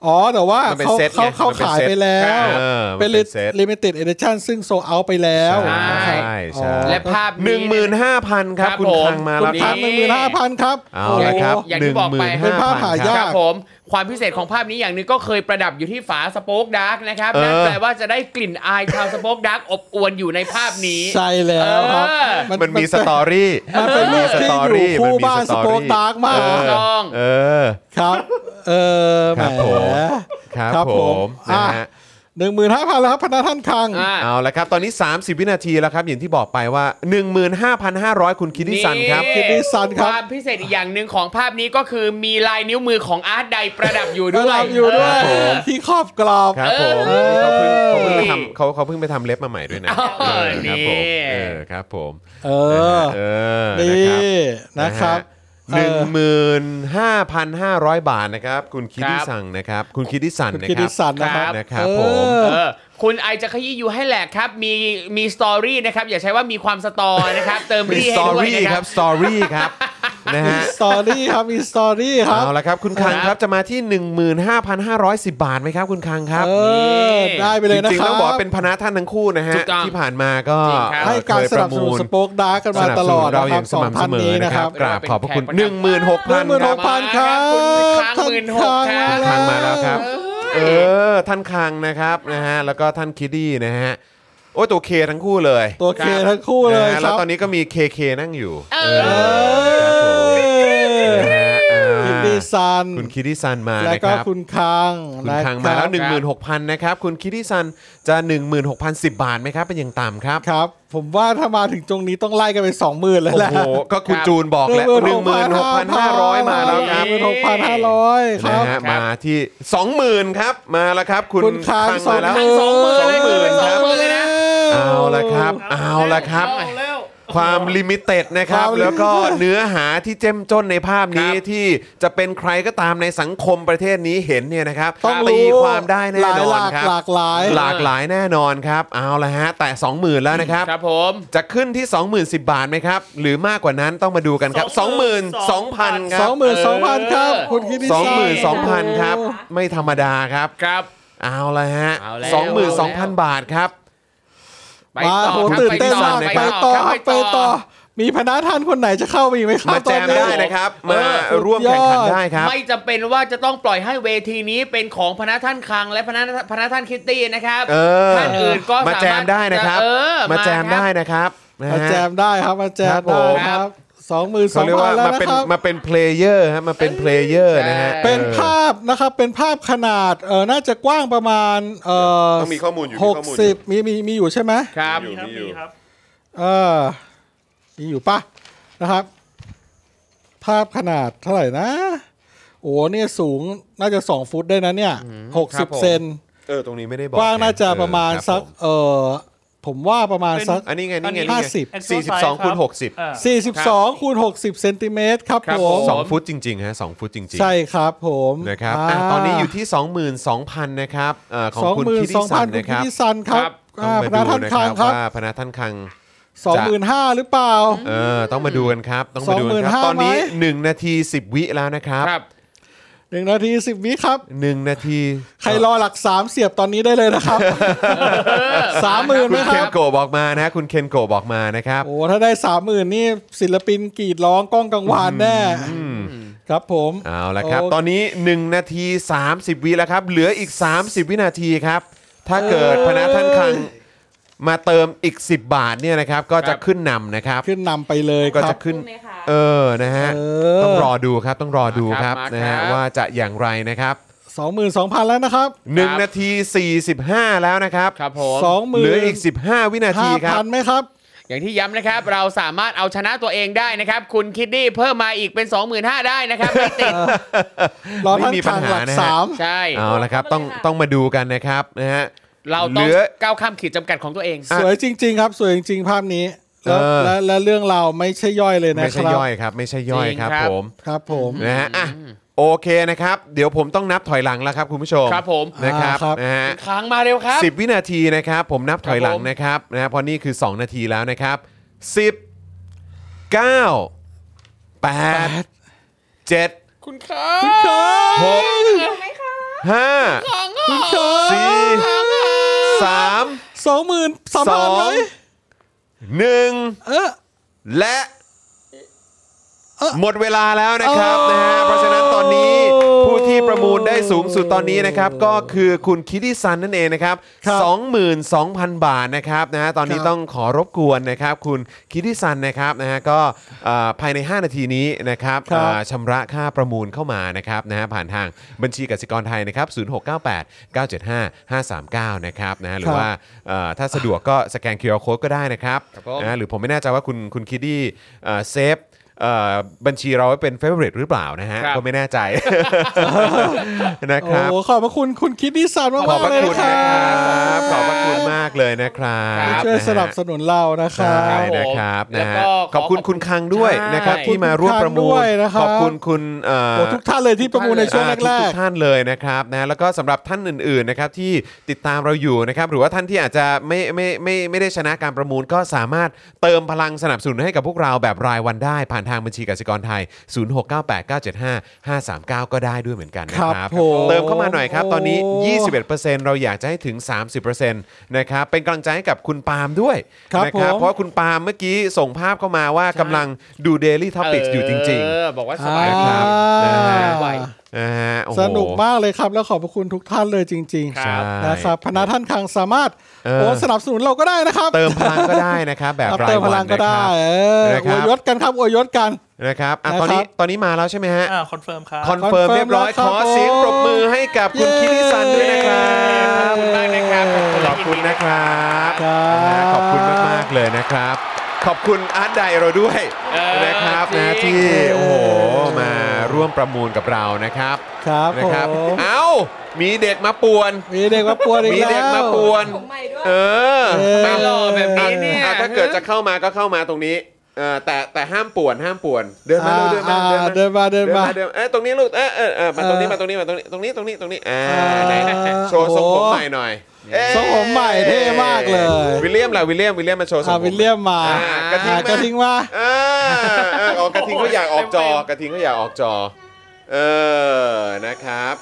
อ๋อ แต่ว่าม นเป็น เขา เซ็ตไง เขาเขา มันเป็น ขาย เซ็ต ไปแล้ว เออมันเป็ เป็น น เซ็ต limited edition ซึ่งโซเอาไปแล้ว ใช่ใช่ และภาพ หนึ่งหมื่น นะ ห้าพันครับ ครับ คุณ ผม คังมาแล้ว คุณ ค คั รับ ง หนึ่งหมื่นห้าพันครับ เอาละครับ อย่างที่บอกไป 15,000 เป็นภาพหา ค ยา รับ ก ครับผม ความพิเศษของภาพนี้อย่างหนึงก็เคยประดับอยู่ที่ฝาสโป๊กดาร์กนะครับ เออ นั่นแปลว่าจะได้กลิ่นอายชาวสโป๊กดาร์กอบอวนอยู่ในภาพนี้ ใช่แล้วครับ เออ มันมีสตอรี่ มันเป็นรูปที่อยู่คู่บ้านสโปกตาร์กมาก เออ ต้อง เออ ครับ เออแห ครับผม ม ครับ ครับ ผ ผม ม นะ อ่ะ ฮะ หนึ่งหมื่นห้าพันแล้วครับพนักท่านคลัง อ่า เอาละครับ ตอนนี้ 30 วินาทีแล้วครับ อย่างที่บอกไปว่า 15,500 คุณคิดดิสันครับ คิดดิสันครับ ความพิเศษอีกอย่างหนึ่งของภาพนี้ก็คือมีลายนิ้วมือของอาร์ตใดประดับอยู่ ก็ ด้วย รับอยู่ด้วย เออ ที่ครอบกรอบ ครับผม เออ เขาเพิ่งเขาเพิ่งไป นี่ ทำเขาเขาเพิ่งไปทำเล็บมาใหม่ด้วยนะ อ๋อ เออครับผมเออครับผมนี่เออ เออ นี นะครับ ่นะครับ หนึ่งหมื่นห้าพันห้าร้อยบาทนะครับ คุณคิดดิสันนะครับ คุณคิดดิสัน คุณ นะ กิ ค ติ รับ สันนะครับ ครับนะครับผเออม เออคุณไอจะขยี้อยู่ให้แหลกครับ มีมีสตอรี่นะครับ อย่าใช้ว่ามีความสตอนะครับ เติม มี รี่ ส ให้ ตอ ด้วย รี่ นะ ค ค รั รั บบ สตอรี่ครับนะ มี ฮะ สตอรี่ครับมีสตอรี่ครับ เอาละครับ คุณคังครับจะมาที่ 15,510 บาทไหมครับ คุณคังครับ เออ ได้ไป จ เลยนะ ริง ค ๆ รั ต้ บ องบอกว่าเป็นพนักท่านทั้งคู่นะฮะ ถูกต้อง ที่ผ่านมาก็ จริงครับ ให้การสนับสนุน เคยประสมูล โป๊กดาร์กกันมาตลอด สนับสนุนเราอนะครั ย่า บ งส สอง ม่ำ ท่า เสมนอ นี้ นะ นะ ค ค รั รั บบ กราบขอบพระคุณ 16,000 หนึ่งหมื่นหก ครับ พันครับ ขอบคุณครัท่านคับท่านคลั ง ง มา มา แล้ แล้ว ว ค ค รั รับ บ เออท่านคังนะครับนะฮะแล้วก็ท่านคิดดี้นะฮะโอ้ยตัวเคทั้งคู่เลย ตัวเคทั้งคู่เลย นะฮะ ค แล้ว รับ ตอนนี้ก็มี KK นั่งอยู่ เออ เออเอครับผม อ นะฮะอ่า คุณดีซัน คุณคิดดิซันมา แล้ว นะค ก็ รับ คุณคัง คุณ นะ คังมาแล้ว ครับ 16,000นะครับ คุณคิดดิซันจะ 16,010 บาทไหมครับ เป็นอย่างต่ำครับ ครับ ผมว่าถ้ามาถึงตรงนี้ต้องไล่กันไปสองหมื่นแล้ว โอ้ แหละ โห ก็คุณจูนบอกแล้ว 16,500 มาแล้วครับ หนึ่งหมื่นหกพันห้าร้อยค นะ รับ ฮะมาที่ 20,000 ครับ มาแล้วครับ คุณ คุณคัง คังมาแล้ว 20,000 สองหมื่นเลยคือเป็นสองหมื่นเลยนะ เอาละครับ เอาละครับ เอาแล้ว ความลิมิเต็ดนะครับ ความ limited แล้ว ก็เนื้อหาที่เจ้มจ้นในภาพนี้ ครับ ที่จะเป็นใครก็ตามในสังคมประเทศนี้เห็นเนี่ยนะครับ ต้อง ตี รู้ ความได้แน่นอนครับ หลากหลาย หลากหลายแน่นอนครับ เอาละฮะ แต่ 20,000 แล้วนะครับ ครับผม จะขึ้นที่ 20,010 บาทไหมครับ หรือมากกว่านั้นต้องมาดูกันครับ22,000 22,000 ค ส รั อบงหมื่นสองพันครับ เออ คุณคิดดีซัน 22,000 ครับ ไม่ธรรมดาครับ ครับ เอาละฮะ เอาแล้ว 22,000 บาทครับ ไป มา ต่อ โห ครับ ตื่นเต้น ไปต่อ มาก ครับ ไปต่อค ครับ รับ ไปต่อ มีพนักท่านคนไหนจะเข้ามาอีกไหมครับ มาแจม ตอนนี้ ได้นะครับ มา เออ ร่วมแข่งขัน สุดยอด ได้ครับ ไม่จำเป็นว่าจะต้องปล่อยให้เวทีนี้เป็นของพนักท่านคัง และพนักพนักท่านคิตตี้นะครับ เออ ท่านอื่นก็ มาแจมได้นะครับ เออ มาแจม ครับ ได้นะครับนะฮะ มาแจมได้ครับมาแจม ครับผได้ม ครับสองหมื่นส เขา อง เรียก พั ว่าน แล้ว มา นะ เป็น ครับ มาเป็นเพลเยอร์ฮะมาเป็นเพลเยอร์นะฮะ ใช่ เป็นพภาพนะครับเป็นภาพขนาดเออน่าจะกว้างประมาณเออ ต้องมีข้อมูลอยู่มี ห ข้ ก อมูลอยู่ สิบมีมีมีอยู่ใช่ไหม ครับ มีครับมีครับ เออมีอยู่ปะนะครับ ภาพขนาดเท่าไหร่นะ โอ้เนี่ยสูงน่าจะสองฟุตได้นะเนี่ยหก ครั สิ บบ ผม เซน เออตรงนี้ไม่ได้บอก กว้างน่าจะ เออ ประมาณ คบ สัก ผ เออผมว่าประมาณสัก อันนี้ไง อั นี่ไงนนี่นี้ไง ห้าสิบ สี่สิบสองคูณหกสิบ อ่า 42คูณ60เซนติเมตรครับ ครับ ผ ผม ม สองฟุตจริงๆฮะสองฟุตจริงๆ ใช่ครับผม นะครับอ่ะตอนนี้อยู่ที่ 22,000นะครับเอ่อของคุณคิดดิสัน 22,000คุณ นะค พิ รับ ธิสันครับ ครับ ต้อง อ่า มา พระ ดู ท่าน นะครับคังครับ ว่าพนักท่านคัง 25,000หรือเปล่า เออต้องมาดูกันครับ ต้องมาดูกันครับ 25,000 ตอนนี้ ไหม 1 นาที 10 วิแล้วนะครับ ครับ 1 นาที 10 วิครับ 1 นาที ใครรอหลัก 3 เสียบตอนนี้ได้เลยนะครับ 30,000ไหม คุณ ค เคน รับ โกะบอกมานะ คุณเคนโกะบอกมานะครับ โอ้ถ้าได้ 30,000 นี่ศิลปินกรีดร้องกล้องกังวานแน่ครับผม เอาละครับ โ ตอนนี้ 1 นาที 30 วิแล้วครับ เหลืออีก 30 วินาทีครับ ถ้าเกิดพนักท่านคังมาเติมอีก 10 บาทเนี่ยนะครับ ก็จะ ครับ ขึ้นนำนะครับ ขึ้นนำไปเลยค ก็ รั จะ บ ขึ้น ไหมคะ เออนะฮะ เออ ต้องรอดูครับต้องรอดูครับ มาครับ นะฮะ มาครับ ว่าจะอย่างไรนะครับ 22,000 แล้วนะครับ 1 นาที 45 แล้วนะครับ ครับผม 20,000 เหลืออีก 15 วินาทีครับ 5,000ไหมครับ อย่างที่ย้ำนะครับ เราสามารถเอาชนะตัวเองได้นะครับ คุณคิดดี้เพิ่มมาอีกเป็น 25,000 ได้ นะครับ ไม่ติด รอ ไม่ ท่าน มีปั คั ญ ง หา หลัก นะฮะ สาม ใช่ เอาละครับต้องต้องมาดูกันนะครับนะฮะ เรา เห ต้อง ลือ ก้าวข้ามขีดจำกัดของตัวเอง อ่ะ สวยจริง ๆ ครับ สวยจริง ๆ ภาพนี้ แล้ว เออ และและเรื่องเราวไม่ใช่ย่อยเลยนะ ไม่ ค ใช่ รับ ย่อยครับ ไม่ใช่ย่อย จริง ครับ ครับ ผม ครับผม นะฮะอ่ะโอเคนะครับ เดี๋ยวผมต้องนับถอยหลังแล้วครับคุณผู้ชม ครับผม นะครับ อ่าครับ นะฮะ ค้างมาเร็วครับ สิบวินาทีนะครับ ผมนับถอยหลังนะครับนะฮะเพราะนี่คือ 2 นาทีแล้วนะครับสิบเก้าแปดเจ็ด คุณครับ หกห้าสี่สาม สองหมื่นสาม ส พั อน ไหม งหนึ่ง เออ และ เอ่อ หมดเวลาแล้วนะครับ โอ้ นะฮะเพราะฉะนั้นตอนนี้ ผู้ที่ประมูลได้สูงสุดตอนนี้นะครับ ก็คือคุณคิติซันนั่นเองนะครับ ครับ 22,000 บาทนะครับนะฮะตอนนี้ ครับ ต้องขอรบกวนนะครับ คุณคิติซันนะครับนะฮะก็เอ่อภายใน 5 นาทีนี้นะครับ ครับ อ่าชำระค่าประมูลเข้ามานะครับนะฮะผ่านทางบัญชีกสิกรไทยนะครับ0698 975 539นะครับนะฮะหรือว่าเอ่อถ้าสะดวกก็สแกน QR Code ก็ได้นะครับ ครับผม นะฮะหรือผมไม่แน่ใจว่าคุณคุณคิดี้เซฟเอ่อบัญชีเราไว้เป็นเฟ v o r i t e หรือเปล่านะฮะ ครับ ก็ไม่แน่ใจ นะครับ โอ้ขอบพระคุณคุณคิดดิสันมาก ขอบ ๆ พระ เลย คุณ นะค นะ รั ครับ บ ขอบพระคุณมากเลยนะครับ ที่ช่วยสนับสนุนเรานะค ใช รับ ่นะครับ แล้ นะ ว ฮะ ก็ขอ ขอบคุณคุณคังด้วย ใช่ นะครับ ขอบคุณ ที่มาร่วมประมู คุณคังด้ ล วยนะครับ ขอบคุณคุณเอ่อ โอ้ทุกท่านเลยที่ประมูลในช่วงแร ทุ ก กๆท่านเลยนะครับนะแล้วก็สำหรับท่านอื่นๆนะครับที่ติดตามเราอยู่นะครับหรือว่าท่านที่อาจจะไม่ไม่ไม่ไม่ได้ชนะการประมูลก็สามารถเติมพลังสนับสนุนให้กับพวกเราแบบรายวันได้ ผ่านทางบัญชีกสิกรไทย 0698975539 ก็ได้ด้วยเหมือนกันนะค ค รั รั บบ ผม เติมเข้ามาหน่อยครับ ตอนนี้ โอ้ 21%เราอยากจะให้ถึง 30%นะครับเป็นกำลังใจให้กับคุณปาล์มด้วย ครับ นะ ผม เพราะว่าคุณปาล์มเมื่อกี้ส่งภาพเข้ามาว่ากำลังดู Daily Topics อยู่จริง เอ ๆ อบอกว่า ๆ สบาย ค ดี รับ อ่า นะฮะ นะฮะโอ้โห สนุกมากเลยครับ แล้วขอบพระคุณทุกท่านเลยจริง ครับ ๆนะครับพนักท่านคังสามารถ เออ โอนสนับสนุนเราก็ได้นะครับ เติมพลังก็ได้นะครับ แบบ ครับ รายวัน เติมพลังก็ได้ นะครับ เออ นะค อ รับ วยยศกันครับอวยยศกัน นะครับอ่ะ นะคตรับอนนี้ตอนนี้มาแล้วใช่ไหมฮะ อ่าคอนเฟิร์มครับ คอนเฟิร์ม confirm เรียบร้อย แล้วครั ข บ อเสียงปรบมือให้กับคุณ เย้ คิริซันด้วยนะครับ ขอบคุณมากนะครับ ขอบคุณนะครับ ครับ นะฮะขอบคุณมาก ๆ เลยนะครับ ขอบคุณอาร์ตไดเราด้วย เออ นะครับ จริง นะที่โอ้โห เออ มาร่วมประมูลกับเรานะครับ ครับ นะ ผ ครับ ม เอ้ามีเด็กมาป่วน มีเด็กมาปวนอีก มี แล้ว เด็กมาป่วน ของใหม่ด้วย เออ เออ ไม่ ไม่ หรหล่ อ อก แบบนี้เนี่ย อ่ะถ้าเกิดจะเข้ามาก็เข้ามาตรงนี้เออแต่แต่ห้ามป่วนห้ามป่วน เดินมาเร็วเดินมา อ่า เดินมา เดินมาเดินเดินมาเอ้ยตรงนี้ลูกเอยเอยเอยมาตรงนี้ เออ มาตรงนี้มาตรงนี้ตรงนี้ตรงนี้ตรงนี้อ่า เออ ไหนโชว์ทรงผมใหม่หน่อยเอ้ย ทรงผมใหม่เท่มากเลย วิลเลียมล่ะวิลเลียมวิลเลียมมาโชว์ทรง อ่า ผม วิลเลียมมา อ่ะกระทิ อ่าง กระทิงมา อ่าอ่าอ๋อกระทิงเขาอยากออกจอกระทิงเขาอยากออกจอ เออนะครับ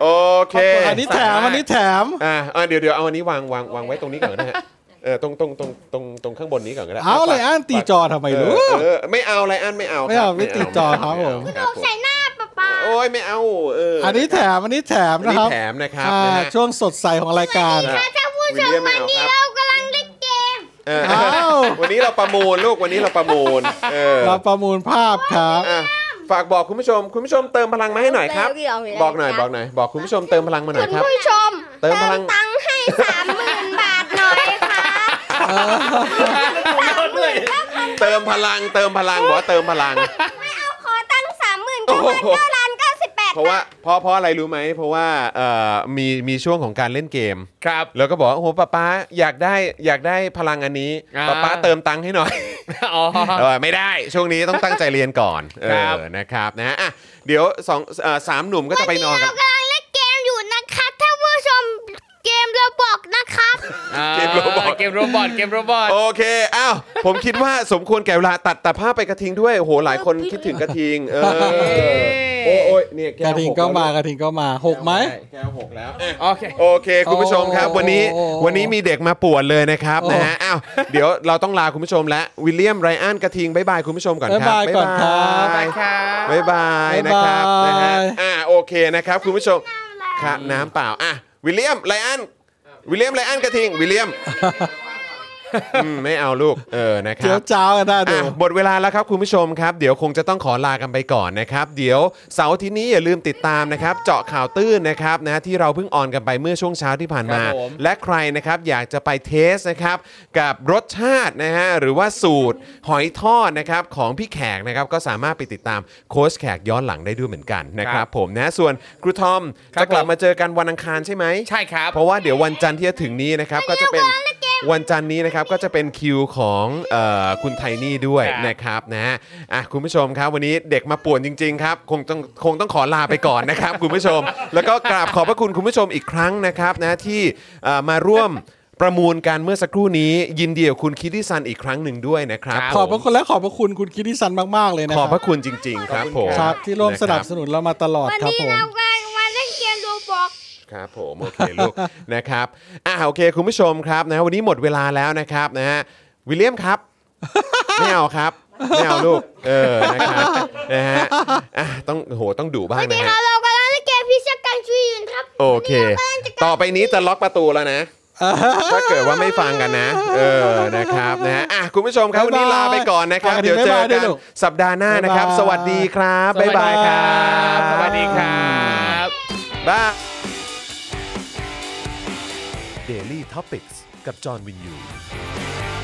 โอเค อันนี้แถมอันนี้แถม อ่าอ่าเดี๋ยวเดี๋ยวเอาอันนี้วางวางวางไว้ตรงนี้ก่อนนะฮะ เออตรงตรงตรงตรงตรงข้างบนนี้ก่อนก็ได้ เอาเลยอันตีจอทำไม ไม่รู้ รู้ เออไม่เอาไรอันไม่เอาครับ ไม่เอาไม่ติดจอครับผม ไเอา ใส่หน้าป้าป้า โอ้ยไม่เอาเออ อั อั นนี้แถมอันนี้แถม อัน นะ นี้ ครับ แถมนะครับ อ่า นะฮะ ช่วงสดใสของรายการ อ่ะ ค่ะท่านผู้ชวิลมเลียม วันนี้ เอาครับ เรากำลังเล่นเกม เออ อ้าว วันนี้เราประมูลลูกวันนี้เราประมูลเออ เราประมูลภาพครับ อ่ะฝากบอกคุณผู้ชม คุณผู้ชมเติมพลังมาให้หน่อยครับ เดี๋ยวเดี๋ยว บอกหน่อยบอกหน่อยบอกคุณผู้ชมเติมพลังมาหน่ คุ อย ณ ครับ ผู้ชม เติมพลัง ตังค์ให้สามหมื่นบาทหน่อยค่ะ เติมพลังเติมพลังบอกว่าเติมพลัง ไม่เอาขอตังค์สามหมื่น โอ้ เก้า โห พันเก้าร้านเก้าสิบแปด เพราะว่าเพราะเพราะอะไรรู้ไหมเพราะว่าเอ่อมีมีช่วงของการเล่นเกม ครับ แล้วก็บอกว่าโอ้โหป้าป้าอยากได้อยากได้พลังอันนี้ อ่า ป้าป้าเติมตังค์ให้หน่อย อ๋อ เออไม่ได้ช่วงนี้ต้องตั้งใจเรียนก่อนเอ ครั อบ นะครับนะฮะอ่ะเดี๋ยวสองเอ่อสามหนุ่มก็จะไปนอนกัน กำลังเล่นเกมอยู่นะคะท่านผู้ชมเกมเราบอกนะครับ เกมโรบอท เกมโรบอทเกมโรบอท โอเคอ้าวผมคิดว่าสมควรแก่เวลาตัดตัดภาพไปกระทิงด้วยโอ้โหหลายคนคิดถึงกระทิงเออโอ้ยโอ้ยเนี่ยแว กระทิงก็มากระทิงก็มาหกไหม แก้วหกแล้วอ่ะ โอเค โอเค คุณผู้ชมครับ โอ้ วันนี้ โอ้ วันนี้มีเด็กมาปวดเลยนะครับ โอ้ นะฮะอ้าวเดี๋ยวเราต้องลาคุณผู้ชมแล้ววิลเลียมไรอันกระทิงบายบายคุณผู้ชมก่อนครับ บ๊ายบายก่อนครับ บาย ครับ บายบาย บ๊ายนะคบายรับนะฮะอ่าโอเคนะครับ คุณผู้ชมครับน้ำเปล่าอ่ะวิลเลียมไรอันวิลเลียมไรอันกระทิงวิลเลียม อืมไม่เอาลูกเออนะค เจี รั ยว บ จ้าวกันได้ดู อ่ะหมดเวลาแล้วครับคุณผู้ชมครับ เดี๋ยวคงจะต้องขอลากันไปก่อนนะครับ เดี๋ยวเสาร์อาที่นี้อย่าลืมติดตามนะครับ เจาะข่าวตื้นนะครับนะที่เราเพิ่งออนกันไปเมื่อช่วงเช้าที่ผ่านมา ครับผม และใครนะครับอยากจะไปเทสนะครับกับรสชาตินะฮะหรือว่าสูตรหอยทอดนะครับของพี่แขกนะครับก็สามารถไปติดตามโค้ชแขกย้อนหลังได้ด้วยเหมือนกันนะครับผมนะส่วนครูทอม ครับ จะกลับ ผม มาเจอกันวันอังคารใช่ไหม ใช่ครับ เพราะว่าเดี๋ยววันจันทร์ที่จะถึงนี้นะครับก็จะเป็นวันจันทร์นี้นะครับก็จะเป็นคิวของเออคุณไทนี่ด้วย ครับ นะครับนะฮะอ่ะคุณผู้ชมครับ วันนี้เด็กมาป่วนจริง ๆ ครับ คงต้องคงต้องขอลาไปก่อนนะครับ คุณผู้ชม แล้วก็กราบขอบพระคุณคุณผู้ชมอีกครั้งนะครับนะที่เอ่อมาร่วม ประมูลกันเมื่อสักครู่นี้ ยินดีกับคุณคิดดิซันอีกครั้งหนึ่งด้วยนะครับ ขอบพระคุณและขอบพระคุณคุณคิติสันมากๆเลยนะ ข ค อบพ รับ ระคุณจริง ๆ ครับผม ครับ ที่ร่วมสนับ ะค สนุนเรามาตลอด วัน ครับ นี้ ผม เรากำลังมาเล่นเกมโรบอก ครับผมโอเคลูก นะครับอ่าโอเคคุณผู้ชมครับนะวันนี้หมดเวลาแล้วนะครับนะฮะวิลเลียมครับ ไม่เอาครับไม่เอาลูกเออนะครับนะฮะอ่ะต้องโอ้โหต้องดุบ้าง วัน นะ นี้ ฮะ เรากำลังจะเก็บพิชาการช่วยยืนครับ โอเค ต่อไปนี้จะล็อกประตูแล้วนะ ถ้าเกิดว่าไม่ฟังกันนะ เออนะครับนะฮะอ่ะคุณผู้ชมครับวันนี้ลาไปก่อนนะครับ อ่ะ เดี๋ยวเจอ บ๊ายบายกัด้วน ยลูก สัปดาห์หน้านะครับ บ๊ายบาย สวัสดีครับบ๊ายบายครับ สวัสดีครับ บ้าย Daily Topics กับจอห์นวินยู